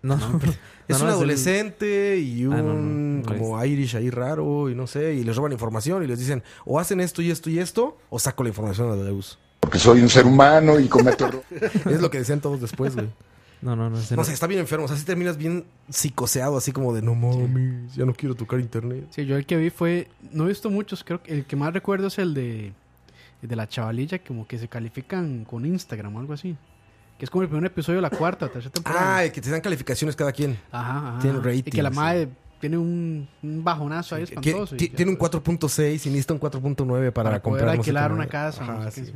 [SPEAKER 3] No, no, no,
[SPEAKER 4] Es
[SPEAKER 3] no,
[SPEAKER 4] un
[SPEAKER 3] el-
[SPEAKER 4] adolescente y un
[SPEAKER 3] Ah, no, no, no
[SPEAKER 4] como Irish ahí raro y no sé, y les roban información y les dicen o hacen esto y esto y esto o saco la información a la luz.
[SPEAKER 1] Porque soy un ser humano y cometo errores.
[SPEAKER 4] es lo que decían todos después, güey.
[SPEAKER 3] No, no, no. ese
[SPEAKER 4] No
[SPEAKER 3] no.
[SPEAKER 4] sé, está bien enfermo, o sea, si terminas bien psicoseado así como de no mames, ya no quiero tocar internet.
[SPEAKER 6] Sí, yo el que vi fue. No he visto muchos. Creo que el que más recuerdo es el de. el de la chavalilla, como que se califican con Instagram o algo así. Que es como el primer episodio de la cuarta, tercera temporada.
[SPEAKER 4] Ah, el que te dan calificaciones cada quien.
[SPEAKER 3] Ah,
[SPEAKER 6] ajá, ajá.
[SPEAKER 4] tiene
[SPEAKER 6] Y que la
[SPEAKER 4] ratings,
[SPEAKER 6] madre tiene un, un bajonazo ahí
[SPEAKER 4] Que-
[SPEAKER 6] espantoso. y
[SPEAKER 4] ti-
[SPEAKER 6] ya,
[SPEAKER 4] tiene un
[SPEAKER 6] pues,
[SPEAKER 4] 4.6 y necesita un 4.9 para,
[SPEAKER 6] para
[SPEAKER 4] comprar
[SPEAKER 6] poder
[SPEAKER 4] no sé qué
[SPEAKER 6] alquilar una
[SPEAKER 4] madre.
[SPEAKER 6] casa. no
[SPEAKER 4] Ajá,
[SPEAKER 6] sé qué.
[SPEAKER 4] sí.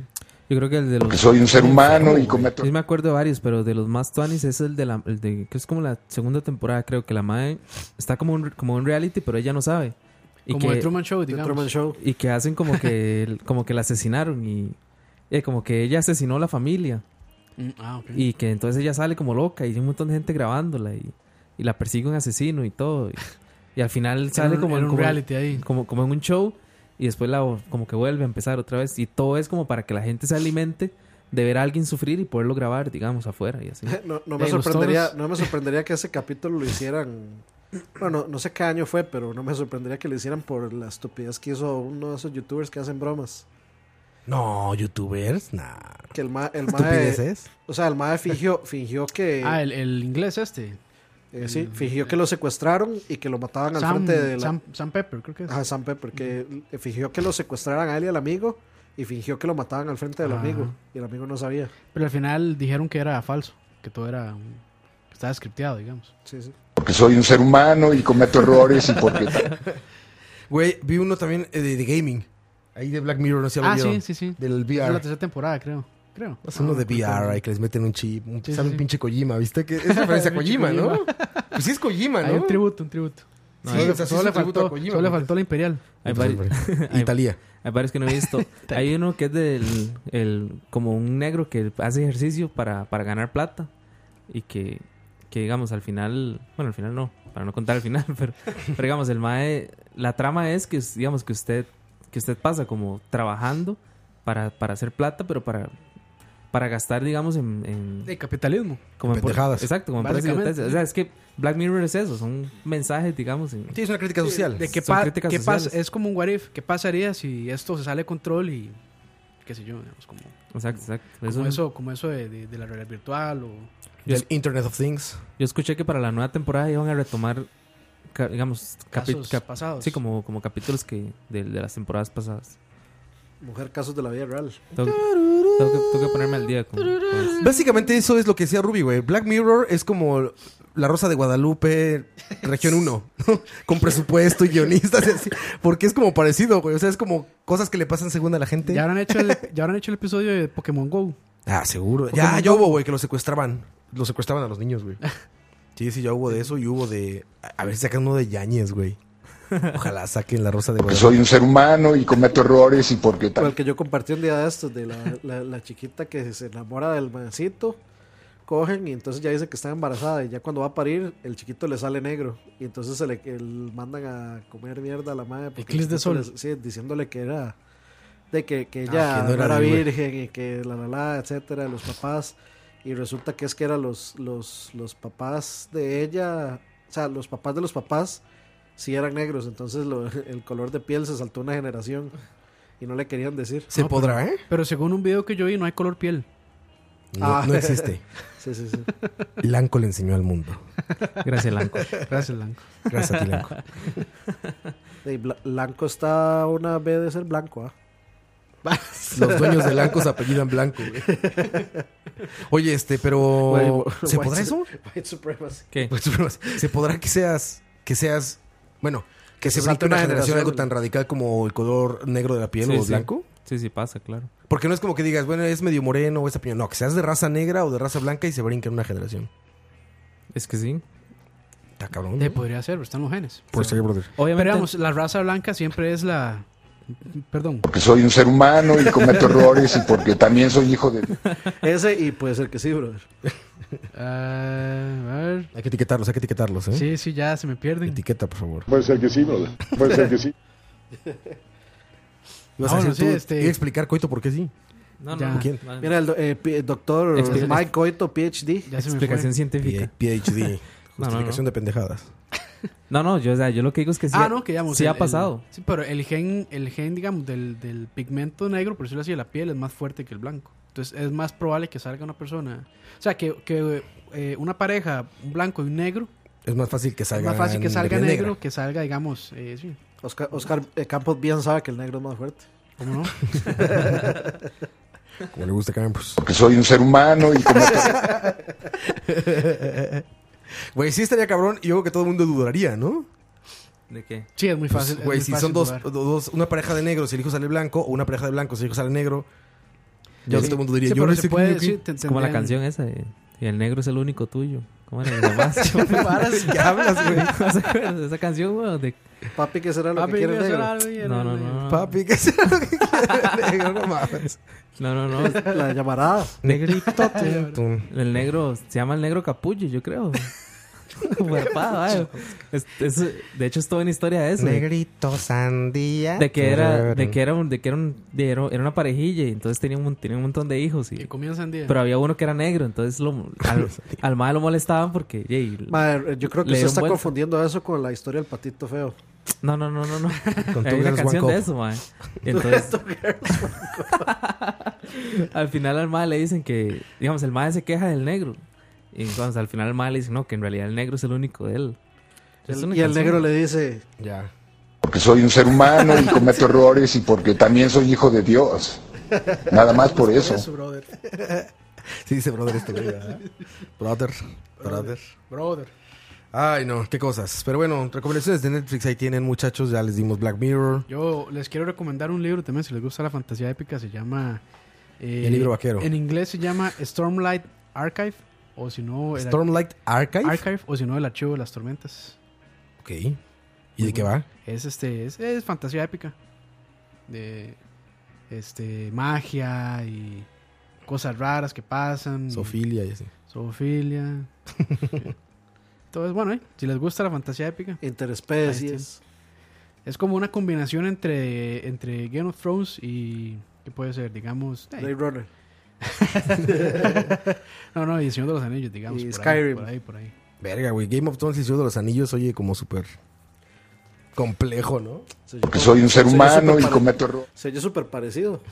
[SPEAKER 3] Yo creo que el de los...
[SPEAKER 1] Porque soy un ser humano y cometo
[SPEAKER 3] Yo me acuerdo de varios, pero de los más tuanis es el de la... El de, que es como la segunda temporada, creo que la madre está como un, como un reality, pero ella no sabe. Y
[SPEAKER 6] Como
[SPEAKER 3] que,
[SPEAKER 6] el Truman Show,
[SPEAKER 5] The
[SPEAKER 6] digamos.
[SPEAKER 5] Truman Show.
[SPEAKER 3] Y que hacen como que, el- como que la asesinaron y... eh, como que ella asesinó a la familia.
[SPEAKER 6] Mm, ah, ok.
[SPEAKER 3] Y que entonces ella sale como loca y hay un montón de gente grabándola y, y la persigue un asesino y todo. Y, y al final sale
[SPEAKER 6] un-
[SPEAKER 3] como,
[SPEAKER 6] era un
[SPEAKER 3] como-
[SPEAKER 6] reality ahí.
[SPEAKER 3] Como, como en un show y después la, como que vuelve a empezar otra vez. Y todo es como para que la gente se alimente de ver a alguien sufrir y poderlo grabar, digamos, afuera y así.
[SPEAKER 5] No, no me
[SPEAKER 6] Eh, los
[SPEAKER 5] sorprendería,
[SPEAKER 6] toros.
[SPEAKER 5] no me sorprendería que ese capítulo lo hicieran. Bueno, no sé qué año fue, pero no me sorprendería que lo hicieran por la estupidez que hizo uno de esos youtubers que hacen bromas.
[SPEAKER 4] No, youtubers, nah.
[SPEAKER 5] Que el ma, el mae,
[SPEAKER 4] Estupideces.
[SPEAKER 5] o sea, el mae fingió, fingió que
[SPEAKER 6] Ah, el, el inglés este.
[SPEAKER 5] eh, sí, fingió que lo secuestraron y que lo mataban al
[SPEAKER 6] Sam,
[SPEAKER 5] frente de la
[SPEAKER 6] Sam, Sam Pepper, creo que es.
[SPEAKER 5] Ajá, Sam Pepper, que eh, fingió que lo secuestraran a él y al amigo y fingió que lo mataban al frente del
[SPEAKER 6] Ajá.
[SPEAKER 5] amigo y el amigo no sabía.
[SPEAKER 6] Pero al final dijeron que era falso. Que todo era. un- que estaba scripteado, digamos.
[SPEAKER 5] Sí, sí.
[SPEAKER 1] porque soy un ser humano y cometo errores y porque
[SPEAKER 4] Güey, vi uno también eh, de, de gaming. Ahí de Black Mirror, no sé si lo
[SPEAKER 6] Ah,
[SPEAKER 4] vieron.
[SPEAKER 6] sí, sí, sí.
[SPEAKER 4] Del
[SPEAKER 6] Es la
[SPEAKER 4] VR.
[SPEAKER 6] tercera temporada, creo. Creo.
[SPEAKER 4] Es uno de VR, ahí que les meten un chip. Un, sale un pinche Kojima, ¿viste? Que Ah, es referencia a
[SPEAKER 6] Pinche
[SPEAKER 4] Kojima, ¿no? Pues sí es Kojima,
[SPEAKER 6] Hay
[SPEAKER 4] ¿no?
[SPEAKER 6] un tributo, un tributo.
[SPEAKER 4] Sí,
[SPEAKER 6] Solo-
[SPEAKER 4] o sea, sí
[SPEAKER 6] solo
[SPEAKER 4] es
[SPEAKER 6] le
[SPEAKER 4] un tributo
[SPEAKER 6] faltó,
[SPEAKER 4] a Kojima.
[SPEAKER 6] solo le faltó la Imperial.
[SPEAKER 3] Hay,
[SPEAKER 4] Entonces,
[SPEAKER 3] vari-
[SPEAKER 4] hombre, Italia.
[SPEAKER 3] hay varios que no he visto. hay uno que es del el, como un negro que hace ejercicio para, para ganar plata y que, que digamos al final, bueno al final no, para no contar al final, pero, pero digamos el mae, la trama es que digamos que usted que usted pasa como trabajando para, para hacer plata, pero para para gastar digamos en, en-
[SPEAKER 6] De capitalismo.
[SPEAKER 3] como en por-
[SPEAKER 4] pendejadas.
[SPEAKER 3] exacto, como en puras
[SPEAKER 6] Básicamente.
[SPEAKER 3] idioteces. o sea, es que Black Mirror es eso, son mensajes digamos en-
[SPEAKER 4] Sí, es una crítica social.
[SPEAKER 6] De qué
[SPEAKER 3] Son
[SPEAKER 6] pa-
[SPEAKER 3] críticas
[SPEAKER 6] qué pasa.
[SPEAKER 3] sociales.
[SPEAKER 6] Es como un what if. ¿Qué pasaría si esto se sale de control y. qué sé yo, digamos, como.
[SPEAKER 3] Exacto, exacto.
[SPEAKER 6] Como
[SPEAKER 3] Eso-
[SPEAKER 6] eso, como eso de, de- de la realidad virtual o...
[SPEAKER 4] Del Internet of Things.
[SPEAKER 3] Yo escuché que para la nueva temporada iban a retomar, ca- digamos, capi-
[SPEAKER 6] Casos
[SPEAKER 3] cap-
[SPEAKER 6] pasados.
[SPEAKER 3] Sí, como, como capítulos que de, de las temporadas pasadas.
[SPEAKER 5] Mujer casos de la vida real.
[SPEAKER 3] Tengo, tengo que, tengo que ponerme al día. Con, con-
[SPEAKER 4] Básicamente eso es lo que decía Ruby, güey. Black Mirror es como La Rosa de Guadalupe, región 1, ¿no? con presupuesto y guionistas. y así. Porque es como parecido, güey. O sea, es como cosas que le pasan según a la gente.
[SPEAKER 6] Ya habrán, hecho el, ya habrán hecho el episodio de Pokémon GO.
[SPEAKER 4] Ah, seguro. Ya, ya hubo, Oh, güey, que los secuestraban. Los secuestraban a los niños, güey. Sí, sí, ya hubo de eso y hubo de... a- A ver si sacan uno de Yañez, güey. Ojalá saquen la rosa de
[SPEAKER 1] porque
[SPEAKER 4] Guadalupe.
[SPEAKER 1] Pues soy un ser humano y cometo errores y porque
[SPEAKER 5] Con
[SPEAKER 1] también
[SPEAKER 5] el que yo compartí un día de estos, de la, la- la chiquita que se enamora del mancito cogen y entonces ya dice que está embarazada y ya cuando va a parir el chiquito le sale negro y entonces se le el- mandan a comer mierda a la madre porque
[SPEAKER 6] Eclipse de
[SPEAKER 5] chiquito
[SPEAKER 6] sol. Ah,
[SPEAKER 5] le- sí, diciéndole que era de que, que ella
[SPEAKER 6] que
[SPEAKER 5] no
[SPEAKER 6] no
[SPEAKER 5] era,
[SPEAKER 6] era libre.
[SPEAKER 5] virgen y que la la la etcétera los papás y resulta que es que eran los los los papás de ella o sea los papás de los papás si eran negros entonces lo- el color de piel se saltó una generación y no le querían decir
[SPEAKER 6] No,
[SPEAKER 4] eh?
[SPEAKER 6] pero- Pero según un video que yo vi, no hay color piel. Ah.
[SPEAKER 4] No, no existe.
[SPEAKER 5] sí, sí, sí.
[SPEAKER 4] Lanco le enseñó al mundo.
[SPEAKER 3] Gracias, Lanco.
[SPEAKER 6] Gracias, Lanco.
[SPEAKER 4] Gracias a ti, Lanco.
[SPEAKER 5] Sí, Bla- Blanco está una B de ser blanco, ¿ah?
[SPEAKER 4] Los dueños de Lanco se apellidan Blanco, güey. Oye, este, pero.
[SPEAKER 5] Güey,
[SPEAKER 4] ¿Se
[SPEAKER 5] white
[SPEAKER 4] podrá eso?
[SPEAKER 5] su- White supremacy.
[SPEAKER 4] White supremacy. ¿Se podrá que seas. Que seas. Bueno, que,
[SPEAKER 5] Que
[SPEAKER 4] se
[SPEAKER 5] se
[SPEAKER 4] brinque
[SPEAKER 5] salte
[SPEAKER 4] una
[SPEAKER 5] una
[SPEAKER 4] generación
[SPEAKER 5] generación.
[SPEAKER 4] algo tan radical como el color negro de la piel
[SPEAKER 3] Sí,
[SPEAKER 4] o
[SPEAKER 3] sí.
[SPEAKER 4] blanco?
[SPEAKER 3] Sí, sí, pasa, claro.
[SPEAKER 4] Porque no es como que digas, bueno, es medio moreno o esa piñón. No, que seas de raza negra o de raza blanca y se brinque en una generación.
[SPEAKER 3] Es que sí.
[SPEAKER 4] Está ah, cabrón.
[SPEAKER 6] Eh,
[SPEAKER 4] ¿no?
[SPEAKER 6] podría ser, pero están los genes.
[SPEAKER 4] Pues sí, brother.
[SPEAKER 3] Obviamente-
[SPEAKER 6] Pero digamos, la raza blanca siempre es la. Perdón.
[SPEAKER 1] Porque soy un ser humano y cometo errores y porque también soy hijo de Dios.
[SPEAKER 5] Ese y puede ser que sí, brother.
[SPEAKER 6] Ah, a ver.
[SPEAKER 4] Hay que etiquetarlos, hay que etiquetarlos, ¿eh?
[SPEAKER 6] Sí, sí, ya se me pierden.
[SPEAKER 4] Etiqueta, por favor.
[SPEAKER 6] Puede ser que sí,
[SPEAKER 1] brother. Puede ser Pues, que sí.
[SPEAKER 4] Ibas
[SPEAKER 6] Ah,
[SPEAKER 4] a
[SPEAKER 6] bueno,
[SPEAKER 4] decir
[SPEAKER 6] sí,
[SPEAKER 4] tú-
[SPEAKER 6] este-
[SPEAKER 4] iba a explicar, Coito, por qué sí.
[SPEAKER 3] No,
[SPEAKER 6] Ya.
[SPEAKER 3] no.
[SPEAKER 4] ¿Quién?
[SPEAKER 3] no.
[SPEAKER 5] Mira, el, do- eh, pi- el doctor
[SPEAKER 3] Expli-
[SPEAKER 5] Mike Coito, PhD.
[SPEAKER 6] Ya se me
[SPEAKER 3] Explicación científica.
[SPEAKER 4] PhD.
[SPEAKER 3] No, no, no.
[SPEAKER 4] Justificación de pendejadas.
[SPEAKER 3] No, no, yo, o sea, yo lo que digo es que sí.
[SPEAKER 6] ah, no, que digamos.
[SPEAKER 3] sí
[SPEAKER 6] el-
[SPEAKER 3] ha pasado.
[SPEAKER 6] el- sí, pero el gen, el gen digamos, del, del pigmento negro, por decirlo así, de la piel es más fuerte que el blanco. Entonces es más probable que salga una persona. O sea, que, que eh, una pareja, un blanco y un negro,
[SPEAKER 4] Es más fácil que
[SPEAKER 6] es
[SPEAKER 4] salga.
[SPEAKER 6] más fácil que
[SPEAKER 4] en
[SPEAKER 6] salga
[SPEAKER 4] piel
[SPEAKER 6] negro
[SPEAKER 4] negra.
[SPEAKER 6] que salga, digamos, eh, sí.
[SPEAKER 5] Oscar, Oscar, eh, Campos bien sabe que el negro es más fuerte.
[SPEAKER 6] ¿Cómo no?
[SPEAKER 4] Como le gusta a Campos.
[SPEAKER 1] Porque soy un ser humano y cometo
[SPEAKER 4] Güey, sí estaría cabrón y yo creo que todo el mundo dudaría, ¿no?
[SPEAKER 3] ¿De qué?
[SPEAKER 6] Sí, es muy
[SPEAKER 4] Pues,
[SPEAKER 6] fácil. es
[SPEAKER 4] Güey,
[SPEAKER 6] muy
[SPEAKER 4] si
[SPEAKER 6] fácil
[SPEAKER 4] son dos,
[SPEAKER 6] dudar.
[SPEAKER 4] do- dos, una pareja de negros y el hijo sale blanco, o una pareja de blancos y el hijo sale negro, ya
[SPEAKER 6] Sí.
[SPEAKER 4] todo el mundo diría,
[SPEAKER 6] Sí,
[SPEAKER 4] yo
[SPEAKER 6] pero
[SPEAKER 4] no
[SPEAKER 6] se
[SPEAKER 4] sé
[SPEAKER 6] puede
[SPEAKER 4] quién-
[SPEAKER 6] decir, te-
[SPEAKER 3] Es como la
[SPEAKER 6] tendrían-
[SPEAKER 3] canción esa de, Y el negro es el único tuyo. ¿Cómo era? Los demás.
[SPEAKER 4] ¿Qué paras y qué hablas, güey?
[SPEAKER 3] ¿No se acuerdan de esa canción, güey? De...
[SPEAKER 5] Papi, ¿qué será lo
[SPEAKER 6] Papi,
[SPEAKER 5] que quiere el
[SPEAKER 6] ¿qué
[SPEAKER 5] negro?
[SPEAKER 6] será lo que quiere
[SPEAKER 3] No, no,
[SPEAKER 6] el negro?
[SPEAKER 3] no.
[SPEAKER 4] Papi, ¿qué será lo que quiere el negro? No mames.
[SPEAKER 3] No, no, no.
[SPEAKER 5] La llamarada.
[SPEAKER 3] Negrito. el negro, se llama el negro capullo, yo creo. Huerpado, ay. Es- es- de hecho, es toda una historia de eso.
[SPEAKER 4] Negrito sandía.
[SPEAKER 3] De que era, de que era, un- de que era, un- de era era una parejilla y entonces tenía un, tenía un montón de hijos. Y,
[SPEAKER 6] Que comían sandía.
[SPEAKER 3] pero había uno que era negro, entonces lo, al, al mae lo molestaban porque. yey,
[SPEAKER 5] Madre, eh, yo creo que
[SPEAKER 3] le
[SPEAKER 5] usted
[SPEAKER 3] dieron
[SPEAKER 5] está
[SPEAKER 3] vuelta.
[SPEAKER 5] confundiendo eso con la historia del patito feo.
[SPEAKER 3] No, no, no, no. no.
[SPEAKER 4] Con
[SPEAKER 3] Hay
[SPEAKER 4] Two
[SPEAKER 3] una
[SPEAKER 4] Girls,
[SPEAKER 3] canción
[SPEAKER 4] One
[SPEAKER 3] de
[SPEAKER 4] Cup.
[SPEAKER 3] eso, mae. Entonces,
[SPEAKER 5] Two Girls, One Cup.
[SPEAKER 3] al final al mae le dicen que, digamos, el mae se queja del negro. Y entonces al final al mae le dicen, no, que en realidad el negro es el único de él. Es una
[SPEAKER 5] y el
[SPEAKER 3] canción.
[SPEAKER 5] negro le dice:
[SPEAKER 4] Ya.
[SPEAKER 1] porque soy un ser humano y cometo errores y porque también soy hijo de Dios. Nada más por eso.
[SPEAKER 6] brother.
[SPEAKER 4] Sí, dice brother este güey. ¿verdad? Brother, brother.
[SPEAKER 6] Brother.
[SPEAKER 4] Ay, no, qué cosas. Pero bueno, recomendaciones de Netflix ahí tienen, muchachos. Ya les dimos Black Mirror.
[SPEAKER 6] Yo les quiero recomendar un libro también, si les gusta la fantasía épica, se llama... eh,
[SPEAKER 4] El libro vaquero.
[SPEAKER 6] En inglés se llama Stormlight Archive, o si no... el ar-
[SPEAKER 4] Stormlight Archive.
[SPEAKER 6] Archive, o si no, el archivo de las tormentas.
[SPEAKER 4] ok. ¿Y de qué va?
[SPEAKER 6] Es este, es, es fantasía épica. De este magia y cosas raras que pasan.
[SPEAKER 4] Sofilia y así.
[SPEAKER 6] Zoofilia. Entonces, bueno, ¿eh? si les gusta la fantasía épica.
[SPEAKER 5] Interespecies.
[SPEAKER 6] Es como una combinación entre, entre Game of Thrones y. ¿Qué puede ser? Digamos. eh,
[SPEAKER 5] Blade Runner.
[SPEAKER 6] no, no, y el Señor de los Anillos, digamos.
[SPEAKER 5] Y
[SPEAKER 6] por Ahí,
[SPEAKER 5] Skyrim.
[SPEAKER 6] por ahí, por ahí.
[SPEAKER 4] Verga, güey. Game of Thrones y Señor de los Anillos, oye, como súper complejo, ¿no?
[SPEAKER 1] Porque soy un ser
[SPEAKER 5] Se oye
[SPEAKER 1] humano y
[SPEAKER 5] superpare-
[SPEAKER 1] cometo errores.
[SPEAKER 5] Se oye súper parecido. ¿Eh?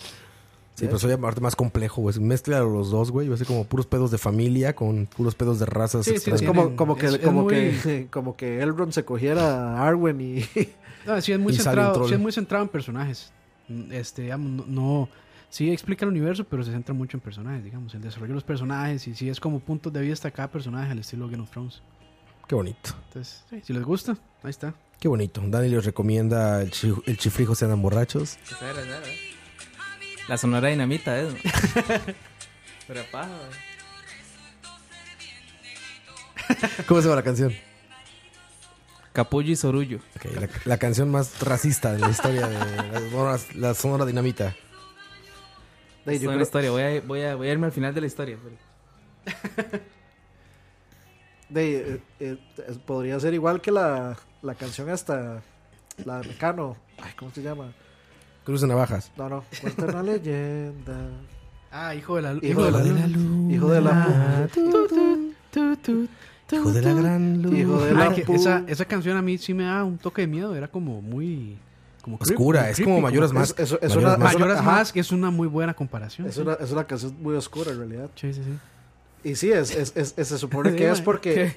[SPEAKER 4] Sí, pero soy aparte más complejo, güey. Mezcla los dos, güey. Va a ser como puros pedos de familia con puros pedos de razas.
[SPEAKER 6] Sí, sí,
[SPEAKER 4] extrañas.
[SPEAKER 5] Es
[SPEAKER 6] Tienen-
[SPEAKER 5] como, como que,
[SPEAKER 6] es- es
[SPEAKER 5] como,
[SPEAKER 6] muy-
[SPEAKER 5] que como que Elrond se cogiera a Arwen y
[SPEAKER 6] No, sí es muy
[SPEAKER 4] Y sale un
[SPEAKER 6] centrado,
[SPEAKER 4] troll.
[SPEAKER 6] sí es muy centrado en personajes. Mm, Este, digamos, no, no- sí explica el universo, pero se centra mucho en personajes, digamos, el desarrollo de los personajes y sí es como puntos de vista cada personaje al estilo Game of Thrones.
[SPEAKER 4] Qué bonito.
[SPEAKER 6] Entonces, sí, si les gusta, ahí está.
[SPEAKER 4] Qué bonito. Dani les recomienda el, chi- el chifrijo se andan borrachos.
[SPEAKER 3] La sonora dinamita, ¿eh? Pero paja, güey.
[SPEAKER 4] ¿Cómo se llama la canción?
[SPEAKER 3] Capullo y Sorullo.
[SPEAKER 4] Ok, la, la canción más racista de la historia de la, Sonora- la Sonora Dinamita.
[SPEAKER 5] Ey,
[SPEAKER 3] Es
[SPEAKER 5] yo
[SPEAKER 3] una
[SPEAKER 5] creo-
[SPEAKER 3] historia. Voy a, voy, a, voy a irme al final de la historia. pero-
[SPEAKER 5] De, eh, eh, es- podría ser igual que la, la canción hasta la de Mecano. Ay, ¿cómo se llama?
[SPEAKER 4] Cruz de navajas.
[SPEAKER 5] No, no. Cuenta una leyenda.
[SPEAKER 6] Ah, hijo de la,
[SPEAKER 5] Hijo de la luna. Hijo de la
[SPEAKER 4] Hijo de la gran luz. Ah,
[SPEAKER 6] Hijo de
[SPEAKER 4] la
[SPEAKER 6] la esa, esa canción a mí sí me da un toque de miedo. Era como muy. Como creep-
[SPEAKER 4] Oscura,
[SPEAKER 6] muy
[SPEAKER 4] es como Mayoras Mask.
[SPEAKER 6] Es, es
[SPEAKER 4] Mayoras
[SPEAKER 6] una,
[SPEAKER 4] Mask.
[SPEAKER 6] Mayoras
[SPEAKER 4] Ajá.
[SPEAKER 6] Mask es una muy buena comparación.
[SPEAKER 5] Es
[SPEAKER 6] sí.
[SPEAKER 5] una, es una canción muy oscura en realidad.
[SPEAKER 6] Sí, sí, sí.
[SPEAKER 5] Y sí, es, es, es- es- se supone que es porque.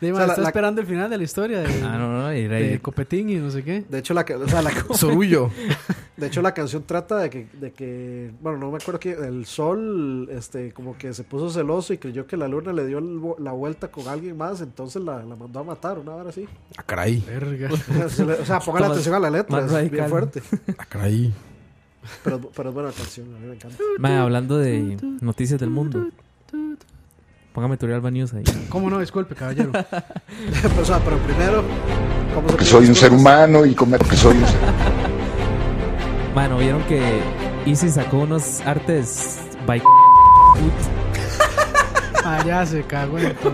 [SPEAKER 6] De,
[SPEAKER 5] o sea, la-
[SPEAKER 6] está
[SPEAKER 5] la-
[SPEAKER 6] esperando el final de la historia de,
[SPEAKER 3] Ah, no, no, y era-
[SPEAKER 6] de Copetín y no sé qué.
[SPEAKER 5] de hecho, la, ca- o sea, la
[SPEAKER 4] Sorullo.
[SPEAKER 5] De hecho, la canción trata de que, de que, bueno, no me acuerdo que el sol, este, como que se puso celoso y creyó que la luna le dio el vo- la vuelta con alguien más, entonces la, la mandó a matar, una hora así.
[SPEAKER 4] Ah, caray.
[SPEAKER 6] Verga.
[SPEAKER 5] O sea, o sea, pongan
[SPEAKER 4] Más-
[SPEAKER 5] atención a la letra,
[SPEAKER 4] más
[SPEAKER 5] es bien
[SPEAKER 4] radical.
[SPEAKER 5] fuerte.
[SPEAKER 4] Ah, caray.
[SPEAKER 5] Pero, pero es buena canción, a mí me encanta.
[SPEAKER 3] Mae, hablando de noticias del mundo. Póngame Turial News ahí.
[SPEAKER 6] ¿Cómo no? Disculpe, caballero.
[SPEAKER 5] o sea, pero primero, ¿cómo se
[SPEAKER 1] Porque soy un ser humano y cometo que soy un ser
[SPEAKER 3] Mano, vieron que Easy sacó unos artes by
[SPEAKER 6] Ah, ya se cagó en todo.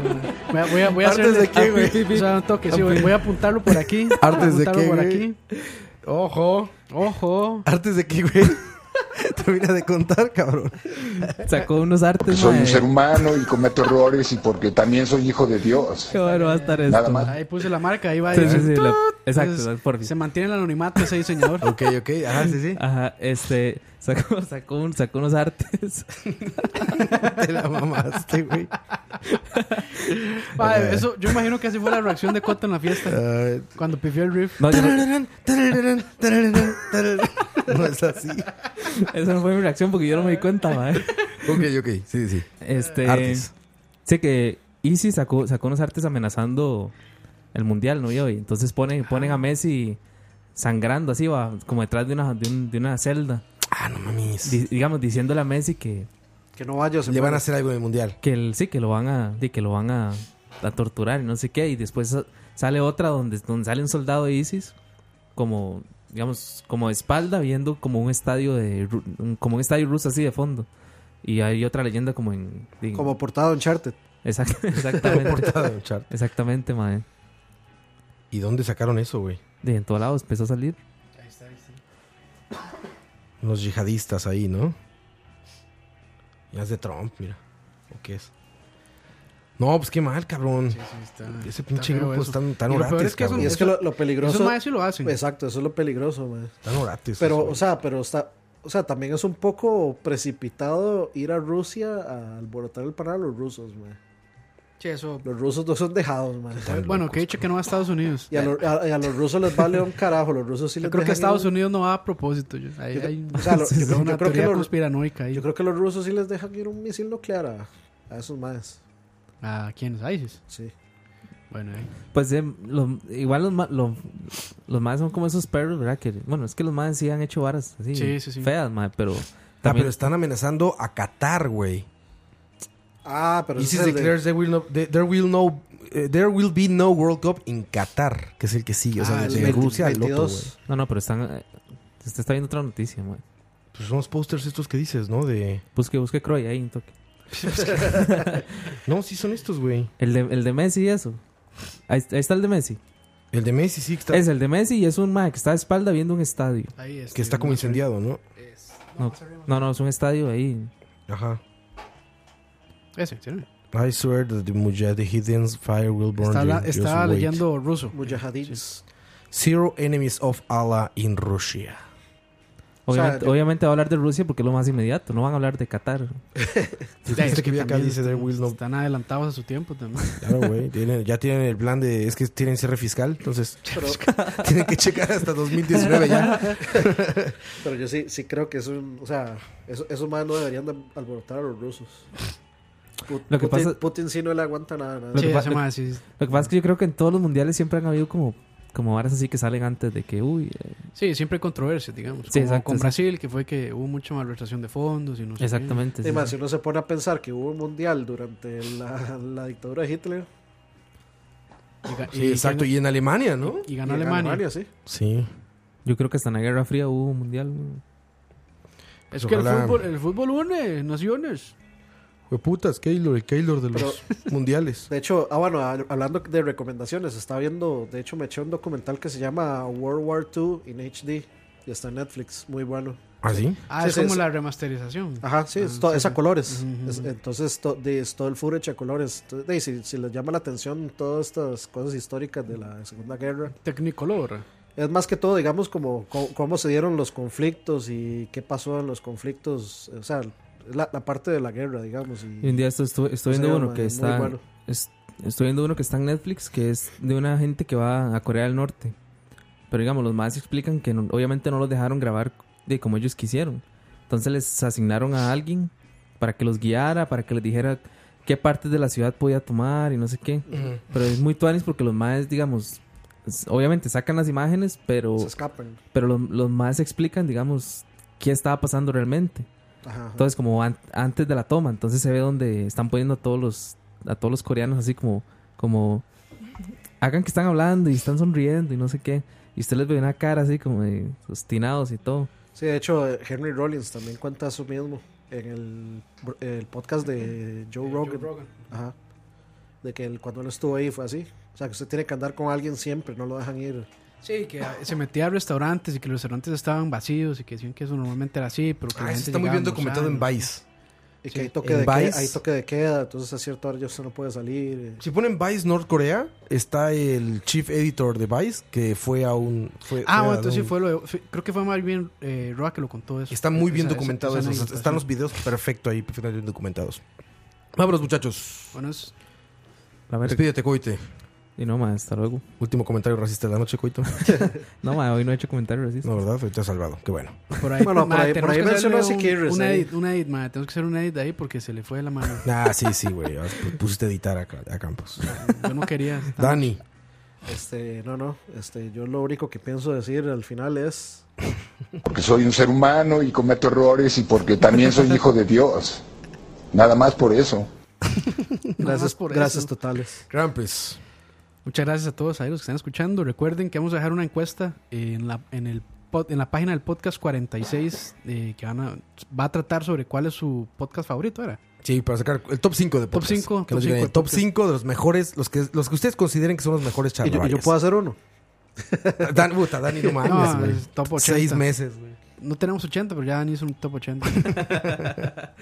[SPEAKER 6] Voy a, voy a, voy a
[SPEAKER 4] ¿Artes
[SPEAKER 6] hacerle-
[SPEAKER 4] de qué, güey?
[SPEAKER 6] O sea, un toque, sí, voy, voy a apuntarlo por aquí. voy a
[SPEAKER 4] ¿Artes de
[SPEAKER 6] apuntarlo
[SPEAKER 4] qué,
[SPEAKER 6] por
[SPEAKER 4] güey?
[SPEAKER 6] aquí.
[SPEAKER 4] Ojo.
[SPEAKER 6] Ojo.
[SPEAKER 4] Artes de qué, güey. Termina de contar, cabrón.
[SPEAKER 3] Sacó unos artes,
[SPEAKER 1] Soy un
[SPEAKER 3] mae.
[SPEAKER 1] ser humano y cometo errores y porque también soy hijo de Dios.
[SPEAKER 3] Qué bueno va a estar esto.
[SPEAKER 1] Nada más.
[SPEAKER 6] Ahí puse la marca, ahí va.
[SPEAKER 3] Sí,
[SPEAKER 6] ahí va.
[SPEAKER 3] sí, sí, la- exacto,
[SPEAKER 6] Entonces,
[SPEAKER 3] por fin.
[SPEAKER 6] Se mantiene el anonimato ese diseñador.
[SPEAKER 4] Ok, ok. Ajá, sí, sí.
[SPEAKER 3] Ajá, este, sacó, sacó, un- sacó unos artes.
[SPEAKER 4] Te la mamaste, güey.
[SPEAKER 6] Mae,
[SPEAKER 5] Eh.
[SPEAKER 6] eso, yo imagino que así fue la reacción de Coto en la fiesta.
[SPEAKER 4] Ah,
[SPEAKER 6] Cuando pifió el riff.
[SPEAKER 3] No, yo no-
[SPEAKER 4] tarararán, tarararán, tarararán, tarararán. No es así.
[SPEAKER 3] esa no fue mi reacción porque yo no me di cuenta, mae.
[SPEAKER 4] Ok, ok. Sí, sí.
[SPEAKER 3] Este,
[SPEAKER 4] Artes.
[SPEAKER 3] Sí, que Easy sacó, sacó unos artes amenazando el mundial, ¿no? Y hoy, entonces ponen, ponen a Messi sangrando así, va, como detrás de una, de un- de una celda.
[SPEAKER 4] Ah, no mames.
[SPEAKER 3] Di- digamos, diciéndole a Messi que,
[SPEAKER 5] Que no vaya, se
[SPEAKER 4] Le van a
[SPEAKER 5] muere.
[SPEAKER 4] hacer algo en el mundial.
[SPEAKER 3] que el, sí, que lo van a, de que lo van a, a torturar y no sé qué. Y después sa- sale otra donde, donde sale un soldado de ISIS como, digamos, como de espalda viendo como un estadio de, ru- un- como un estadio ruso así de fondo. Y hay otra leyenda como en... de-
[SPEAKER 5] Como portada Uncharted.
[SPEAKER 3] Exact-
[SPEAKER 4] Portada de
[SPEAKER 3] exactamente.
[SPEAKER 4] Uncharted.
[SPEAKER 3] exactamente, mae.
[SPEAKER 4] ¿Y dónde sacaron eso, güey?
[SPEAKER 3] De en todos lados empezó a salir.
[SPEAKER 4] Unos yihadistas ahí, ¿no? Ya es de Trump, mira. ¿O qué es? No, pues qué mal, cabrón. Ese pinche
[SPEAKER 6] feo
[SPEAKER 4] grupo
[SPEAKER 6] eso.
[SPEAKER 4] están tan
[SPEAKER 6] Y lo peor
[SPEAKER 4] orates,
[SPEAKER 6] es que eso-
[SPEAKER 4] cabrón.
[SPEAKER 5] Y es que lo, lo peligroso.
[SPEAKER 6] Esos maes sí lo hacen.
[SPEAKER 5] Exacto, eso es lo peligroso, mae.
[SPEAKER 4] Están orates.
[SPEAKER 5] Pero,
[SPEAKER 4] eso,
[SPEAKER 5] o sea, pero está. O sea, también es un poco precipitado ir a Rusia a alborotar el pan a los rusos, mae.
[SPEAKER 6] Che, eso. pues,
[SPEAKER 5] Los rusos no son dejados, mae.
[SPEAKER 6] Bueno, que he dicho que no va a Estados Unidos.
[SPEAKER 5] Y a, lo- a- y a los rusos les vale un carajo. Los rusos sí les
[SPEAKER 6] Yo creo que
[SPEAKER 5] dejan
[SPEAKER 6] Estados
[SPEAKER 5] ir-
[SPEAKER 6] Unidos no va a propósito. Yo, ahí hay
[SPEAKER 5] O sea, lo-
[SPEAKER 6] sí,
[SPEAKER 5] yo,
[SPEAKER 6] sí,
[SPEAKER 5] creo-
[SPEAKER 6] una
[SPEAKER 5] yo creo que
[SPEAKER 6] teoría
[SPEAKER 5] los,
[SPEAKER 6] conspiranoica ahí.
[SPEAKER 5] yo creo que los rusos sí les dejan ir un misil nuclear a, a esos maes.
[SPEAKER 6] ¿A quiénes? ¿A ISIS?
[SPEAKER 5] Sí.
[SPEAKER 6] Bueno, ahí.
[SPEAKER 3] Pues eh, lo- igual los, ma- lo- los más son como esos perros, ¿verdad? Que, bueno, es que los más sí han hecho varas así
[SPEAKER 6] Sí, sí, sí.
[SPEAKER 3] feas, mae, pero
[SPEAKER 4] Ah,
[SPEAKER 3] también
[SPEAKER 4] pero están amenazando a Qatar, güey.
[SPEAKER 5] Ah, pero
[SPEAKER 4] Y
[SPEAKER 5] ese
[SPEAKER 4] si
[SPEAKER 5] es el de-
[SPEAKER 4] declares there will no, there, there will no eh, there will be no World Cup in Qatar, que es el que sigue, o sea,
[SPEAKER 5] Ah, el
[SPEAKER 4] de
[SPEAKER 5] 20
[SPEAKER 4] Rusia al otro, güey.
[SPEAKER 5] 22.
[SPEAKER 3] no, no, pero están eh, usted está viendo otra noticia, mae.
[SPEAKER 4] Pues son los pósters estos que dices, ¿no? De
[SPEAKER 3] Busque busque Croy ahí un toque.
[SPEAKER 4] No, sí son estos, güey.
[SPEAKER 3] El de, el de Messi y eso. Ahí, ahí está el de Messi.
[SPEAKER 4] El de Messi sí que está,
[SPEAKER 3] Es el de Messi y es un mae que está de espalda viendo un estadio.
[SPEAKER 6] ahí este,
[SPEAKER 4] que está como
[SPEAKER 6] vamos a ver.
[SPEAKER 4] incendiado, ¿no?
[SPEAKER 3] No, no, no, es un estadio ahí.
[SPEAKER 4] Ajá.
[SPEAKER 6] Ese, ¿sí? no?
[SPEAKER 4] I swear that the Mujahideen's fire will burn
[SPEAKER 6] Está
[SPEAKER 4] you.
[SPEAKER 6] la-
[SPEAKER 4] Just
[SPEAKER 6] Estaba
[SPEAKER 4] wait.
[SPEAKER 6] leyendo ruso.
[SPEAKER 5] Mujahidins.
[SPEAKER 4] Zero enemies of Allah in Russia.
[SPEAKER 5] O sea,
[SPEAKER 3] Obviamente,
[SPEAKER 5] yo-
[SPEAKER 3] obviamente va a hablar de Rusia porque es lo más inmediato. No van a hablar de Qatar.
[SPEAKER 6] Sí,
[SPEAKER 4] Dijiste
[SPEAKER 6] es
[SPEAKER 4] que vi acá,
[SPEAKER 6] también
[SPEAKER 4] dice, there will no-
[SPEAKER 6] Están adelantados a su tiempo también.
[SPEAKER 4] Claro, güey. Tienen- ya tienen el plan de. Es que tienen cierre fiscal, entonces. tienen que checar hasta 2019 ya.
[SPEAKER 5] Pero yo sí, sí creo que es un. O sea, eso- esos maes no deberían de alborotar a los rusos. Pu-
[SPEAKER 3] Lo que
[SPEAKER 5] Putin,
[SPEAKER 3] pasa-
[SPEAKER 5] Putin sí no le aguanta nada. nada.
[SPEAKER 3] Lo
[SPEAKER 6] Sí,
[SPEAKER 3] que pa-
[SPEAKER 6] ese
[SPEAKER 3] lo-
[SPEAKER 6] mae sí-
[SPEAKER 3] Lo que pasa es que yo creo que en todos los mundiales siempre han habido como, como varas así que salen antes de que, uy, eh,
[SPEAKER 6] Sí, siempre hay controversia, digamos.
[SPEAKER 3] Sí,
[SPEAKER 6] como
[SPEAKER 3] exacto,
[SPEAKER 6] con
[SPEAKER 3] sí.
[SPEAKER 6] Brasil, que fue que hubo mucha malversación de fondos y no sé qué.
[SPEAKER 3] exactamente. sí,
[SPEAKER 5] Y más,
[SPEAKER 3] sí.
[SPEAKER 5] si uno se pone a pensar que hubo un mundial durante la, la dictadura de Hitler.
[SPEAKER 6] Y ga-
[SPEAKER 4] Sí,
[SPEAKER 6] y-
[SPEAKER 4] exacto. Y en Alemania, ¿no?
[SPEAKER 6] Y
[SPEAKER 5] y
[SPEAKER 6] ganó
[SPEAKER 5] en
[SPEAKER 6] Alemania.
[SPEAKER 5] sí.
[SPEAKER 4] Sí.
[SPEAKER 3] Yo creo que hasta en la Guerra Fría hubo un mundial. ¿no?
[SPEAKER 6] Es que el
[SPEAKER 4] Ojalá.
[SPEAKER 6] fútbol, el fútbol une naciones.
[SPEAKER 4] putas, Keylor, el Keylor de los mundiales.
[SPEAKER 5] De hecho, ah, bueno, a- hablando de recomendaciones, estaba viendo, de hecho me eché un documental que se llama World War II in HD y está en Netflix, muy bueno.
[SPEAKER 4] ¿Ah, sí?
[SPEAKER 6] Ah, es como la remasterización.
[SPEAKER 5] Ajá, sí, es,
[SPEAKER 6] Ah,
[SPEAKER 5] to-
[SPEAKER 6] sí,
[SPEAKER 5] es a
[SPEAKER 6] sí.
[SPEAKER 5] colores.
[SPEAKER 6] Ujú,
[SPEAKER 5] Es-
[SPEAKER 6] ujú.
[SPEAKER 5] entonces, to- de- es todo el footage a colores. Entonces, de ahí, si, si les llama la atención todas estas cosas históricas de la Segunda Guerra.
[SPEAKER 6] Technicolor.
[SPEAKER 5] Es más que todo, digamos, como, co- cómo se dieron los conflictos y qué pasó en los conflictos. O sea, la, la parte de la guerra, digamos. Y,
[SPEAKER 3] Y un día esto estuve, estuve viendo
[SPEAKER 5] Sí,
[SPEAKER 3] uno
[SPEAKER 5] man,
[SPEAKER 3] que
[SPEAKER 5] muy
[SPEAKER 3] está.
[SPEAKER 5] bueno.
[SPEAKER 3] es- estuve viendo uno que está en Netflix que es de una gente que va a Corea del Norte. Pero digamos, los más explican que no- obviamente no los dejaron grabar de como ellos quisieron. Entonces les asignaron a alguien para que los guiara, para que les dijera qué partes de la ciudad podía tomar y no sé qué.
[SPEAKER 5] Ujú.
[SPEAKER 3] Pero es muy tuanis porque los más, digamos, s- obviamente sacan las imágenes, pero.
[SPEAKER 5] Se escapan.
[SPEAKER 3] Pero los, los más explican, digamos, qué estaba pasando realmente.
[SPEAKER 5] Ajá, ajá.
[SPEAKER 3] Entonces, como an- antes de la toma, entonces se ve donde están poniendo a todos los, a todos los coreanos así como, como hagan que están hablando y están sonriendo y no sé qué. Y usted les ve una cara así como de obstinados y todo.
[SPEAKER 5] Sí, de hecho, eh, Henry Rollins también cuenta eso mismo en el, el podcast de Joe Rogan. Ajá. De que él, cuando él estuvo ahí fue así. O sea, que usted tiene que andar con alguien siempre, no lo dejan ir.
[SPEAKER 6] Sí, que se metía a restaurantes y que los restaurantes estaban vacíos y que decían que eso normalmente era así, pero que
[SPEAKER 4] Ah,
[SPEAKER 6] la
[SPEAKER 4] eso
[SPEAKER 6] gente
[SPEAKER 4] está muy bien
[SPEAKER 6] llegaba a almorzar,
[SPEAKER 4] documentado en
[SPEAKER 6] ¿no?
[SPEAKER 4] Vice. eh,
[SPEAKER 5] Y
[SPEAKER 6] Sí.
[SPEAKER 5] que hay toque,
[SPEAKER 4] ¿En
[SPEAKER 5] de queda,
[SPEAKER 4] Vice?
[SPEAKER 5] hay toque de queda, entonces a cierta hora ya usted no puede salir. eh.
[SPEAKER 4] Si ponen Vice North Corea, está el chief editor de Vice que fue a un. fue-
[SPEAKER 6] Ah,
[SPEAKER 4] fue
[SPEAKER 6] bueno,
[SPEAKER 4] a
[SPEAKER 6] entonces sí
[SPEAKER 4] un-
[SPEAKER 6] fue lo de- fue- creo que fue más bien eh, Roa que lo contó eso.
[SPEAKER 4] Está muy bien
[SPEAKER 6] Esa- esa-
[SPEAKER 4] documentado
[SPEAKER 6] esa
[SPEAKER 4] eso.
[SPEAKER 6] anécdota,
[SPEAKER 4] Están
[SPEAKER 6] sí.
[SPEAKER 4] los videos perfecto ahí, perfectamente bien documentados. Vámonos, muchachos.
[SPEAKER 6] Bueno, es-
[SPEAKER 3] La verga.
[SPEAKER 4] Despídete, Coite.
[SPEAKER 3] Y no más, hasta luego.
[SPEAKER 4] Último comentario racista de la noche, Coito.
[SPEAKER 3] No, ma, hoy no he hecho comentarios racistas.
[SPEAKER 4] No, ¿verdad? Pues Te has salvado. Qué bueno.
[SPEAKER 6] por ahí,
[SPEAKER 5] Bueno, por
[SPEAKER 6] madre,
[SPEAKER 5] ahí-
[SPEAKER 6] tenemos
[SPEAKER 5] por ahí
[SPEAKER 6] que hacerle
[SPEAKER 5] mencionó a
[SPEAKER 6] un-
[SPEAKER 5] Siqueiros
[SPEAKER 6] un
[SPEAKER 5] ahí.
[SPEAKER 6] edit, un edit, madre, tenemos que hacer un edit ahí porque se le fue de la mano.
[SPEAKER 4] Ah, sí, sí, güey. Ah, pues, Pusiste a editar a, Ca- a Campos.
[SPEAKER 6] Yo no quería. esta
[SPEAKER 4] Dani.
[SPEAKER 5] Este, no, no. Este, yo lo único que pienso decir al final es.
[SPEAKER 1] porque soy un ser humano y cometo errores y porque también soy hijo de Dios. Nada más por eso.
[SPEAKER 5] Gracias,
[SPEAKER 6] por
[SPEAKER 5] gracias
[SPEAKER 6] eso.
[SPEAKER 5] totales.
[SPEAKER 4] Grampes.
[SPEAKER 6] Muchas gracias a todos a los que están escuchando. Recuerden que vamos a dejar una encuesta en la, en el pod- en la página del podcast 46 eh, que van a, va a tratar sobre cuál es su podcast favorito. Era.
[SPEAKER 4] Sí, para sacar el top 5 de
[SPEAKER 6] Top
[SPEAKER 4] podcast.
[SPEAKER 6] cinco,
[SPEAKER 4] Que nos
[SPEAKER 6] top
[SPEAKER 4] digan
[SPEAKER 6] cinco
[SPEAKER 4] el
[SPEAKER 6] de
[SPEAKER 4] top
[SPEAKER 6] podcast.
[SPEAKER 4] 5 de los mejores, los que, los que ustedes consideren que son los mejores
[SPEAKER 5] Y yo,
[SPEAKER 4] charlas.
[SPEAKER 5] y yo puedo hacer uno.
[SPEAKER 4] Dan, puta, Dani, no mames, güey.
[SPEAKER 6] es top 80.
[SPEAKER 4] Seis meses, güey.
[SPEAKER 6] No tenemos 80, pero ya Dani hizo un top 80.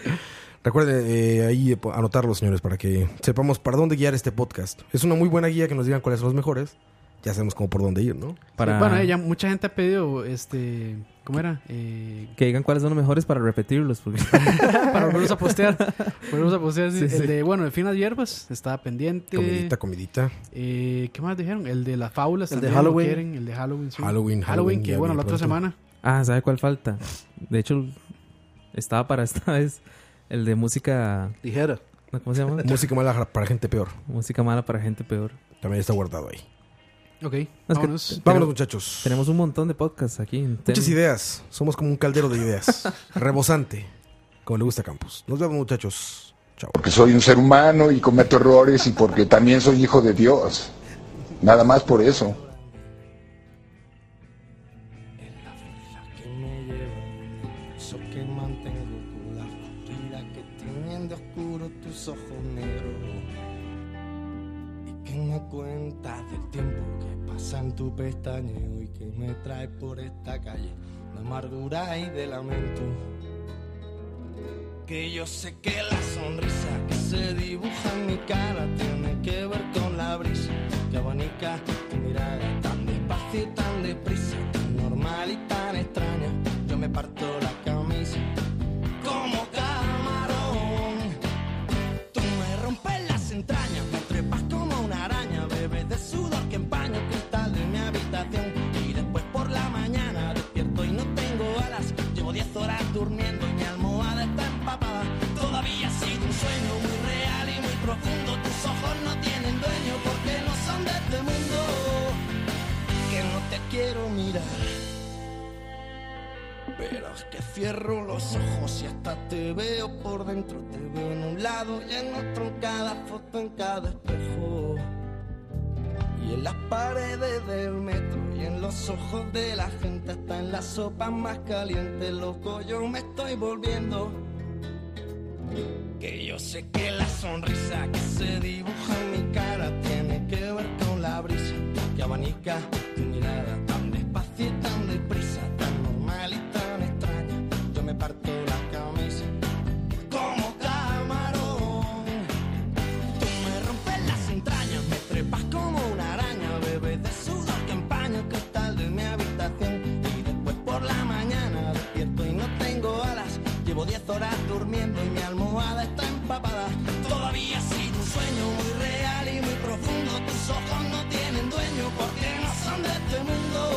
[SPEAKER 4] Recuerden eh, ahí eh, po- anotarlo, señores, para que sepamos para dónde guiar este podcast. Es una muy buena guía que nos digan cuáles son los mejores. Ya sabemos cómo por dónde ir, ¿no?
[SPEAKER 3] Para
[SPEAKER 6] Bueno, eh, ya mucha gente ha pedido, este, ¿cómo era? Eh,
[SPEAKER 3] que digan cuáles son los mejores para repetirlos. Porque...
[SPEAKER 6] para volverlos a postear. Volverlos a postear. sí.
[SPEAKER 3] Sí,
[SPEAKER 6] el
[SPEAKER 3] sí.
[SPEAKER 6] de, bueno, de Finas Hierbas estaba pendiente.
[SPEAKER 4] Comidita, comidita.
[SPEAKER 6] Eh, ¿Qué más dijeron? El de las fábulas.
[SPEAKER 5] El de
[SPEAKER 6] también lo
[SPEAKER 5] Halloween.
[SPEAKER 6] quieren, el de Halloween, sí.
[SPEAKER 4] Halloween, Halloween,
[SPEAKER 6] que
[SPEAKER 4] ya
[SPEAKER 6] bueno, la
[SPEAKER 4] bien
[SPEAKER 6] otra
[SPEAKER 4] pronto.
[SPEAKER 6] semana.
[SPEAKER 3] Ah, ¿sabe cuál falta? De hecho, estaba para esta vez el de música.
[SPEAKER 5] Ligera.
[SPEAKER 3] no, ¿Cómo se llama?
[SPEAKER 4] Música mala para gente peor.
[SPEAKER 3] música mala para gente peor.
[SPEAKER 4] También está guardado ahí.
[SPEAKER 6] Ok,
[SPEAKER 3] No, es que
[SPEAKER 6] vámonos.
[SPEAKER 3] te-
[SPEAKER 4] Vámonos,
[SPEAKER 3] tenemos-
[SPEAKER 4] muchachos.
[SPEAKER 3] Tenemos un montón de podcasts aquí.
[SPEAKER 4] Muchas ideas. Somos como un caldero de ideas. Rebosante. Como le gusta a Campos. Nos vemos, muchachos. Chao.
[SPEAKER 1] Porque soy un ser humano y cometo errores y porque también soy hijo de Dios. Nada más por eso.
[SPEAKER 11] que me llevo, yo que mantengo con la vida que tienen de oscuro tus ojos negros. Y que me cuenta del tiempo que pasa en tu pestañeo y que me trae por esta calle de amargura y de lamento. Que yo sé que la sonrisa que se dibuja en mi cara tiene que ver con la brisa que abanica tu mirada tan despacio y tan deprisa, tan normal y tan extraña. Yo me parto la camisa como camarón. Tú me rompes las entrañas, me trepas como una araña, bebes de sudor que empaña el cristal de mi habitación. Y después por la mañana despierto y no tengo alas. Llevo 10 horas durmiendo y mi almohada está empapada. Todavía ha sido un sueño muy real y muy profundo. Tus ojos no tienen dueño porque no son de este mundo. Que no te quiero mirar. Pero es que cierro los ojos y hasta te veo por dentro. Te veo en un lado y en otro, en cada foto, en cada espejo. Y en las paredes del metro y en los ojos de la gente, hasta en la sopa más caliente, loco, yo me estoy volviendo. Que yo sé que la sonrisa que se dibuja en mi cara tiene que ver con la brisa que abanica tu mirada tan despacio y tan deprisa, tan normal y tan extraña. Yo me parto la camisa como camarón. Tú me rompes las entrañas, me trepas como una araña, bebes de sudor que empaña el cristal de mi habitación. Y después por la mañana despierto y no tengo alas. Llevo 10 horas durmiendo y mi almohada está empapada. Todavía ha sido un sueño muy real y muy profundo. Tus ojos no tienen dueño porque no son de este mundo.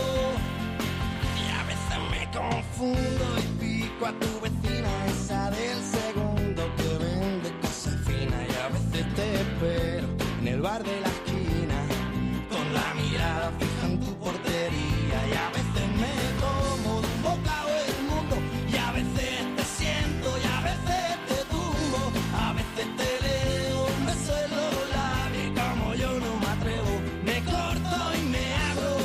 [SPEAKER 11] Y a veces me confundo y pico a tu vecina, esa del segundo que vende cosas finas. Y a veces te espero en el bar de la esquina con la mirada fija en tu portería. Y a veces me como de un bocado el mundo. Y a veces te siento, y a veces te tumbo. A veces te leo un beso en los labios. y Como yo no me atrevo, me corto y me abro.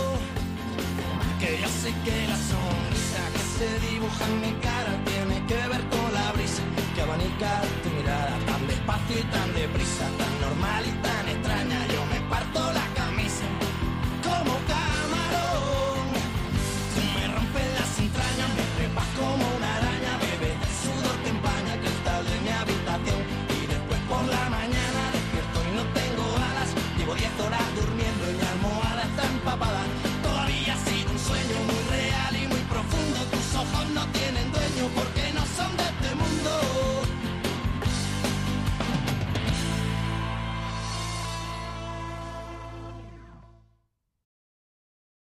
[SPEAKER 11] Que yo sé que la sonrisa que se dibuja en mi cara tiene que ver con la brisa que abanica tu mirada tan despacio y tan deprisa, tan normal y tan extraña. Yo me parto la camisa como camarón. Tú me rompes las entrañas, me trepas como una araña, bebes el sudor que empaña el cristal de mi habitación. Y después por la mañana despierto y no tengo alas. Llevo 10 horas durmiendo y mi almohada está empapada. Todavía ha sido un sueño muy real y muy profundo. Tus ojos no tienen dueño porque no son de este